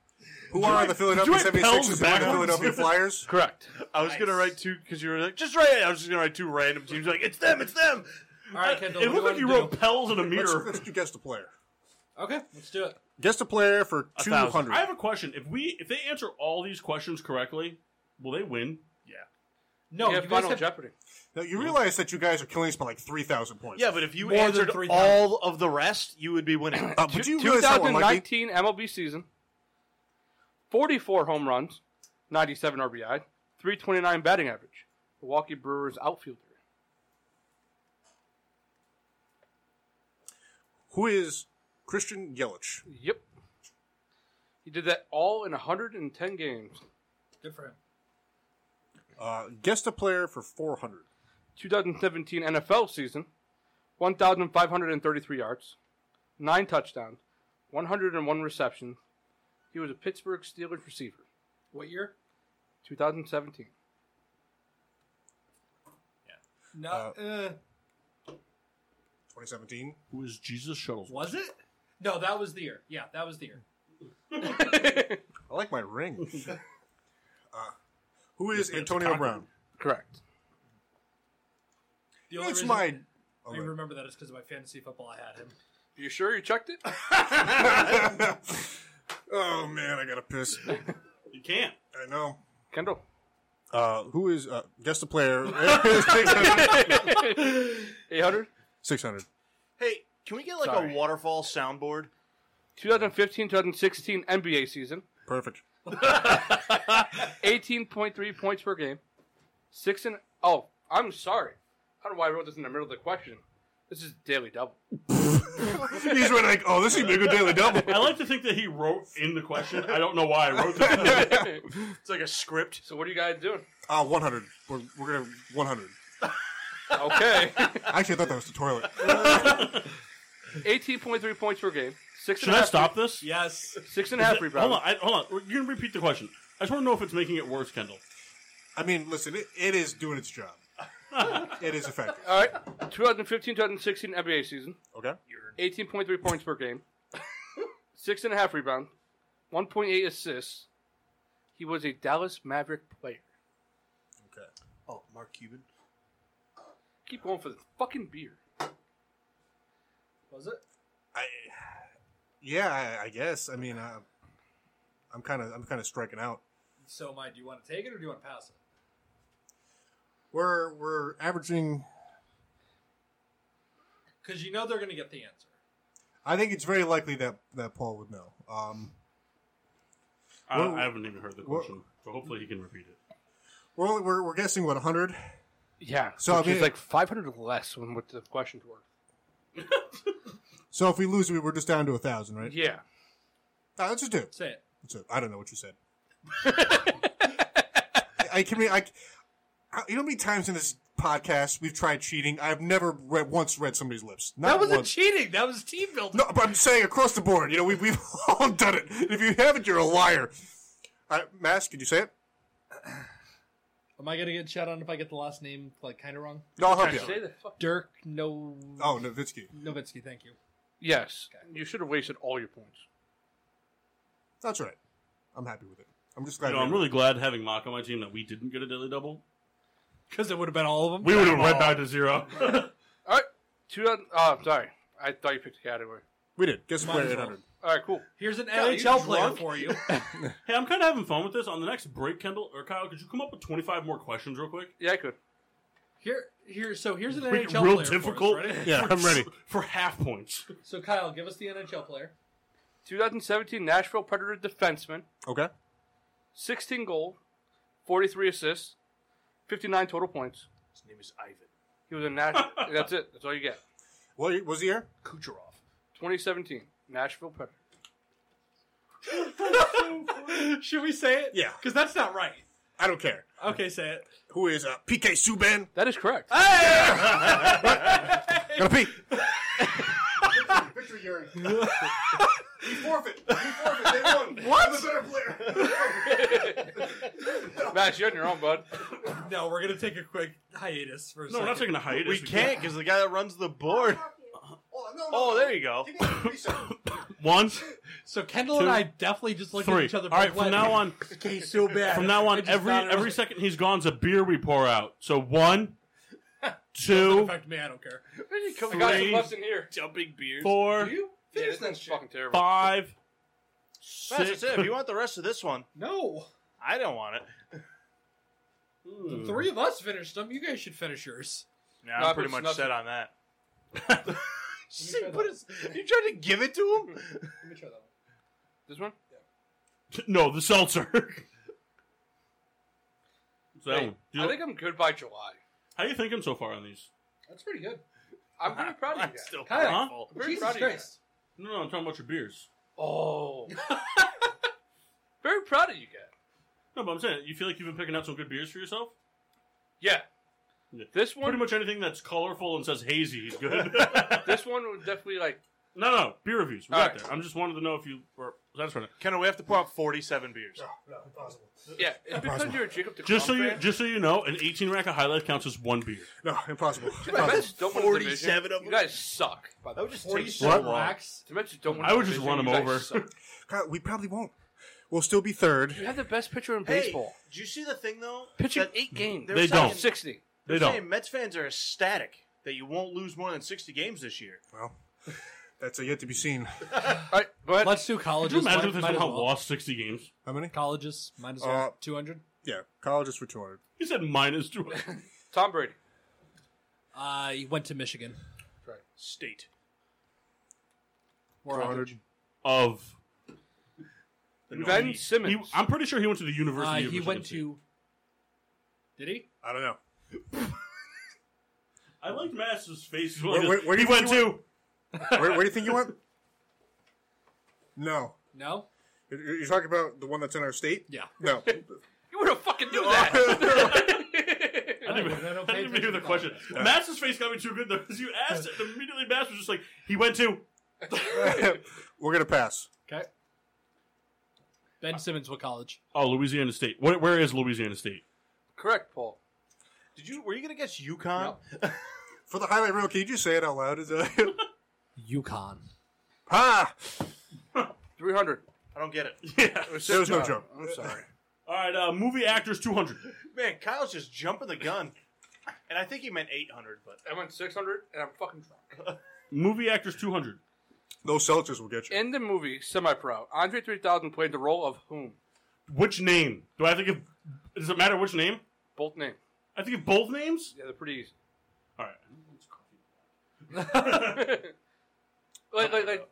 [SPEAKER 4] who are the Philadelphia
[SPEAKER 1] did you write Pels
[SPEAKER 4] 76ers and the
[SPEAKER 1] backwards?
[SPEAKER 4] Philadelphia Flyers?
[SPEAKER 5] Correct.
[SPEAKER 2] I was gonna write two because you were like, just write it. I was just gonna write two random teams. Like, it's them, it's them.
[SPEAKER 3] All right, Kendall.
[SPEAKER 1] Uh, It
[SPEAKER 3] what do
[SPEAKER 1] looked like you
[SPEAKER 3] you wanna
[SPEAKER 1] wrote Pels in a
[SPEAKER 4] Let's,
[SPEAKER 1] mirror.
[SPEAKER 4] let's do guest a player.
[SPEAKER 3] do? Okay, let's do it.
[SPEAKER 4] Guest a player for
[SPEAKER 2] A
[SPEAKER 4] two
[SPEAKER 2] thousand.
[SPEAKER 4] hundred.
[SPEAKER 1] I have a question. If we if they answer all these questions correctly, will they win?
[SPEAKER 3] No,
[SPEAKER 5] Oh, you
[SPEAKER 3] you,
[SPEAKER 5] have
[SPEAKER 3] guys
[SPEAKER 5] Final
[SPEAKER 3] have-
[SPEAKER 5] Jeopardy.
[SPEAKER 4] Now you realize that you guys are killing us by like three thousand points.
[SPEAKER 2] Yeah, but if you
[SPEAKER 3] More than
[SPEAKER 2] answered
[SPEAKER 3] 3,000.
[SPEAKER 2] all of the rest, you would be winning.
[SPEAKER 4] uh, but do you realize how unlucky?
[SPEAKER 5] 2019 MLB season. 44 home runs, 97 RBI, 329 batting average. Milwaukee Brewers outfielder.
[SPEAKER 4] Who is Christian Yelich?
[SPEAKER 5] Yep. He did that all in 110 games.
[SPEAKER 3] Good for him.
[SPEAKER 4] Uh, guest a player for four hundred.
[SPEAKER 5] 2017 NFL season, 1,533 yards, 9 touchdowns, 101 receptions. He was a Pittsburgh Steelers receiver.
[SPEAKER 3] What year?
[SPEAKER 5] 2017.
[SPEAKER 3] No.
[SPEAKER 4] Uh,
[SPEAKER 3] uh,
[SPEAKER 4] Twenty seventeen.
[SPEAKER 1] Who is Jesus Shuttles?
[SPEAKER 3] was it? No, that was the year. Yeah, that was the year.
[SPEAKER 4] I like my ring. uh, who is Antonio Brown?
[SPEAKER 5] Correct.
[SPEAKER 3] The only
[SPEAKER 4] That's
[SPEAKER 3] reason
[SPEAKER 4] my.
[SPEAKER 3] I remember that is because of my fantasy football. I had him.
[SPEAKER 5] You sure you checked it?
[SPEAKER 4] oh man, I gotta piss.
[SPEAKER 1] You can't.
[SPEAKER 4] I know.
[SPEAKER 5] Kendall.
[SPEAKER 4] Uh, who is uh, guest a player?
[SPEAKER 5] 800?
[SPEAKER 4] Six hundred.
[SPEAKER 2] Hey, can we get like
[SPEAKER 5] Sorry.
[SPEAKER 2] a waterfall soundboard?
[SPEAKER 5] 2015 2016 NBA season.
[SPEAKER 4] Perfect.
[SPEAKER 5] 18.3 points per game. Six and. Oh, I'm sorry. I don't know why I wrote this in the middle of the question. This is Daily Double.
[SPEAKER 4] He's right like, oh, this is gonna be a good daily double.
[SPEAKER 1] I like to think that he wrote in the question. I don't know why I wrote that.
[SPEAKER 2] It's like a script.
[SPEAKER 5] so what are you guys doing?
[SPEAKER 4] Ah, 100. We're, we're gonna 100.
[SPEAKER 5] Okay.
[SPEAKER 4] Actually, I thought that was the toilet.
[SPEAKER 5] 18.3 points per game. Six
[SPEAKER 1] Should
[SPEAKER 5] and a
[SPEAKER 1] I
[SPEAKER 5] half.
[SPEAKER 1] stop this?
[SPEAKER 3] Yes.
[SPEAKER 5] Six and a half rebounds.
[SPEAKER 1] Hold on, I, hold on. We're- You're gonna repeat the question. I just want to know if it's making it worse, Kendall.
[SPEAKER 4] I mean, listen, it, it is doing its job. It is effective.
[SPEAKER 5] All right. 2015-2016 NBA season.
[SPEAKER 4] Okay.
[SPEAKER 5] 18.3 points per game. Six and a half rebounds. 1.8 assists. He was a Dallas Maverick player.
[SPEAKER 4] Okay.
[SPEAKER 2] Oh, Mark Cuban.
[SPEAKER 5] Keep going for the fucking beer. Was it?
[SPEAKER 4] I, yeah, I, I guess. I mean, uh, I'm kind of I'm kind of striking out.
[SPEAKER 3] So, Mike, do you want to take it or do you want to pass it?
[SPEAKER 4] We're we're averaging.
[SPEAKER 3] Because you know they're going to get the answer.
[SPEAKER 4] I think it's very likely that that Paul would know. Um,
[SPEAKER 1] I,
[SPEAKER 4] Well-
[SPEAKER 1] I haven't even heard the
[SPEAKER 4] well-
[SPEAKER 1] question, so hopefully he can repeat it.
[SPEAKER 4] we're, only, we're we're guessing what 100.
[SPEAKER 5] Yeah.
[SPEAKER 4] So, I
[SPEAKER 5] which
[SPEAKER 4] mean-
[SPEAKER 5] is like 500 less than what the questions were.
[SPEAKER 4] So if we lose, we were just down to a thousand, right?
[SPEAKER 5] Yeah.
[SPEAKER 4] Ah, let's just do it.
[SPEAKER 3] Say it.
[SPEAKER 4] Let's do it. I don't know what you said. I, I can be I. I- You know how many times in this podcast we've tried cheating? I've never read, once read somebody's lips. Not
[SPEAKER 3] That wasn't
[SPEAKER 4] once.
[SPEAKER 3] cheating. That was team building.
[SPEAKER 4] No, but I'm saying across the board. You know, we, we've all done it. If you haven't, you're a liar. Uh, Mass, could you say it?
[SPEAKER 3] Am I going to get shut on if I get the last name like kind of wrong?
[SPEAKER 4] No, I'll help you.
[SPEAKER 5] Say the fuck-
[SPEAKER 3] Dirk No
[SPEAKER 4] Oh, Nowitzki.
[SPEAKER 3] Nowitzki. Thank you.
[SPEAKER 5] Yes. You should have wasted all your points.
[SPEAKER 4] That's right. I'm happy with it. I'm just glad.
[SPEAKER 1] You know, I'm
[SPEAKER 4] we-
[SPEAKER 1] really glad having Mock on my team that we didn't get a daily double.
[SPEAKER 3] Because it would have been all of them.
[SPEAKER 1] We would have went back to zero.
[SPEAKER 5] All right. Two. Uh, oh, sorry. I thought you picked a category.
[SPEAKER 4] we did. Guess
[SPEAKER 3] Might
[SPEAKER 4] we're
[SPEAKER 3] as
[SPEAKER 4] at
[SPEAKER 3] well.
[SPEAKER 4] 800.
[SPEAKER 5] All right. Cool.
[SPEAKER 3] Here's an
[SPEAKER 5] God, are you
[SPEAKER 3] NHL player
[SPEAKER 5] drunk?
[SPEAKER 3] for you.
[SPEAKER 1] hey, I'm kind of having fun with this. On the next break, Kendall or Kyle, could you come up with 25 more questions real quick?
[SPEAKER 5] Yeah, I could.
[SPEAKER 3] Here, here. So here's an
[SPEAKER 1] Make it
[SPEAKER 3] NHL
[SPEAKER 1] real
[SPEAKER 3] player.
[SPEAKER 1] difficult.
[SPEAKER 3] For us, ready?
[SPEAKER 4] Yeah, I'm ready.
[SPEAKER 1] for half points.
[SPEAKER 3] So Kyle, give us the NHL player.
[SPEAKER 5] 2017 Nashville Predator defenseman.
[SPEAKER 4] Okay.
[SPEAKER 5] 16 goal, 43 assists, 59 total points.
[SPEAKER 2] His name is Ivan
[SPEAKER 5] He was a Nash. that's it. That's all you get.
[SPEAKER 4] What year- was the year?
[SPEAKER 2] Kucherov.
[SPEAKER 5] 2017 Nashville Predator.
[SPEAKER 3] Should we say it?
[SPEAKER 4] Yeah.
[SPEAKER 3] Because that's not right.
[SPEAKER 4] I don't care.
[SPEAKER 3] Okay, say it.
[SPEAKER 4] Who is uh, PK Subban?
[SPEAKER 5] That is correct.
[SPEAKER 1] Ah!
[SPEAKER 4] Gonna pee.
[SPEAKER 9] Victory urine. we forfeit. We forfeit. They won. What? I'm a better player.
[SPEAKER 5] Max, you're on your own, bud.
[SPEAKER 3] No, we're gonna take a quick hiatus for a
[SPEAKER 1] No, we're not taking a hiatus.
[SPEAKER 2] We can't because the guy that runs the board.
[SPEAKER 6] Help you.
[SPEAKER 9] Oh, no, no,
[SPEAKER 2] Oh,
[SPEAKER 9] no.
[SPEAKER 2] there you go.
[SPEAKER 9] Give me three seconds.
[SPEAKER 1] One,
[SPEAKER 3] So Kendall
[SPEAKER 1] Two,
[SPEAKER 3] and I definitely just looked at
[SPEAKER 1] three.
[SPEAKER 3] each other.
[SPEAKER 1] All right, from now on,
[SPEAKER 3] okay, so bad.
[SPEAKER 1] from now on,
[SPEAKER 3] It just
[SPEAKER 1] every
[SPEAKER 3] sounded
[SPEAKER 1] every
[SPEAKER 3] really-
[SPEAKER 1] second he's gone's a beer we pour out. So one, two,
[SPEAKER 3] affect me. I don't care.
[SPEAKER 5] I got some
[SPEAKER 1] Three.
[SPEAKER 5] left in here.
[SPEAKER 2] Jumping beers.
[SPEAKER 1] four,
[SPEAKER 5] Yeah, this thing's fucking terrible.
[SPEAKER 1] five,
[SPEAKER 2] That's just
[SPEAKER 1] six.
[SPEAKER 2] it. If you want the rest of this one,
[SPEAKER 3] No,
[SPEAKER 2] I don't want it.
[SPEAKER 3] the three of us finished them. You guys should finish yours.
[SPEAKER 2] Yeah, I'm
[SPEAKER 5] Nothing,
[SPEAKER 2] pretty much
[SPEAKER 5] nothing.
[SPEAKER 2] set on that.
[SPEAKER 3] Let me try that
[SPEAKER 2] What
[SPEAKER 3] one.
[SPEAKER 2] is, you tried to give it to him?
[SPEAKER 3] Let me try that one.
[SPEAKER 5] This one?
[SPEAKER 1] No, the seltzer. so,
[SPEAKER 5] Hey,
[SPEAKER 1] do you-
[SPEAKER 5] I think I'm good by July.
[SPEAKER 1] how you thinking so far on these?
[SPEAKER 3] That's pretty good.
[SPEAKER 5] I'm pretty proud of you
[SPEAKER 2] I'm
[SPEAKER 5] guys.
[SPEAKER 2] still
[SPEAKER 3] Kyle.
[SPEAKER 2] grateful.
[SPEAKER 5] I'm very proud
[SPEAKER 3] Jesus
[SPEAKER 5] of you guys.
[SPEAKER 3] Christ.
[SPEAKER 1] No, no, I'm talking about your beers.
[SPEAKER 5] Oh. Very proud of you guys.
[SPEAKER 1] No, but I'm saying, you feel like you've been picking out some good beers for yourself?
[SPEAKER 5] Yeah.
[SPEAKER 1] Yeah.
[SPEAKER 5] This
[SPEAKER 1] Pretty
[SPEAKER 5] one,
[SPEAKER 1] much anything that's colorful and says hazy is good.
[SPEAKER 5] this one would definitely like.
[SPEAKER 1] no, no, beer reviews. We
[SPEAKER 5] All
[SPEAKER 1] got
[SPEAKER 5] right.
[SPEAKER 1] there. I'm just wanted to know if you were satisfied.
[SPEAKER 2] Kendall, we have to pour out 47 beers.
[SPEAKER 5] Yeah, it's because you're a Jacob DeGrom
[SPEAKER 1] Just so you,
[SPEAKER 5] fan.
[SPEAKER 1] just so you know, an 18 rack of High Life counts as one beer.
[SPEAKER 4] No, impossible.
[SPEAKER 5] The Mets don't win the division.
[SPEAKER 2] 47 of
[SPEAKER 5] You
[SPEAKER 2] them.
[SPEAKER 5] guys suck. By the
[SPEAKER 2] That
[SPEAKER 5] way,
[SPEAKER 2] would just take so
[SPEAKER 3] Forty-seven
[SPEAKER 2] long.
[SPEAKER 3] racks.
[SPEAKER 5] the Mets don't win.
[SPEAKER 1] I
[SPEAKER 5] the
[SPEAKER 1] would just
[SPEAKER 5] division.
[SPEAKER 1] run 'em
[SPEAKER 5] You guys
[SPEAKER 1] over.
[SPEAKER 5] suck.
[SPEAKER 4] God, we probably won't. We'll still be third.
[SPEAKER 5] You have the best pitcher in
[SPEAKER 2] Hey,
[SPEAKER 5] baseball.
[SPEAKER 2] did you see the thing though?
[SPEAKER 5] Pitching
[SPEAKER 2] That-
[SPEAKER 5] eight games.
[SPEAKER 2] They
[SPEAKER 1] They
[SPEAKER 2] saying-
[SPEAKER 1] don't.
[SPEAKER 5] Sixty.
[SPEAKER 1] They
[SPEAKER 2] they're saying
[SPEAKER 1] don't.
[SPEAKER 2] Mets fans are ecstatic that you won't lose more than 60 games this year.
[SPEAKER 4] Well, that's a yet to be seen.
[SPEAKER 5] All right, go ahead.
[SPEAKER 3] Let's do colleges.
[SPEAKER 1] Could you imagine if
[SPEAKER 3] might,
[SPEAKER 1] this
[SPEAKER 3] might as
[SPEAKER 1] somehow
[SPEAKER 3] well.
[SPEAKER 1] lost 60 games?
[SPEAKER 4] How many?
[SPEAKER 3] Colleges might as
[SPEAKER 4] Uh,
[SPEAKER 3] well. Two hundred.
[SPEAKER 4] Yeah, college is for 200.
[SPEAKER 1] He said minus two.
[SPEAKER 5] Tom Brady.
[SPEAKER 3] Uh, he went to Michigan.
[SPEAKER 2] State.
[SPEAKER 3] Or Huckabee.
[SPEAKER 1] of.
[SPEAKER 2] The
[SPEAKER 5] Ben
[SPEAKER 2] Northeast.
[SPEAKER 5] Simmons.
[SPEAKER 1] He, I'm pretty sure Uh, he went to the University
[SPEAKER 3] Uh,
[SPEAKER 1] of
[SPEAKER 3] he
[SPEAKER 1] Michigan
[SPEAKER 3] went
[SPEAKER 1] State.
[SPEAKER 3] to. Did he?
[SPEAKER 4] I don't know.
[SPEAKER 1] I liked Master's face. He's
[SPEAKER 4] Where-
[SPEAKER 1] like,
[SPEAKER 4] where- where do
[SPEAKER 1] he
[SPEAKER 4] you
[SPEAKER 1] went
[SPEAKER 4] think he
[SPEAKER 1] to.
[SPEAKER 4] Where, where do you think you went? No.
[SPEAKER 3] No?
[SPEAKER 4] You're you're talking about the one that's in our state?
[SPEAKER 3] Yeah.
[SPEAKER 4] No.
[SPEAKER 5] You would have fucking knew that.
[SPEAKER 1] I didn't, even-
[SPEAKER 3] I don't
[SPEAKER 1] I
[SPEAKER 3] pay
[SPEAKER 1] didn't even hear the
[SPEAKER 3] attention to
[SPEAKER 1] question. Master's face got me too good though, because you asked it, and immediately Master was just like, he went to.
[SPEAKER 4] We're gonna pass.
[SPEAKER 3] Okay. Ben Simmons, what college?
[SPEAKER 1] Oh, Louisiana State. Where, where is Louisiana State?
[SPEAKER 5] Correct, Paul.
[SPEAKER 2] Did you? Were you gonna guess UConn?
[SPEAKER 4] For the highlight reel, can you just say it out loud? Is that
[SPEAKER 3] UConn.
[SPEAKER 4] ha?
[SPEAKER 5] 300.
[SPEAKER 2] I don't get it.
[SPEAKER 1] Yeah.
[SPEAKER 2] It was
[SPEAKER 4] There was
[SPEAKER 2] just-
[SPEAKER 4] no jump.
[SPEAKER 5] I'm sorry.
[SPEAKER 1] All right, uh, movie actors 200.
[SPEAKER 2] Man, Kyle's just jumping the gun, and I think he meant eight hundred, but
[SPEAKER 5] I went 600 and I'm fucking drunk.
[SPEAKER 1] Movie actors 200.
[SPEAKER 4] Those Celtics will get you.
[SPEAKER 5] In the movie Semi Pro, Andre 3000 played the role of whom?
[SPEAKER 1] Which name? Do I think of. Does it matter which name?
[SPEAKER 5] Both names.
[SPEAKER 1] I think of both names?
[SPEAKER 5] Yeah, they're pretty easy.
[SPEAKER 1] All right.
[SPEAKER 5] like, like, like,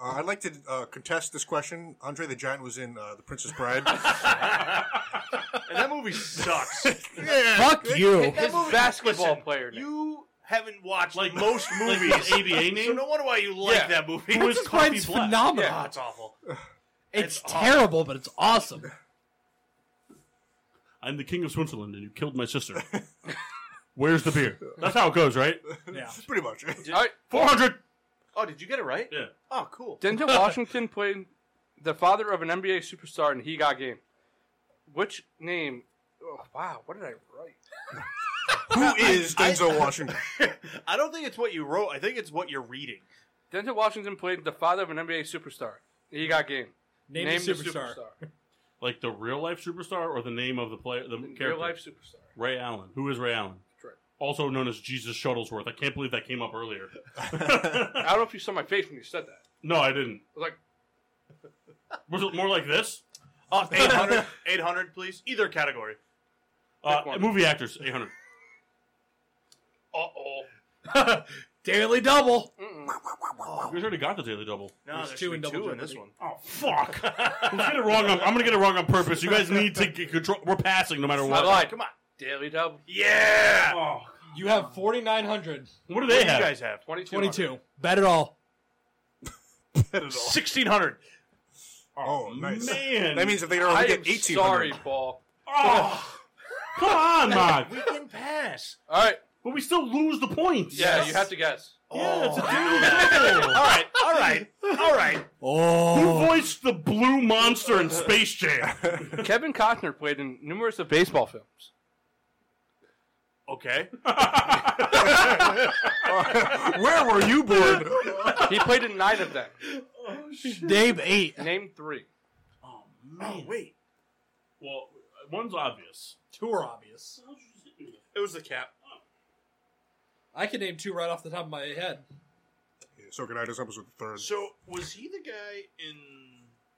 [SPEAKER 4] Uh, I'd like to uh, contest this question. Andre the Giant was in uh, The Princess Bride.
[SPEAKER 2] and that movie sucks.
[SPEAKER 3] Fuck you.
[SPEAKER 5] his basketball
[SPEAKER 2] Listen,
[SPEAKER 5] player name.
[SPEAKER 2] You haven't watched
[SPEAKER 1] Like
[SPEAKER 2] like most movies.
[SPEAKER 1] Like ABA
[SPEAKER 2] So
[SPEAKER 1] name?
[SPEAKER 2] no wonder why you like
[SPEAKER 5] Yeah.
[SPEAKER 2] that movie.
[SPEAKER 1] Who is
[SPEAKER 3] This
[SPEAKER 1] Coffee
[SPEAKER 3] one's
[SPEAKER 1] Black?
[SPEAKER 3] phenomenal.
[SPEAKER 2] yeah, it's awful.
[SPEAKER 3] It's,
[SPEAKER 2] it's
[SPEAKER 3] terrible, but it's awesome.
[SPEAKER 1] I'm the king of Switzerland and you killed my sister. Where's the beer? That's how it goes, right?
[SPEAKER 3] Yeah.
[SPEAKER 4] Pretty much.
[SPEAKER 5] All right.
[SPEAKER 1] 400!
[SPEAKER 2] Oh, did you get it right?
[SPEAKER 1] Yeah.
[SPEAKER 2] Oh, cool.
[SPEAKER 5] Denzel Washington played the father of an NBA superstar in He Got Game. Which name? Oh, wow, what did I write?
[SPEAKER 4] Who is Denzel Washington?
[SPEAKER 2] I don't think it's what you wrote. I think it's what you're reading.
[SPEAKER 5] Denzel Washington played the father of an NBA superstar. in He got game.
[SPEAKER 3] Name,
[SPEAKER 5] Name
[SPEAKER 3] the superstar.
[SPEAKER 1] Like the real life superstar or the name of the player, the character?
[SPEAKER 5] Real life superstar.
[SPEAKER 1] Ray Allen. Who is Ray Allen?
[SPEAKER 5] Correct.
[SPEAKER 1] Also known as Jesus Shuttlesworth. I can't believe that came up earlier.
[SPEAKER 5] I don't know if you saw my face when you said that.
[SPEAKER 1] no, I didn't.
[SPEAKER 5] I was like,
[SPEAKER 1] Was it more like this?
[SPEAKER 2] Oh, 800, 800, please. Either category.
[SPEAKER 1] Uh,
[SPEAKER 5] Pick one.
[SPEAKER 1] movie actors, 800.
[SPEAKER 5] uh oh.
[SPEAKER 3] Daily double.
[SPEAKER 1] You guys already got the Daily Double.
[SPEAKER 2] No,
[SPEAKER 3] There's
[SPEAKER 2] there's,
[SPEAKER 3] two
[SPEAKER 2] two,
[SPEAKER 3] in
[SPEAKER 2] two
[SPEAKER 3] Double
[SPEAKER 2] in this
[SPEAKER 3] Jeopardy.
[SPEAKER 2] one.
[SPEAKER 1] Oh, fuck. I'm gonna get it wrong. On, I'm going to get it wrong on purpose. You guys need to get control. We're passing no matter
[SPEAKER 5] I
[SPEAKER 1] what.
[SPEAKER 5] lied. Come on. Daily Double.
[SPEAKER 2] Yeah.
[SPEAKER 1] Oh,
[SPEAKER 3] You have 4,900.
[SPEAKER 1] what do
[SPEAKER 2] What
[SPEAKER 1] they
[SPEAKER 2] do Oh, you
[SPEAKER 1] have?
[SPEAKER 2] guys have?
[SPEAKER 3] 22. Bet it all.
[SPEAKER 2] Sixteen hundred.
[SPEAKER 4] Oh, nice.
[SPEAKER 1] Man.
[SPEAKER 4] That means if they don't
[SPEAKER 5] I
[SPEAKER 4] only
[SPEAKER 5] am
[SPEAKER 4] get 18.
[SPEAKER 5] sorry, Paul.
[SPEAKER 1] Oh, come on, Mog.
[SPEAKER 2] We can pass.
[SPEAKER 5] All right.
[SPEAKER 1] But we still lose the points.
[SPEAKER 5] Yeah, you have to guess.
[SPEAKER 1] Yeah, it's a Daily Double.
[SPEAKER 2] All right. All right. All right.
[SPEAKER 1] Who voiced the blue monster in Space Jam?
[SPEAKER 5] Kevin Costner played in numerous of baseball films.
[SPEAKER 2] Okay.
[SPEAKER 4] Where were you born?
[SPEAKER 5] He played in nine of them. Oh,
[SPEAKER 3] Name 8.
[SPEAKER 5] Name three.
[SPEAKER 2] Oh wait.
[SPEAKER 1] Well, one's obvious.
[SPEAKER 3] Two are obvious.
[SPEAKER 2] It was the cap.
[SPEAKER 3] I can name two right off the top of my head.
[SPEAKER 4] Yeah, so can I just help us with the third?
[SPEAKER 2] So was he the guy in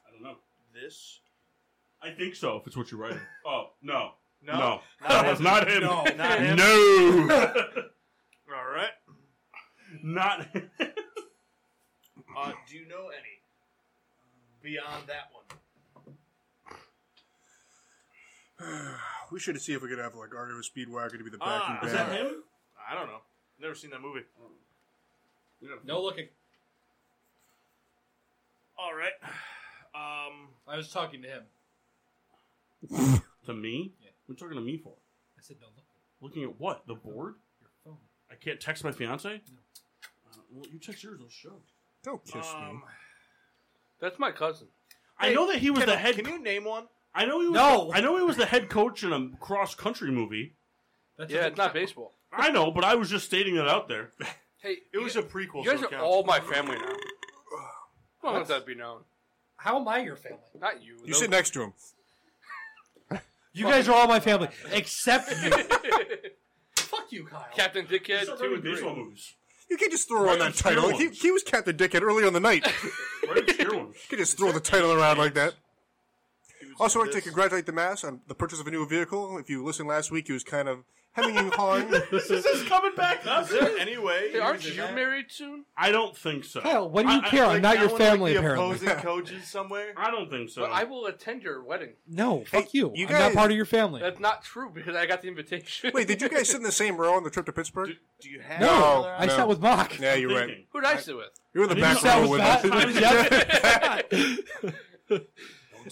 [SPEAKER 1] I don't know.
[SPEAKER 2] this?
[SPEAKER 1] I think so, if it's what you're writing. Oh, no. No.
[SPEAKER 2] No.
[SPEAKER 1] that was not him.
[SPEAKER 3] No,
[SPEAKER 2] not him.
[SPEAKER 1] No.
[SPEAKER 2] All right.
[SPEAKER 1] not
[SPEAKER 2] Uh, do you know any beyond that one?
[SPEAKER 4] We should see if we could have like Argo Speedwagon to be the
[SPEAKER 2] Ah,
[SPEAKER 4] backing
[SPEAKER 2] is
[SPEAKER 4] band.
[SPEAKER 2] that him? I don't know. Never seen that movie.
[SPEAKER 3] No looking.
[SPEAKER 2] All right. Um,
[SPEAKER 3] I was talking to him.
[SPEAKER 1] to me?
[SPEAKER 3] Yeah.
[SPEAKER 1] What are you talking to me for?
[SPEAKER 3] I said no looking.
[SPEAKER 1] Looking at what? The board?
[SPEAKER 3] Your phone.
[SPEAKER 1] I can't text my fiance? Uh, well, you text yours, I'll show.
[SPEAKER 4] Don't kiss me.
[SPEAKER 2] um,
[SPEAKER 5] That's my cousin.
[SPEAKER 1] I know that he was
[SPEAKER 2] can,
[SPEAKER 1] the head.
[SPEAKER 2] can you name one?
[SPEAKER 1] I know he was.
[SPEAKER 3] No.
[SPEAKER 1] I know he was the head coach in a cross country movie.
[SPEAKER 3] That's
[SPEAKER 5] Yeah, it's not baseball.
[SPEAKER 1] I know, but I was just stating that out there.
[SPEAKER 5] Hey,
[SPEAKER 2] It was
[SPEAKER 5] you,
[SPEAKER 2] a prequel.
[SPEAKER 5] you guys
[SPEAKER 2] so it
[SPEAKER 5] are
[SPEAKER 2] counts.
[SPEAKER 5] all my family now. Don't let that be known.
[SPEAKER 3] How am I your family?
[SPEAKER 5] Not you.
[SPEAKER 4] You
[SPEAKER 5] those-
[SPEAKER 4] sit next to him.
[SPEAKER 3] You guys are all my family, except you. Fuck you, Kyle.
[SPEAKER 5] Captain Dickhead
[SPEAKER 1] Start
[SPEAKER 5] two
[SPEAKER 1] writing
[SPEAKER 5] and three.
[SPEAKER 1] baseball movies.
[SPEAKER 4] You can't just throw
[SPEAKER 1] Right,
[SPEAKER 4] on that
[SPEAKER 1] obscure
[SPEAKER 4] title. Like, he,
[SPEAKER 1] ones.
[SPEAKER 4] he was Captain Dickhead earlier in the night. you
[SPEAKER 1] Write obscure ones.
[SPEAKER 4] can just throw the title around like that. Also, I'd like to congratulate the Mass on the purchase of a new vehicle. If you listened last week, he was kind of hemming and hawing.
[SPEAKER 1] this is coming back up.
[SPEAKER 2] Is there any way?
[SPEAKER 5] Hey, aren't
[SPEAKER 2] is
[SPEAKER 5] you
[SPEAKER 2] that-
[SPEAKER 5] married soon?
[SPEAKER 1] I don't think so.
[SPEAKER 3] Kyle, what do you
[SPEAKER 1] I- I-
[SPEAKER 3] care? I'm
[SPEAKER 2] like,
[SPEAKER 3] not
[SPEAKER 2] now
[SPEAKER 3] your
[SPEAKER 2] one of,
[SPEAKER 3] family,
[SPEAKER 2] like, the
[SPEAKER 3] apparently.
[SPEAKER 2] Opposing coaches somewhere.
[SPEAKER 1] I don't think so.
[SPEAKER 5] But I will attend your wedding.
[SPEAKER 3] No, fuck you.
[SPEAKER 4] you
[SPEAKER 3] I'm not
[SPEAKER 4] guys-
[SPEAKER 3] part of your family.
[SPEAKER 5] That's not true because I got the invitation.
[SPEAKER 4] Wait, did you guys sit in the same row on the trip to Pittsburgh?
[SPEAKER 2] Do you have?
[SPEAKER 3] no,
[SPEAKER 4] No,
[SPEAKER 3] I
[SPEAKER 4] no.
[SPEAKER 3] sat with Mock.
[SPEAKER 4] Yeah, you're right.
[SPEAKER 1] Thinking.
[SPEAKER 5] Who did I sit with?
[SPEAKER 4] You're in the
[SPEAKER 1] I
[SPEAKER 4] back
[SPEAKER 1] didn't know
[SPEAKER 4] row
[SPEAKER 1] that
[SPEAKER 4] with
[SPEAKER 1] was
[SPEAKER 4] us.
[SPEAKER 3] that.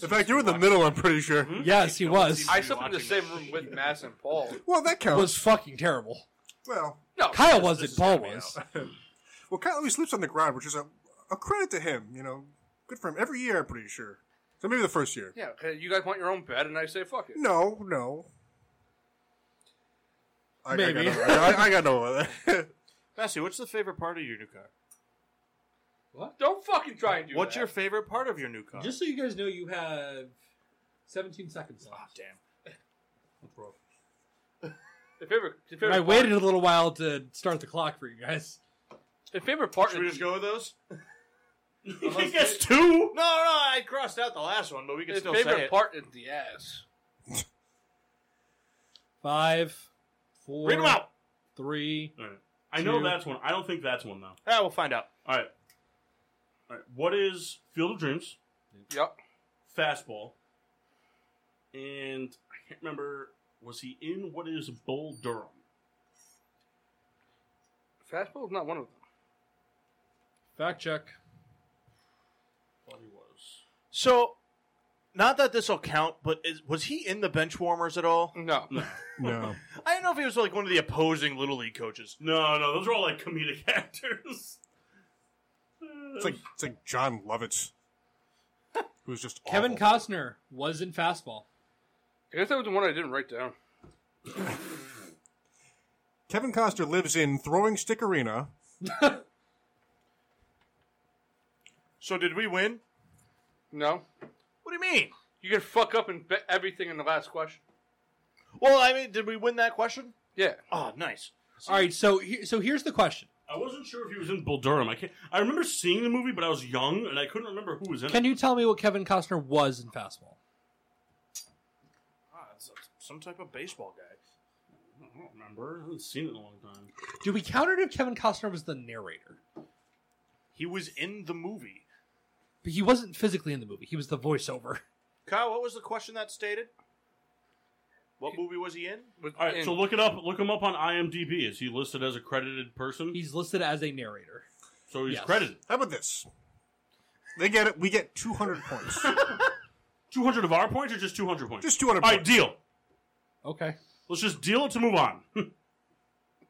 [SPEAKER 4] In fact, you're in the middle. I'm pretty sure.
[SPEAKER 1] Hmm?
[SPEAKER 3] yes, he was.
[SPEAKER 5] I slept in the same room with Mass and Paul.
[SPEAKER 4] Well, that counts.
[SPEAKER 3] was fucking terrible.
[SPEAKER 4] well,
[SPEAKER 5] No,
[SPEAKER 3] Kyle
[SPEAKER 5] this-
[SPEAKER 3] wasn't.
[SPEAKER 5] this is
[SPEAKER 3] Paul
[SPEAKER 5] coming
[SPEAKER 3] was.
[SPEAKER 5] out.
[SPEAKER 4] well, Kyle always sleeps on the ground, which is a, a credit to him. You know, good for him. Every year, I'm pretty sure. So maybe the first year.
[SPEAKER 5] Yeah, 'cause you guys want your own bed, and I say fuck it.
[SPEAKER 4] No, no. I,
[SPEAKER 3] Maybe.
[SPEAKER 4] I got no, I, I got no other.
[SPEAKER 2] Massey, what's the favorite part of your new car?
[SPEAKER 5] What? Don't fucking try and do
[SPEAKER 2] what's
[SPEAKER 5] that.
[SPEAKER 2] your favorite part of your new car?
[SPEAKER 3] so you guys know, you have 17 seconds
[SPEAKER 2] oh, damn.
[SPEAKER 5] The favorite? The favorite
[SPEAKER 3] I
[SPEAKER 5] part-
[SPEAKER 3] waited a little while to start the clock for you guys.
[SPEAKER 5] The favorite part.
[SPEAKER 2] Should we just go with those?
[SPEAKER 1] He gets two.
[SPEAKER 2] No, no, I crossed out the last one, but we can
[SPEAKER 5] His
[SPEAKER 2] still say
[SPEAKER 5] favorite
[SPEAKER 2] it.
[SPEAKER 5] part is the ass.
[SPEAKER 3] Five, four,
[SPEAKER 2] Read them out.
[SPEAKER 3] three.
[SPEAKER 1] All right. I know
[SPEAKER 3] Two.
[SPEAKER 1] that's one. I don't think that's one though.
[SPEAKER 2] Ah, we'll find out.
[SPEAKER 1] All right. All right. What is Field of Dreams?
[SPEAKER 5] Yep.
[SPEAKER 1] Fastball. And I can't remember. Was he in what is Bull Durham?
[SPEAKER 5] Fastball is not one of them.
[SPEAKER 3] Fact check.
[SPEAKER 1] Thought he was.
[SPEAKER 2] So, not that this will count, but is, was he in the bench warmers at all?
[SPEAKER 5] No.
[SPEAKER 4] no.
[SPEAKER 2] I don't know if he was like one of the opposing little league coaches.
[SPEAKER 1] No, no. Those are all like comedic actors.
[SPEAKER 4] It's like it's like John Lovitz, who was just
[SPEAKER 3] Kevin
[SPEAKER 4] awful.
[SPEAKER 3] Costner was in fastball.
[SPEAKER 5] I guess that was the one I didn't write down.
[SPEAKER 4] Kevin Costner lives in Throwing Stick Arena.
[SPEAKER 2] So did we win?
[SPEAKER 5] No.
[SPEAKER 2] What do you mean?
[SPEAKER 5] You can fuck up and bet everything in the last question.
[SPEAKER 2] Well, I mean, did we win that question?
[SPEAKER 5] Yeah.
[SPEAKER 2] Oh, nice.
[SPEAKER 3] All right, so he- so here's the question:
[SPEAKER 1] I wasn't sure if he was in Bull Durham. I can't. I remember seeing the movie, but I was young and I couldn't remember who was in
[SPEAKER 3] Can
[SPEAKER 1] it.
[SPEAKER 3] you tell me what Kevin Costner was in fastball?
[SPEAKER 2] Ah, it's some type of baseball guy.
[SPEAKER 1] I don't remember. I haven't seen it in a long time.
[SPEAKER 3] Do we count it if Kevin Costner was the narrator?
[SPEAKER 2] He was in the movie.
[SPEAKER 3] But he wasn't physically in the movie; he was the voiceover.
[SPEAKER 2] Kyle, what was the question that stated? What movie was he in?
[SPEAKER 5] Was
[SPEAKER 1] All right,
[SPEAKER 5] in-
[SPEAKER 1] so look it up. Look him up on IMDb. Is he listed as a credited person?
[SPEAKER 3] He's listed as a narrator.
[SPEAKER 1] so he's
[SPEAKER 3] yes.
[SPEAKER 1] credited.
[SPEAKER 4] How about this? They get it. We get 200 points.
[SPEAKER 1] Two hundred of our points, or just two hundred points?
[SPEAKER 4] Just 200
[SPEAKER 1] All right,
[SPEAKER 4] points.
[SPEAKER 1] deal.
[SPEAKER 3] Okay.
[SPEAKER 1] Let's just deal it to move on.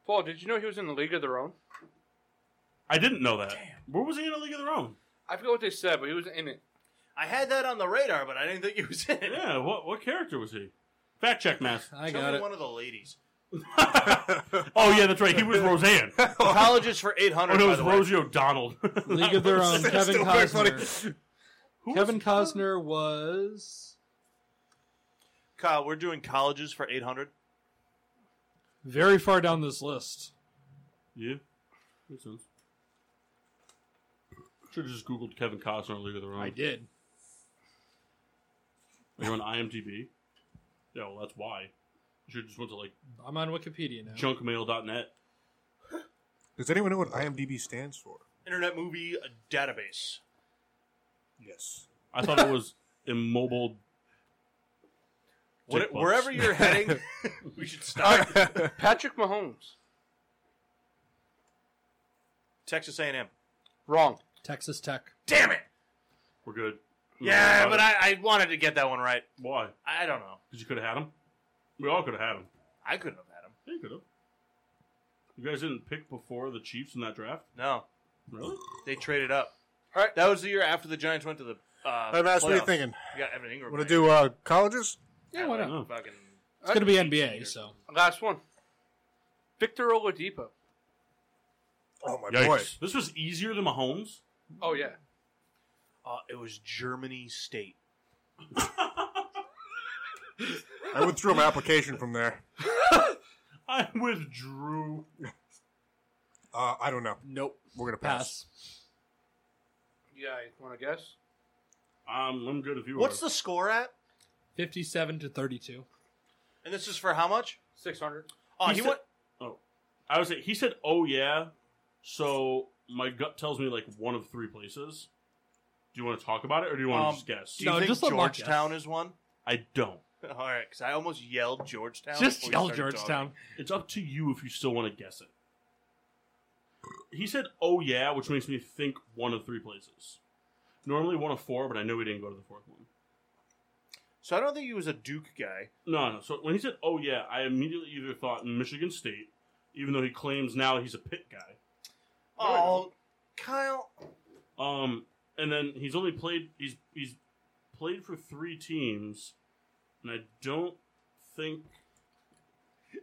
[SPEAKER 5] Paul, did you know he was in the League of Their Own?
[SPEAKER 1] I didn't know that. Where was he in a League of Their Own?
[SPEAKER 5] I forgot what they said, but he was in it.
[SPEAKER 2] I had that on the radar, but I didn't think he was in it.
[SPEAKER 1] Yeah. What what character was he? Fact check, Matt.
[SPEAKER 3] I
[SPEAKER 2] Tell
[SPEAKER 3] got
[SPEAKER 2] me
[SPEAKER 3] it.
[SPEAKER 2] one of the ladies.
[SPEAKER 1] oh yeah, that's right. He was Roseanne. oh
[SPEAKER 2] Apologies for 800,
[SPEAKER 1] no, it
[SPEAKER 2] by
[SPEAKER 1] was
[SPEAKER 2] the way.
[SPEAKER 1] Rosie O'Donnell.
[SPEAKER 3] League of Their Own.
[SPEAKER 4] That's
[SPEAKER 3] Kevin
[SPEAKER 4] still very funny.
[SPEAKER 3] Costner.
[SPEAKER 1] Who
[SPEAKER 3] Kevin
[SPEAKER 1] was-
[SPEAKER 3] Costner was
[SPEAKER 2] Kyle, we're doing colleges for 800.
[SPEAKER 3] very far down this list.
[SPEAKER 1] Yeah, makes sense. Should have just googled Kevin Costner League of Their Own.
[SPEAKER 3] I did.
[SPEAKER 1] You're on IMDb. Yeah, well, that's why. You should just went to like
[SPEAKER 3] I'm on Wikipedia now.
[SPEAKER 1] junkmail.net.
[SPEAKER 4] Does anyone know what IMDb stands for?
[SPEAKER 2] Internet Movie uh, Database.
[SPEAKER 4] Yes.
[SPEAKER 1] I thought it was immobile.
[SPEAKER 2] What,
[SPEAKER 1] dick bucks.
[SPEAKER 2] wherever you're heading, we should stop.
[SPEAKER 4] That's
[SPEAKER 5] Patrick Mahomes.
[SPEAKER 2] Texas A&M.
[SPEAKER 5] Wrong.
[SPEAKER 3] Texas Tech.
[SPEAKER 2] Damn it!
[SPEAKER 1] we're good.
[SPEAKER 2] Yeah,
[SPEAKER 1] No,
[SPEAKER 2] but Mm, I, I wanted to get that one right.
[SPEAKER 1] why?
[SPEAKER 2] I don't know.
[SPEAKER 1] Because you could have had him. We all could have had him.
[SPEAKER 2] I couldn't have had him.
[SPEAKER 1] Yeah, you could have. You guys didn't pick before the Chiefs in that draft,
[SPEAKER 2] No,
[SPEAKER 1] really?
[SPEAKER 2] they traded up.
[SPEAKER 5] All right.
[SPEAKER 2] That was the year after the Giants went to the. Uh,
[SPEAKER 4] what are you
[SPEAKER 2] playoffs.
[SPEAKER 4] thinking?
[SPEAKER 2] You got Evan Ingram.
[SPEAKER 4] Want to do uh, colleges?
[SPEAKER 3] Yeah, why not?
[SPEAKER 1] Oh.
[SPEAKER 2] Fucking
[SPEAKER 3] It's gonna be NBA, so
[SPEAKER 5] Uh, Last one. Victor Oladipo.
[SPEAKER 4] Oh my
[SPEAKER 1] Yikes!
[SPEAKER 4] boy!
[SPEAKER 1] This was easier than Mahomes.
[SPEAKER 5] Oh yeah.
[SPEAKER 2] uh, it was Germany State.
[SPEAKER 4] I withdrew my application from there.
[SPEAKER 1] I withdrew.
[SPEAKER 4] Uh, I don't know.
[SPEAKER 3] nope.
[SPEAKER 4] We're gonna pass.
[SPEAKER 3] Pass.
[SPEAKER 5] Yeah, you want to guess?
[SPEAKER 1] Um, I'm good if you
[SPEAKER 2] What's
[SPEAKER 1] are.
[SPEAKER 2] the score at?
[SPEAKER 3] Fifty-seven to thirty-two.
[SPEAKER 2] And this is for how much?
[SPEAKER 5] Six hundred.
[SPEAKER 2] Oh,
[SPEAKER 1] He
[SPEAKER 2] he,
[SPEAKER 1] said-
[SPEAKER 2] went.
[SPEAKER 1] I was he said, "Oh yeah," so my gut tells me like one of three places. Do you want to talk about it, or do you want
[SPEAKER 2] Um,
[SPEAKER 1] to just guess?
[SPEAKER 2] Do you
[SPEAKER 3] No,
[SPEAKER 2] think
[SPEAKER 3] just let Mark guess.
[SPEAKER 2] Georgetown is one?
[SPEAKER 1] I don't.
[SPEAKER 2] All right, because I almost yelled Georgetown.
[SPEAKER 3] Just
[SPEAKER 2] before you
[SPEAKER 3] yell
[SPEAKER 2] started talking.
[SPEAKER 3] Georgetown.
[SPEAKER 1] It's up to you if you still want to guess it. He said, "Oh yeah," which makes me think one of three places. Normally one of four, but I know we didn't go to the fourth one.
[SPEAKER 2] So I don't think he was a Duke guy.
[SPEAKER 1] No, no. So when he said, "Oh yeah," I immediately either thought Michigan State, even though he claims now he's a Pitt guy.
[SPEAKER 2] Oh, Kyle.
[SPEAKER 1] Um, and then he's only played he's he's played for three teams, and I don't think.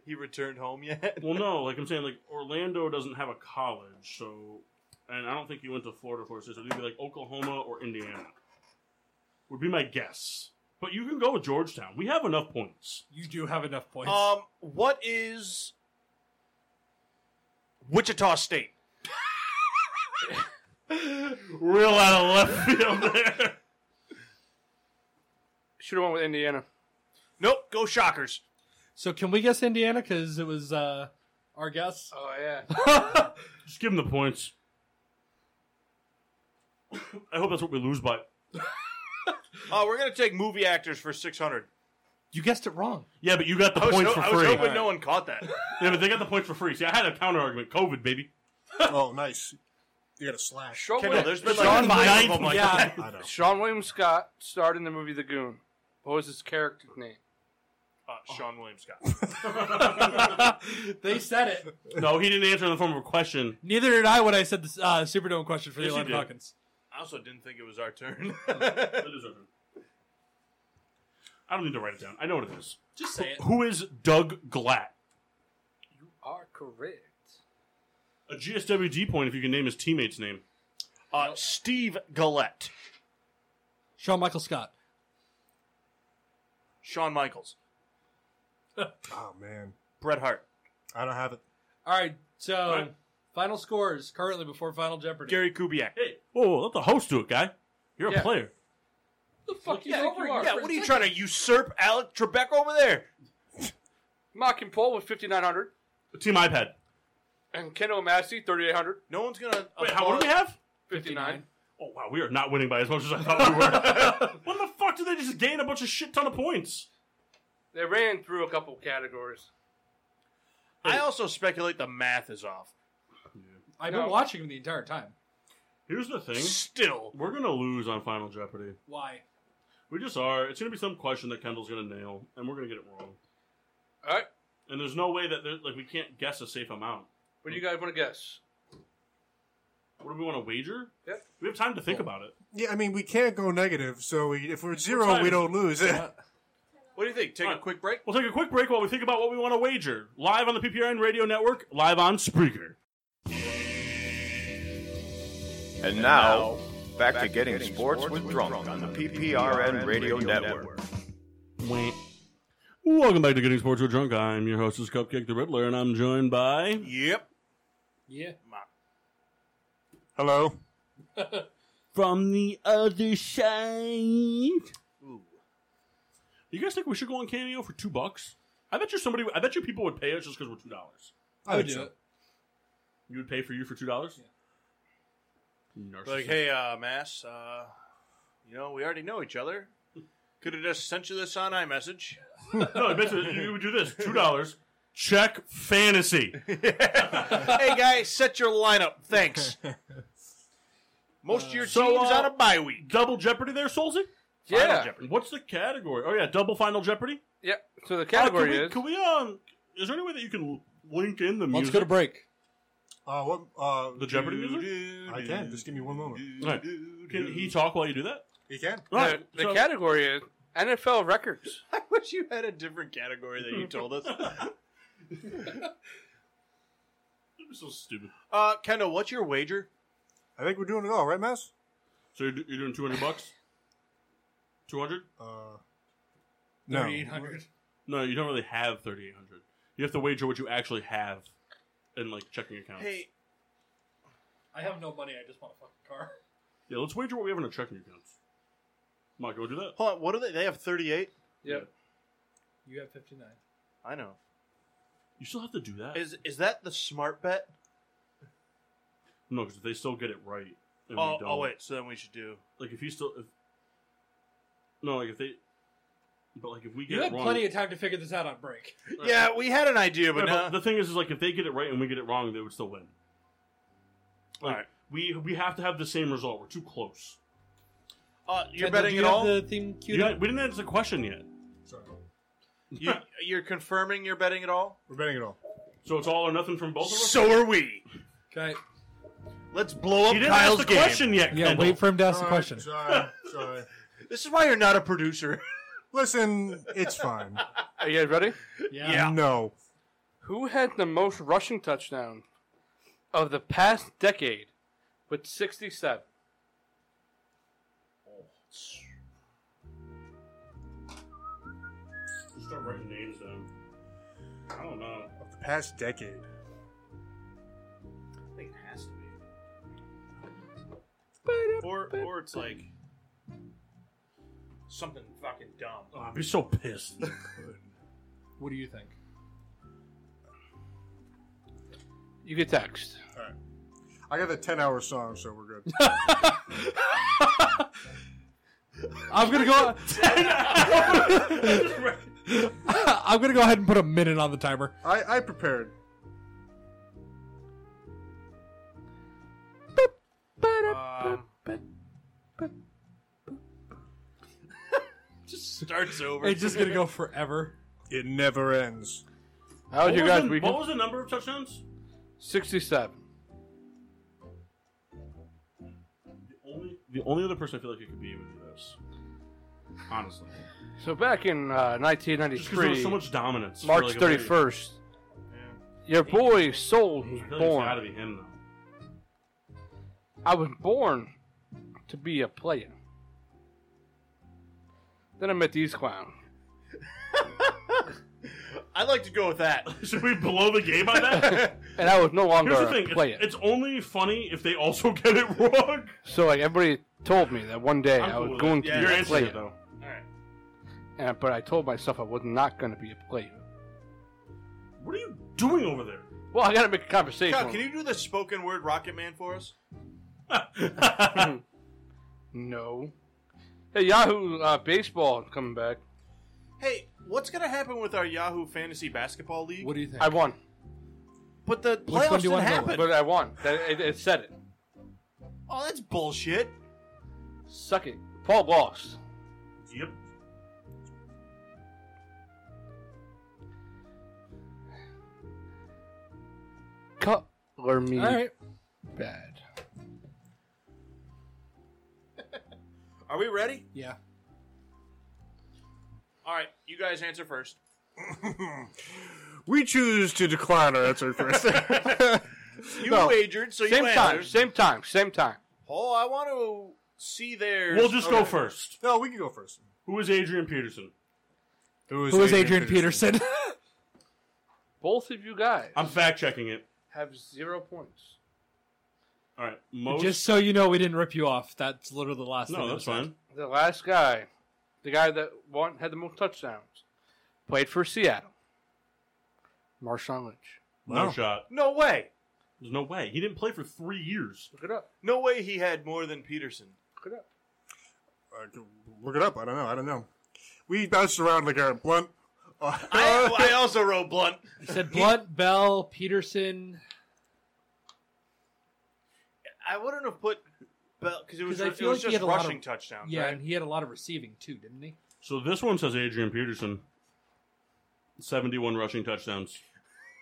[SPEAKER 2] He returned home yet?
[SPEAKER 1] Well, no, like I'm saying, like Orlando doesn't have a college, so and I don't think he went to Florida for this. So it'd be like Oklahoma or Indiana. Would be my guess, but you can go with Georgetown. We have enough points.
[SPEAKER 3] You do have enough points.
[SPEAKER 2] Um, what is Wichita State?
[SPEAKER 1] Real out of left field there.
[SPEAKER 5] Should have went with Indiana.
[SPEAKER 2] Nope, go Shockers.
[SPEAKER 3] so can we guess Indiana? Because it was uh, our guess.
[SPEAKER 5] Oh yeah.
[SPEAKER 1] Just give him the points. I hope that's what we lose by.
[SPEAKER 2] Oh, we're gonna take movie actors for six hundred.
[SPEAKER 3] you guessed it wrong.
[SPEAKER 1] Yeah, but you got the
[SPEAKER 2] I was,
[SPEAKER 1] points
[SPEAKER 2] ho-
[SPEAKER 1] for
[SPEAKER 2] I
[SPEAKER 1] free.
[SPEAKER 2] was hoping no one caught that.
[SPEAKER 1] Yeah, but they got the points for free. See, I had a counter argument. COVID, baby.
[SPEAKER 4] oh, nice. You got a slash.
[SPEAKER 5] Sean,
[SPEAKER 2] Kendall,
[SPEAKER 5] William,
[SPEAKER 2] there's been
[SPEAKER 1] Sean
[SPEAKER 2] like five
[SPEAKER 1] Knight.
[SPEAKER 2] of them like
[SPEAKER 3] Yeah.
[SPEAKER 2] that.
[SPEAKER 4] I know.
[SPEAKER 5] Sean William Scott starred in the movie The Goon. What was his character's name?
[SPEAKER 2] Uh, Sean Williams Scott.
[SPEAKER 3] they said it.
[SPEAKER 1] No, he didn't answer in the form of a question.
[SPEAKER 3] Neither did I when I said the uh, Superdome question for
[SPEAKER 1] Yes,
[SPEAKER 3] the
[SPEAKER 1] you
[SPEAKER 3] Atlanta
[SPEAKER 1] did.
[SPEAKER 3] Hawkins.
[SPEAKER 2] I also didn't think it was our turn.
[SPEAKER 1] It is our turn. I don't need to write it down. I know what it is.
[SPEAKER 3] Just say it.
[SPEAKER 1] Who is Doug Glatt?
[SPEAKER 5] You are correct.
[SPEAKER 1] A GSWG point if you can name his teammate's name.
[SPEAKER 2] uh, Steve Gillette,
[SPEAKER 3] Sean Michael Scott.
[SPEAKER 2] Sean Michaels,
[SPEAKER 4] Oh man,
[SPEAKER 2] Bret Hart,
[SPEAKER 4] I don't have it.
[SPEAKER 3] All right. So
[SPEAKER 1] Alright.
[SPEAKER 3] final scores currently before Final Jeopardy.
[SPEAKER 2] Gary Kubiak.
[SPEAKER 1] Hey, whoa, Oh, let the host do it, guy. You're
[SPEAKER 5] Yeah.
[SPEAKER 1] a player.
[SPEAKER 3] the fuck
[SPEAKER 5] Yeah, you are.
[SPEAKER 2] Yeah, what are you trying to usurp Alec Trebek over there?
[SPEAKER 5] Mocking Paul with 5,900.
[SPEAKER 1] Team iPad.
[SPEAKER 5] And Kendall Massey, 3,800.
[SPEAKER 2] No one's gonna. uh,
[SPEAKER 1] Wait, how what do we have?
[SPEAKER 5] 59.
[SPEAKER 1] Oh wow, we are not winning by as much as I thought we were. what the fuck did they just gain a bunch of shit ton of points?
[SPEAKER 5] They ran through a couple categories.
[SPEAKER 2] I also speculate the math is off.
[SPEAKER 3] I've
[SPEAKER 5] No.
[SPEAKER 3] been watching him the entire time.
[SPEAKER 1] Here's the thing.
[SPEAKER 2] Still,
[SPEAKER 1] We're gonna lose on Final Jeopardy.
[SPEAKER 3] Why?
[SPEAKER 1] We just are. It's gonna be some question that Kendall's gonna nail, and we're gonna get it wrong.
[SPEAKER 5] All right.
[SPEAKER 1] And there's no way that there, like we can't guess a safe amount.
[SPEAKER 5] What do you guys want to guess?
[SPEAKER 1] What do we want to wager?
[SPEAKER 5] Yeah.
[SPEAKER 1] We have time to think about it.
[SPEAKER 4] Yeah, I mean we can't go negative, so we, if we're at zero,
[SPEAKER 1] tied.
[SPEAKER 4] we don't lose.
[SPEAKER 2] what do you think? Take a
[SPEAKER 1] Alright.
[SPEAKER 2] quick break.
[SPEAKER 1] We'll take a quick break while we think about what we want to wager. Live on the PPRN Radio Network, live on Spreaker.
[SPEAKER 7] And now, back to getting sports with drunk on the PPRN Radio Network.
[SPEAKER 1] Welcome back to Getting Sports with Drunk. I'm your hostess, Cupcake the Riddler, and I'm joined by.
[SPEAKER 2] Yep.
[SPEAKER 3] Yeah.
[SPEAKER 4] Hello.
[SPEAKER 1] From the other side. You guys think we should go on Cameo for two bucks? I bet you somebody. I bet you people would pay us just because we're two dollars.
[SPEAKER 3] I would
[SPEAKER 4] think
[SPEAKER 3] do
[SPEAKER 4] so.
[SPEAKER 3] it.
[SPEAKER 1] You would pay for you for two dollars? Narcissist.
[SPEAKER 2] Like, hey, uh, Mass, uh, you know, we already know each other. Could have just sent you this on iMessage.
[SPEAKER 1] No, basically, you would do this two dollars. Check fantasy.
[SPEAKER 2] hey, guy, set your lineup. Thanks. Most of your team's
[SPEAKER 1] So, uh,
[SPEAKER 2] on a bye week.
[SPEAKER 1] Double Jeopardy, there, Solzy.
[SPEAKER 5] Yeah.
[SPEAKER 1] Jeopardy. What's the category? Oh yeah, double Final Jeopardy.
[SPEAKER 5] Yeah. So the
[SPEAKER 1] Uh,
[SPEAKER 5] category
[SPEAKER 1] could we,
[SPEAKER 5] is
[SPEAKER 1] Could we? Um, is there any way that you can link in the music?
[SPEAKER 3] Let's go to break.
[SPEAKER 4] Uh, what? Uh,
[SPEAKER 1] the Jeopardy music.
[SPEAKER 4] I can. Just give me one moment.
[SPEAKER 1] Alright. Can he talk while you do that?
[SPEAKER 4] You can.
[SPEAKER 5] the, the
[SPEAKER 1] so-
[SPEAKER 5] category is NFL records.
[SPEAKER 2] I wish you had a different category that you told us.
[SPEAKER 1] That'd be so stupid.
[SPEAKER 2] Uh, Kendall, what's your wager?
[SPEAKER 4] I think we're doing it all, right, Mass?
[SPEAKER 1] So you're, do- you're doing two hundred bucks. Two hundred?
[SPEAKER 4] Uh, no.
[SPEAKER 3] 3,800.
[SPEAKER 1] No, you don't really have thirty eight hundred. You have to wager what you actually have in like checking accounts.
[SPEAKER 2] Hey,
[SPEAKER 3] I have no money. I just want a fucking car.
[SPEAKER 1] Yeah, let's wager what we have in our checking accounts. Mike, go do that.
[SPEAKER 2] hold on. What do they? They have 38?
[SPEAKER 5] Yeah.
[SPEAKER 3] You have 59.
[SPEAKER 2] I know.
[SPEAKER 1] You still have to do that.
[SPEAKER 2] Is is that the smart bet?
[SPEAKER 1] no, because they still get it right. and we
[SPEAKER 2] Oh,
[SPEAKER 1] don't.
[SPEAKER 2] oh wait, so then we should do.
[SPEAKER 1] Like if he still, if, no, like if they, but like if we get
[SPEAKER 3] You
[SPEAKER 1] it
[SPEAKER 3] had
[SPEAKER 1] wrong,
[SPEAKER 3] plenty of time to figure this out on break.
[SPEAKER 2] Yeah, we had an idea,
[SPEAKER 1] Uh, Yeah,
[SPEAKER 2] but
[SPEAKER 1] but
[SPEAKER 2] now
[SPEAKER 1] the thing is, is like if they get it right and we get it wrong, they would still win. Like,
[SPEAKER 2] Alright.
[SPEAKER 1] We we have to have the same result. We're too close.
[SPEAKER 2] uh, you're
[SPEAKER 3] Kendall, do
[SPEAKER 2] betting
[SPEAKER 3] you
[SPEAKER 2] it
[SPEAKER 3] have
[SPEAKER 2] all.
[SPEAKER 3] The theme
[SPEAKER 1] You
[SPEAKER 3] queued
[SPEAKER 1] didn't-
[SPEAKER 3] up?
[SPEAKER 1] we didn't answer the question yet,
[SPEAKER 4] Sorry.
[SPEAKER 2] You, you're confirming you're betting it all.
[SPEAKER 4] We're betting it all.
[SPEAKER 1] so it's all or nothing from both of us.
[SPEAKER 2] So are we.
[SPEAKER 3] Okay.
[SPEAKER 2] Let's blow up
[SPEAKER 1] you didn't
[SPEAKER 2] Kyle's
[SPEAKER 1] ask the
[SPEAKER 2] game.
[SPEAKER 1] question yet.
[SPEAKER 3] Yeah,
[SPEAKER 1] Kendall.
[SPEAKER 3] wait for him to ask the
[SPEAKER 4] Sorry,
[SPEAKER 3] question.
[SPEAKER 4] Sorry, sorry.
[SPEAKER 2] This is why you're not a producer.
[SPEAKER 4] Listen, it's fine.
[SPEAKER 5] Are you guys ready?
[SPEAKER 2] Yeah.
[SPEAKER 4] No.
[SPEAKER 5] Who had the most rushing touchdown of the past decade with 67?
[SPEAKER 1] Just Start writing names down. I don't know.
[SPEAKER 4] Of the past decade.
[SPEAKER 2] I think it has to be. Or, or it's like something fucking dumb.
[SPEAKER 1] Oh, I'd be so pissed.
[SPEAKER 3] What do you think?
[SPEAKER 5] You get text.
[SPEAKER 4] I got the 10 hour song, so we're good.
[SPEAKER 3] I'm gonna go. I'm gonna go ahead and put a minute on the timer.
[SPEAKER 4] I, I prepared.
[SPEAKER 2] Um, just starts over.
[SPEAKER 3] It's just gonna go forever.
[SPEAKER 4] It never ends.
[SPEAKER 5] How
[SPEAKER 1] what,
[SPEAKER 5] was your
[SPEAKER 1] was
[SPEAKER 5] guys'
[SPEAKER 1] the, what
[SPEAKER 5] weekend?
[SPEAKER 1] was the number of touchdowns?
[SPEAKER 5] 67.
[SPEAKER 1] The only the only other person I feel like it could be would be this. Honestly,
[SPEAKER 5] So back in uh,
[SPEAKER 1] just because there was
[SPEAKER 5] 1993,
[SPEAKER 1] so much dominance. for,
[SPEAKER 5] March
[SPEAKER 1] like, a very-
[SPEAKER 5] 31st, your boy Soul was
[SPEAKER 1] I feel like It's got to
[SPEAKER 5] born.
[SPEAKER 1] be him though.
[SPEAKER 5] I was born to be a player. Then I met these clowns.
[SPEAKER 2] I'd like to go with that.
[SPEAKER 1] Should we blow the game on that?
[SPEAKER 5] And I was no longer
[SPEAKER 1] Here's the
[SPEAKER 5] a
[SPEAKER 1] thing:
[SPEAKER 5] player.
[SPEAKER 1] it's, it's only funny if they also get it wrong.
[SPEAKER 5] so like everybody told me that one day
[SPEAKER 1] I'm
[SPEAKER 5] I
[SPEAKER 1] cool
[SPEAKER 5] was
[SPEAKER 1] with
[SPEAKER 5] going
[SPEAKER 1] it.
[SPEAKER 5] to
[SPEAKER 2] Yeah,
[SPEAKER 5] be
[SPEAKER 1] You're
[SPEAKER 5] a
[SPEAKER 1] answering
[SPEAKER 5] player.
[SPEAKER 1] it though.
[SPEAKER 5] And, but I told myself I was not going to be a player.
[SPEAKER 1] What are you doing over there?
[SPEAKER 5] Well, I got to make a conversation.
[SPEAKER 2] Kyle, can you do the spoken word Rocket Man for us?
[SPEAKER 5] No. Hey, Yahoo uh, baseball is coming back.
[SPEAKER 2] Hey, what's gonna happen with our Yahoo Fantasy Basketball League?
[SPEAKER 3] What do you think?
[SPEAKER 5] I won,
[SPEAKER 2] but the
[SPEAKER 3] Which one
[SPEAKER 2] playoffs
[SPEAKER 3] do
[SPEAKER 2] didn't
[SPEAKER 3] you wanna go
[SPEAKER 2] happen.
[SPEAKER 5] but I won. That, it, it said it.
[SPEAKER 2] Oh, that's bullshit.
[SPEAKER 5] Suck it. Paul lost.
[SPEAKER 1] yep.
[SPEAKER 5] Cutler me
[SPEAKER 3] All right.
[SPEAKER 5] bad.
[SPEAKER 2] Are we ready?
[SPEAKER 3] Yeah.
[SPEAKER 2] All right, you guys answer first.
[SPEAKER 4] We choose to decline our answer first.
[SPEAKER 2] You
[SPEAKER 4] No.
[SPEAKER 2] wagered, so
[SPEAKER 5] Same
[SPEAKER 2] you
[SPEAKER 5] time,
[SPEAKER 2] answered.
[SPEAKER 5] same time, same time.
[SPEAKER 2] Oh, I want to see their.
[SPEAKER 1] We'll just go
[SPEAKER 2] Okay.
[SPEAKER 1] first.
[SPEAKER 4] no, we can go first.
[SPEAKER 1] Who is Adrian Peterson?
[SPEAKER 4] Who is,
[SPEAKER 3] Who was Adrian Peterson?
[SPEAKER 5] Both of you guys
[SPEAKER 1] I'm fact checking it.
[SPEAKER 5] have zero points.
[SPEAKER 1] All right. Most.
[SPEAKER 3] Just so you know, we didn't rip you off. That's literally the last. thing
[SPEAKER 1] no,
[SPEAKER 3] that
[SPEAKER 1] that's
[SPEAKER 3] was said.
[SPEAKER 1] fine.
[SPEAKER 5] The last guy, the guy that won, had the most touchdowns, played for Seattle. Marshawn Lynch.
[SPEAKER 1] No.
[SPEAKER 4] No.
[SPEAKER 1] shot.
[SPEAKER 2] No way.
[SPEAKER 1] There's no way. He didn't play for three years.
[SPEAKER 5] Look it up.
[SPEAKER 2] No way he had more than Peterson.
[SPEAKER 5] Look it up.
[SPEAKER 4] Uh, look it up. I don't know. I don't know. We bounced around like Aaron Blunt. Uh,
[SPEAKER 2] I, I also wrote Blunt.
[SPEAKER 3] You said Blunt, Bell, Peterson.
[SPEAKER 2] I wouldn't have put Bell because it was,
[SPEAKER 3] 'Cause I
[SPEAKER 2] it
[SPEAKER 3] feel
[SPEAKER 2] was
[SPEAKER 3] like he
[SPEAKER 2] just
[SPEAKER 3] had a lot of-
[SPEAKER 2] rushing touchdowns.
[SPEAKER 3] Yeah,
[SPEAKER 2] right?
[SPEAKER 3] and he had a lot of receiving too, didn't he?
[SPEAKER 1] So this one says Adrian Peterson, 71 rushing touchdowns.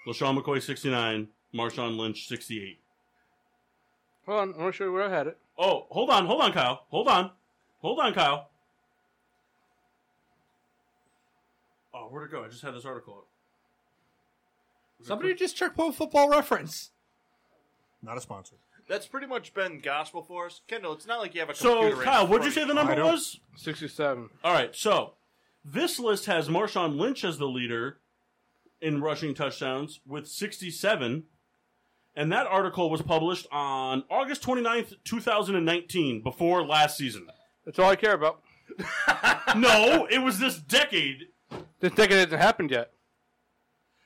[SPEAKER 1] LaShawn McCoy, 69. Marshawn Lynch, 68.
[SPEAKER 5] Hold on, I'm not sure where I had it.
[SPEAKER 1] Oh, hold on, hold on, Kyle. Hold on. Hold on, Kyle. Oh, where'd it go? I just had this article up.
[SPEAKER 3] Somebody just check Pro Football Reference.
[SPEAKER 4] Not a sponsor.
[SPEAKER 2] That's pretty much been gospel for us. Kendall, it's not like you have a
[SPEAKER 1] So,
[SPEAKER 2] computer in
[SPEAKER 1] Kyle, what'd you
[SPEAKER 2] front
[SPEAKER 1] say
[SPEAKER 2] of
[SPEAKER 1] the
[SPEAKER 4] I
[SPEAKER 1] number
[SPEAKER 4] don't-
[SPEAKER 1] was?
[SPEAKER 5] 67.
[SPEAKER 1] All right, so this list has Marshawn Lynch as the leader in rushing touchdowns with 67. And that article was published on August 29th, 2019, before last season.
[SPEAKER 5] That's all I care about.
[SPEAKER 1] no, it was this decade.
[SPEAKER 5] This decade hasn't happened yet.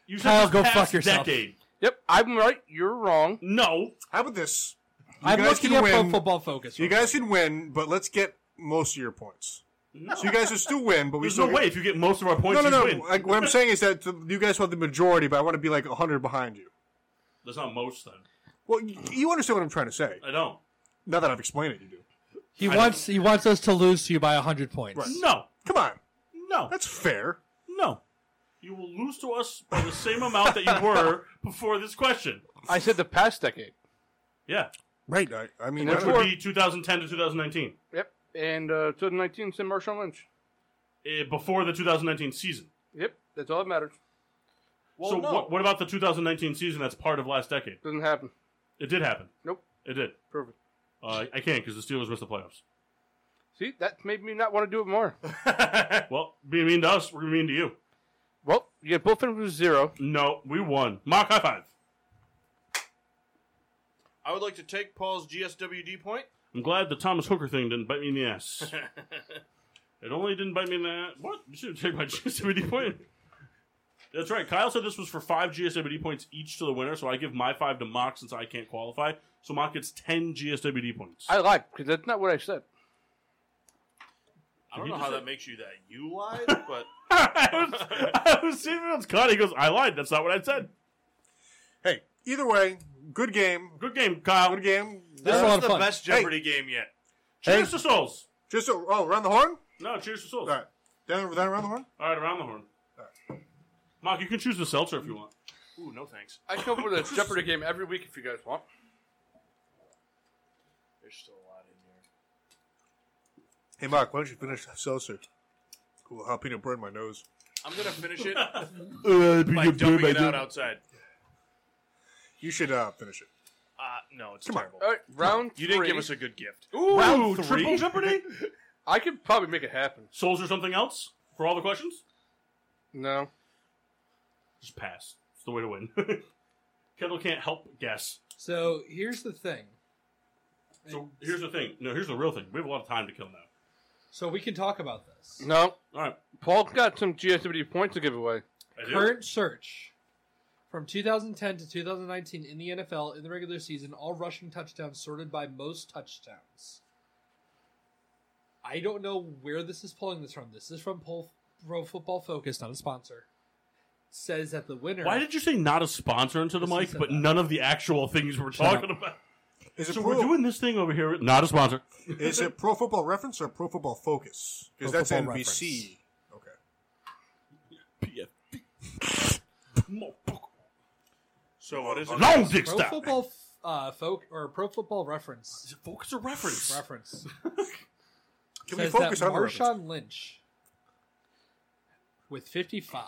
[SPEAKER 1] You said
[SPEAKER 3] Kyle,
[SPEAKER 1] this
[SPEAKER 3] go
[SPEAKER 1] past
[SPEAKER 3] fuck yourself.
[SPEAKER 1] Decade.
[SPEAKER 5] Yep, I'm right. You're wrong.
[SPEAKER 1] No,
[SPEAKER 4] How about this? You
[SPEAKER 3] I'm
[SPEAKER 4] guys
[SPEAKER 3] looking
[SPEAKER 4] can
[SPEAKER 3] at Pro
[SPEAKER 4] win.
[SPEAKER 3] Football Focus.
[SPEAKER 4] You guys can win, but let's get most of your points. So you guys will still win, but we
[SPEAKER 1] there's
[SPEAKER 4] still
[SPEAKER 1] no way. If you get most of our
[SPEAKER 4] No,
[SPEAKER 1] points,
[SPEAKER 4] no,
[SPEAKER 1] you
[SPEAKER 4] no.
[SPEAKER 1] win.
[SPEAKER 4] Like, what I'm saying is that you guys will have the majority, but I want to be like 100 behind you.
[SPEAKER 1] That's not most then.
[SPEAKER 4] Well, you, you understand what I'm trying to say.
[SPEAKER 1] I don't.
[SPEAKER 4] Now that I've explained it, you do.
[SPEAKER 3] He wants he wants us to lose to you by hundred points.
[SPEAKER 1] No,
[SPEAKER 4] Come on,
[SPEAKER 1] no,
[SPEAKER 4] that's fair.
[SPEAKER 1] no. You will lose to us by the same amount that you were before this question.
[SPEAKER 5] I said the past decade.
[SPEAKER 1] Yeah,
[SPEAKER 4] Right. I, I mean,
[SPEAKER 5] And
[SPEAKER 4] I
[SPEAKER 1] which
[SPEAKER 4] don't-
[SPEAKER 1] would be 2010 to 2019,
[SPEAKER 5] Yep, and uh, 2019 said Marshawn Lynch.
[SPEAKER 1] eh, before the 2019 season.
[SPEAKER 5] Yep, that's all that matters.
[SPEAKER 1] so what, what about the 2019 season? That's part of last decade.
[SPEAKER 5] Doesn't happen.
[SPEAKER 1] It did happen.
[SPEAKER 5] Nope.
[SPEAKER 1] It did.
[SPEAKER 5] Perfect.
[SPEAKER 1] Uh, I can't because the Steelers missed the playoffs.
[SPEAKER 5] See, that made me not want to do it more.
[SPEAKER 1] Well, being mean to us, we're mean to you.
[SPEAKER 5] well, you get both of them to zero.
[SPEAKER 1] No, we won. Mock high five.
[SPEAKER 2] I would like to take Paul's GSWD point.
[SPEAKER 1] I'm glad the Thomas Hooker thing didn't bite me in the ass. it only didn't bite me in the ass. What? You should take my GSWD point. That's right. Kyle said this was for five GSWD points each to the winner, so I give my five to Mock since I can't qualify. So Mock gets 10 GSWD points.
[SPEAKER 5] I lied because that's not what I said.
[SPEAKER 8] I don't
[SPEAKER 1] you
[SPEAKER 8] know
[SPEAKER 1] just
[SPEAKER 8] how
[SPEAKER 1] say-
[SPEAKER 8] that makes you that you lied, but
[SPEAKER 1] I was, I was seeing if it was cut. He goes, I lied. That's not what I said.
[SPEAKER 4] hey, either way, good game.
[SPEAKER 1] Good game, Kyle.
[SPEAKER 4] Good game.
[SPEAKER 3] This
[SPEAKER 8] this
[SPEAKER 3] is a lot
[SPEAKER 8] is
[SPEAKER 3] of
[SPEAKER 8] the
[SPEAKER 3] fun.
[SPEAKER 8] best Jeopardy game yet.
[SPEAKER 1] Cheers to souls.
[SPEAKER 4] Just oh, oh, around the horn.
[SPEAKER 1] No, cheers to souls.
[SPEAKER 4] All right, down, down around the horn.
[SPEAKER 1] All right, around the horn. Mock, you can choose the seltzer if you want.
[SPEAKER 8] Ooh, no thanks.
[SPEAKER 5] I come up with a Jeopardy game every week if you guys want.
[SPEAKER 8] There's still a lot in here.
[SPEAKER 4] Hey, Mark, why don't you finish that seltzer? Cool, uh, jalapeno burned my nose.
[SPEAKER 8] I'm gonna finish it
[SPEAKER 1] Uh,
[SPEAKER 8] by dumping it out outside.
[SPEAKER 4] You should uh, finish it.
[SPEAKER 8] Uh, no, it's
[SPEAKER 4] Come on.
[SPEAKER 8] terrible.
[SPEAKER 5] All right, round
[SPEAKER 8] You didn't
[SPEAKER 5] three.
[SPEAKER 8] give us a good gift.
[SPEAKER 1] Ooh,
[SPEAKER 5] Round
[SPEAKER 1] triple jeopardy.
[SPEAKER 5] I could probably make it happen.
[SPEAKER 1] Souls or something else for all the questions?
[SPEAKER 5] No.
[SPEAKER 1] Just pass. It's the way to win. Kendall can't help but guess.
[SPEAKER 3] So here's the thing.
[SPEAKER 1] So here's the thing. No, here's the real thing. We have a lot of time to kill now.
[SPEAKER 3] So we can talk about this.
[SPEAKER 5] No.
[SPEAKER 1] All right.
[SPEAKER 5] Paul's got some GSWD points to give away.
[SPEAKER 1] I do.
[SPEAKER 3] Current search from 2010 to 2019 in the NFL in the regular season, all rushing touchdowns sorted by most touchdowns. I don't know where this is pulling this from. This is from Pol- Pro Football Focus, not a sponsor. Says that the winner.
[SPEAKER 1] Why did you say not a sponsor into the
[SPEAKER 3] Yes, he
[SPEAKER 1] mic,
[SPEAKER 3] said
[SPEAKER 1] but
[SPEAKER 3] that.
[SPEAKER 1] none of the actual things we're talking about?
[SPEAKER 4] Is it
[SPEAKER 1] So
[SPEAKER 4] pro,
[SPEAKER 1] we're doing this thing over here. Not a sponsor.
[SPEAKER 4] Is it Pro Football Reference or Pro Football Focus? Because
[SPEAKER 3] Pro
[SPEAKER 4] that's
[SPEAKER 3] Football
[SPEAKER 4] NBC. Okay.
[SPEAKER 8] So what is it?
[SPEAKER 1] Long dick
[SPEAKER 3] Pro
[SPEAKER 1] style.
[SPEAKER 3] Football f- uh, folk or Pro Football Reference
[SPEAKER 1] Is it focus or reference?
[SPEAKER 3] reference
[SPEAKER 4] Can
[SPEAKER 3] says
[SPEAKER 4] we focus
[SPEAKER 3] that
[SPEAKER 4] on the reference?
[SPEAKER 3] Marshawn Lynch with 55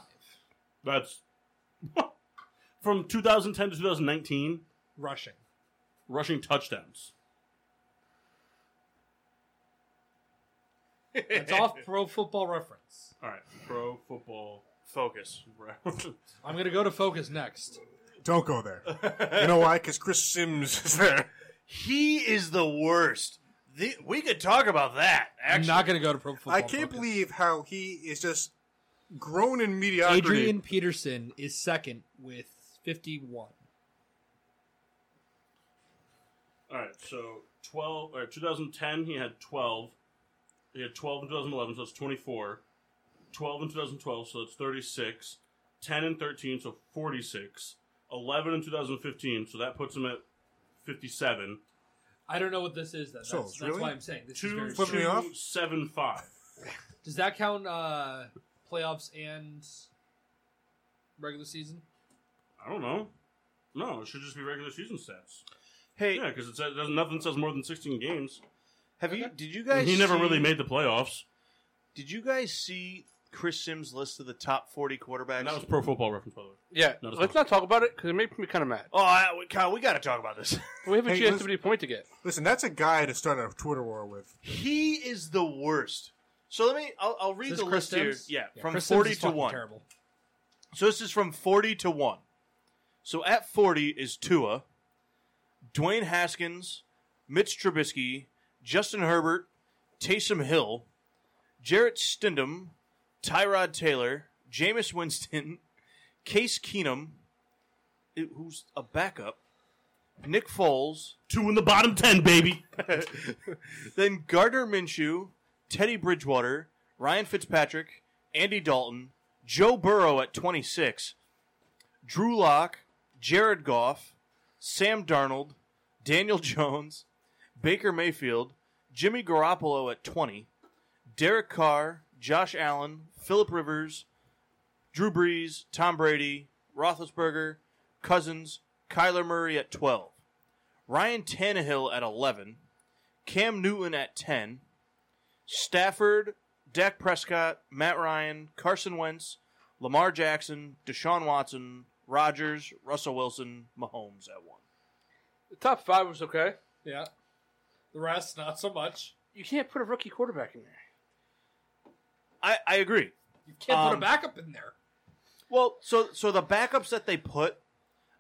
[SPEAKER 1] That's from 2010 to 2019
[SPEAKER 3] rushing.
[SPEAKER 1] rushing touchdowns.
[SPEAKER 3] That's off Pro Football Reference.
[SPEAKER 1] All right, pro football.
[SPEAKER 8] Focus.
[SPEAKER 3] I'm gonna go to Focus next.
[SPEAKER 4] Don't go there. you know why? Because Chris Sims is there.
[SPEAKER 8] He is the worst. The, we could talk about that.
[SPEAKER 3] I'm
[SPEAKER 8] Actually,
[SPEAKER 3] not gonna go to Pro Football.
[SPEAKER 4] I can't
[SPEAKER 3] Focus.
[SPEAKER 4] believe how he is just grown in mediocrity.
[SPEAKER 3] Adrian Peterson is second with 51.
[SPEAKER 1] All right, so 12 or 2010 he had 12. He had 12 in 2011, so that's 24. 12 in 2012, so that's 36. 10 and 13, so 46. 11 in 2015, so that puts him at 57.
[SPEAKER 3] I don't know what this is. Then. That's,
[SPEAKER 4] So,
[SPEAKER 3] that's
[SPEAKER 4] really?
[SPEAKER 3] why I'm saying this is very.
[SPEAKER 1] Two,
[SPEAKER 4] Flip me
[SPEAKER 3] strange.
[SPEAKER 4] off.
[SPEAKER 1] two, seven, five.
[SPEAKER 3] Does that count uh, playoffs and regular season?
[SPEAKER 1] I don't know. No, it should just be regular season stats.
[SPEAKER 8] Hey,
[SPEAKER 1] Yeah, because it says doesn't- nothing says more than 16 games.
[SPEAKER 8] have you? Did you guys?
[SPEAKER 1] He never
[SPEAKER 8] see-
[SPEAKER 1] really made the playoffs.
[SPEAKER 8] Did you guys see Chris Sims' list of the top forty quarterbacks?
[SPEAKER 1] And that was pro football reference, by the way.
[SPEAKER 5] Yeah.
[SPEAKER 1] Not a
[SPEAKER 5] Let's not talk about it because it makes me kind of mad.
[SPEAKER 8] oh, I, we- Kyle, we got to talk about this.
[SPEAKER 5] We have a
[SPEAKER 4] Hey,
[SPEAKER 5] GSWD point to get.
[SPEAKER 4] Listen, that's a guy to start a Twitter war with.
[SPEAKER 8] he is the worst. So let me. I'll, I'll read
[SPEAKER 3] Is
[SPEAKER 8] the
[SPEAKER 3] this Chris
[SPEAKER 8] list here.
[SPEAKER 3] Sims?
[SPEAKER 8] Yeah, from
[SPEAKER 3] Chris Sims
[SPEAKER 8] forty
[SPEAKER 3] is
[SPEAKER 8] to
[SPEAKER 3] fucking
[SPEAKER 8] one.
[SPEAKER 3] Terrible.
[SPEAKER 8] So this is from 40 to 1. So at 40 is Tua, Dwayne Haskins, Mitch Trubisky, Justin Herbert, Taysom Hill, Jarrett Stidham, Tyrod Taylor, Jameis Winston,
[SPEAKER 2] Case Keenum, i- who's a backup, Nick Foles,
[SPEAKER 1] Two in the bottom ten, baby.
[SPEAKER 2] then Gardner Minshew, Teddy Bridgewater, Ryan Fitzpatrick, Andy Dalton, Joe Burrow at 26, Drew Lock, Jared Goff, Sam Darnold, Daniel Jones, Baker Mayfield, Jimmy Garoppolo at 20, Derek Carr, Josh Allen, Philip Rivers, Drew Brees, Tom Brady, Roethlisberger, Cousins, Kyler Murray at 12, Ryan Tannehill at 11, Cam Newton at 10, Stafford, Dak Prescott, Matt Ryan, Carson Wentz, Lamar Jackson, Deshaun Watson, Rodgers, Russell Wilson, Mahomes at 1.
[SPEAKER 5] The top five was okay.
[SPEAKER 3] Yeah. The rest, not so much.
[SPEAKER 5] You can't put a rookie quarterback in there.
[SPEAKER 2] I, I agree.
[SPEAKER 3] You can't put
[SPEAKER 2] Um,
[SPEAKER 3] a backup in there.
[SPEAKER 2] Well, so so the backups that they put,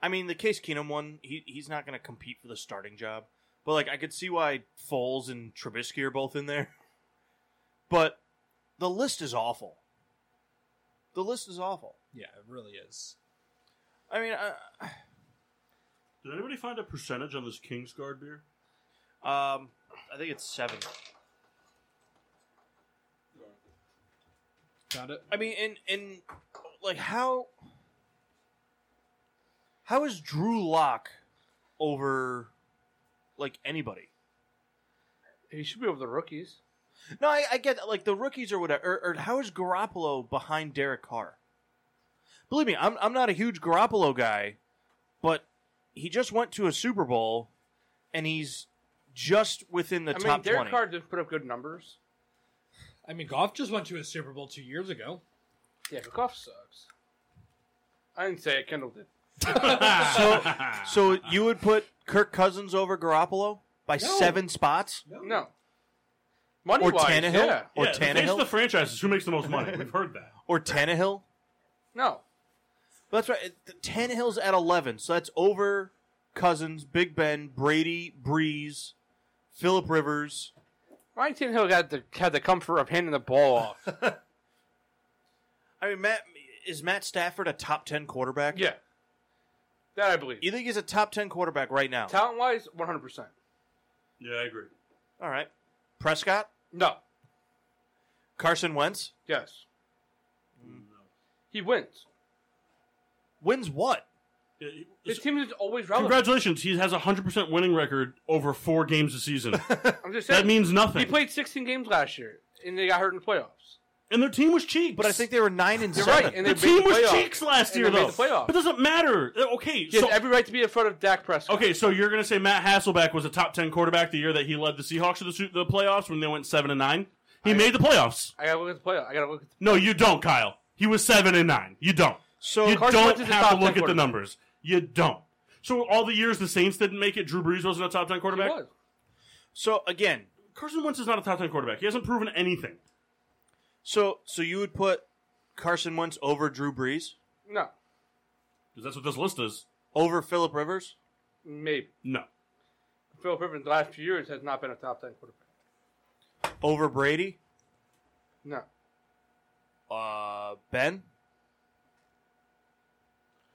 [SPEAKER 2] I mean, the Case Keenum one, he, he's not going to compete for the starting job. But, like, I could see why Foles and Trubisky are both in there. But the list is awful. The list is awful.
[SPEAKER 3] Yeah, it really is.
[SPEAKER 2] I mean, I,
[SPEAKER 1] Did anybody find a percentage on this Kingsguard beer?
[SPEAKER 2] Um, I think it's seven.
[SPEAKER 3] Found it.
[SPEAKER 2] I mean, and and like how how is Drew Lock over like anybody?
[SPEAKER 5] He should be over the rookies.
[SPEAKER 2] No, I, I get that, like the rookies or whatever. Or, or how is Garoppolo behind Derek Carr? Believe me, I'm I'm not a huge Garoppolo guy, but he just went to a Super Bowl, and he's just within the
[SPEAKER 5] I mean,
[SPEAKER 2] top
[SPEAKER 5] Derek
[SPEAKER 2] twenty.
[SPEAKER 5] Carr did put up good numbers.
[SPEAKER 3] I mean, golf just went to a Super Bowl two years ago.
[SPEAKER 5] Yeah, but Goff sucks. I didn't say it. Kendall did.
[SPEAKER 2] so, so you would put Kirk Cousins over Garoppolo by seven spots?
[SPEAKER 5] No. Money
[SPEAKER 2] Or
[SPEAKER 5] wise,
[SPEAKER 2] Tannehill?
[SPEAKER 5] yeah.
[SPEAKER 2] Or
[SPEAKER 1] yeah, the face
[SPEAKER 2] Tannehill?
[SPEAKER 1] of the franchise is who makes the most money. We've heard that.
[SPEAKER 2] Or Tannehill?
[SPEAKER 5] No.
[SPEAKER 2] That's right. it- th- Tannehill's at 11, so that's over Cousins, Big Ben, Brady, Breeze, Philip Rivers.
[SPEAKER 5] Ryan Tannehill got the had the comfort of handing the ball off.
[SPEAKER 2] I mean, Matt is Matt Stafford a top 10 quarterback?
[SPEAKER 5] yeah. That I believe.
[SPEAKER 2] You think he's a top 10 quarterback right now?
[SPEAKER 5] Talent wise, one hundred percent.
[SPEAKER 1] Yeah, I agree.
[SPEAKER 2] All right. Prescott,
[SPEAKER 5] No.
[SPEAKER 2] Carson Wentz,
[SPEAKER 5] Yes. He wins.
[SPEAKER 2] wins what?
[SPEAKER 1] Yeah,
[SPEAKER 5] His
[SPEAKER 1] it's-
[SPEAKER 5] team is always relevant.
[SPEAKER 1] congratulations, he has a hundred percent winning record over four games a season.
[SPEAKER 5] I'm just saying.
[SPEAKER 1] that means nothing.
[SPEAKER 5] he played 16 games last year, and they got hurt in the playoffs.
[SPEAKER 1] and their team was cheeks.
[SPEAKER 2] But I think they were 9 and
[SPEAKER 5] You're
[SPEAKER 2] 7.
[SPEAKER 5] right, and
[SPEAKER 1] the
[SPEAKER 5] they made
[SPEAKER 1] team
[SPEAKER 5] the
[SPEAKER 1] was
[SPEAKER 5] playoffs.
[SPEAKER 1] cheeks last
[SPEAKER 5] And
[SPEAKER 1] year,
[SPEAKER 5] they made
[SPEAKER 1] though.
[SPEAKER 5] the playoffs.
[SPEAKER 1] But it doesn't matter. Uh, Okay,
[SPEAKER 5] He has
[SPEAKER 1] so
[SPEAKER 5] every right to be in front of Dak Prescott.
[SPEAKER 1] okay, so you're gonna say Matt Hasselbeck was a top ten quarterback the year that he led the Seahawks to the, su- the playoffs when they went seven and nine. He made the playoffs.
[SPEAKER 5] I gotta look at the playoff. I gotta look at.
[SPEAKER 1] No, you don't, Kyle. He was seven and nine. You don't.
[SPEAKER 2] So
[SPEAKER 1] you
[SPEAKER 5] Carson
[SPEAKER 1] don't
[SPEAKER 5] Wentz is a
[SPEAKER 1] have to
[SPEAKER 5] top 10
[SPEAKER 1] look at the
[SPEAKER 5] quarterback.
[SPEAKER 1] numbers. You don't. So all the years the Saints didn't make it, Drew Brees wasn't a top ten
[SPEAKER 5] The, he
[SPEAKER 1] quarterback.
[SPEAKER 5] was.
[SPEAKER 2] so again,
[SPEAKER 1] Carson Wentz is not a top ten quarterback. He hasn't proven anything.
[SPEAKER 2] so so you would put Carson Wentz over Drew Brees?
[SPEAKER 5] No,
[SPEAKER 1] 'Cause that's what this list is.
[SPEAKER 2] Over Philip Rivers?
[SPEAKER 5] maybe.
[SPEAKER 1] No.
[SPEAKER 5] Phil Rivers the last few years has not been a top 10 quarterback.
[SPEAKER 2] Over Brady?
[SPEAKER 5] No,
[SPEAKER 2] Uh, Ben?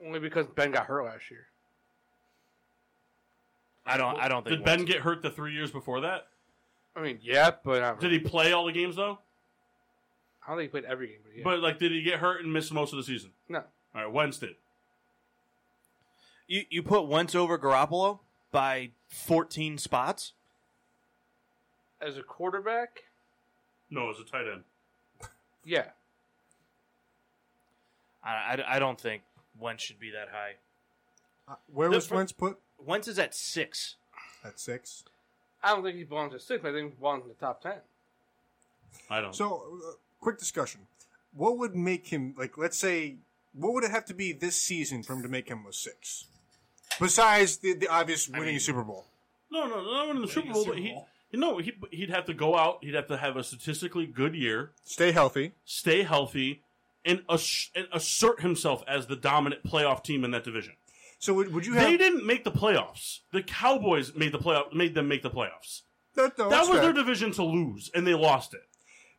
[SPEAKER 5] only because Ben got hurt last year.
[SPEAKER 2] I don't. I don't think.
[SPEAKER 1] Did Ben get hurt the three years before that?
[SPEAKER 5] I mean, yeah, but I don't,
[SPEAKER 1] Did he play all the games though?
[SPEAKER 5] I don't think he played every game. But, yeah.
[SPEAKER 1] But like, did he get hurt and miss most of the season?
[SPEAKER 5] no,
[SPEAKER 1] All right, Wentz did.
[SPEAKER 2] You you put Wentz over Garoppolo by fourteen spots.
[SPEAKER 5] as a quarterback,
[SPEAKER 1] No, as a tight end.
[SPEAKER 5] yeah,
[SPEAKER 2] I, I, I don't think Wentz should be that high.
[SPEAKER 4] Uh, where
[SPEAKER 2] The
[SPEAKER 4] was
[SPEAKER 2] fir-
[SPEAKER 4] Wentz put?
[SPEAKER 2] Wentz is at six.
[SPEAKER 4] At six.
[SPEAKER 5] I don't think he belongs to six. I think he belongs in the top 10.
[SPEAKER 1] I don't.
[SPEAKER 4] So, uh, quick discussion. What would make him like? Let's say, what would it have to be this season for him to make him a six? Besides the, the obvious winning a Super Bowl,
[SPEAKER 1] no, no, no, in the Super
[SPEAKER 3] a
[SPEAKER 1] Bowl.
[SPEAKER 3] Super
[SPEAKER 1] But he,
[SPEAKER 3] Bowl.
[SPEAKER 1] you know, he, he'd have to go out. He'd have to have a statistically good year,
[SPEAKER 4] stay healthy.
[SPEAKER 1] stay healthy, and, ass- and assert himself as the dominant playoff team in that division.
[SPEAKER 4] So would, would you have?
[SPEAKER 1] They didn't make the playoffs. The Cowboys made the playoff. Made them make the playoffs.
[SPEAKER 4] that, no,
[SPEAKER 1] that
[SPEAKER 4] Oh, that's
[SPEAKER 1] was
[SPEAKER 4] fair.
[SPEAKER 1] their division to lose, and they lost it.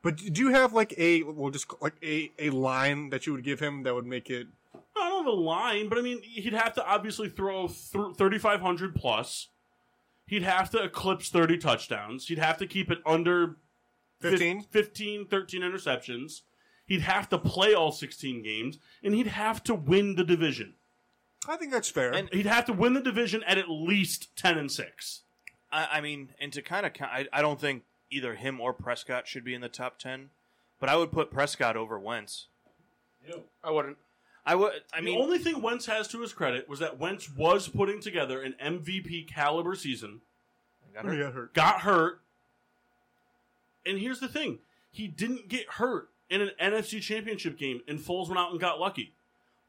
[SPEAKER 4] But do you have like a? We'll just call- like a a line that you would give him that would make it.
[SPEAKER 1] No, I don't don't have a line, but I mean, he'd have to obviously throw th- 3,500 plus. He'd have to eclipse 30 touchdowns. He'd have to keep it under fif-
[SPEAKER 4] 15?
[SPEAKER 1] 15, 13 interceptions. He'd have to play all 16 games, and he'd have to win the division.
[SPEAKER 4] I think that's fair.
[SPEAKER 1] He'd have to win the division at at least 10 and 6.
[SPEAKER 2] I, I mean, and to kind of, I, I don't think either him or Prescott should be in the top ten, but I would put Prescott over Wentz.
[SPEAKER 5] I wouldn't.
[SPEAKER 2] I would. I
[SPEAKER 1] I
[SPEAKER 2] mean,
[SPEAKER 1] mean, the only thing Wentz has to his credit was that Wentz was putting together an MVP caliber season,
[SPEAKER 2] Got
[SPEAKER 4] Nobody
[SPEAKER 2] hurt.
[SPEAKER 4] got hurt.
[SPEAKER 1] got hurt, and here's the thing: he didn't get hurt in an NFC Championship game, and Foles went out and got lucky.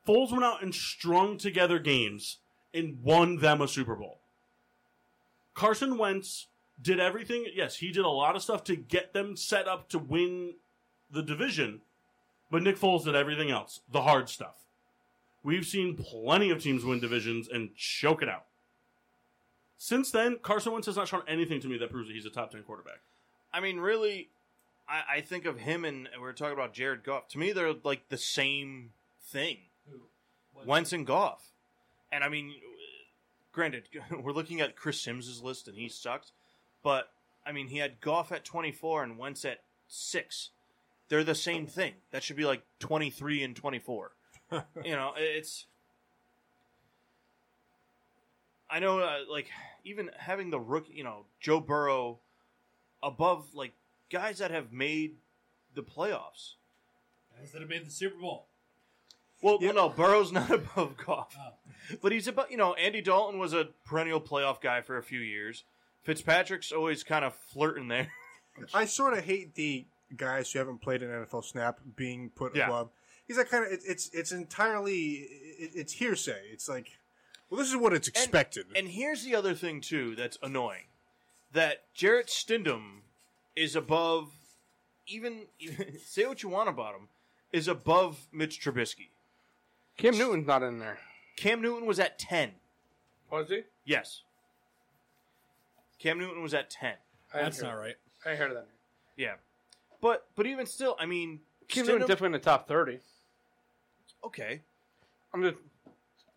[SPEAKER 1] Foles went out and strung together games and won them a Super Bowl. Carson Wentz did everything. Yes, he did a lot of stuff to get them set up to win the division, but Nick Foles did everything else, the hard stuff. We've seen plenty of teams win divisions and choke it out. Since then, Carson Wentz has not shown anything to me that proves that he's a top 10 quarterback.
[SPEAKER 2] I mean, really, I, I think of him and we are talking about Jared Goff. To me, they're like the same thing. Wentz and Goff, and I mean, granted, we're looking at Chris Sims's list and he sucked, but I mean, he had Goff at twenty four and Wentz at six. They're the same thing. That should be like twenty three and twenty four. you know, it's. I know, uh, like, even having the rookie, you know, Joe Burrow above like guys that have made the playoffs.
[SPEAKER 3] Guys that have made the Super Bowl.
[SPEAKER 2] Well,
[SPEAKER 4] Yeah.
[SPEAKER 2] well, no, Burrow's not above Goff,
[SPEAKER 3] Oh.
[SPEAKER 2] but he's about you know Andy Dalton was a perennial playoff guy for a few years. Fitzpatrick's always kind of flirting there.
[SPEAKER 4] I sort of hate the guys who haven't played an NFL snap being put
[SPEAKER 2] Yeah.
[SPEAKER 4] above. He's that kind of it, it's it's entirely it, it's hearsay. It's like, well, this is what it's expected.
[SPEAKER 2] And here's the other thing too that's annoying: that Jarrett Stidham is above even, even say what you want about him is above Mitch Trubisky.
[SPEAKER 5] Cam Newton's not in there.
[SPEAKER 2] Cam Newton was at ten.
[SPEAKER 5] Was he?
[SPEAKER 2] Yes, Cam Newton was at ten.
[SPEAKER 5] I
[SPEAKER 3] That's
[SPEAKER 5] didn't hear
[SPEAKER 3] not right.
[SPEAKER 5] that. I didn't hear that. name.
[SPEAKER 2] Yeah, but but even still, I mean,
[SPEAKER 5] Cam
[SPEAKER 2] Stidham-
[SPEAKER 5] Newton definitely in the top thirty.
[SPEAKER 2] okay.
[SPEAKER 5] I'm just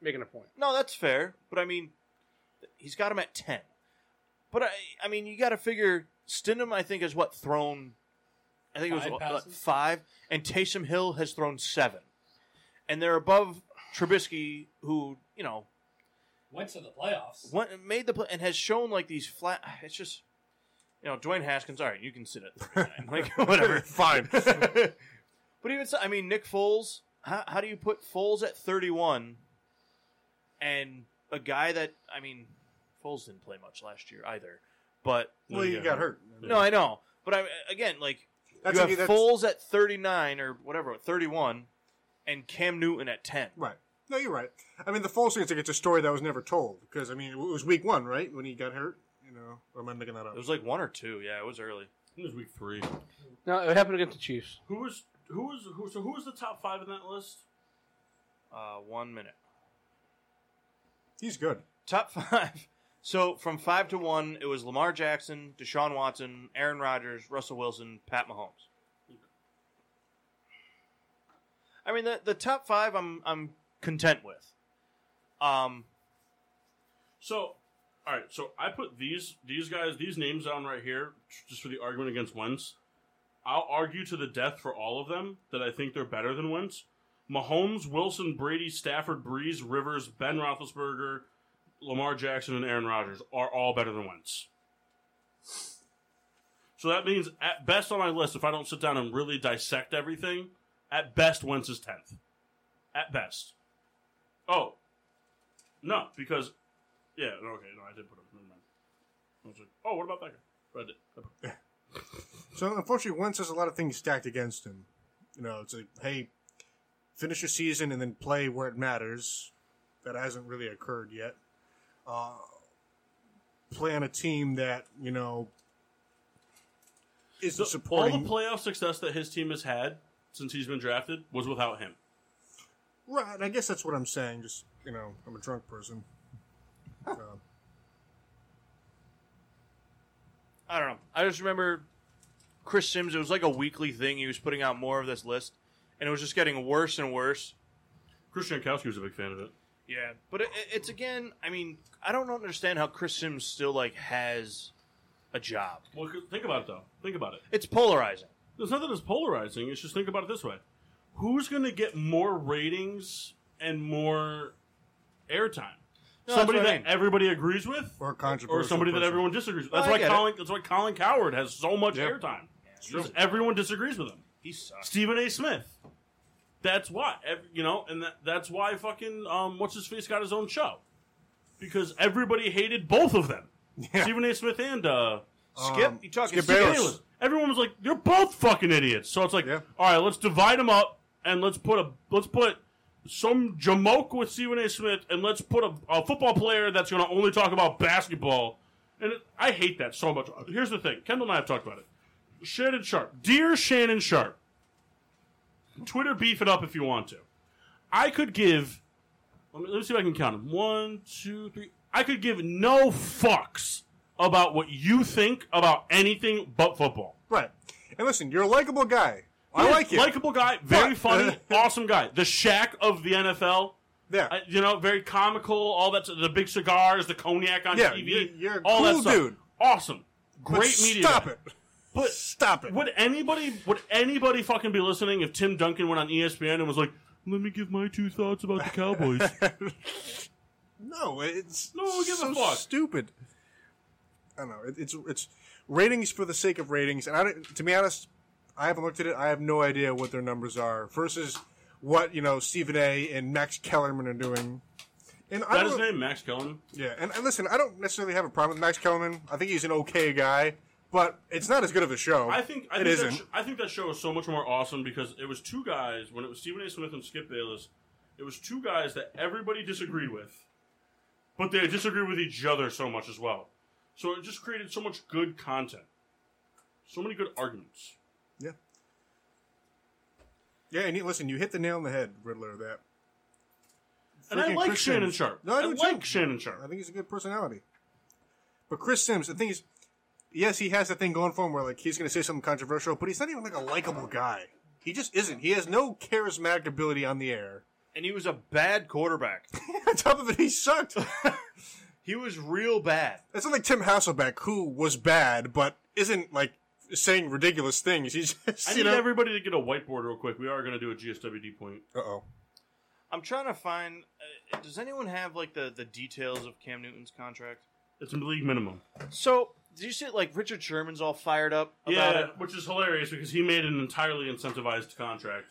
[SPEAKER 5] making a point.
[SPEAKER 2] No, that's fair, but I mean, he's got him at ten. But I, I mean, you got to figure Stidham. I think has what thrown, I think it
[SPEAKER 3] Five
[SPEAKER 2] was what, what,
[SPEAKER 3] passes?
[SPEAKER 2] five, and Taysom Hill has thrown seven, and they're above Trubisky, who you know
[SPEAKER 3] Wentz in the playoffs.
[SPEAKER 2] went, made the play and has shown like these flat. It's just, you know, Dwayne Haskins. All right, you can sit it, like whatever, fine. but even so, I mean, Nick Foles. How, how do you put Foles at thirty-one, and a guy that I mean, Foles didn't play much last year either. But
[SPEAKER 4] well, you got hurt.
[SPEAKER 2] no, I know. But I again, like
[SPEAKER 4] That's
[SPEAKER 2] you have
[SPEAKER 4] like- that's-
[SPEAKER 2] Foles at thirty-nine or whatever, at thirty-one, and Cam Newton at ten.
[SPEAKER 4] Right. No, you're right. I mean, the Foles thing, it's like it's a story that was never told because I mean, it was week one, right, when he got hurt. You know, or am I making that up?
[SPEAKER 2] It was like one or two. Yeah, it was early.
[SPEAKER 1] It was week three.
[SPEAKER 5] No, it happened against the Chiefs.
[SPEAKER 1] Who was who was who? So who was the top five in that list?
[SPEAKER 2] Uh, one minute.
[SPEAKER 4] He's good.
[SPEAKER 2] Top five. So from five to one, it was Lamar Jackson, Deshaun Watson, Aaron Rodgers, Russell Wilson, Pat Mahomes. I mean, the the top five, I'm I'm content with. Um,
[SPEAKER 1] So, all right. So I put these these guys these names down right here just for the argument against Wentz. I'll argue to the death for all of them that I think they're better than Wentz. Mahomes, Wilson, Brady, Stafford, Breeze, Rivers, Ben Roethlisberger, Lamar Jackson, and Aaron Rodgers are all better than Wentz. So that means, at best on my list, if I don't sit down and really dissect everything, at best Wentz is tenth. At best. Oh, no, because yeah, no, okay, no, I did put him. Never mind. I was like, oh, what about that guy? But I did. I put-
[SPEAKER 4] So unfortunately, Wentz has a lot of things stacked against him. You know, it's like, hey, finish your season and then play where it matters. That hasn't really occurred yet. Uh, play on a team that you know isn't
[SPEAKER 1] So, all
[SPEAKER 4] supporting.
[SPEAKER 1] the playoff success that his team has had since he's been drafted was without him.
[SPEAKER 4] right, I guess that's what I'm saying. Just you know, I'm a drunk person. Uh,
[SPEAKER 2] I don't know. I just remember Chris Sims. It was like a weekly thing. He was putting out more of this list, and it was just getting worse and worse.
[SPEAKER 1] Chris Jankowski was a big fan of it.
[SPEAKER 2] Yeah, but it, it- it's again. I mean, I don't understand how Chris Sims still like has a job.
[SPEAKER 1] Well, c- think about it though. Think about it.
[SPEAKER 2] It's polarizing.
[SPEAKER 1] There's nothing that's polarizing. It's just think about it this way: Who's going to get more ratings and more airtime?
[SPEAKER 2] No, that's
[SPEAKER 1] somebody
[SPEAKER 2] what I
[SPEAKER 1] that
[SPEAKER 2] mean.
[SPEAKER 1] everybody agrees with,
[SPEAKER 4] Or a
[SPEAKER 1] or
[SPEAKER 4] controversial
[SPEAKER 1] somebody that
[SPEAKER 4] person.
[SPEAKER 1] everyone disagrees with.
[SPEAKER 2] Well,
[SPEAKER 1] That's
[SPEAKER 2] I
[SPEAKER 1] why
[SPEAKER 2] get it.
[SPEAKER 1] Colin. That's why Colin Coward has so much
[SPEAKER 4] Yeah.
[SPEAKER 1] airtime. Because everyone disagrees with him.
[SPEAKER 2] He sucks.
[SPEAKER 1] Stephen A. Smith. That's why, ev- you know, and that, that's why fucking um, what's his face got his own show because everybody hated both of them,
[SPEAKER 4] Yeah.
[SPEAKER 1] Stephen A. Smith and uh,
[SPEAKER 2] Skip,
[SPEAKER 4] Um,
[SPEAKER 2] you talking
[SPEAKER 4] Skip
[SPEAKER 2] Skip
[SPEAKER 4] Bayless.
[SPEAKER 2] Bayless.
[SPEAKER 1] everyone was like, "You're both fucking idiots." So it's like,
[SPEAKER 4] Yeah.
[SPEAKER 1] all right, let's divide them up and let's put a let's put some jamoke with Stephen A. Smith and let's put a, a football player that's going to only talk about basketball. And it, I hate that so much. Here's the thing: Kendall and I have talked about it. Shannon Sharp, dear Shannon Sharp, Twitter beef it up if you want to. I could give. Let me, let me see if I can count them. One, two, three. I could give no fucks about what you think about anything but football.
[SPEAKER 4] Right. And listen, you're a likable guy. I
[SPEAKER 1] He's
[SPEAKER 4] like you.
[SPEAKER 1] Likable guy, very
[SPEAKER 4] But-
[SPEAKER 1] funny, awesome guy. The Shaq of the NFL.
[SPEAKER 4] yeah.
[SPEAKER 1] I- uh, you know, very comical. All that, the big cigars, the cognac on
[SPEAKER 4] Yeah,
[SPEAKER 1] TV.
[SPEAKER 4] you're- you're a
[SPEAKER 1] all that
[SPEAKER 4] cool
[SPEAKER 1] stuff.
[SPEAKER 4] dude.
[SPEAKER 1] Awesome,
[SPEAKER 4] But
[SPEAKER 1] great media.
[SPEAKER 4] Stop
[SPEAKER 1] guy.
[SPEAKER 4] it.
[SPEAKER 1] But
[SPEAKER 4] Stop it.
[SPEAKER 1] would anybody would anybody fucking be listening if Tim Duncan went on E ESPN and was like, "Let me give my two thoughts about the Cowboys"?
[SPEAKER 4] No, it's
[SPEAKER 1] No one gives a
[SPEAKER 4] so
[SPEAKER 1] fuck.
[SPEAKER 4] Stupid. I don't know. It, it's it's ratings for the sake of ratings, and I don't, to be honest, I haven't looked at it. I have no idea what their numbers are versus what you know Stephen A. and Max Kellerman are doing. And I
[SPEAKER 1] that
[SPEAKER 4] don't,
[SPEAKER 1] his name, Max Kellerman.
[SPEAKER 4] Yeah, and, and listen, I don't necessarily have a problem with Max Kellerman. I think he's an okay guy, but it's not as good of a show.
[SPEAKER 1] I think I think,
[SPEAKER 4] It
[SPEAKER 1] that
[SPEAKER 4] isn't.
[SPEAKER 1] sh- I think that show is so much more awesome because it was two guys when it was Stephen A. Smith and Skip Bayless. It was two guys that everybody disagreed with, but they disagreed with each other so much as well. So it just created so much good content, so many good arguments.
[SPEAKER 4] Yeah. Yeah, and you, listen, you hit the nail on the head, Riddler. That
[SPEAKER 1] And I
[SPEAKER 4] Freaking
[SPEAKER 1] like
[SPEAKER 4] Christian.
[SPEAKER 1] Shannon Sharp.
[SPEAKER 4] No, I do too.
[SPEAKER 1] like Shannon
[SPEAKER 4] I
[SPEAKER 1] Sharp.
[SPEAKER 4] think he's a good personality. But Chris Sims, the thing is, yes, he has that thing going for him where like he's going to say something controversial, but he's not even like a likable guy. He just isn't. He has no charismatic ability on the air.
[SPEAKER 2] And he was a bad quarterback.
[SPEAKER 4] on top of it, he sucked.
[SPEAKER 2] he was real bad.
[SPEAKER 4] It's not like Tim Hasselbeck, who was bad but isn't like saying ridiculous things. He's just
[SPEAKER 1] I
[SPEAKER 4] you
[SPEAKER 1] need
[SPEAKER 4] know.
[SPEAKER 1] everybody to get a whiteboard real quick. We are going to do a GSWD point.
[SPEAKER 4] uh oh.
[SPEAKER 2] I'm trying to find. Uh, does anyone have like the the details of Cam Newton's contract?
[SPEAKER 1] It's a league minimum.
[SPEAKER 2] So did you see like Richard Sherman's all fired up about
[SPEAKER 1] Yeah,
[SPEAKER 2] it?
[SPEAKER 1] which is hilarious because he made an entirely incentivized contract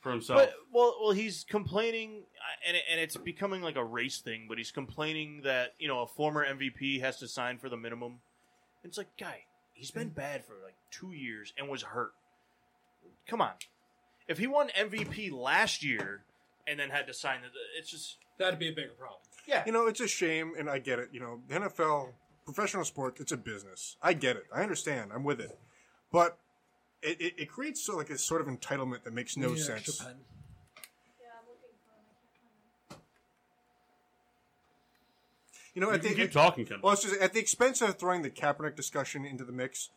[SPEAKER 1] for himself.
[SPEAKER 2] But well, well, he's complaining, uh, and it, and it's becoming like a race thing. But he's complaining that you know a former MVP has to sign for the minimum. It's like, guy, he's been bad for like two years and was hurt. Come on, if he won MVP last year and then had to sign, the, it's just
[SPEAKER 3] That'd be a bigger problem.
[SPEAKER 4] You know, it's a shame, and I get it. You know, the NFL, professional sports, it's a business. I get it. I understand. I'm with it. But it, it, it creates sort of like a sort of entitlement that makes no sense.
[SPEAKER 6] Yeah, I'm looking for him. I can't find him.
[SPEAKER 4] You know,
[SPEAKER 1] you
[SPEAKER 4] at
[SPEAKER 1] can
[SPEAKER 4] the,
[SPEAKER 1] keep talking, Kendall.
[SPEAKER 4] well, it's just at the expense of throwing the Kaepernick discussion into the mix.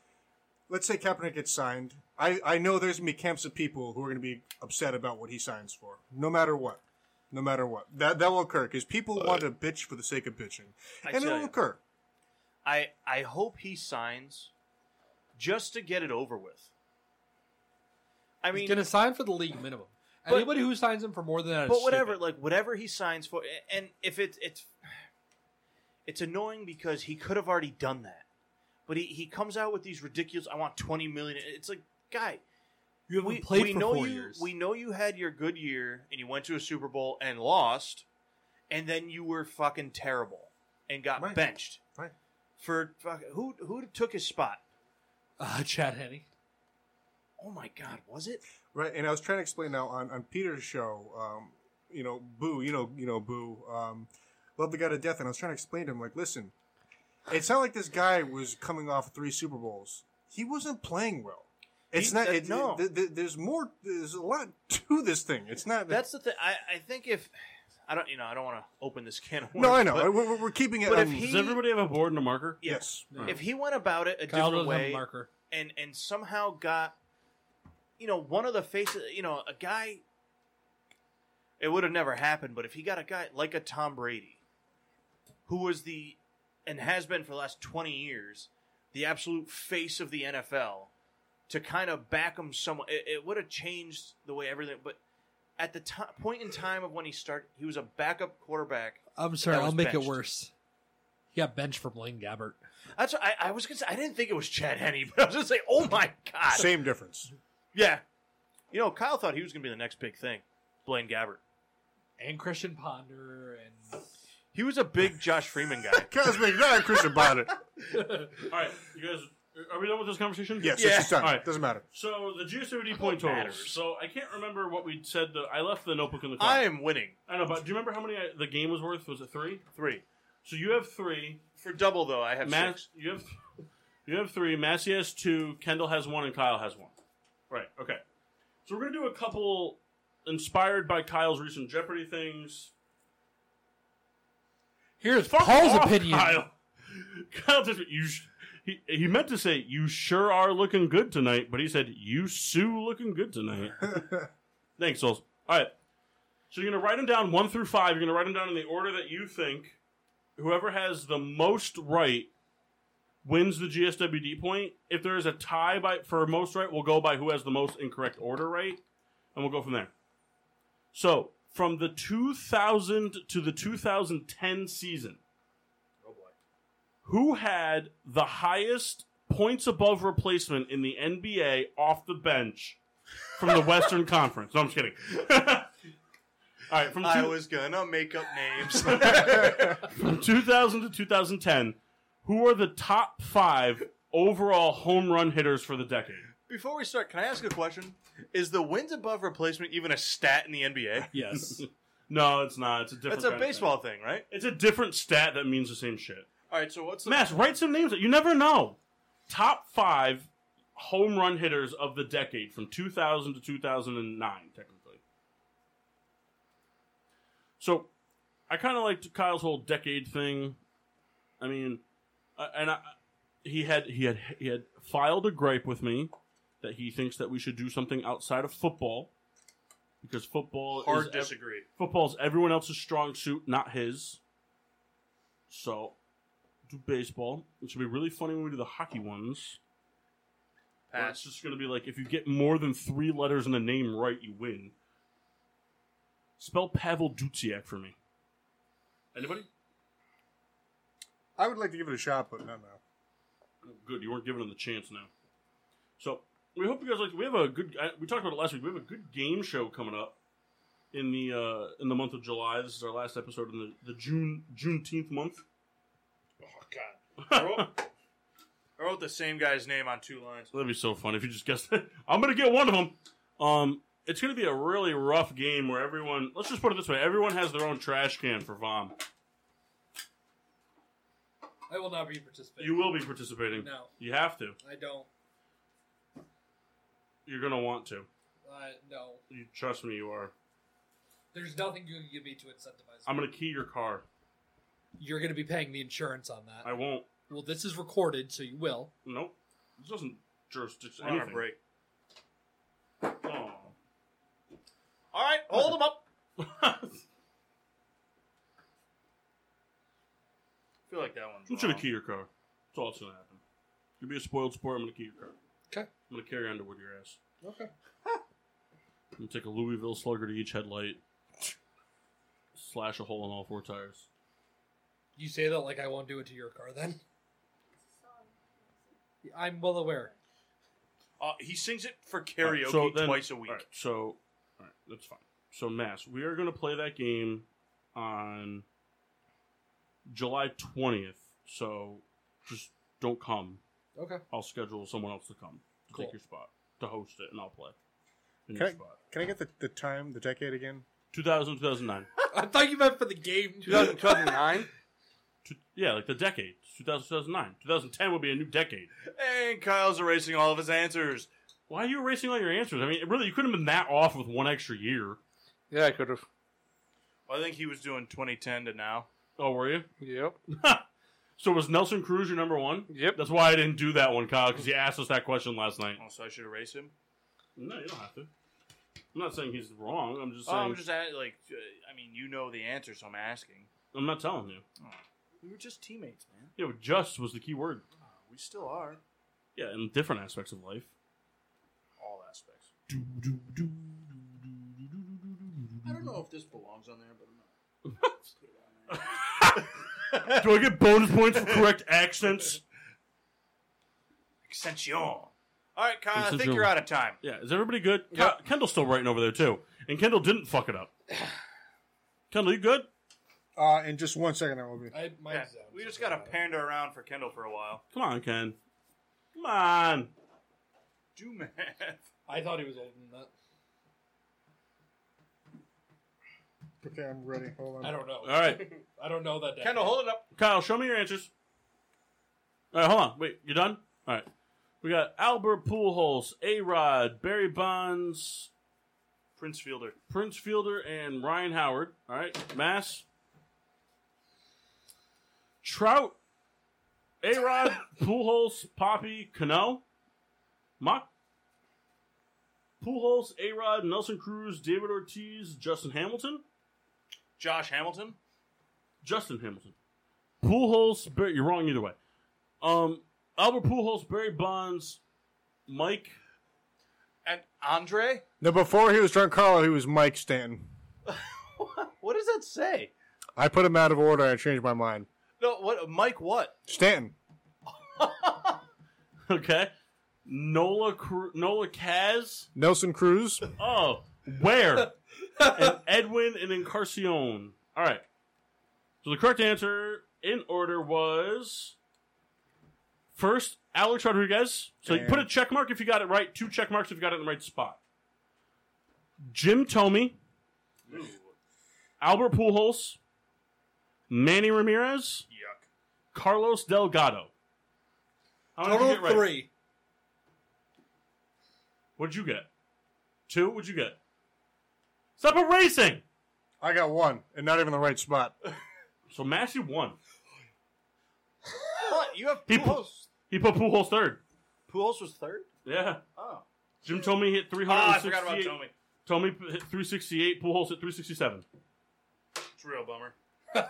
[SPEAKER 4] Let's say Kaepernick gets signed. I, I know there's gonna be camps of people who are gonna be upset about what he signs for, no matter what, no matter what. That that will occur because people want to bitch for the sake of bitching, and it
[SPEAKER 2] tell
[SPEAKER 4] will
[SPEAKER 2] you.
[SPEAKER 4] occur.
[SPEAKER 2] I I hope he signs just to get it over with. I
[SPEAKER 3] He's
[SPEAKER 2] mean,
[SPEAKER 3] gonna sign for the league minimum.
[SPEAKER 2] But-
[SPEAKER 3] Anybody who signs him for more than that, is
[SPEAKER 2] but whatever,
[SPEAKER 3] stupid.
[SPEAKER 2] like whatever he signs for, and if it it's it's annoying because he could have already done that, but he he comes out with these ridiculous. I want twenty million. It's like, guy,
[SPEAKER 3] you haven't
[SPEAKER 2] we,
[SPEAKER 3] played
[SPEAKER 2] we
[SPEAKER 3] for
[SPEAKER 2] know
[SPEAKER 3] four
[SPEAKER 2] you
[SPEAKER 3] years.
[SPEAKER 2] we know you had your good year and you went to a Super Bowl and lost, and then you were fucking terrible and got
[SPEAKER 4] Right.
[SPEAKER 2] benched
[SPEAKER 4] Right.
[SPEAKER 2] for fuck- who who took his spot.
[SPEAKER 3] uh, Chad Henney.
[SPEAKER 2] Oh my God, was it?
[SPEAKER 4] Right, and I was trying to explain now on, on Peter's show, um, you know, Boo, you know, you know, Boo, um, love the guy to death, and I was trying to explain to him, like, listen, it's not like this guy was coming off three Super Bowls. He wasn't playing well. It's
[SPEAKER 2] He-
[SPEAKER 4] not.
[SPEAKER 2] uh,
[SPEAKER 4] It,
[SPEAKER 2] no.
[SPEAKER 4] th- th- there's more. There's a lot to this thing. It's not.
[SPEAKER 2] That's the thing. I, I think if I don't, you know, I don't want to open this can of worms.
[SPEAKER 4] no, I know.
[SPEAKER 2] but
[SPEAKER 4] we're, we're- we're keeping it.
[SPEAKER 2] but
[SPEAKER 4] on-
[SPEAKER 2] if he-
[SPEAKER 1] Does everybody have a board and a marker?
[SPEAKER 2] yeah,
[SPEAKER 4] yes,
[SPEAKER 2] if he went about it a
[SPEAKER 3] Kyle
[SPEAKER 2] different
[SPEAKER 3] doesn't have a
[SPEAKER 2] way
[SPEAKER 3] marker.
[SPEAKER 2] and and somehow got, you know, one of the faces, you know, a guy. It would have never happened, but if he got a guy like a Tom Brady, who was the and has been for the last 20 years, the absolute face of the NFL, to kind of back him somewhat, it, it would have changed the way everything. But at the to- point in time of when he started, he was a backup quarterback.
[SPEAKER 3] I'm sorry,
[SPEAKER 2] That was
[SPEAKER 3] I'll make
[SPEAKER 2] benched.
[SPEAKER 3] it worse. He got benched from Blaine Gabbert.
[SPEAKER 2] That's what I, I was gonna say. I didn't think it was Chad Henney, but I was gonna say, oh my god,
[SPEAKER 4] Same difference.
[SPEAKER 2] yeah. You know, Kyle thought he was gonna be the next big thing, Blaine Gabbert.
[SPEAKER 3] And Christian Ponder and
[SPEAKER 2] He was a big Josh Freeman guy.
[SPEAKER 4] Cosmic Nine, Christian Bonnet.
[SPEAKER 1] All right, you guys, are we done with this conversation?
[SPEAKER 4] Yes,
[SPEAKER 2] Yeah.
[SPEAKER 4] it's just done.
[SPEAKER 1] All right.
[SPEAKER 4] Doesn't matter.
[SPEAKER 1] So the GSOD point totals.
[SPEAKER 2] matters.
[SPEAKER 1] So I can't remember what we said. The, I left the notebook in the car.
[SPEAKER 2] I am winning
[SPEAKER 1] I know, but do you remember how many I, the game was worth? Was it three?
[SPEAKER 2] three
[SPEAKER 1] So you have three.
[SPEAKER 2] for double though. I have
[SPEAKER 1] Max,
[SPEAKER 2] six.
[SPEAKER 1] you have you have three. Massey has two. Kendall has one, and Kyle has one. Right. Okay. So we're gonna do a couple inspired by Kyle's recent Jeopardy things.
[SPEAKER 3] here's
[SPEAKER 1] Fuck
[SPEAKER 3] Paul's
[SPEAKER 1] off,
[SPEAKER 3] opinion.
[SPEAKER 1] Kyle, Kyle just you. Sh- he, he meant to say you sure are looking good tonight, but he said you sue looking good tonight. Thanks, souls. All right. So you're gonna write them down one through five. You're gonna write them down in the order that you think. Whoever has the most right wins the GSWD point. If there is a tie by for most right, we'll go by who has the most incorrect order right, and we'll go from there. So from the 2000 to the 2010 season, who had the highest points above replacement in the NBA off the bench from the Western Conference? No, I'm just kidding. All right, from
[SPEAKER 2] I
[SPEAKER 1] two-
[SPEAKER 2] was gonna make up names.
[SPEAKER 1] from 2000 to 2010, who are the top five overall home run hitters for the decade?
[SPEAKER 2] Before we start, can I ask a question? Is the wins above replacement even a stat in the NBA?
[SPEAKER 3] Yes.
[SPEAKER 1] No, it's not. It's a different.
[SPEAKER 2] That's a
[SPEAKER 1] kind of
[SPEAKER 2] baseball thing, right?
[SPEAKER 1] thing. It's a different stat that means the same shit.
[SPEAKER 2] All right. So what's the
[SPEAKER 1] Mass, write some names. You never know. Top five home run hitters of the decade from 2000 to 2009, technically. So, I kind of liked Kyle's whole decade thing. I mean, uh, and I, he had he had he had filed a gripe with me that he thinks that we should do something outside of football because football is
[SPEAKER 2] hard
[SPEAKER 1] ev-
[SPEAKER 2] disagree?
[SPEAKER 1] Football's everyone else's strong suit, not his. So, do baseball. It should be really funny when we do the hockey ones. where It's
[SPEAKER 2] Pass.
[SPEAKER 1] just going to be like if you get more than three letters in a name right, you win. Spell Pavel Dutsiak for me. Anybody?
[SPEAKER 4] I would like to give it a shot, but not now.
[SPEAKER 1] Oh, Good, you weren't giving them the chance now. So we hope you guys like. We have a good. I- We talked about it last week. We have a good game show coming up in the uh, in the month of July. This is our last episode in the, the June Juneteenth month. Oh God.
[SPEAKER 2] I wrote the same guy's name on two lines.
[SPEAKER 1] That'd be so fun if you just guessed it. I'm gonna get one of them. Um, it's gonna be a really rough game where everyone. Let's just put it this way: everyone has their own trash can for vom.
[SPEAKER 3] I will not be participating.
[SPEAKER 1] You will be participating.
[SPEAKER 3] No.
[SPEAKER 1] You have to.
[SPEAKER 3] I don't.
[SPEAKER 1] You're gonna want to.
[SPEAKER 3] Uh, no.
[SPEAKER 1] You trust me. You are.
[SPEAKER 3] There's nothing you can give me to incentivize.
[SPEAKER 1] I'm gonna key your car.
[SPEAKER 3] You're going to be paying the insurance on that.
[SPEAKER 1] I won't.
[SPEAKER 3] well, this is recorded, so you will.
[SPEAKER 1] Nope. This doesn't jurisdiction
[SPEAKER 2] We're on a
[SPEAKER 1] anything.
[SPEAKER 2] break.
[SPEAKER 1] Aw.
[SPEAKER 2] All right, hold him up.
[SPEAKER 1] I'm
[SPEAKER 2] I feel like that one's.
[SPEAKER 1] just gonna
[SPEAKER 2] wrong.
[SPEAKER 1] key your car. That's all that's gonna happen. You'll be a spoiled sport. I'm gonna key your car.
[SPEAKER 3] 'Kay.
[SPEAKER 1] I'm gonna carry underwood your ass.
[SPEAKER 3] Okay.
[SPEAKER 1] I'm gonna take a Louisville slugger to each headlight. Slash a hole in all four tires.
[SPEAKER 3] You say that like I won't do it to your car then?
[SPEAKER 6] It's a song.
[SPEAKER 3] I'm well aware.
[SPEAKER 2] Uh, he sings it for karaoke
[SPEAKER 1] Alright, then-
[SPEAKER 2] twice a week.
[SPEAKER 1] alright, so, all right, that's fine. So, Mass, we are going to play that game on July 20th. So, just don't come.
[SPEAKER 3] Okay.
[SPEAKER 1] I'll schedule someone else to come to
[SPEAKER 3] Cool.
[SPEAKER 1] take your spot, to host it, and I'll play in your
[SPEAKER 4] Okay.
[SPEAKER 1] spot.
[SPEAKER 4] Can I get the, the time, the decade again?
[SPEAKER 1] 2000, 2009.
[SPEAKER 3] I thought you meant for the game.
[SPEAKER 5] 2009.
[SPEAKER 1] Two- yeah, like the decade. 2000, 2009. 2010 will be a new decade.
[SPEAKER 2] And Kyle's erasing all of his answers.
[SPEAKER 1] Why are you erasing all your answers? I mean, really, you couldn't have been that off with one extra year.
[SPEAKER 5] Yeah, I could have.
[SPEAKER 2] Well, I think he was doing 2010 to now.
[SPEAKER 1] Oh, were you?
[SPEAKER 5] Yep.
[SPEAKER 1] So was Nelson Cruz your number one?
[SPEAKER 5] Yep.
[SPEAKER 1] That's why I didn't do that one, Kyle, because he asked us that question last night.
[SPEAKER 2] Oh, so I should erase him.
[SPEAKER 1] No, you don't have to. I'm not saying he's wrong. I'm just
[SPEAKER 8] Oh,
[SPEAKER 1] saying
[SPEAKER 8] I'm just at, like, uh, I mean, you know the answer, so I'm asking.
[SPEAKER 1] I'm not telling you.
[SPEAKER 8] We were just teammates, man. Uh,
[SPEAKER 1] Yeah, but just was the key word.
[SPEAKER 8] We still are.
[SPEAKER 1] Yeah, in different aspects of life.
[SPEAKER 8] All aspects.
[SPEAKER 10] I don't know if this belongs on there, but I'm not.
[SPEAKER 1] Do I get bonus points for correct accents?
[SPEAKER 8] Extension. All right, Kyle, I think
[SPEAKER 1] Extension.
[SPEAKER 8] you're out of time.
[SPEAKER 1] Yeah, is everybody good? Ke- Kendall's still writing over there too, and Kendall didn't fuck it up. Kendall, you good?
[SPEAKER 4] Uh, in just one second, I will be.
[SPEAKER 3] I, mine's
[SPEAKER 8] Yeah,
[SPEAKER 3] down.
[SPEAKER 8] we just got to pander around for Kendall for a while.
[SPEAKER 1] Come on, Ken. Come on.
[SPEAKER 8] Do math.
[SPEAKER 3] I thought he was older than that.
[SPEAKER 4] Okay, I'm ready. Hold
[SPEAKER 3] I
[SPEAKER 4] on.
[SPEAKER 3] don't know.
[SPEAKER 1] All right,
[SPEAKER 3] I don't know that.
[SPEAKER 8] Kendall, hold it up.
[SPEAKER 1] Kyle, show me your answers. All right, hold on. Wait, you done? All right. We got Albert Pujols, A Rod, Barry Bonds,
[SPEAKER 8] Prince Fielder.
[SPEAKER 1] Prince Fielder and Ryan Howard. All right, Mass. Trout, A Rod, Pujols, Poppy, Cano, Mock, Pujols, A Rod, Nelson Cruz, David Ortiz, Justin Hamilton,
[SPEAKER 8] Josh Hamilton.
[SPEAKER 1] Justin Hamilton, Pujols. Barry, you're wrong either way. Um, Albert Pujols, Barry Bonds, Mike.
[SPEAKER 8] And Andre?
[SPEAKER 4] No, before he was Giancarlo, he was Mike Stanton.
[SPEAKER 8] What does that say?
[SPEAKER 4] I put him out of order. I changed my mind.
[SPEAKER 8] No, what? Mike what?
[SPEAKER 4] Stanton.
[SPEAKER 1] Okay, Nola Cru- Nola Kaz.
[SPEAKER 4] Nelson Cruz.
[SPEAKER 1] Oh, where? and Edwin and Encarnacion. All right. So the correct answer in order was first Alex Rodriguez. So you put a check mark if you got it right. Two check marks if you got it in the right spot. Jim Tomey, Albert Pujols, Manny Ramirez, Carlos Delgado. How many did you
[SPEAKER 10] Total
[SPEAKER 1] get right?
[SPEAKER 10] three.
[SPEAKER 1] What'd you get? Two? What'd you get? Stop erasing.
[SPEAKER 4] I got one, and not even the right spot.
[SPEAKER 1] So Massey won.
[SPEAKER 8] What? You have
[SPEAKER 1] He pu-
[SPEAKER 8] Pujols.
[SPEAKER 1] He put Pujols third.
[SPEAKER 8] Pujols was third?
[SPEAKER 1] Yeah.
[SPEAKER 8] Oh.
[SPEAKER 1] Jim Tomey hit
[SPEAKER 8] Ah, I
[SPEAKER 1] 368.
[SPEAKER 8] forgot about Tommy.
[SPEAKER 1] Tomey p- hit 368. Pujols hit 367.
[SPEAKER 8] It's a real bummer.
[SPEAKER 1] All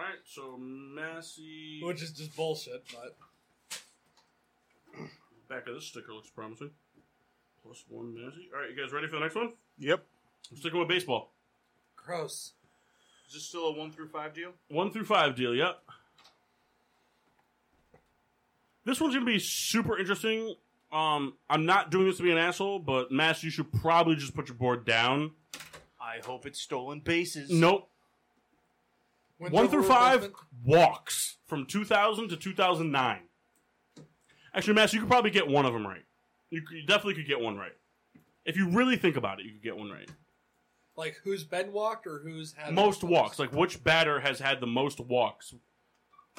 [SPEAKER 1] right. So Massey.
[SPEAKER 3] Which is just bullshit. But
[SPEAKER 1] Back of this sticker looks promising. Plus one Massey. All right, you guys ready for the next one?
[SPEAKER 4] Yep.
[SPEAKER 1] I'm sticking with baseball.
[SPEAKER 3] gross.
[SPEAKER 8] Is this still a one through five deal?
[SPEAKER 1] One through five deal. Yep. This one's gonna be super interesting. Um, I'm not doing this to be an asshole, but Mass, you should probably just put your board down.
[SPEAKER 8] I hope it's stolen bases.
[SPEAKER 1] Nope.
[SPEAKER 3] Went
[SPEAKER 1] One through
[SPEAKER 3] over
[SPEAKER 1] five
[SPEAKER 3] investment.
[SPEAKER 1] walks from 2000 to 2009. Actually, Mass, you could probably get one of them right. You, c- you definitely could get one right. If you really think about it, you could get one right.
[SPEAKER 3] Like who's been walked or who's had
[SPEAKER 1] most walks, like which batter has had the most walks?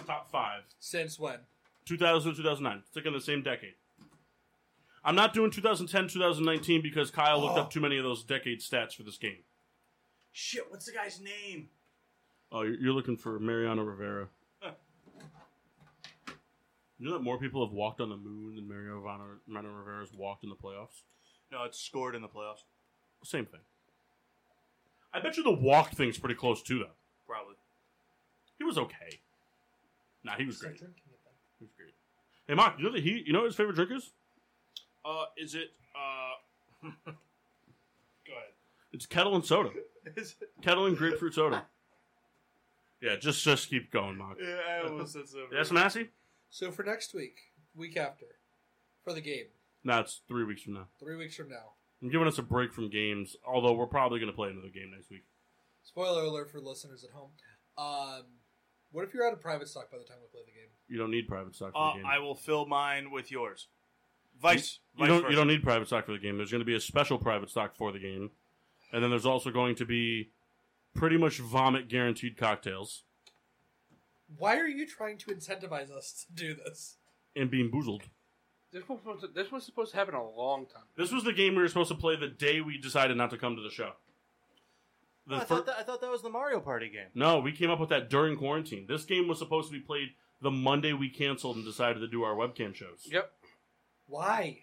[SPEAKER 1] Top five.
[SPEAKER 3] since when?
[SPEAKER 1] 2000 to 2009. Stick in the same decade. I'm not doing 2010 2019 because Kyle looked up too many of those decade stats for this game.
[SPEAKER 8] Shit, what's the guy's name?
[SPEAKER 1] Oh, you're, you're looking for Mariano Rivera. you know that more people have walked on the moon than Mariano Vano- Mariano Rivera's walked in the playoffs?
[SPEAKER 8] No, it's scored in the playoffs.
[SPEAKER 1] Same thing. I bet you the walk thing's pretty close too, though.
[SPEAKER 8] Probably.
[SPEAKER 1] He was okay. Nah, he was great. He was great. Hey, Mark, you know that he, you know what his favorite drink is?
[SPEAKER 8] Uh, is it, uh... Go ahead.
[SPEAKER 1] It's kettle and soda.
[SPEAKER 8] Is it...
[SPEAKER 1] Kettle and grapefruit soda. Yeah, just just keep going, Mark.
[SPEAKER 8] Yeah, I almost said so.
[SPEAKER 1] Yes, Massey?
[SPEAKER 3] So for next week, week after, for the game,
[SPEAKER 1] Nah, it's three weeks from now.
[SPEAKER 3] three weeks from now.
[SPEAKER 1] I'm giving us a break from games, although we're probably going to play another game next week.
[SPEAKER 3] Spoiler alert for listeners at home. Um, what if you're out of private stock by the time we play the game?
[SPEAKER 1] You don't need private stock for
[SPEAKER 8] Uh,
[SPEAKER 1] the game.
[SPEAKER 8] I will fill mine with yours. Vice.
[SPEAKER 1] you
[SPEAKER 8] vice
[SPEAKER 1] don't
[SPEAKER 8] versa.
[SPEAKER 1] you don't need private stock for the game. There's going to be a special private stock for the game, and then there's also going to be pretty much vomit guaranteed cocktails
[SPEAKER 3] Why are you trying to incentivize us to do this?
[SPEAKER 1] and being boozled.
[SPEAKER 5] This one's supposed to, this one's supposed to happen a long time.
[SPEAKER 1] This was the game we were supposed to play the day we decided not to come to the show. The
[SPEAKER 8] Oh, I,
[SPEAKER 1] fir-
[SPEAKER 8] thought that, I thought that was the Mario Party game.
[SPEAKER 1] no, we came up with that during quarantine. This game was supposed to be played the Monday we canceled and decided to do our webcam shows.
[SPEAKER 5] Yep.
[SPEAKER 3] Why?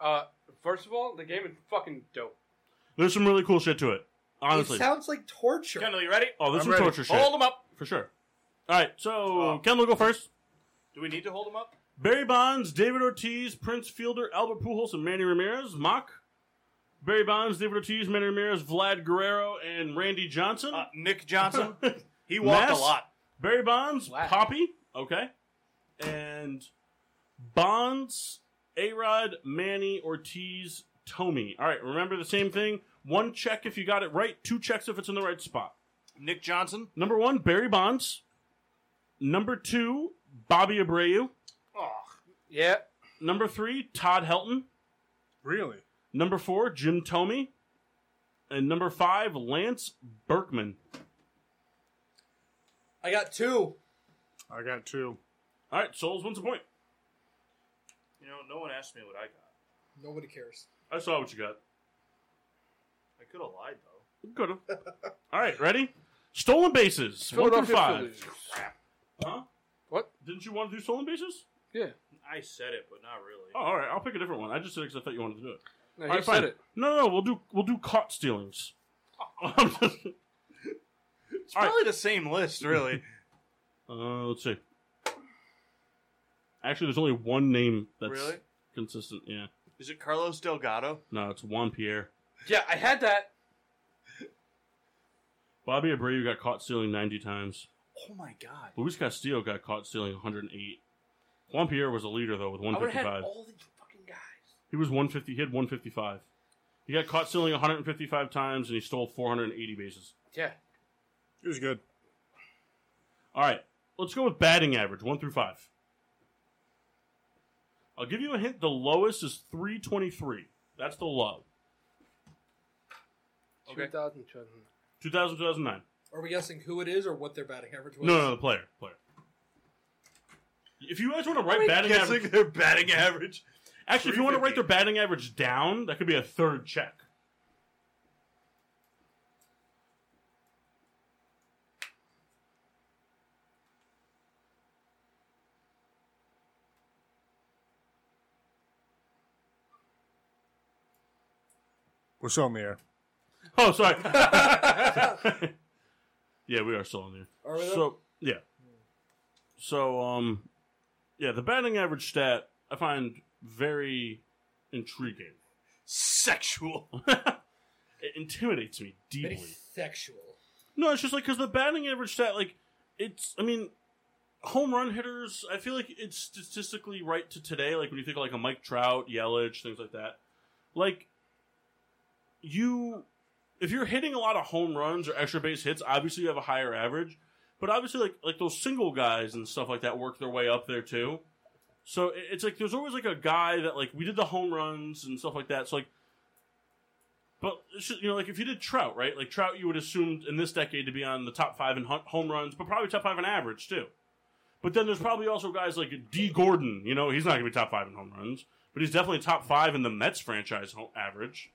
[SPEAKER 5] Uh, first of all, the game is fucking dope.
[SPEAKER 1] There's some really cool shit to it. Honestly.
[SPEAKER 10] It sounds like torture.
[SPEAKER 8] Kendall, you ready?
[SPEAKER 1] oh, this
[SPEAKER 4] I'm
[SPEAKER 1] was
[SPEAKER 4] ready.
[SPEAKER 1] torture shit.
[SPEAKER 8] Hold him up.
[SPEAKER 1] For sure. All right, so
[SPEAKER 8] Oh.
[SPEAKER 1] Kendall, go first.
[SPEAKER 8] Do we need to hold him up?
[SPEAKER 1] Barry Bonds, David Ortiz, Prince Fielder, Albert Pujols, and Manny Ramirez. Mock. Barry Bonds, David Ortiz, Manny Ramirez, Vlad Guerrero, and Randy Johnson.
[SPEAKER 8] Uh, Nick Johnson. He walked
[SPEAKER 1] Mass?
[SPEAKER 8] a lot.
[SPEAKER 1] Barry Bonds,
[SPEAKER 10] Vlad.
[SPEAKER 1] Poppy. Okay. And Bonds, Arod, Manny, Ortiz, Tommy. All right, remember the same thing. One check if you got it right, two checks if it's in the right spot.
[SPEAKER 8] Nick Johnson.
[SPEAKER 1] Number one, Barry Bonds. Number two, Bobby Abreu.
[SPEAKER 5] Yeah.
[SPEAKER 1] Number three, Todd Helton.
[SPEAKER 4] Really?
[SPEAKER 1] Number four, Jim Tomey. And number five, Lance Berkman.
[SPEAKER 10] I got two.
[SPEAKER 4] I got two.
[SPEAKER 1] All right, Souls wins a point.
[SPEAKER 8] You know, no one asked me what I got.
[SPEAKER 10] Nobody cares.
[SPEAKER 1] I saw what you got.
[SPEAKER 8] I could have lied though.
[SPEAKER 1] Good. All right, ready? Stolen bases. Four through
[SPEAKER 5] Philadelphia
[SPEAKER 1] five.
[SPEAKER 5] Phillies.
[SPEAKER 1] Huh?
[SPEAKER 5] What?
[SPEAKER 1] Didn't you want to do stolen bases?
[SPEAKER 8] I said it, but not really.
[SPEAKER 1] Oh, all right. I'll pick a different one. I just said because I thought you wanted to do it.
[SPEAKER 5] No,
[SPEAKER 1] all
[SPEAKER 5] he
[SPEAKER 1] right,
[SPEAKER 5] said
[SPEAKER 1] fine.
[SPEAKER 5] it.
[SPEAKER 1] No, no, no, we'll do we'll do caught stealings.
[SPEAKER 5] Oh.
[SPEAKER 8] it's probably the same list, really.
[SPEAKER 1] uh, let's see. Actually, there's only one name that's
[SPEAKER 8] really?
[SPEAKER 1] consistent. Yeah.
[SPEAKER 8] Is it Carlos Delgado?
[SPEAKER 1] No, it's Juan Pierre.
[SPEAKER 10] Yeah, I had that.
[SPEAKER 1] Bobby Abreu got caught stealing 90 times.
[SPEAKER 8] Oh my god!
[SPEAKER 1] Luis Castillo got caught stealing 108. Juan Pierre was a leader though with
[SPEAKER 10] I would have
[SPEAKER 1] 155.
[SPEAKER 10] had all these fucking guys.
[SPEAKER 1] He was 150. He had 155. He got caught stealing 155 times and he stole 480 bases.
[SPEAKER 5] Yeah.
[SPEAKER 4] It was good.
[SPEAKER 1] All right, let's go with batting average, one through five. I'll give you a hint. The lowest is 323. That's the low.
[SPEAKER 5] Okay. 2000.
[SPEAKER 1] 2000, 2009.
[SPEAKER 10] Are we guessing who it is or what their batting average was?
[SPEAKER 1] No, no, the player, player. If you guys want to write batting
[SPEAKER 8] guessing
[SPEAKER 1] average,
[SPEAKER 8] their batting average.
[SPEAKER 1] actually, if you want to write
[SPEAKER 8] 350.
[SPEAKER 1] their batting average down, that could be a third check.
[SPEAKER 4] We're still on the air.
[SPEAKER 1] Oh, sorry. yeah, we are still on there.
[SPEAKER 10] Are we Hmm.
[SPEAKER 1] So yeah. So um, yeah, the batting average stat I find very intriguing.
[SPEAKER 8] Sexual.
[SPEAKER 1] It intimidates me
[SPEAKER 10] Very
[SPEAKER 1] deeply.
[SPEAKER 10] sexual.
[SPEAKER 1] No, it's just like because the batting average stat, like it's. I mean, home run hitters. I feel like it's statistically right to today. Like when you think of like a Mike Trout, Yelich, things like that. Like you, if you're hitting a lot of home runs or extra base hits, obviously you have a higher average. But obviously, like like those single guys and stuff like that work their way up there too. So it- it's like there's always like a guy that like we did the home runs and stuff like that. So like but it's just, you know, like if you did Trout, right? Like Trout, you would assume in this decade to be on the top five in hu- home runs, but probably top five in average too. But then there's probably also guys like D. Gordon. You know, he's not going to be top five in home runs, but he's definitely top five in the Mets franchise ho- average.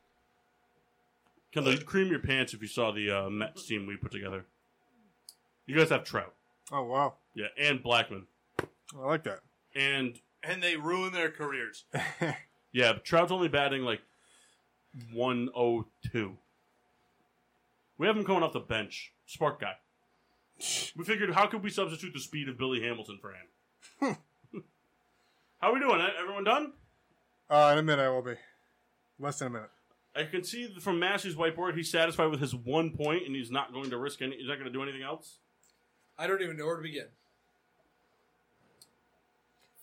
[SPEAKER 1] Kendall, you'd cream your pants if you saw the uh, Mets team we put together. You guys have Trout,
[SPEAKER 4] Oh wow,
[SPEAKER 1] yeah, and Blackman,
[SPEAKER 4] I like that.
[SPEAKER 1] and
[SPEAKER 8] and they ruin their careers.
[SPEAKER 1] yeah, Trout's only batting like one oh two. We have him coming off the bench, spark guy. We figured, how could we substitute the speed of Billy Hamilton for him? how we doing? eh? Everyone done?
[SPEAKER 4] Uh, in a minute, I will be. Less than a minute.
[SPEAKER 1] I can see from Massey's whiteboard he's satisfied with his one point, and he's not going to risk any. He's not going to do anything else.
[SPEAKER 10] I don't even know where to begin.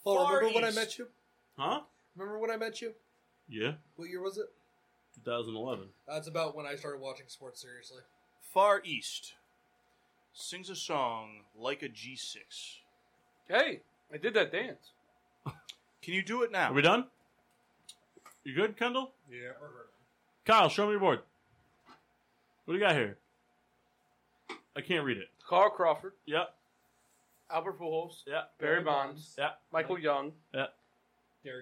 [SPEAKER 10] Paul,
[SPEAKER 8] Far
[SPEAKER 10] remember when I
[SPEAKER 8] East.
[SPEAKER 10] met you?
[SPEAKER 1] Huh?
[SPEAKER 10] Remember when I met you?
[SPEAKER 1] Yeah,
[SPEAKER 10] What year was it?
[SPEAKER 1] 2011.
[SPEAKER 10] That's about when I started watching sports seriously.
[SPEAKER 8] Far East sings a song like a G6.
[SPEAKER 5] Hey, I did that dance.
[SPEAKER 8] Can you do it now?
[SPEAKER 1] Are we done? You good, Kendall?
[SPEAKER 4] Yeah.
[SPEAKER 1] Kyle, show me your board. What do you got here? I can't read it.
[SPEAKER 5] Carl Crawford,
[SPEAKER 1] Yep.
[SPEAKER 5] Albert Pujols,
[SPEAKER 1] Yeah.
[SPEAKER 5] Barry Bonds,
[SPEAKER 1] Yeah.
[SPEAKER 5] Michael Young,
[SPEAKER 10] Derek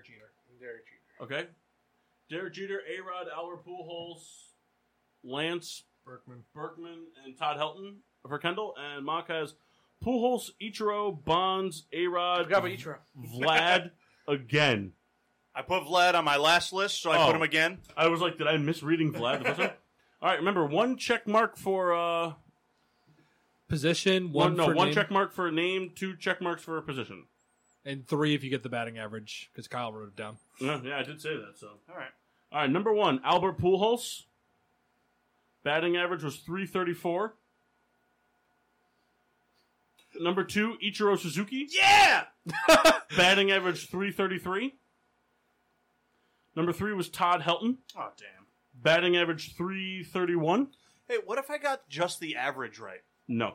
[SPEAKER 10] Jeter.
[SPEAKER 5] and Derek Jeter.
[SPEAKER 1] Okay. Derek Jeter, A Rod, Albert Pujols, Lance
[SPEAKER 4] Berkman.
[SPEAKER 1] Berkman, and Todd Helton for Kendall. And Mock has Pujols, Ichiro, Bonds, A
[SPEAKER 5] I
[SPEAKER 1] Rod,
[SPEAKER 5] forgot Uh, about Ichiro.
[SPEAKER 1] Vlad again.
[SPEAKER 8] I put Vlad on my last list, so I
[SPEAKER 1] Oh.
[SPEAKER 8] put him again.
[SPEAKER 1] I was like, did I miss reading Vlad the first time? All right, remember one check mark for uh
[SPEAKER 3] Position
[SPEAKER 1] one
[SPEAKER 3] one,
[SPEAKER 1] no
[SPEAKER 3] for
[SPEAKER 1] one
[SPEAKER 3] name,
[SPEAKER 1] check mark for a name, two check marks for a position.
[SPEAKER 3] and three if you get the batting average because Kyle wrote it down.
[SPEAKER 1] Yeah, yeah, I did say that. So all right, all right. Number one, Albert Pujols. Batting average was three thirty four. Number two, Ichiro Suzuki. Yeah. Batting average three thirty three. Number three was Todd Helton.
[SPEAKER 8] Oh damn.
[SPEAKER 1] Batting average three thirty one.
[SPEAKER 8] Hey, what if I got just the average right?
[SPEAKER 1] No.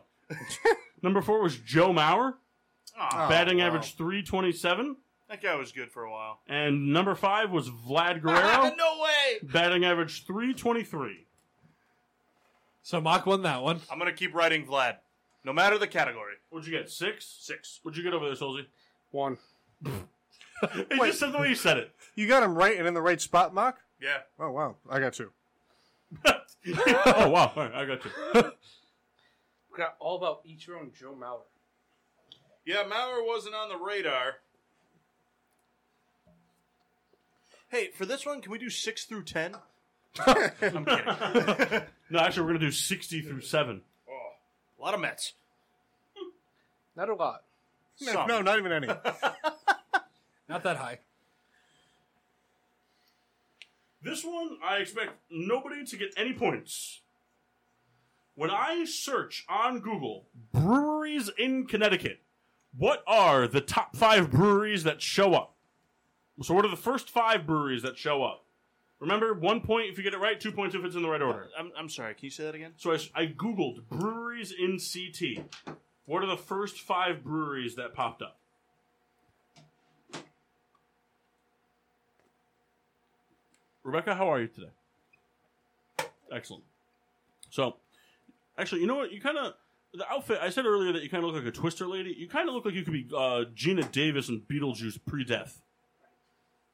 [SPEAKER 1] Number four was Joe Mauer.
[SPEAKER 2] Oh,
[SPEAKER 8] Aw,
[SPEAKER 1] batting
[SPEAKER 4] wow.
[SPEAKER 1] average 327.
[SPEAKER 8] that guy was good for a while.
[SPEAKER 1] And number five was Vlad Guerrero.
[SPEAKER 8] Ah, no way.
[SPEAKER 1] Batting average 323.
[SPEAKER 3] So Mock won that one.
[SPEAKER 8] I'm gonna keep writing Vlad, no matter the category.
[SPEAKER 1] What'd you get? Six? Six. What'd you get over there, Solzy?
[SPEAKER 5] One.
[SPEAKER 1] It just said the way you said it.
[SPEAKER 4] You got him right and in the right spot, Mock?
[SPEAKER 8] Yeah.
[SPEAKER 4] Oh, wow. I got two.
[SPEAKER 1] oh, wow. All right, I got you.
[SPEAKER 5] We got all about Ichiro and Joe Mauer.
[SPEAKER 8] Yeah, Maurer wasn't on the radar. Hey, for this one, can we do six through ten? I'm kidding. a
[SPEAKER 1] No, actually, we're going to do 60 through 7.
[SPEAKER 8] lot of Mets.
[SPEAKER 5] Not a lot.
[SPEAKER 4] No,
[SPEAKER 8] Some.
[SPEAKER 4] no, not even any.
[SPEAKER 3] Not that high.
[SPEAKER 1] This one, I expect nobody to get any points. When I search on Google breweries in Connecticut, what are the top five breweries that show up? So, what are the first five breweries that show up? Remember, one point if you get it right, two points if it's in the right order.
[SPEAKER 8] I'm, I'm sorry. Can you say that again?
[SPEAKER 1] So, I, s- I Googled breweries in CT. What are the first five breweries that popped up? Rebecca, how are you today? Excellent. So, actually, you know what? You kind of the outfit. I said earlier that you kind of look like a Twister lady. You kind of look like you could be uh, Gina Davis and Beetlejuice pre-death.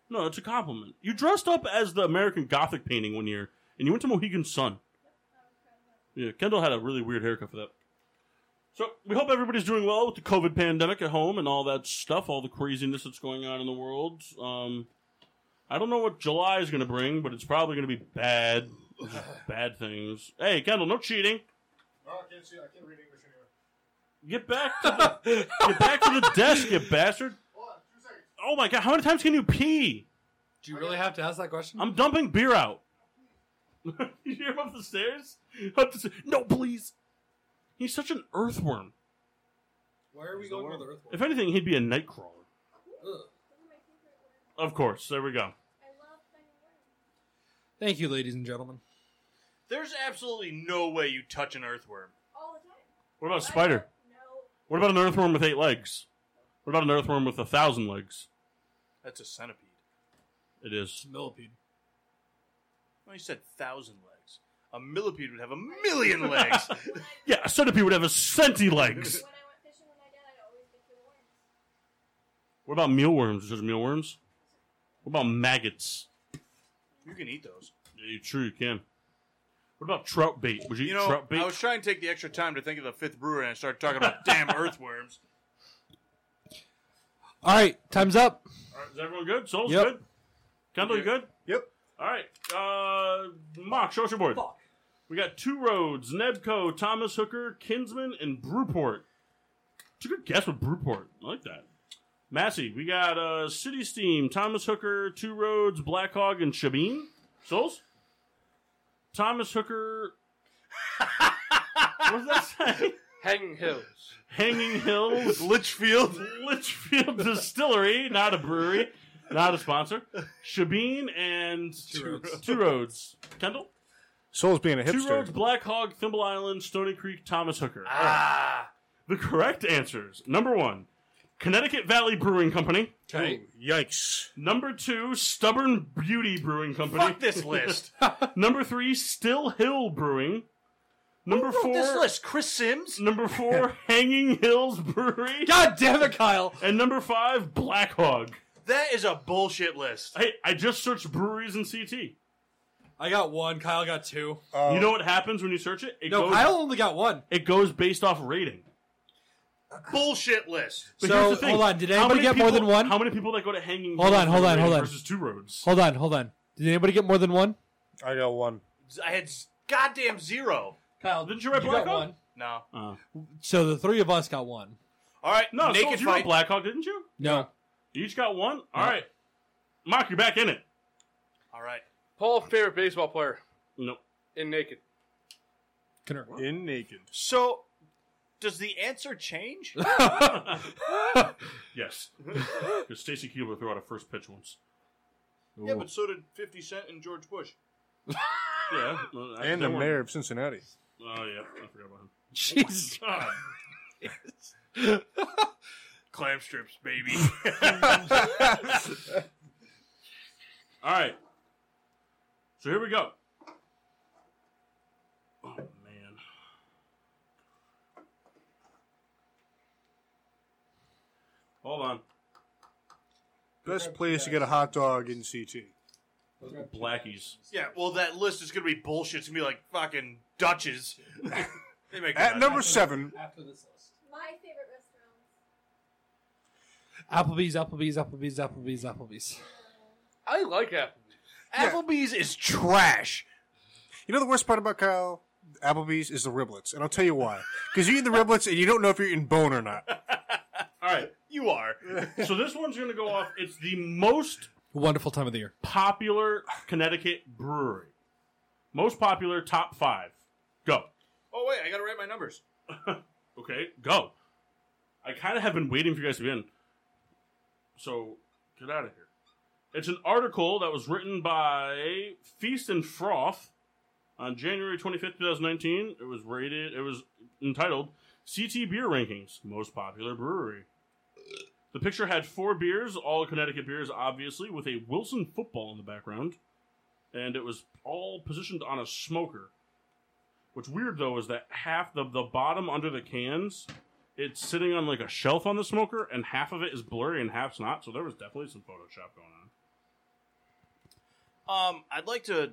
[SPEAKER 1] No, it's a compliment. You dressed up as the American Gothic painting one year, and you went to Mohegan Sun. Yeah, Kendall had a really weird haircut for that. So we hope everybody's doing well with the COVID pandemic at home and all that stuff, all the craziness that's going on in the world. Um, I don't know what July is going to bring, but it's probably going to be bad, bad things. Hey, Kendall, no cheating.
[SPEAKER 4] Oh, I can't see. I can't read English anyway.
[SPEAKER 1] Get back to the, get back to the desk, you bastard.
[SPEAKER 4] Hold on, two seconds.
[SPEAKER 1] Oh my god, how many times can you pee?
[SPEAKER 3] Do you really have to ask that question?
[SPEAKER 1] I'm dumping beer out. you hear him up the stairs? Up the sta- no, please. He's such an earthworm.
[SPEAKER 10] Why are we going with Earthworm?
[SPEAKER 1] If anything, he'd be a nightcrawler.
[SPEAKER 10] Ugh.
[SPEAKER 6] Those are my favorite words.
[SPEAKER 1] Of course, there we go.
[SPEAKER 6] I love finding words.
[SPEAKER 3] Thank you, ladies and gentlemen.
[SPEAKER 8] There's absolutely no way you touch an earthworm.
[SPEAKER 6] All the time.
[SPEAKER 1] What
[SPEAKER 5] Oh,
[SPEAKER 1] about a spider?
[SPEAKER 6] No.
[SPEAKER 1] What about an earthworm with eight legs? What about an earthworm with a thousand legs?
[SPEAKER 8] That's a centipede.
[SPEAKER 1] It is.
[SPEAKER 3] Millipede.
[SPEAKER 8] Well, you said thousand legs. A millipede would have a million legs.
[SPEAKER 6] When I,
[SPEAKER 1] Yeah, a centipede would have a centi legs.
[SPEAKER 6] when I went fishing when I did, I'd always get the worms.
[SPEAKER 1] What about mealworms? There's mealworms. What about maggots?
[SPEAKER 8] you can eat those.
[SPEAKER 1] Yeah, you true, you can. What about trout bait? Would you,
[SPEAKER 8] You
[SPEAKER 1] eat
[SPEAKER 8] know,
[SPEAKER 1] trout bait?
[SPEAKER 8] I was trying to take the extra time to think of the fifth brewer, and I started talking about damn earthworms.
[SPEAKER 3] All right, time's up.
[SPEAKER 1] All right, is everyone good? Soul's
[SPEAKER 3] Yep.
[SPEAKER 1] good. Kendall, you good?
[SPEAKER 4] Yep.
[SPEAKER 1] All right. Uh, Mock, show us your board.
[SPEAKER 10] Fuck.
[SPEAKER 1] We got two roads: Nebco, Thomas Hooker, Kinsman, and Brewport. It's a good guess with Brewport. I like that. Massey, we got uh, City Steam, Thomas Hooker, Two Roads, Black Hog, and Shabin. Souls? Thomas Hooker. what does that say?
[SPEAKER 5] Hanging Hills.
[SPEAKER 1] Hanging Hills.
[SPEAKER 8] Litchfield.
[SPEAKER 1] Litchfield Distillery, not a brewery, not a sponsor. Shabin and Two Roads. Two Roads. Kendall?
[SPEAKER 4] Soul's being a
[SPEAKER 1] Two Roads,
[SPEAKER 4] hipster.
[SPEAKER 1] Black Hog, Thimble Island, Stony Creek, Thomas Hooker.
[SPEAKER 8] Ah.
[SPEAKER 1] The correct answers. Number one, Connecticut Valley Brewing Company.
[SPEAKER 3] Okay.
[SPEAKER 4] Yikes.
[SPEAKER 1] Number two, Stubborn Beauty Brewing Company.
[SPEAKER 8] Fuck this list.
[SPEAKER 1] Number three, Still Hill Brewing. Number
[SPEAKER 8] Who wrote
[SPEAKER 1] four,
[SPEAKER 8] this list? Chris Sims?
[SPEAKER 1] number four, Hanging Hills Brewery.
[SPEAKER 3] God damn it, Kyle.
[SPEAKER 1] And number five, Black Hog.
[SPEAKER 8] That is a bullshit list.
[SPEAKER 1] Hey, I just searched breweries in CT.
[SPEAKER 3] I got one. Kyle got two.
[SPEAKER 4] Um,
[SPEAKER 1] You know what happens when you search it? It
[SPEAKER 3] No,
[SPEAKER 1] goes
[SPEAKER 3] Kyle only got one.
[SPEAKER 1] it goes based off rating.
[SPEAKER 8] Bullshit list.
[SPEAKER 1] But
[SPEAKER 3] So,
[SPEAKER 1] here's the thing.
[SPEAKER 3] hold on, did
[SPEAKER 1] How many
[SPEAKER 3] anybody get more
[SPEAKER 1] people-
[SPEAKER 3] than one?
[SPEAKER 1] How many people that go to Hanging
[SPEAKER 3] Hold
[SPEAKER 1] Hills
[SPEAKER 3] on, hold on,
[SPEAKER 1] Brewery
[SPEAKER 3] hold on.
[SPEAKER 1] versus Two Roads?
[SPEAKER 3] Hold on, hold on. Did anybody get more than one?
[SPEAKER 4] I got one.
[SPEAKER 8] I had z- goddamn zero.
[SPEAKER 3] Kyle,
[SPEAKER 1] Didn't you write Black Hawk?
[SPEAKER 3] got one.
[SPEAKER 8] No.
[SPEAKER 1] Uh,
[SPEAKER 3] So the three of us got one.
[SPEAKER 8] All right.
[SPEAKER 1] no,
[SPEAKER 8] naked
[SPEAKER 1] Naked you were
[SPEAKER 8] fight.
[SPEAKER 1] Blackhawk, didn't you?
[SPEAKER 3] No.
[SPEAKER 1] You each got one. All right, Mock, you're back in it.
[SPEAKER 8] All right.
[SPEAKER 5] Paul, favorite baseball player
[SPEAKER 1] No,
[SPEAKER 5] in naked.
[SPEAKER 3] Connor.
[SPEAKER 4] In naked.
[SPEAKER 8] So, does the answer change?
[SPEAKER 1] yes, because Stacy Keebler threw out a first pitch once.
[SPEAKER 10] Yeah, but so did 50 Cent and George Bush.
[SPEAKER 1] Yeah, well, I-
[SPEAKER 4] And
[SPEAKER 1] they
[SPEAKER 4] the
[SPEAKER 1] weren't-
[SPEAKER 4] mayor of Cincinnati.
[SPEAKER 1] Oh yeah, I forgot about him.
[SPEAKER 3] Jesus.
[SPEAKER 1] God.
[SPEAKER 8] Clam strips, baby.
[SPEAKER 1] All right. So here we go. Oh man. Hold on.
[SPEAKER 4] Best place to get a hot dog in CT.
[SPEAKER 1] Blackies.
[SPEAKER 8] yeah. Well, that list is gonna be bullshit. It's gonna be like fucking Dutch's. they make
[SPEAKER 4] At
[SPEAKER 8] that.
[SPEAKER 4] number seven,
[SPEAKER 10] After this list.
[SPEAKER 6] My favorite
[SPEAKER 3] Applebee's,
[SPEAKER 6] restaurants.
[SPEAKER 3] Applebee's, Applebee's, Applebee's, Applebee's.
[SPEAKER 5] I like Applebee's.
[SPEAKER 8] Applebee's is trash.
[SPEAKER 4] you know the worst part about Kyle Applebee's is the riblets, and I'll tell you why. Because you eat the riblets and you don't know if you're eating bone or not.
[SPEAKER 1] All right.
[SPEAKER 8] You are.
[SPEAKER 1] So this one's going to go off. It's the most
[SPEAKER 3] Wonderful time of the year.
[SPEAKER 1] popular Connecticut brewery. Most popular top 5. Go.
[SPEAKER 10] Oh, wait, I gotta write my numbers.
[SPEAKER 1] Okay, go. I kind of have been waiting for you guys to be in. So get out of here. It's an article that was written by Feast and Froth on January 25th, 2019. It was rated, it was entitled CT Beer Rankings Most Popular Brewery. The picture had four beers, all Connecticut beers, obviously, with a Wilson football in the background. And it was all positioned on a smoker. What's weird though is that half the the bottom under the cans, it's sitting on like a shelf on the smoker, and half of it is blurry and half's not. So there was definitely some Photoshop going on.
[SPEAKER 8] Um, I'd like to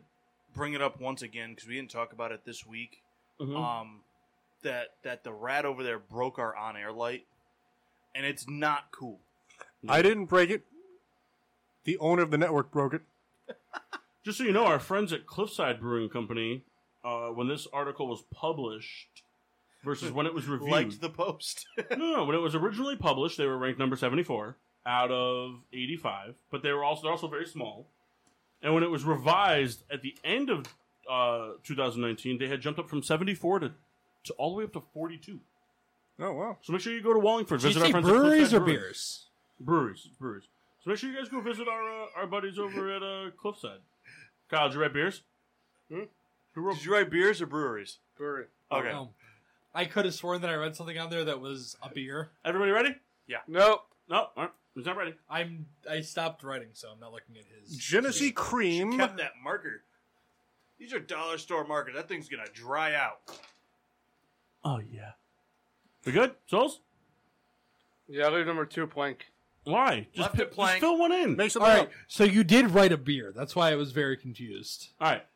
[SPEAKER 8] bring it up once again because we didn't talk about it this week.
[SPEAKER 1] Mm-hmm.
[SPEAKER 8] Um, that that the rat over there broke our on-air light, and it's not cool.
[SPEAKER 4] Mm-hmm.
[SPEAKER 1] Uh,
[SPEAKER 4] I didn't break it. The owner of the network broke it.
[SPEAKER 1] Just so you know, our friends at Cliffside Brewing Company, uh, when this article was published versus when it was reviewed,
[SPEAKER 8] Liked the post.
[SPEAKER 1] no, no, when it was originally published, they were ranked number 74 out of 85, but they were also they're also very small. And when it was revised at the end of uh, 2019, they had jumped up from 74 to, to all the way up to 42.
[SPEAKER 4] Oh, wow.
[SPEAKER 1] So make sure you go to Wallingford.
[SPEAKER 3] Do you
[SPEAKER 1] Visit our
[SPEAKER 3] say
[SPEAKER 1] friends
[SPEAKER 3] breweries
[SPEAKER 1] at Cliffside
[SPEAKER 3] or
[SPEAKER 1] Brewery.
[SPEAKER 3] beers?
[SPEAKER 1] Breweries, it's breweries. So make sure you guys go visit our uh, our buddies over at uh, Cliffside. Kyle, did you write beers?
[SPEAKER 8] Did you write beers or breweries?
[SPEAKER 5] Brewery.
[SPEAKER 8] Okay.
[SPEAKER 3] Oh, No. I could have sworn that I read something on there that was a beer.
[SPEAKER 1] Everybody ready?
[SPEAKER 5] Nope.
[SPEAKER 1] No, all right. he's not ready.
[SPEAKER 3] I'm I stopped writing, so I'm not looking at his.
[SPEAKER 4] Genesee Cream.
[SPEAKER 8] Kept that marker. These are dollar store markers. That thing's gonna dry out.
[SPEAKER 1] Oh yeah. We good, Souls?
[SPEAKER 5] Yeah, I leave number two blank.
[SPEAKER 1] Why? Just,
[SPEAKER 8] Left
[SPEAKER 1] pi-
[SPEAKER 8] it blank.
[SPEAKER 1] just fill one in.
[SPEAKER 4] Make
[SPEAKER 3] All
[SPEAKER 4] something
[SPEAKER 3] right,
[SPEAKER 4] up.
[SPEAKER 3] so you did write a beer. That's why I was very confused.
[SPEAKER 1] All right.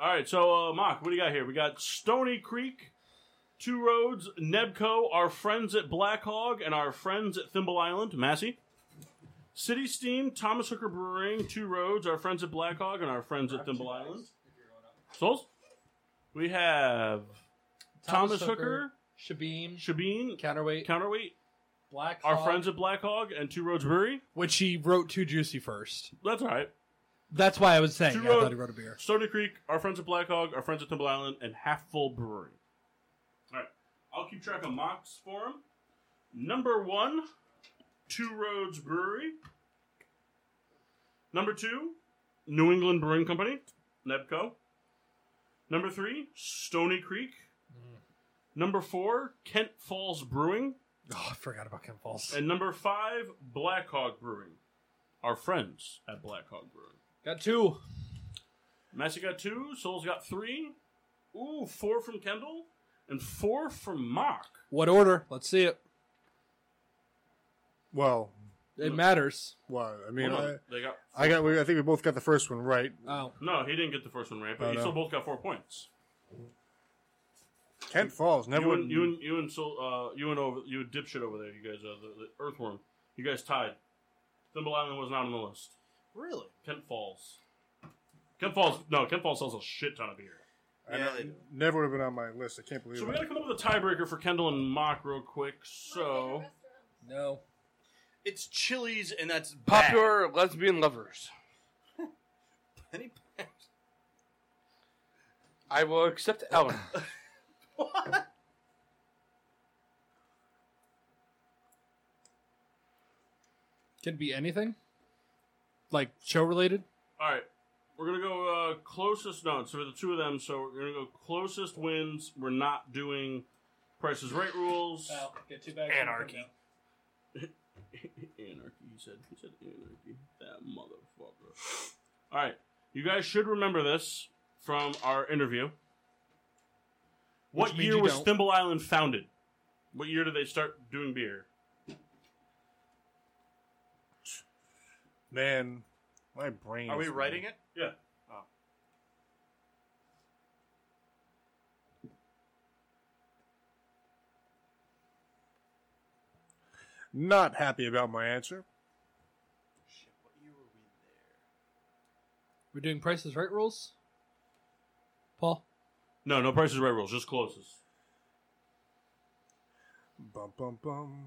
[SPEAKER 1] All right. So, uh, Mock, what do you got here? We got Stony Creek, Two Roads, Nebco, our friends at Black Hog, and our friends at Thimble Island, Massey. City Steam, Thomas Hooker Brewing, Two Roads, our friends at Black Hog, and our friends at Thimble Island. Souls? We have Thomas, Hooker,
[SPEAKER 3] Shabim,
[SPEAKER 1] Shabin,
[SPEAKER 3] Counterweight,
[SPEAKER 1] Counterweight,
[SPEAKER 3] Black,
[SPEAKER 1] our
[SPEAKER 3] Hawk,
[SPEAKER 1] friends at Black Hog, and Two Roads Brewery.
[SPEAKER 3] which he wrote too juicy first.
[SPEAKER 1] That's all right.
[SPEAKER 3] That's why I was saying
[SPEAKER 1] Two
[SPEAKER 3] I
[SPEAKER 1] road-
[SPEAKER 3] thought he wrote a beer.
[SPEAKER 1] Stony Creek, our friends at Black Hog, our friends at Temple Island, and Half Full Brewery. All right, I'll keep track of Mox for them. Number one, Two Roads Brewery. Number two, New England Brewing Company, Nebco. Number three, Stony Creek.
[SPEAKER 3] Mm.
[SPEAKER 1] Number four, Kent Falls Brewing,
[SPEAKER 3] Oh, I forgot about Ken Falls.
[SPEAKER 1] and number five, Black Hog Brewing. Our friends at Black Hog Brewing.
[SPEAKER 3] Got two.
[SPEAKER 1] Massey got two, Souls got three. Ooh, four from Kendall and four from Mock.
[SPEAKER 3] What order? Let's see it.
[SPEAKER 4] Well,
[SPEAKER 3] It matters.
[SPEAKER 4] well, I mean,
[SPEAKER 1] Hold on,
[SPEAKER 4] I,
[SPEAKER 1] they got
[SPEAKER 4] I got. We, I think we both got the first one right.
[SPEAKER 3] Oh,
[SPEAKER 1] no. He didn't get the first one right, but
[SPEAKER 4] Oh,
[SPEAKER 1] you
[SPEAKER 4] no.
[SPEAKER 1] still both got four points.
[SPEAKER 4] Kent Falls. Never.
[SPEAKER 1] You and you and you and Soul, uh, you and over you and dipshit over there. You guys, uh, the, the Earthworm. You guys tied. Thimble Island was not on the list.
[SPEAKER 8] Really?
[SPEAKER 1] Kent Falls. Kent Falls. No, Kent Falls sells a shit ton of beer.
[SPEAKER 4] I
[SPEAKER 8] Yeah,
[SPEAKER 4] don't-
[SPEAKER 8] they do.
[SPEAKER 4] never would have been on my list. I can't believe
[SPEAKER 1] So we
[SPEAKER 4] it.
[SPEAKER 1] gotta come up with a tiebreaker for Kendall and Mock real quick. So
[SPEAKER 3] No.
[SPEAKER 8] It's Chili's, and that's bad.
[SPEAKER 5] Popular lesbian lovers.
[SPEAKER 10] Penny Penny.
[SPEAKER 5] I will accept Ellen.
[SPEAKER 10] What?
[SPEAKER 3] Could be anything. Like show related.
[SPEAKER 1] all right, we're gonna go uh, closest. No, it's for the two of them. So we're gonna go closest wins. We're not doing prices right rules.
[SPEAKER 3] get two bags.
[SPEAKER 8] Anarchy. down.
[SPEAKER 1] anarchy. He said. He said anarchy. That motherfucker. All right, you guys should remember this from our interview. What
[SPEAKER 3] means
[SPEAKER 1] year
[SPEAKER 3] you
[SPEAKER 1] was
[SPEAKER 3] don't.
[SPEAKER 1] Thimble Island founded? What year did they start doing beer?
[SPEAKER 4] Man, my brain.
[SPEAKER 8] Are we writing it?
[SPEAKER 1] Yeah.
[SPEAKER 4] Not happy about my answer.
[SPEAKER 3] We're doing prices right rules. Paul.
[SPEAKER 1] No, no prices right rules. Just closest.
[SPEAKER 4] Bum bum bum.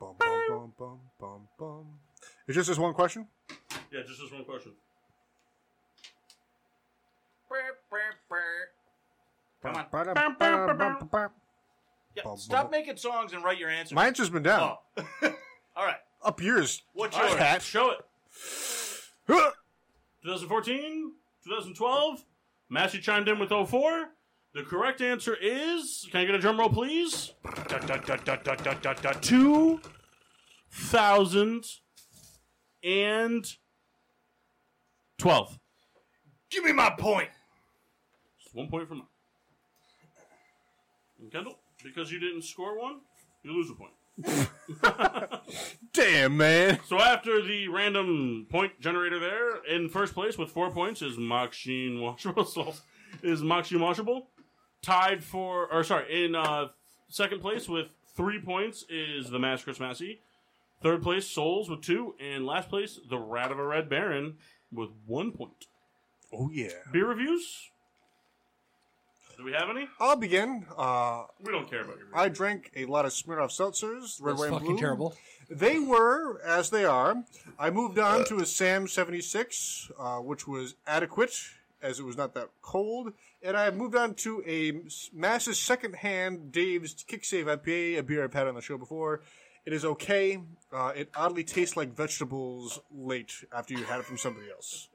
[SPEAKER 4] Bum bum bum bum bum bum. Is just this one question?
[SPEAKER 1] Yeah, just this one question.
[SPEAKER 8] Come on.
[SPEAKER 4] on.
[SPEAKER 8] Yeah,
[SPEAKER 4] Bum,
[SPEAKER 8] stop
[SPEAKER 4] bum.
[SPEAKER 8] making songs and write your answer.
[SPEAKER 4] My answer's been down.
[SPEAKER 8] Oh. All right.
[SPEAKER 4] Up yours.
[SPEAKER 8] What's
[SPEAKER 1] All
[SPEAKER 8] yours?
[SPEAKER 1] right, show it.
[SPEAKER 4] Huh.
[SPEAKER 1] 2014, 2012. Massey chimed in with 04. The correct answer is. Can I get a drum roll, please? 2012.
[SPEAKER 8] Give me my point.
[SPEAKER 1] Just one point for mine. And Kendall, because you didn't score one, you lose a point.
[SPEAKER 4] Damn, man.
[SPEAKER 1] So after the random point generator there, in first place with four points is Maxine Washable. So, is Maxine Washable tied for, or sorry, in uh, second place with three points is the Master Chris Massey. Third place, Souls with two, and last place, the Rat of a Red Baron with one point.
[SPEAKER 4] Oh, yeah.
[SPEAKER 1] Beer reviews? Do we have any?
[SPEAKER 4] I'll begin. Uh,
[SPEAKER 1] We don't care about your reviews.
[SPEAKER 4] I drank a lot of Smirnoff seltzers, red,
[SPEAKER 3] That's
[SPEAKER 4] white, and
[SPEAKER 3] fucking
[SPEAKER 4] blue.
[SPEAKER 3] terrible.
[SPEAKER 4] They were as they are. I moved on to a Sam 76, uh, which was adequate as it was not that cold. And I moved on to a massive secondhand Dave's Kick Save IPA, a beer I've had on the show before. It is okay. Uh, it oddly tastes like vegetables late after you had it from somebody else.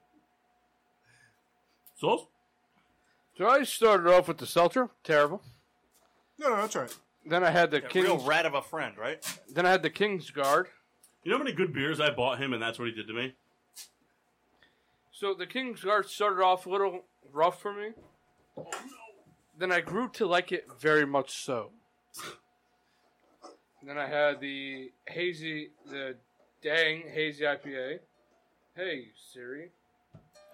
[SPEAKER 1] Souls?
[SPEAKER 5] So I started off with the seltzer, terrible.
[SPEAKER 4] No, no, that's all right.
[SPEAKER 5] Then I had the
[SPEAKER 8] That real
[SPEAKER 5] king's.
[SPEAKER 8] rat of a friend, right?
[SPEAKER 5] then I had the king's guard.
[SPEAKER 1] You know how many good beers I bought him and that's what he did to me?
[SPEAKER 5] So the king's guard started off a little rough for me. Then I grew to like it very much so. then I had the hazy, the dang hazy IPA. Hey Siri.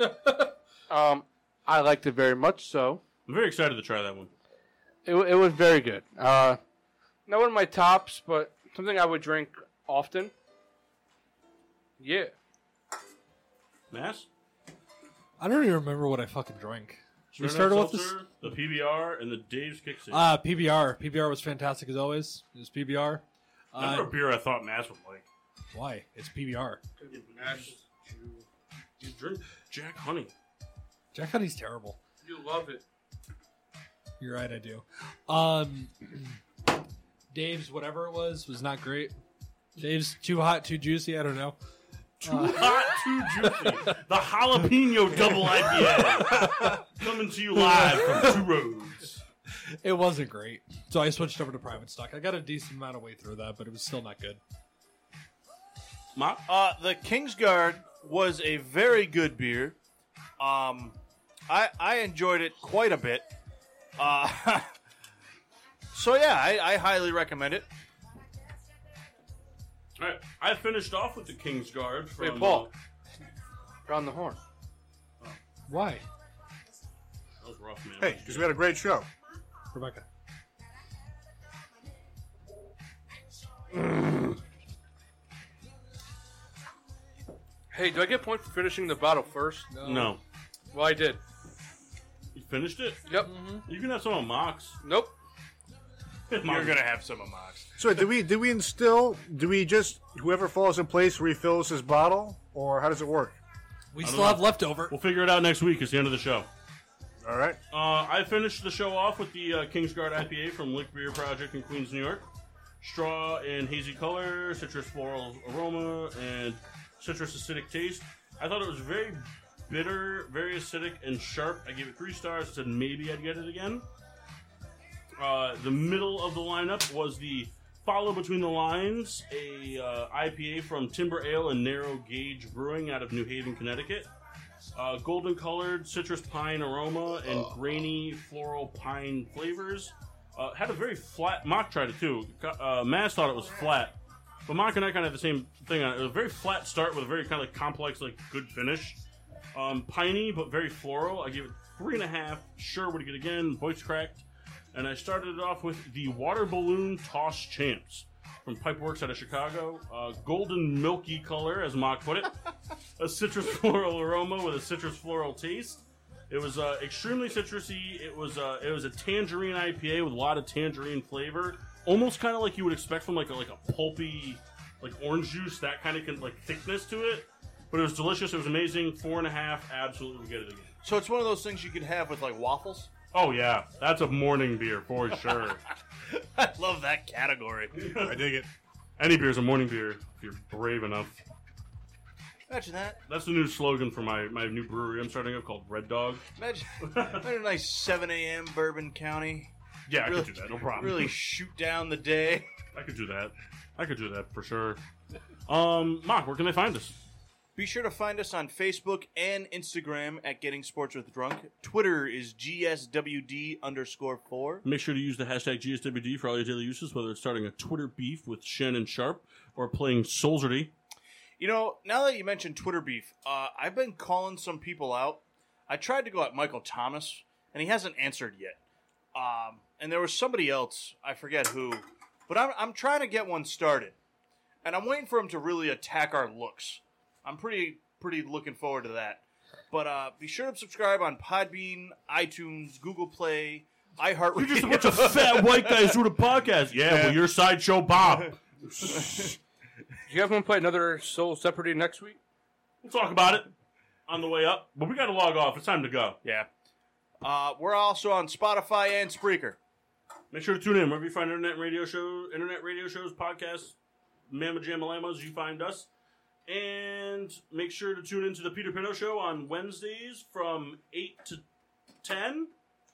[SPEAKER 5] um, I liked it very much so.
[SPEAKER 1] I'm very excited to try that one.
[SPEAKER 5] It, wa- it was very good. Uh, not one of my tops, but something I would drink often. Yeah.
[SPEAKER 1] Mass?
[SPEAKER 3] I don't even remember what I fucking drank. We
[SPEAKER 1] Smirnoff
[SPEAKER 3] started with this.
[SPEAKER 1] Seltzer, the PBR and the Dave's Kick Save.
[SPEAKER 3] Ah, PBR. PBR was fantastic as always. It was PBR.
[SPEAKER 1] I
[SPEAKER 3] Uh,
[SPEAKER 1] remember a beer I thought Mass would like.
[SPEAKER 3] why? It's PBR.
[SPEAKER 1] You drink Jack Honey.
[SPEAKER 3] Jack Honey's terrible.
[SPEAKER 5] You love it.
[SPEAKER 3] You're right, I do. Um, Dave's whatever it was was not great. Dave's too hot, too juicy. I don't know.
[SPEAKER 1] Too hot, too juicy. The jalapeno double IPA. Coming to you live from Two Roads.
[SPEAKER 3] It wasn't great, so I switched over to private stock. I got a decent amount of way through that, but it was still not good.
[SPEAKER 1] Mop?
[SPEAKER 8] Uh, the Kingsguard was a very good beer. Um, I I enjoyed it quite a bit. Uh, so yeah, I, I highly recommend it.
[SPEAKER 1] All right. I finished off with the King's Guard. From,
[SPEAKER 5] Wait, Paul. Round the horn.
[SPEAKER 3] Why,
[SPEAKER 1] That was rough, man.
[SPEAKER 4] Hey, because we had a great show.
[SPEAKER 3] Rebecca?
[SPEAKER 5] Hey, do I get points for finishing the bottle first?
[SPEAKER 1] no.
[SPEAKER 5] Well, I did.
[SPEAKER 1] You finished it?
[SPEAKER 5] Yep.
[SPEAKER 1] You can have some on Mox.
[SPEAKER 5] Nope.
[SPEAKER 1] Mox.
[SPEAKER 2] You're gonna have some of Mox.
[SPEAKER 4] So do we do we instill? Do we just whoever falls in place refills his bottle, or how does it work?
[SPEAKER 3] We
[SPEAKER 1] don't
[SPEAKER 3] still
[SPEAKER 1] know.
[SPEAKER 3] have leftover.
[SPEAKER 1] We'll figure it out next week. It's the end of the show.
[SPEAKER 4] All right.
[SPEAKER 1] Uh, I finished the show off with the uh, Kingsguard IPA from Lick Beer Project in Queens, New York. Straw and hazy color, citrus floral aroma, and citrus acidic taste. I thought it was very bitter, very acidic, and sharp. I gave it three stars. Said maybe I'd get it again. Uh, the middle of the lineup was the Follow Between the Lines, a uh, IPA from Timber Ale and Narrow Gauge Brewing out of New Haven, Connecticut. Uh, golden colored citrus pine aroma and grainy floral pine flavors. Uh, had a very flat. Mock tried it too. Co- Uh, Mass thought it was flat, but Mock and I kind of had the same thing on it. It was a very flat start with a very kind of complex, like good finish. Um, piney but very floral. I give it three and a half. Sure, would get again. Voice cracked, and I started it off with the water balloon toss champs from Pipeworks out of Chicago. Uh, golden milky color, as Mock put it a citrus floral aroma with a citrus floral taste. It was uh, extremely citrusy. It was uh, it was a tangerine IPA with a lot of tangerine flavor, almost kind of like you would expect from like a, like a pulpy, like orange juice that kind of like thickness to it. But it was delicious. It was amazing. Four and a half. Absolutely would get it again.
[SPEAKER 2] So it's one of those things you could have with like waffles.
[SPEAKER 1] Oh yeah, that's a morning beer for sure.
[SPEAKER 2] I love that category.
[SPEAKER 4] I dig it.
[SPEAKER 1] Any beer's a morning beer if you're brave enough.
[SPEAKER 2] Imagine that.
[SPEAKER 1] That's the new slogan for my, my new brewery I'm starting up called Red Dog.
[SPEAKER 2] Imagine, imagine a nice 7 a.m. Bourbon County.
[SPEAKER 1] Yeah, I
[SPEAKER 2] Really-
[SPEAKER 1] could do that. No problem.
[SPEAKER 2] Really shoot down the day.
[SPEAKER 1] I could do that. I could do that for sure. Um, Mock, where can they find us?
[SPEAKER 2] Be sure to find us on Facebook and Instagram at Getting Sports with Drunk. Twitter is GSWD underscore four.
[SPEAKER 1] Make sure to use the hashtag GSWD for all your daily uses, whether it's starting a Twitter beef with Shannon Sharp or playing Solzerty.
[SPEAKER 2] You know, now that you mentioned Twitter beef, uh, I've been calling some people out. I tried to go at Michael Thomas, and he hasn't answered yet. Um, and there was somebody else, I forget who, but I'm, I'm trying to get one started. And I'm waiting for him to really attack our looks. I'm pretty pretty looking forward to that. But uh, be sure to subscribe on Podbean, iTunes, Google Play, iHeartRadio.
[SPEAKER 1] You're just a bunch of fat white guys doing a podcast. Yeah, well, you're Sideshow Bob.
[SPEAKER 5] Do you guys want to play another Soul Separated next week?
[SPEAKER 1] We'll talk about it on the way up, but we got to log off. It's time to go.
[SPEAKER 2] yeah. Uh, we're also on Spotify and Spreaker.
[SPEAKER 1] Make sure to tune in wherever you find internet radio shows, internet radio shows, podcasts, Mama Jamma Lamos, you find us. And make sure to tune into the Peter Pino show on Wednesdays from 8 to 10,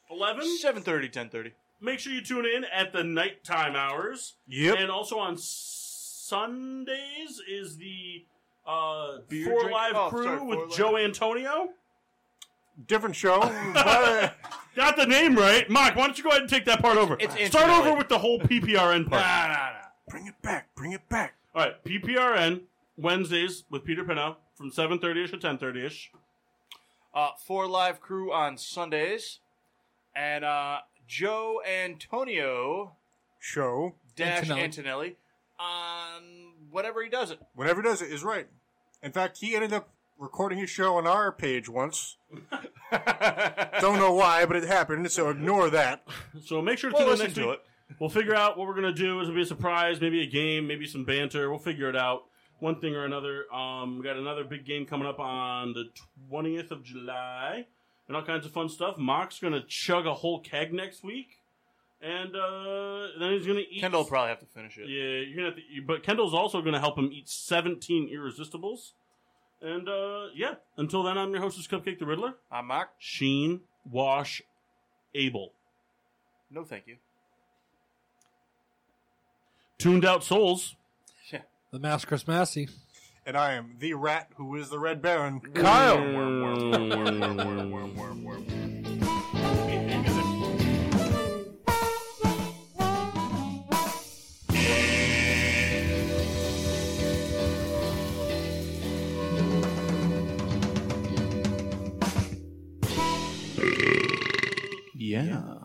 [SPEAKER 1] 11.
[SPEAKER 2] 7.30, 10.30.
[SPEAKER 1] Make sure you tune in at the nighttime hours.
[SPEAKER 4] Yep.
[SPEAKER 1] And also on Sundays is the uh,
[SPEAKER 2] Beer
[SPEAKER 1] Four
[SPEAKER 2] drink-
[SPEAKER 1] Live
[SPEAKER 2] oh,
[SPEAKER 1] Crew
[SPEAKER 2] sorry, Four
[SPEAKER 1] with
[SPEAKER 2] Live.
[SPEAKER 1] Joe Antonio.
[SPEAKER 4] Different show. but-
[SPEAKER 1] Got the name right. Mike, why don't you go ahead and take that part over?
[SPEAKER 2] It's
[SPEAKER 1] Start
[SPEAKER 2] Antonelli.
[SPEAKER 1] over with the whole PPRN part.
[SPEAKER 4] bring it back. Bring it back.
[SPEAKER 1] All right, PPRN Wednesdays with Peter Pino from 7:30ish to 10:30ish.
[SPEAKER 2] uh, Four Live Crew on Sundays, and uh, Joe Antonio
[SPEAKER 4] Show.
[SPEAKER 2] dash
[SPEAKER 3] Antonelli.
[SPEAKER 2] Antonelli on whatever he does it.
[SPEAKER 4] Whatever does it is right. In fact, he ended up recording his show on our page once. Don't know why, but it happened. So ignore that.
[SPEAKER 1] So make sure to
[SPEAKER 2] We'll
[SPEAKER 1] tune in
[SPEAKER 2] listen
[SPEAKER 1] next
[SPEAKER 2] to
[SPEAKER 1] week. We'll figure out what we're gonna do. It'll be a surprise, maybe a game, maybe some banter. We'll figure it out, one thing or another. Um, we got another big game coming up on the 20th of July, and all kinds of fun stuff. Mock's gonna chug a whole keg next week, and uh, then he's gonna eat.
[SPEAKER 2] Kendall will probably have to finish it.
[SPEAKER 1] Yeah, you're gonna have to, but Kendall's also gonna help him eat 17 irresistibles. And uh, yeah, until then, I'm your hostess, Cupcake the Riddler,
[SPEAKER 2] I'm Mark.
[SPEAKER 1] Sheen Wash Abel.
[SPEAKER 2] No, thank you.
[SPEAKER 1] Tuned out souls.
[SPEAKER 3] The Mask Chris Massey.
[SPEAKER 4] And I am the rat who is the Red Baron.
[SPEAKER 11] Yeah.